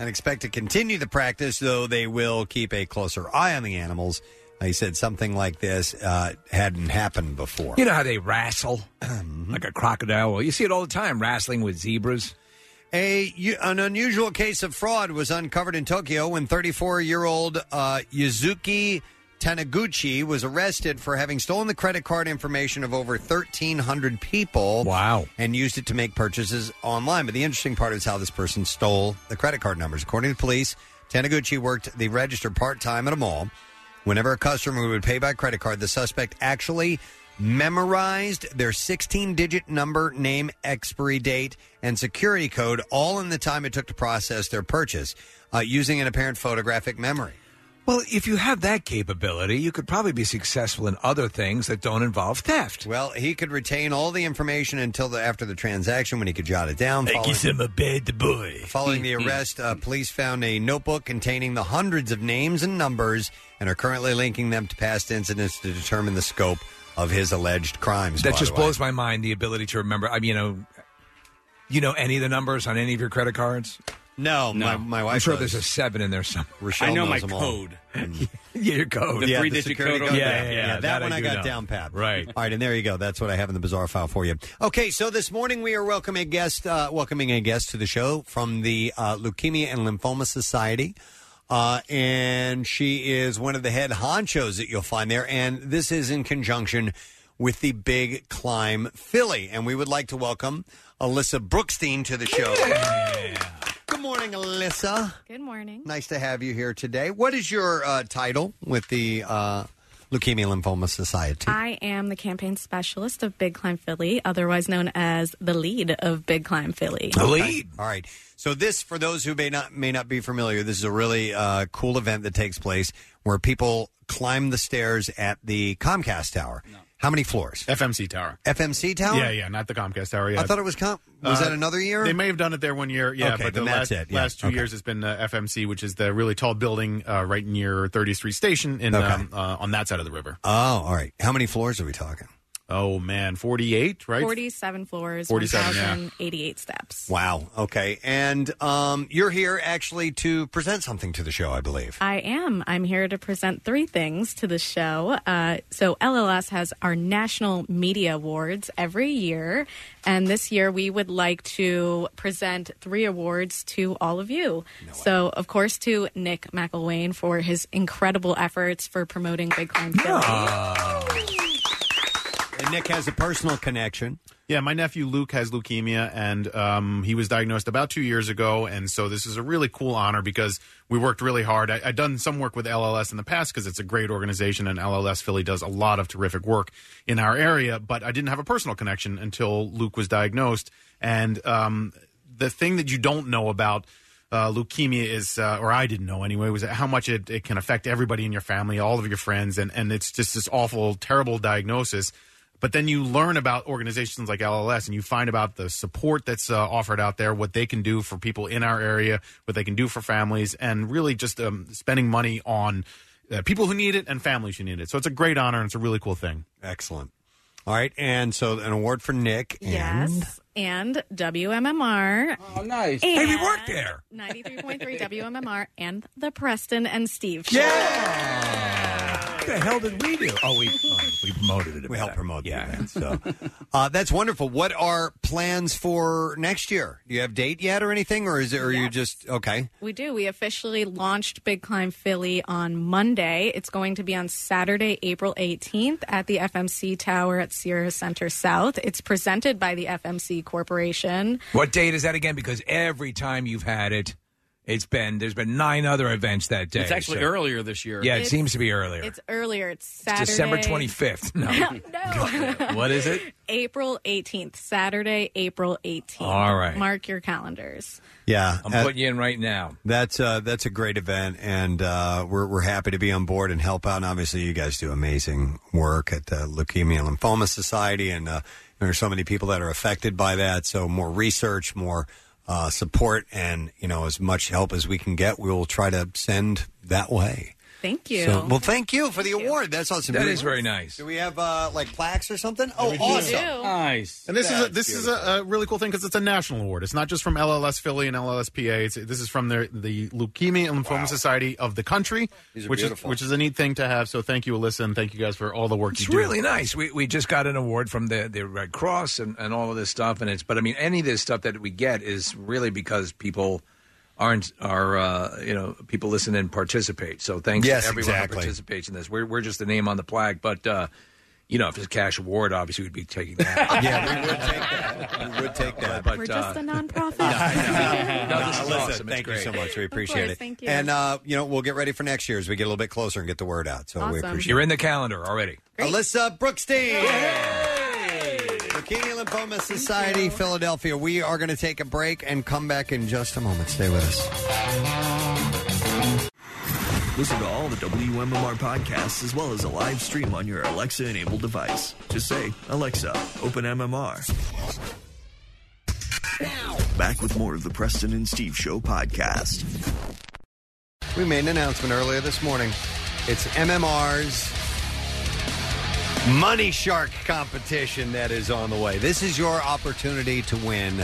[SPEAKER 1] and expect to continue the practice, though they will keep a closer eye on the animals. Uh, he said something like this uh, hadn't happened before.
[SPEAKER 3] You know how they wrestle
[SPEAKER 1] Mm-hmm.
[SPEAKER 3] like a crocodile. Well, you see it all the time, wrestling with zebras.
[SPEAKER 1] A u- an unusual case of fraud was uncovered in Tokyo when 34-year-old uh, Yuzuki Taniguchi was arrested for having stolen the credit card information of over 1,300 people. Wow! And used it to make purchases online. But the interesting part is how this person stole the credit card numbers. According to police, Taniguchi worked the register part-time at a mall. Whenever a customer would pay by credit card, the suspect actually memorized their 16 digit number, name, expiry date, and security code all in the time it took to process their purchase uh, using an apparent photographic memory.
[SPEAKER 3] Well, if you have that capability, you could probably be successful in other things that don't involve theft.
[SPEAKER 1] Well, he could retain all the information until the, after the transaction when he could jot it down.
[SPEAKER 3] Thank you,
[SPEAKER 1] following-
[SPEAKER 3] I'm a bad boy.
[SPEAKER 1] Following the arrest, uh, police found a notebook containing the hundreds of names and numbers and are currently linking them to past incidents to determine the scope of his alleged crimes.
[SPEAKER 3] That
[SPEAKER 1] by
[SPEAKER 3] just
[SPEAKER 1] the way.
[SPEAKER 3] blows my mind. The ability to remember. I mean, you know, you know any of the numbers on any of your credit cards?
[SPEAKER 1] No, my- my
[SPEAKER 3] I'm
[SPEAKER 1] wife
[SPEAKER 3] sure
[SPEAKER 1] does.
[SPEAKER 3] there's a seven in there somewhere.
[SPEAKER 1] Rochelle I know knows my them all. code.
[SPEAKER 3] yeah, your code.
[SPEAKER 1] Yeah, the security
[SPEAKER 3] Yeah, yeah, yeah,
[SPEAKER 1] that, one I,
[SPEAKER 3] do
[SPEAKER 1] got
[SPEAKER 3] know.
[SPEAKER 1] down pat. Right. All right, and there you go. That's what I have in the bizarre file for you. Okay, so this morning we are welcoming a guest, uh, welcoming a guest to the show from the uh, Leukemia and Lymphoma Society, uh, and she is one of the head honchos that you'll find there. And this is in conjunction with the Big Climb Philly, and we would like to welcome Alyssa Brookstein to the show. Good morning, Alyssa.
[SPEAKER 12] Good morning.
[SPEAKER 1] Nice to have you here today. What is your uh, title with the uh, Leukemia Lymphoma Society?
[SPEAKER 12] I am the campaign specialist of Big Climb Philly, otherwise known as the lead of Big Climb Philly.
[SPEAKER 1] Okay. All right. So this, for those who may not may not be familiar, this is a really uh, cool event that takes place where people climb the stairs at the Comcast Tower. How many floors?
[SPEAKER 4] FMC Tower.
[SPEAKER 1] FMC Tower.
[SPEAKER 4] Yeah, yeah, not the Comcast Tower. Yeah. Uh,
[SPEAKER 1] I thought it was Com- was that another year?
[SPEAKER 4] They may have done it there one year. Yeah,
[SPEAKER 1] Okay,
[SPEAKER 4] but the
[SPEAKER 1] then that's
[SPEAKER 4] last,
[SPEAKER 1] it, yeah,
[SPEAKER 4] last two
[SPEAKER 1] okay.
[SPEAKER 4] years it's been uh, FMC, which is the really tall building uh, right near 30th Street Station in
[SPEAKER 1] Okay.
[SPEAKER 4] um, uh, on that side of the river.
[SPEAKER 1] Oh, all right. How many floors are we talking?
[SPEAKER 4] Oh man, forty-eight, right?
[SPEAKER 12] 47 floors,
[SPEAKER 4] 47, yeah.
[SPEAKER 12] 1,088 steps.
[SPEAKER 1] Wow. Okay. And um, you're here actually to present something to the show, I believe.
[SPEAKER 12] I am. I'm here to present three things to the show. Uh, so, LLS has our National Media Awards every year. And this year, we would like to present three awards to all of you. so, of course, to Nick McElwain for his incredible efforts for promoting Big Climb Philly.
[SPEAKER 1] And Nick has a personal connection.
[SPEAKER 4] Yeah, my nephew Luke has leukemia, and um, he was diagnosed about two years ago. And so this is a really cool honor because we worked really hard. I, I've done some work with LLS in the past because it's a great organization, and LLS Philly does a lot of terrific work in our area. But I didn't have a personal connection until Luke was diagnosed. And um, the thing that you don't know about uh, leukemia is, uh, or I didn't know anyway, was how much it, it can affect everybody in your family, all of your friends, and, and it's just this awful, terrible diagnosis. But then you learn about organizations like LLS and you find about the support that's uh, offered out there, what they can do for people in our area, what they can do for families, and really just um, spending money on uh, people who need it and families who need it. So it's a great honor and it's a really cool thing.
[SPEAKER 1] Excellent. All right. And so an award for Nick. And
[SPEAKER 12] Yes. And WMMR. Oh,
[SPEAKER 5] nice.
[SPEAKER 1] Hey, we worked there.
[SPEAKER 12] 93.3 WMMR and the Preston and Steve.
[SPEAKER 3] What the hell did we do? Oh, we we promoted it.
[SPEAKER 1] We helped promote yeah. the event. So uh, that's wonderful. What are plans for next year? Do you have date yet or anything? Or is it, or you just, okay.
[SPEAKER 12] We do. We officially launched Big Climb Philly on Monday. It's going to be on Saturday, April 18th at the FMC Tower at Sierra Center South. It's presented by the FMC Corporation.
[SPEAKER 3] What date is that again? Because every time you've had it, it's been there's been nine other events that day.
[SPEAKER 5] It's actually
[SPEAKER 3] so-
[SPEAKER 5] earlier this year.
[SPEAKER 3] Yeah, it
[SPEAKER 12] It's-
[SPEAKER 3] seems to be earlier.
[SPEAKER 12] It's earlier. It's Saturday.
[SPEAKER 3] It's December twenty fifth. No,
[SPEAKER 12] no.
[SPEAKER 3] what is it?
[SPEAKER 12] April 18th. Saturday, April 18th.
[SPEAKER 3] All right.
[SPEAKER 12] Mark your calendars.
[SPEAKER 1] Yeah.
[SPEAKER 3] I'm
[SPEAKER 1] Uh,
[SPEAKER 3] putting you in right now.
[SPEAKER 1] That's uh, that's a great event, and uh, we're we're happy to be on board and help out. And obviously, you guys do amazing work at the Leukemia and Lymphoma Society, and uh, there are so many people that are affected by that. So more research, more uh, support, and you know as much help as we can get, we will try to send that way.
[SPEAKER 12] Thank you.
[SPEAKER 1] So, well, thank you for the award. That's awesome.
[SPEAKER 3] That
[SPEAKER 1] Do we-
[SPEAKER 3] is very nice.
[SPEAKER 1] Do we have uh, like plaques or something? Oh,
[SPEAKER 4] we do.
[SPEAKER 1] awesome!
[SPEAKER 4] We do.
[SPEAKER 5] Nice.
[SPEAKER 4] And this is a, this is a, a really cool thing because it's a national award. It's not just from LLS Philly and LLSPA. It's, this is from the the Leukemia and Lymphoma Society of the country,
[SPEAKER 3] These are
[SPEAKER 4] which
[SPEAKER 3] beautiful.
[SPEAKER 4] is which is a neat thing to have. So thank you, Alyssa, and thank you guys for all the work
[SPEAKER 3] It's
[SPEAKER 4] you do.
[SPEAKER 3] really nice. We we just got an award from the, the Red Cross and, and all of this stuff, and it's. But I mean, any of this stuff that we get is really because people aren't are uh, you know people listen and participate. So thanks
[SPEAKER 1] Yes,
[SPEAKER 3] to everyone
[SPEAKER 1] exactly.
[SPEAKER 3] who participates in this. We're we're just the name on the plaque, but uh, you know if it's a cash award, obviously we'd be taking that.
[SPEAKER 1] yeah, we would take that. We would take that.
[SPEAKER 3] But,
[SPEAKER 12] We're
[SPEAKER 3] uh,
[SPEAKER 12] just a nonprofit.
[SPEAKER 3] No, this is
[SPEAKER 1] Listen,
[SPEAKER 3] awesome. It's
[SPEAKER 1] Thank you
[SPEAKER 3] great.
[SPEAKER 1] so much. We
[SPEAKER 3] Of
[SPEAKER 1] appreciate
[SPEAKER 12] course,
[SPEAKER 1] it.
[SPEAKER 12] thank you.
[SPEAKER 1] And uh, you know, we'll get ready for next year as we get a little bit closer and get the word out. So we
[SPEAKER 12] Awesome.
[SPEAKER 1] appreciate
[SPEAKER 3] You're in the calendar already.
[SPEAKER 1] Alyssa Brookstein. Leukemia Lymphoma Society, Philadelphia. We are going to take a break and come back in just a moment. Stay with us.
[SPEAKER 6] Listen to all the WMMR podcasts as well as a live stream on your Alexa enabled device. Just say, Alexa, open MMR. Back with more of the Preston and Steve Show podcast.
[SPEAKER 1] We made an announcement earlier this morning. It's MMR's Money Shark competition that is on the way. This is your opportunity to win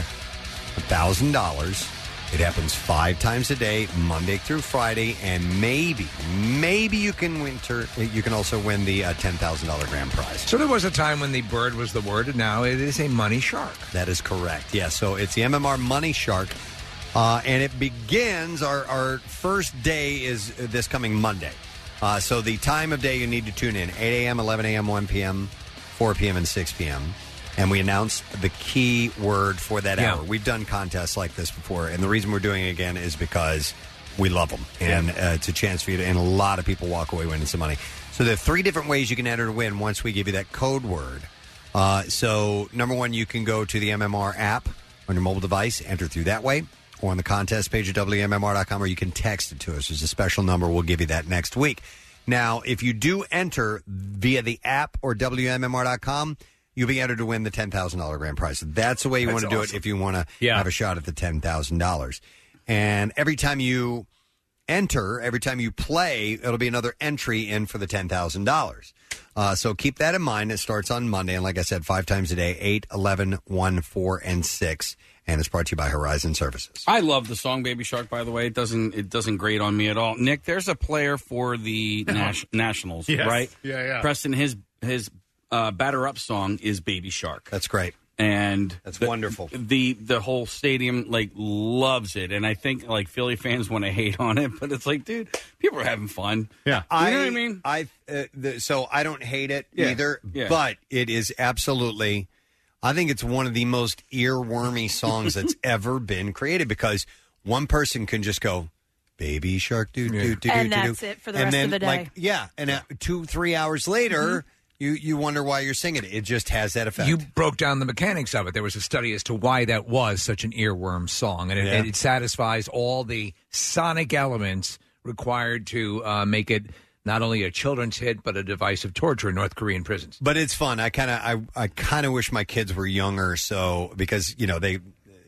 [SPEAKER 1] $1,000. It happens five times a day, Monday through Friday, and maybe, maybe you can winter. You can also win the uh, $10,000 grand prize.
[SPEAKER 3] So there was a time when the bird was the word, and now it is a money shark.
[SPEAKER 1] That is correct. Yeah, so it's the MMR Money Shark. Uh, and it begins, our, our first day is this coming Monday. Uh, so the time of day you need to tune in 8 a.m., 11 a.m., 1 p.m., 4 p.m., and 6 p.m. And we announce the key word for that
[SPEAKER 3] Yeah.
[SPEAKER 1] hour. We've done contests like this before. And the reason we're doing it again is because we love them. And uh, it's a chance for you to, and a lot of people walk away winning some money. So there are three different ways you can enter to win once we give you that code word. Uh, so, number one, you can go to the MMR app on your mobile device, enter through that way, or on the contest page at WMMR.com, or you can text it to us. There's a special number. We'll give you that next week. Now, if you do enter via the app or WMMR.com, you'll be entered to win the $10,000 grand prize. So that's the way you
[SPEAKER 3] That's
[SPEAKER 1] want to do it
[SPEAKER 3] awesome.
[SPEAKER 1] if you want to
[SPEAKER 3] Yeah.
[SPEAKER 1] have a shot at the $10,000. And every time you enter, every time you play, it'll be another entry in for the $10,000. Uh, so keep that in mind. It starts on Monday. And like I said, five times a day 8, 11, 1, 4, and 6. And it's brought to you by Horizon Services.
[SPEAKER 5] I love the song "Baby Shark." By the way, it doesn't it doesn't grate on me at all. Nick, there's a player for the Nash- Nationals,
[SPEAKER 4] Yes.
[SPEAKER 5] right?
[SPEAKER 4] Yeah, yeah.
[SPEAKER 5] Preston, his his uh, batter up song is "Baby Shark."
[SPEAKER 1] That's great,
[SPEAKER 5] and
[SPEAKER 1] that's wonderful.
[SPEAKER 5] The the whole stadium like loves it, and I think like Philly fans want to hate on it, but it's like, dude, people are having fun.
[SPEAKER 4] Yeah.
[SPEAKER 5] you know what I mean.
[SPEAKER 1] I uh, the, so I don't hate it
[SPEAKER 5] Yeah.
[SPEAKER 1] either,
[SPEAKER 5] Yeah.
[SPEAKER 1] but it is absolutely. I think it's one of the most earwormy songs that's ever been created because one person can just go, "Baby shark, doo doo doo doo,"
[SPEAKER 2] And
[SPEAKER 1] doo, doo."
[SPEAKER 2] that's it for the
[SPEAKER 1] And
[SPEAKER 2] rest of
[SPEAKER 1] then,
[SPEAKER 2] the day.
[SPEAKER 1] Like, yeah, and uh, two three hours later.
[SPEAKER 5] Mm-hmm.
[SPEAKER 1] You, you wonder why you're singing it. It just has that effect.
[SPEAKER 3] You broke down the mechanics of it. There was a study as to why that was such an earworm song, and it,
[SPEAKER 1] Yeah.
[SPEAKER 3] and it satisfies all the sonic elements required to uh, make it not only a children's hit but a device of torture in North Korean prisons.
[SPEAKER 1] But it's fun. I kind of I, I kind of wish my kids were younger, so because you know they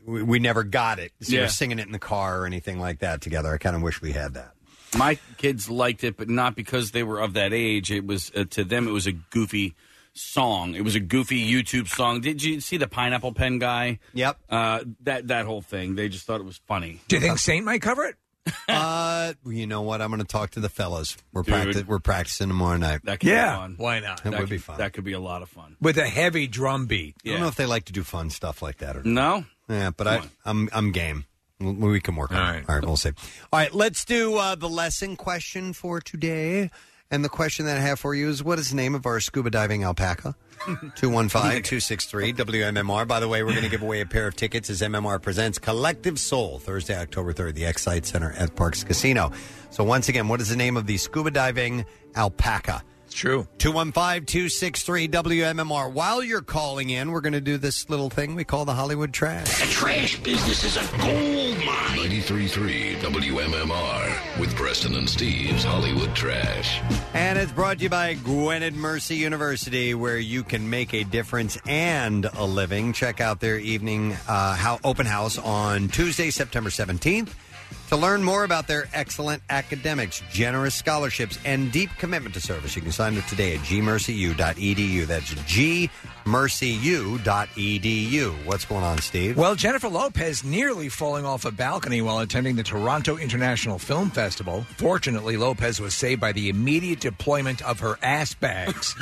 [SPEAKER 1] we, we never got it. So
[SPEAKER 5] Yeah.
[SPEAKER 1] We're singing it in the car or anything like that together. I kind of wish we had that.
[SPEAKER 5] My kids liked it, but not because they were of that age. It was uh, to them, it was a goofy song. It was a goofy YouTube song. Did you see the pineapple pen guy?
[SPEAKER 1] Yep.
[SPEAKER 5] Uh, that that whole thing. They just thought it was funny.
[SPEAKER 3] Do you think Saint might cover it?
[SPEAKER 1] uh, you know what? I'm going to talk to the fellas. We're
[SPEAKER 5] Dude.
[SPEAKER 1] practi- we're practicing tomorrow night.
[SPEAKER 5] That could
[SPEAKER 3] Yeah.
[SPEAKER 5] be fun.
[SPEAKER 3] Why not?
[SPEAKER 1] That
[SPEAKER 5] That
[SPEAKER 1] would be
[SPEAKER 5] could-
[SPEAKER 1] fun.
[SPEAKER 5] That could be a lot of fun.
[SPEAKER 3] with a heavy drum beat.
[SPEAKER 1] I don't know if they like to do fun stuff like that or
[SPEAKER 5] no.
[SPEAKER 1] Yeah, but I I'm I'm game. We- We can work on it. All right, we'll see. All right, let's do uh, the lesson question for today. And the question that I have for you is what is the name of our scuba diving alpaca? 215-263 WMMR. By the way, we're going to give away a pair of tickets as MMR presents Collective Soul Thursday, October 3rd, the Excite Center at Parks Casino. So once again, what is the name of the scuba diving alpaca? It's
[SPEAKER 3] true.
[SPEAKER 1] 215-263 WMMR. While you're calling in, we're going to do this little thing we call the Hollywood trash.
[SPEAKER 20] The trash business is a gold mine. 93.3 WMMR with Preston and Steve's Hollywood Trash.
[SPEAKER 1] And it's brought to you by Gwinnett Mercy University, where you can make a difference and a living. Check out their evening uh, how, open house on Tuesday, September 17th. To learn more about their excellent academics, generous scholarships, and deep commitment to service, you can sign up today at gmercyu.edu. e That's gmercyu.edu. e What's going on, Steve?
[SPEAKER 3] Well, Jennifer Lopez nearly falling off a balcony while attending the Toronto International Film Festival. Fortunately, Lopez was saved by the immediate deployment of her ass bags.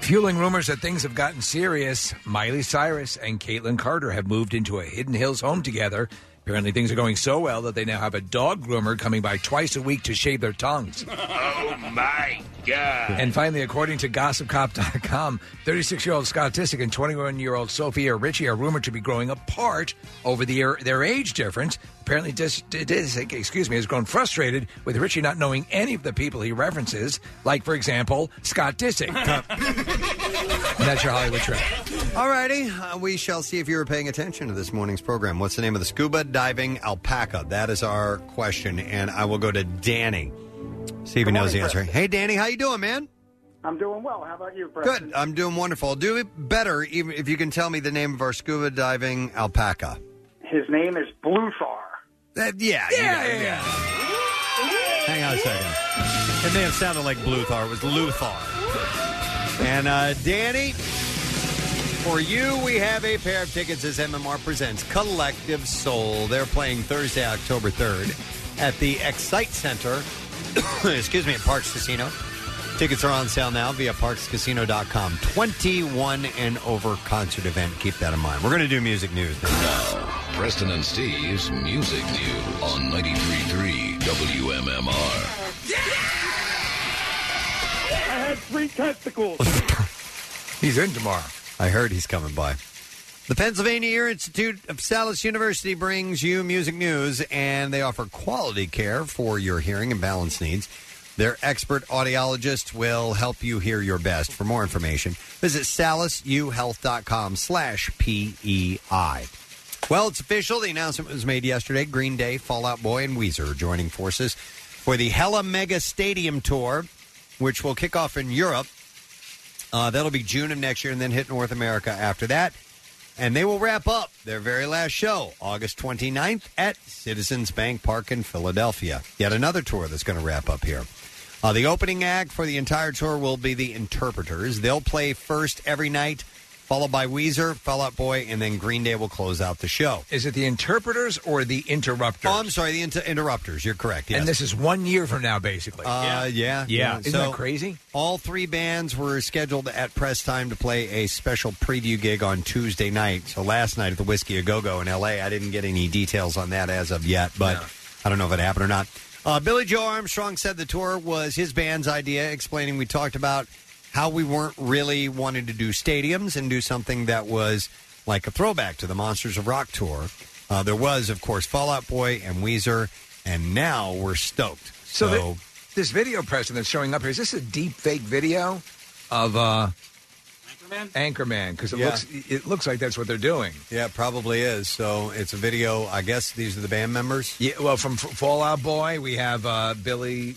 [SPEAKER 3] Fueling rumors that things have gotten serious, Miley Cyrus and Caitlyn Carter have moved into a Hidden Hills home together. Apparently, things are going so well that they now have a dog groomer coming by twice a week to shave their tongues.
[SPEAKER 19] Oh my god.
[SPEAKER 3] And finally, according to GossipCop.com, 36 year old Scott Disick and 21 year old Sophia Ritchie are rumored to be growing apart over the, their age difference. Apparently, Dis, Disick, excuse me, has grown frustrated with Ritchie not knowing any of the people he references, like, for example, Scott Disick. and that's your Hollywood trip.
[SPEAKER 1] Alrighty, uh, we shall see if you were paying attention to this morning's program. What's the name of the scuba diving alpaca? That is our question, and I will go to Danny. See if he
[SPEAKER 14] Good
[SPEAKER 1] knows the
[SPEAKER 14] morning,
[SPEAKER 1] answer.
[SPEAKER 14] Preston.
[SPEAKER 1] Hey, Danny, how you doing, man?
[SPEAKER 14] I'm doing well. How about you, Preston?
[SPEAKER 1] Good. I'm doing wonderful. I'll do it better even if you can tell me the name of our scuba diving alpaca.
[SPEAKER 14] His name is Bluthar.
[SPEAKER 1] That, yeah, yeah, yeah, Hang on a second. It may have sounded like Bluthar. It was Luthar. And uh, Danny, for you, we have a pair of tickets as MMR presents Collective Soul. They're playing Thursday, October 3rd at the Excite Center, excuse me, at Parks Casino. Tickets are on sale now via parkscasino.com. 21 and over concert event. Keep that in mind. We're going to do music news now.
[SPEAKER 20] Preston and Steve's Music News on 93.3 WMMR.
[SPEAKER 14] I had three testicles.
[SPEAKER 3] He's in tomorrow.
[SPEAKER 1] I heard he's coming by. The Pennsylvania Ear Institute of Salis University brings you music news, and they offer quality care for your hearing and balance needs. Their expert audiologists will help you hear your best. For more information, visit salisuhealth.com slash PEI. Well, it's official. The announcement was made yesterday. Green Day, Fallout Boy, and Weezer are joining forces for the Hella Mega Stadium Tour, which will kick off in Europe uh, that'll be June of next year, and then hit North America after that. And they will wrap up their very last show August 29th at Citizens Bank Park in Philadelphia. Yet another tour that's going to wrap up here. Uh, the opening act for the entire tour will be the Interpreters. They'll play first every night, followed by Weezer, Fall Out Boy, and then Green Day will close out the show.
[SPEAKER 3] Is it the interpreters or the interrupters?
[SPEAKER 1] Oh, I'm sorry, the inter- interrupters. You're correct. Yes.
[SPEAKER 3] And this is one year from now, basically.
[SPEAKER 1] Uh, yeah. yeah,
[SPEAKER 3] Isn't
[SPEAKER 1] So
[SPEAKER 3] that crazy?
[SPEAKER 1] All three bands were scheduled at press time to play a special preview gig on Tuesday night. So last night at the Whiskey A Go Go in L.A., I didn't get any details on that as of yet, but I don't know if it happened or not. Uh, Billy Joe Armstrong said the tour was his band's idea, explaining we talked about how we weren't really wanting to do stadiums and do something that was like a throwback to the Monsters of Rock tour. Uh, there was, of course, Fallout Boy and Weezer, and now we're stoked.
[SPEAKER 3] So, thi- this video person that's showing up here is this a deep fake video of uh, Anchorman? Anchorman, because it
[SPEAKER 1] Yeah.
[SPEAKER 3] looks it looks like that's what they're doing.
[SPEAKER 1] Yeah, it probably is. So it's a video. I guess these are the band members.
[SPEAKER 3] Yeah. Well, from F- Fallout Boy, we have uh, Billy.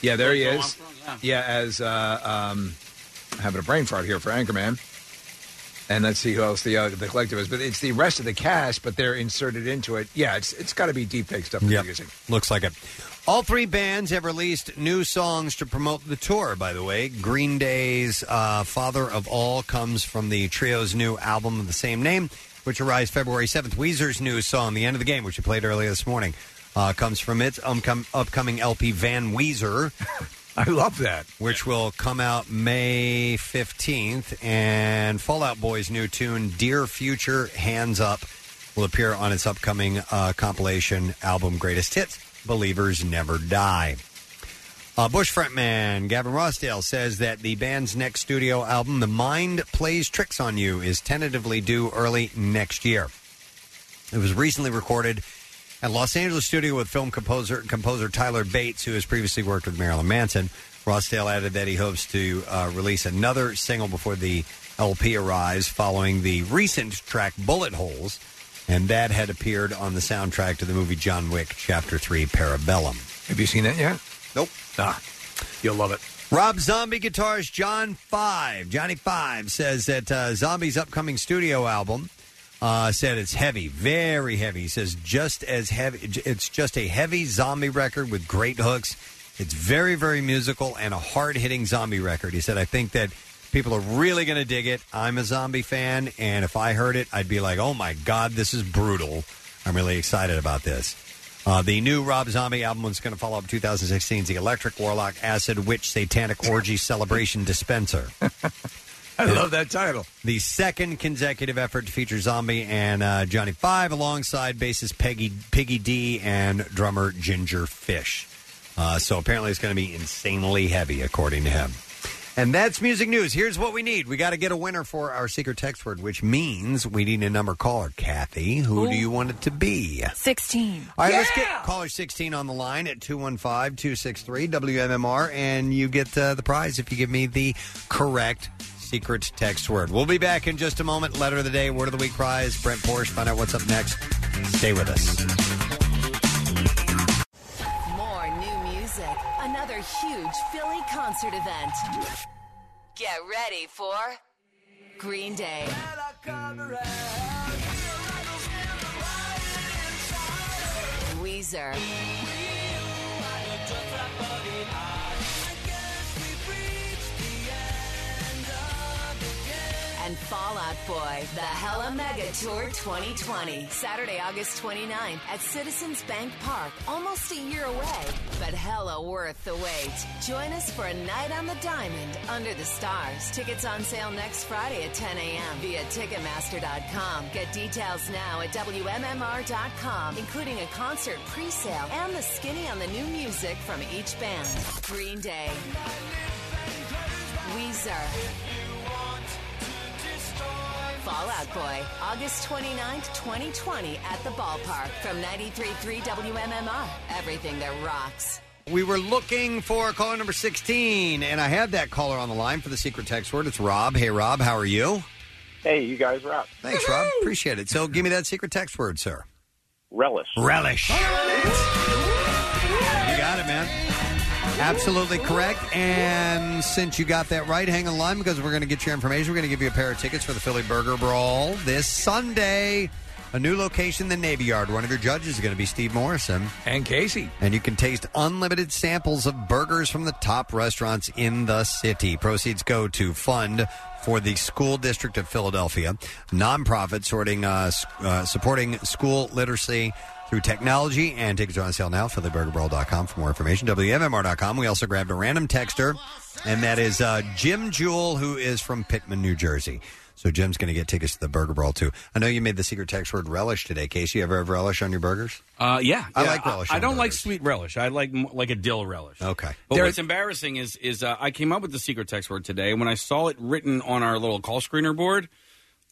[SPEAKER 3] Yeah, there he
[SPEAKER 5] Billy Joe
[SPEAKER 3] is.
[SPEAKER 5] Armstrong,
[SPEAKER 3] yeah. as uh, um, I'm having a brain fart here for Anchorman. And let's see who else the uh, the collective is, but it's the rest of the cast, but they're inserted into it. Yeah, it's it's got to be deep fake stuff they're
[SPEAKER 1] Yep.
[SPEAKER 3] using.
[SPEAKER 1] Looks like it. All three bands have released new songs to promote the tour, by the way. Green Day's uh, Father of All comes from the trio's new album of the same name, which arrives February 7th. Weezer's new song, The End of the Game, which we played earlier this morning, uh, comes from its umcom- upcoming LP, Van Weezer.
[SPEAKER 3] I love that.
[SPEAKER 1] Which will come out May 15th. And Fallout Boy's new tune, Dear Future, Hands Up, will appear on its upcoming uh, compilation album, Greatest Hits Believers Never Die. Uh, Bush frontman Gavin Rossdale says that the band's next studio album, The Mind Plays Tricks on You, is tentatively due early next year. It was recently recorded at Los Angeles studio with film composer composer Tyler Bates, who has previously worked with Marilyn Manson. Rossdale added that he hopes to uh, release another single before the LP arrives, following the recent track "Bullet Holes," and that had appeared on the soundtrack to the movie John Wick Chapter Three: Parabellum.
[SPEAKER 3] Have you seen that yet?
[SPEAKER 1] Nope.
[SPEAKER 3] Ah, you'll love it.
[SPEAKER 1] Rob Zombie guitarist John Five, Johnny Five says that uh, Zombie's upcoming studio album uh, said it's heavy, very heavy. He says just as heavy. It's just a heavy zombie record with great hooks. It's very, very musical and a hard hitting zombie record. He said, I think that people are really going to dig it. I'm a zombie fan, and if I heard it, I'd be like, oh my God, this is brutal. I'm really excited about this. Uh, the new Rob Zombie album is going to follow up 2016's The Electric Warlock Acid Witch Satanic Orgy Celebration Dispenser.
[SPEAKER 3] I love that title.
[SPEAKER 1] The second consecutive effort to feature Zombie and uh, Johnny Five alongside bassist Peggy, Piggy D and drummer Ginger Fish. Uh, so apparently it's going to be insanely heavy, according to him. And that's music news. Here's what we need. We got to get a winner for our secret text word, which means we need a number caller. Kathy, who do you want it to be?
[SPEAKER 2] 16.
[SPEAKER 1] All right, let's get caller 16 on the line at 215 263 WMMR, and you get uh, the prize if you give me the correct secret text word. We'll be back in just a moment. Letter of the day, word of the week prize. Brent Porsche, find out what's up next. Stay with us.
[SPEAKER 13] More new music. Another huge Philly concert event. Get ready for Green Day. Weezer. And Fallout Boy, the Hella Mega Tour 2020. Saturday, August 29th at Citizens Bank Park, almost a year away, but hella worth the wait. Join us for a night on the diamond under the stars. Tickets on sale next Friday at 10 a.m. via Ticketmaster.com. Get details now at WMMR.com, including a concert pre sale and the skinny on the new music from each band. Green Day, Weezer. Fallout Boy, August 29th, 2020 at the ballpark from 93.3 WMMR. Everything that rocks.
[SPEAKER 1] We were looking for caller number 16, and I have that caller on the line for the secret text word. It's Rob. Hey, Rob, how are you?
[SPEAKER 15] Hey, you guys rock.
[SPEAKER 1] Thanks, Rob. Appreciate it. So give me that secret text word, sir.
[SPEAKER 15] Relish.
[SPEAKER 1] Relish. You got it, man. Absolutely correct. And since you got that right, hang on the line because we're going to get your information. We're going to give you a pair of tickets for the Philly Burger Brawl this Sunday. A new location, the Navy Yard. One of your judges is going to be Steve Morrison.
[SPEAKER 3] And Casey.
[SPEAKER 1] And you can taste unlimited samples of burgers from the top restaurants in the city. Proceeds go to fund for the School District of Philadelphia, nonprofit sorting, uh, s- uh, supporting school literacy through technology. And tickets are on sale now, phillyburgerbrawl.com for more information, WMMR.com. We also grabbed a random texter, and that is uh, Jim Jewell, who is from Pittman, New Jersey. So Jim's going to get tickets to the Burger Brawl, too. I know you made the secret text word relish today, Casey. You ever have relish on your burgers?
[SPEAKER 5] Uh, yeah,
[SPEAKER 1] I
[SPEAKER 5] yeah,
[SPEAKER 1] like relish
[SPEAKER 5] I,
[SPEAKER 1] on
[SPEAKER 5] don't like sweet relish. I like m- like a dill relish.
[SPEAKER 1] Okay.
[SPEAKER 5] But what's embarrassing is is uh, I came up with the secret text word today. When I saw it written on our little call screener board,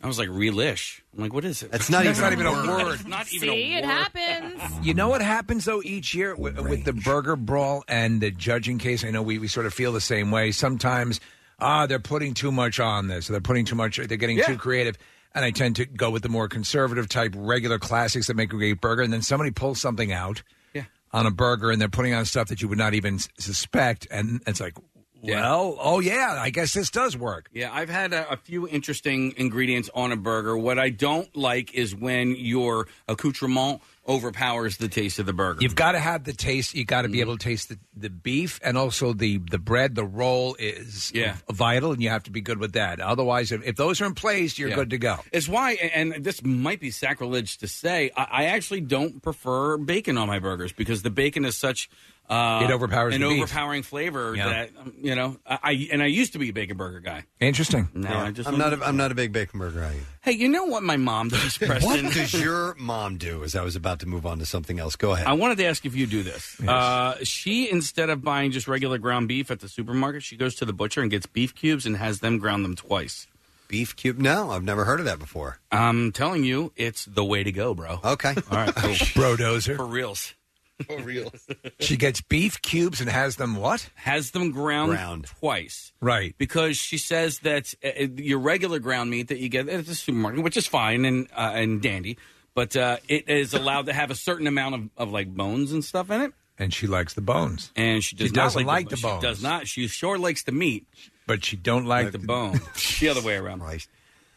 [SPEAKER 5] I was like, "Relish." I'm like, "What is it?"
[SPEAKER 3] That's not That's even not a even a word. word.
[SPEAKER 5] It's not even
[SPEAKER 7] See,
[SPEAKER 5] a
[SPEAKER 7] it
[SPEAKER 5] word.
[SPEAKER 7] happens.
[SPEAKER 3] You know what happens though each year with, with the burger brawl and the judging case. I know we, we sort of feel the same way. Sometimes ah, they're putting too much on this. They're putting too much. They're getting too creative. And I tend to go with the more conservative type, regular classics that make a great burger. And then somebody pulls something out
[SPEAKER 5] Yeah.
[SPEAKER 3] on a burger, and they're putting on stuff that you would not even s- suspect. And it's like,
[SPEAKER 5] Yeah.
[SPEAKER 3] well, oh yeah, I guess this does work.
[SPEAKER 5] Yeah, I've had a, a few interesting ingredients on a burger. What I don't like is when your accoutrement overpowers the taste of the burger.
[SPEAKER 3] You've got to have the taste. You got to be able to taste the, the beef and also the the bread. The roll is
[SPEAKER 5] Yeah.
[SPEAKER 3] vital, and you have to be good with that. Otherwise, if, if those are in place, you're
[SPEAKER 5] Yeah.
[SPEAKER 3] good to go.
[SPEAKER 5] It's why, and this might be sacrilege to say, I, I actually don't prefer bacon on my burgers because the bacon is such uh,
[SPEAKER 3] It overpowers
[SPEAKER 5] an
[SPEAKER 3] the beef.
[SPEAKER 5] overpowering flavor
[SPEAKER 3] Yeah.
[SPEAKER 5] that um, you know. I, I and I used to be a bacon burger guy.
[SPEAKER 3] Interesting.
[SPEAKER 5] No, I just
[SPEAKER 1] I'm not. A, I'm not a big bacon burger guy.
[SPEAKER 5] Hey, you know what my mom does, Preston?
[SPEAKER 1] What does your mom do? As I was about to move on to something else. Go ahead.
[SPEAKER 5] I wanted to ask if you do this. Uh, she, instead of buying just regular ground beef at the supermarket, she goes to the butcher and gets beef cubes and has them ground them twice.
[SPEAKER 1] Beef cube? No, I've never heard of that before.
[SPEAKER 5] I'm telling you, it's the way to go, bro.
[SPEAKER 1] Okay.
[SPEAKER 5] All right. Cool.
[SPEAKER 3] Bro dozer.
[SPEAKER 5] For reals.
[SPEAKER 1] For reals.
[SPEAKER 3] She gets beef cubes and has them what?
[SPEAKER 5] Has them ground,
[SPEAKER 3] Ground.
[SPEAKER 5] twice.
[SPEAKER 3] Right.
[SPEAKER 5] Because she says that uh, uh, your regular ground meat that you get at the supermarket, which is fine and uh, and dandy, but uh, it is allowed to have a certain amount of, of like bones and stuff in it.
[SPEAKER 3] And she likes the bones.
[SPEAKER 5] And she does
[SPEAKER 3] She
[SPEAKER 5] not
[SPEAKER 3] doesn't like the
[SPEAKER 5] she
[SPEAKER 3] bones.
[SPEAKER 5] does not. She sure likes the meat,
[SPEAKER 3] but she don't like,
[SPEAKER 5] the, bone. the other way around.
[SPEAKER 1] Right.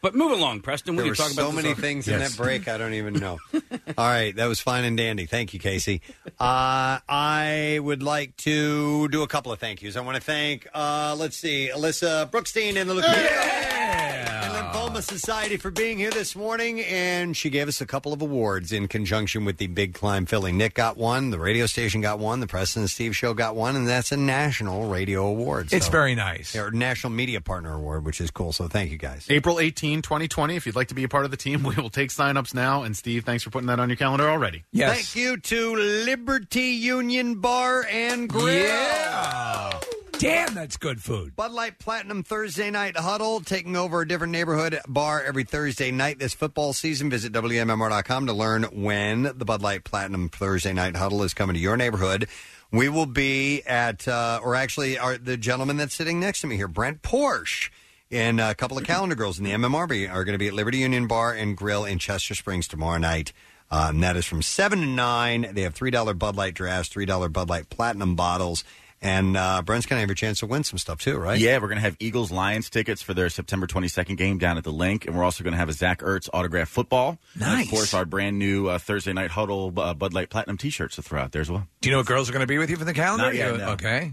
[SPEAKER 5] But move along, Preston.
[SPEAKER 1] There
[SPEAKER 5] we
[SPEAKER 1] were
[SPEAKER 5] can talk
[SPEAKER 1] so
[SPEAKER 5] about this
[SPEAKER 1] many
[SPEAKER 5] other-
[SPEAKER 1] things in that break. I don't even know. All right, that was fine and dandy. Thank you, Casey. Uh, I would like to do a couple of thank yous. I want to thank, uh, let's see, Alyssa Brookstein and the Leuka- and Lymphoma Society for being here this morning. And she gave us a couple of awards in conjunction with the Big Climb Philly. Nick got one, the radio station got one, the Preston and Steve Show got one, and that's a national radio award.
[SPEAKER 3] It's
[SPEAKER 1] So-
[SPEAKER 3] very nice.
[SPEAKER 1] Or National Media Partner Award, which is cool. So thank you guys.
[SPEAKER 4] April 18, 2020. If you'd like to be a part of the team, we will take signups now. And Steve, thanks for putting that on your calendar already.
[SPEAKER 1] Thank you to Liberty Union Bar and Grill.
[SPEAKER 3] Yeah. Damn, that's good food.
[SPEAKER 1] Bud Light Platinum Thursday Night Huddle, taking over a different neighborhood bar every Thursday night this football season. Visit WMMR.com to learn when the Bud Light Platinum Thursday Night Huddle is coming to your neighborhood. We will be at, uh, or actually, our, the gentleman that's sitting next to me here, Brent Porsche. And a couple of calendar girls in the MMRB are going to be at Liberty Union Bar and Grill in Chester Springs tomorrow night. Um, that is from 7 to 9. They have $3 Bud Light drafts, $3 Bud Light Platinum bottles. And uh, Brent's going to have a chance to win some stuff too, right?
[SPEAKER 16] Yeah, we're going to have Eagles Lions tickets for their September 22nd game down at the link. And we're also going to have a Zach Ertz autograph football. Nice. of course, our brand new uh, Thursday Night Huddle uh, Bud Light Platinum t shirts to throw out there as well.
[SPEAKER 3] Do you know what girls are going to be with you for the calendar?
[SPEAKER 16] Not yet,
[SPEAKER 3] You-
[SPEAKER 16] no.
[SPEAKER 3] Okay.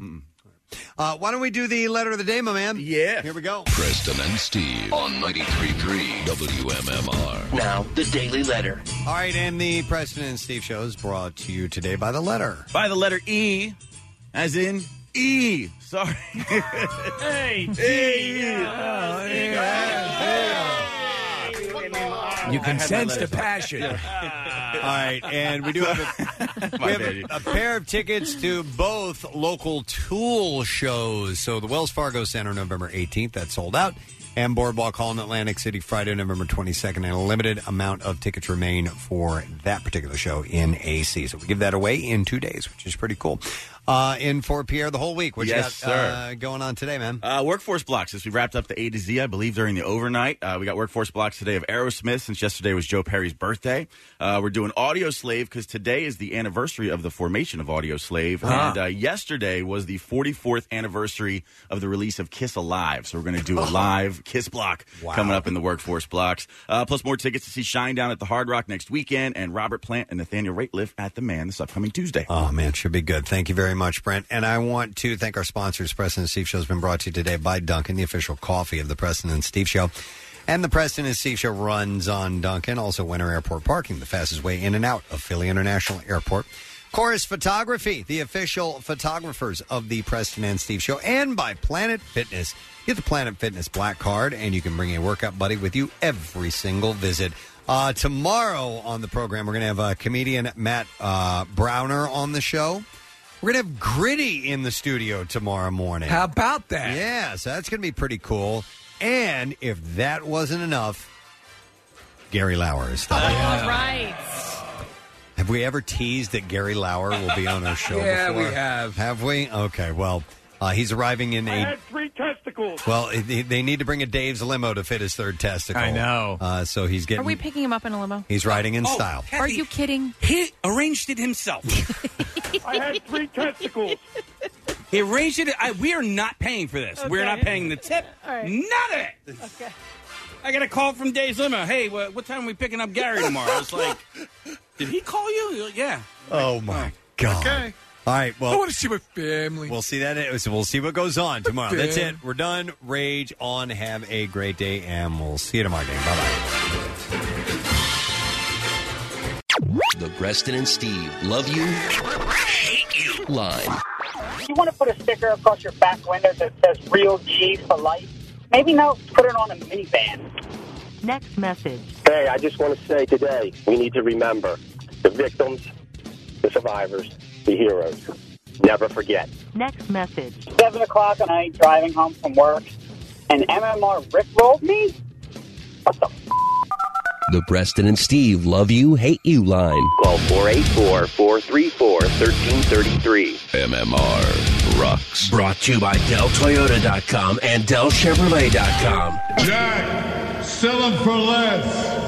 [SPEAKER 1] Uh, why don't we do the letter of the day, my man? Yeah. Here we go.
[SPEAKER 20] Preston and Steve on 93.3 WMMR.
[SPEAKER 1] Now,
[SPEAKER 20] the Daily Letter.
[SPEAKER 1] All right, and the President and Steve show is brought to you today by the letter.
[SPEAKER 16] By the letter E, as in E. Sorry. hey,
[SPEAKER 3] You
[SPEAKER 16] I
[SPEAKER 3] can
[SPEAKER 16] had my
[SPEAKER 3] sense the
[SPEAKER 16] letters up.
[SPEAKER 3] passion.
[SPEAKER 1] All right, and we do have a, we have a, a pair of tickets to both local tool shows. So the Wells Fargo Center, November 18th, that's sold out. And Boardwalk Hall in Atlantic City, Friday, November 22nd. And a limited amount of tickets remain for that particular show in AC. So we give that away in two days, which is pretty cool. Uh, uh, in for Pierre the whole week. What
[SPEAKER 16] Yes,
[SPEAKER 1] you got
[SPEAKER 16] sir.
[SPEAKER 1] Uh, going on today, man?
[SPEAKER 16] Uh, workforce blocks. As we wrapped up the A to Z, I believe during the overnight, uh, we got workforce blocks today of Aerosmith. Since yesterday was Joe Perry's birthday, uh, we're doing Audio Slave because today is the anniversary of the formation of Audio Slave,
[SPEAKER 19] Ah.
[SPEAKER 16] and uh, yesterday was the 44th anniversary of the release of Kiss Alive. So we're going to do a
[SPEAKER 19] Oh.
[SPEAKER 16] live Kiss block coming up in the workforce blocks. Uh, plus more tickets to see Shine Down at the Hard Rock next weekend, and Robert Plant and Nathaniel Rateliff at the Man this upcoming Tuesday.
[SPEAKER 1] Oh man, should be good. Thank you very much, Brent. And I want to thank our sponsors. Preston and Steve Show has been brought to you today by Duncan, the official coffee of the Preston and Steve Show. And the Preston and Steve Show runs on Duncan, also Winter Airport Parking, the fastest way in and out of Philly International Airport. Chorus Photography, the official photographers of the Preston and Steve Show, and by Planet Fitness. Get the Planet Fitness Black Card, and you can bring a workout buddy with you every single visit. Uh, tomorrow on the program, we're going to have uh, comedian Matt uh, Browner on the show. We're going to have Gritty in the studio tomorrow morning. How
[SPEAKER 3] about that?
[SPEAKER 1] Yeah, so that's going to be pretty cool. And if that wasn't enough, Gary Lauer is stopping.
[SPEAKER 26] All right.
[SPEAKER 1] Have we ever teased that Gary Lauer will be on our show
[SPEAKER 27] Yeah,
[SPEAKER 1] before?
[SPEAKER 27] we
[SPEAKER 3] have.
[SPEAKER 1] Have we? Okay, well, uh, he's arriving in
[SPEAKER 27] I
[SPEAKER 1] a.
[SPEAKER 27] had three testicles.
[SPEAKER 1] Well, they they need to bring a Dave's limo to fit his third testicle.
[SPEAKER 3] I know.
[SPEAKER 1] Uh, so he's
[SPEAKER 2] Are
[SPEAKER 1] getting.
[SPEAKER 2] we picking him up in a limo?
[SPEAKER 1] he's riding in
[SPEAKER 2] Oh,
[SPEAKER 1] style.
[SPEAKER 2] Are you kidding?
[SPEAKER 5] He arranged it himself.
[SPEAKER 27] I had three testicles.
[SPEAKER 5] He arranged it. I, we are not paying for this. We're
[SPEAKER 27] Okay.
[SPEAKER 5] not paying the tip. None of it.
[SPEAKER 27] Okay.
[SPEAKER 5] I got a call from Dave's limo. Hey, what, what time are we picking up Gary tomorrow? I was like, did he call you? You're like, yeah.
[SPEAKER 1] Oh my god.
[SPEAKER 5] Okay.
[SPEAKER 1] All right. Well,
[SPEAKER 5] I wanna
[SPEAKER 3] see my family.
[SPEAKER 1] We'll see that. so We'll see what goes on tomorrow. That's
[SPEAKER 3] Fam-
[SPEAKER 1] it. We're done. Rage on. Have a great day, and we'll see you tomorrow. Bye bye.
[SPEAKER 20] The Preston and Steve love you, hate you line.
[SPEAKER 11] You want to put a sticker across your back window that says "Real G for Life"? Maybe no. Put it on a minivan.
[SPEAKER 28] Next message.
[SPEAKER 10] Hey, I just want to say today we need to remember the victims, the survivors, the heroes. Never forget.
[SPEAKER 11] Next message. Seven o'clock at night, driving home from work, and MMR rickrolled me.
[SPEAKER 20] The Preston and Steve love you, hate you line. Call 484 434 1333. MMR rocks. Brought to you by DellToyota.com and DellChevrolet.com.
[SPEAKER 14] Jack, sell them for less.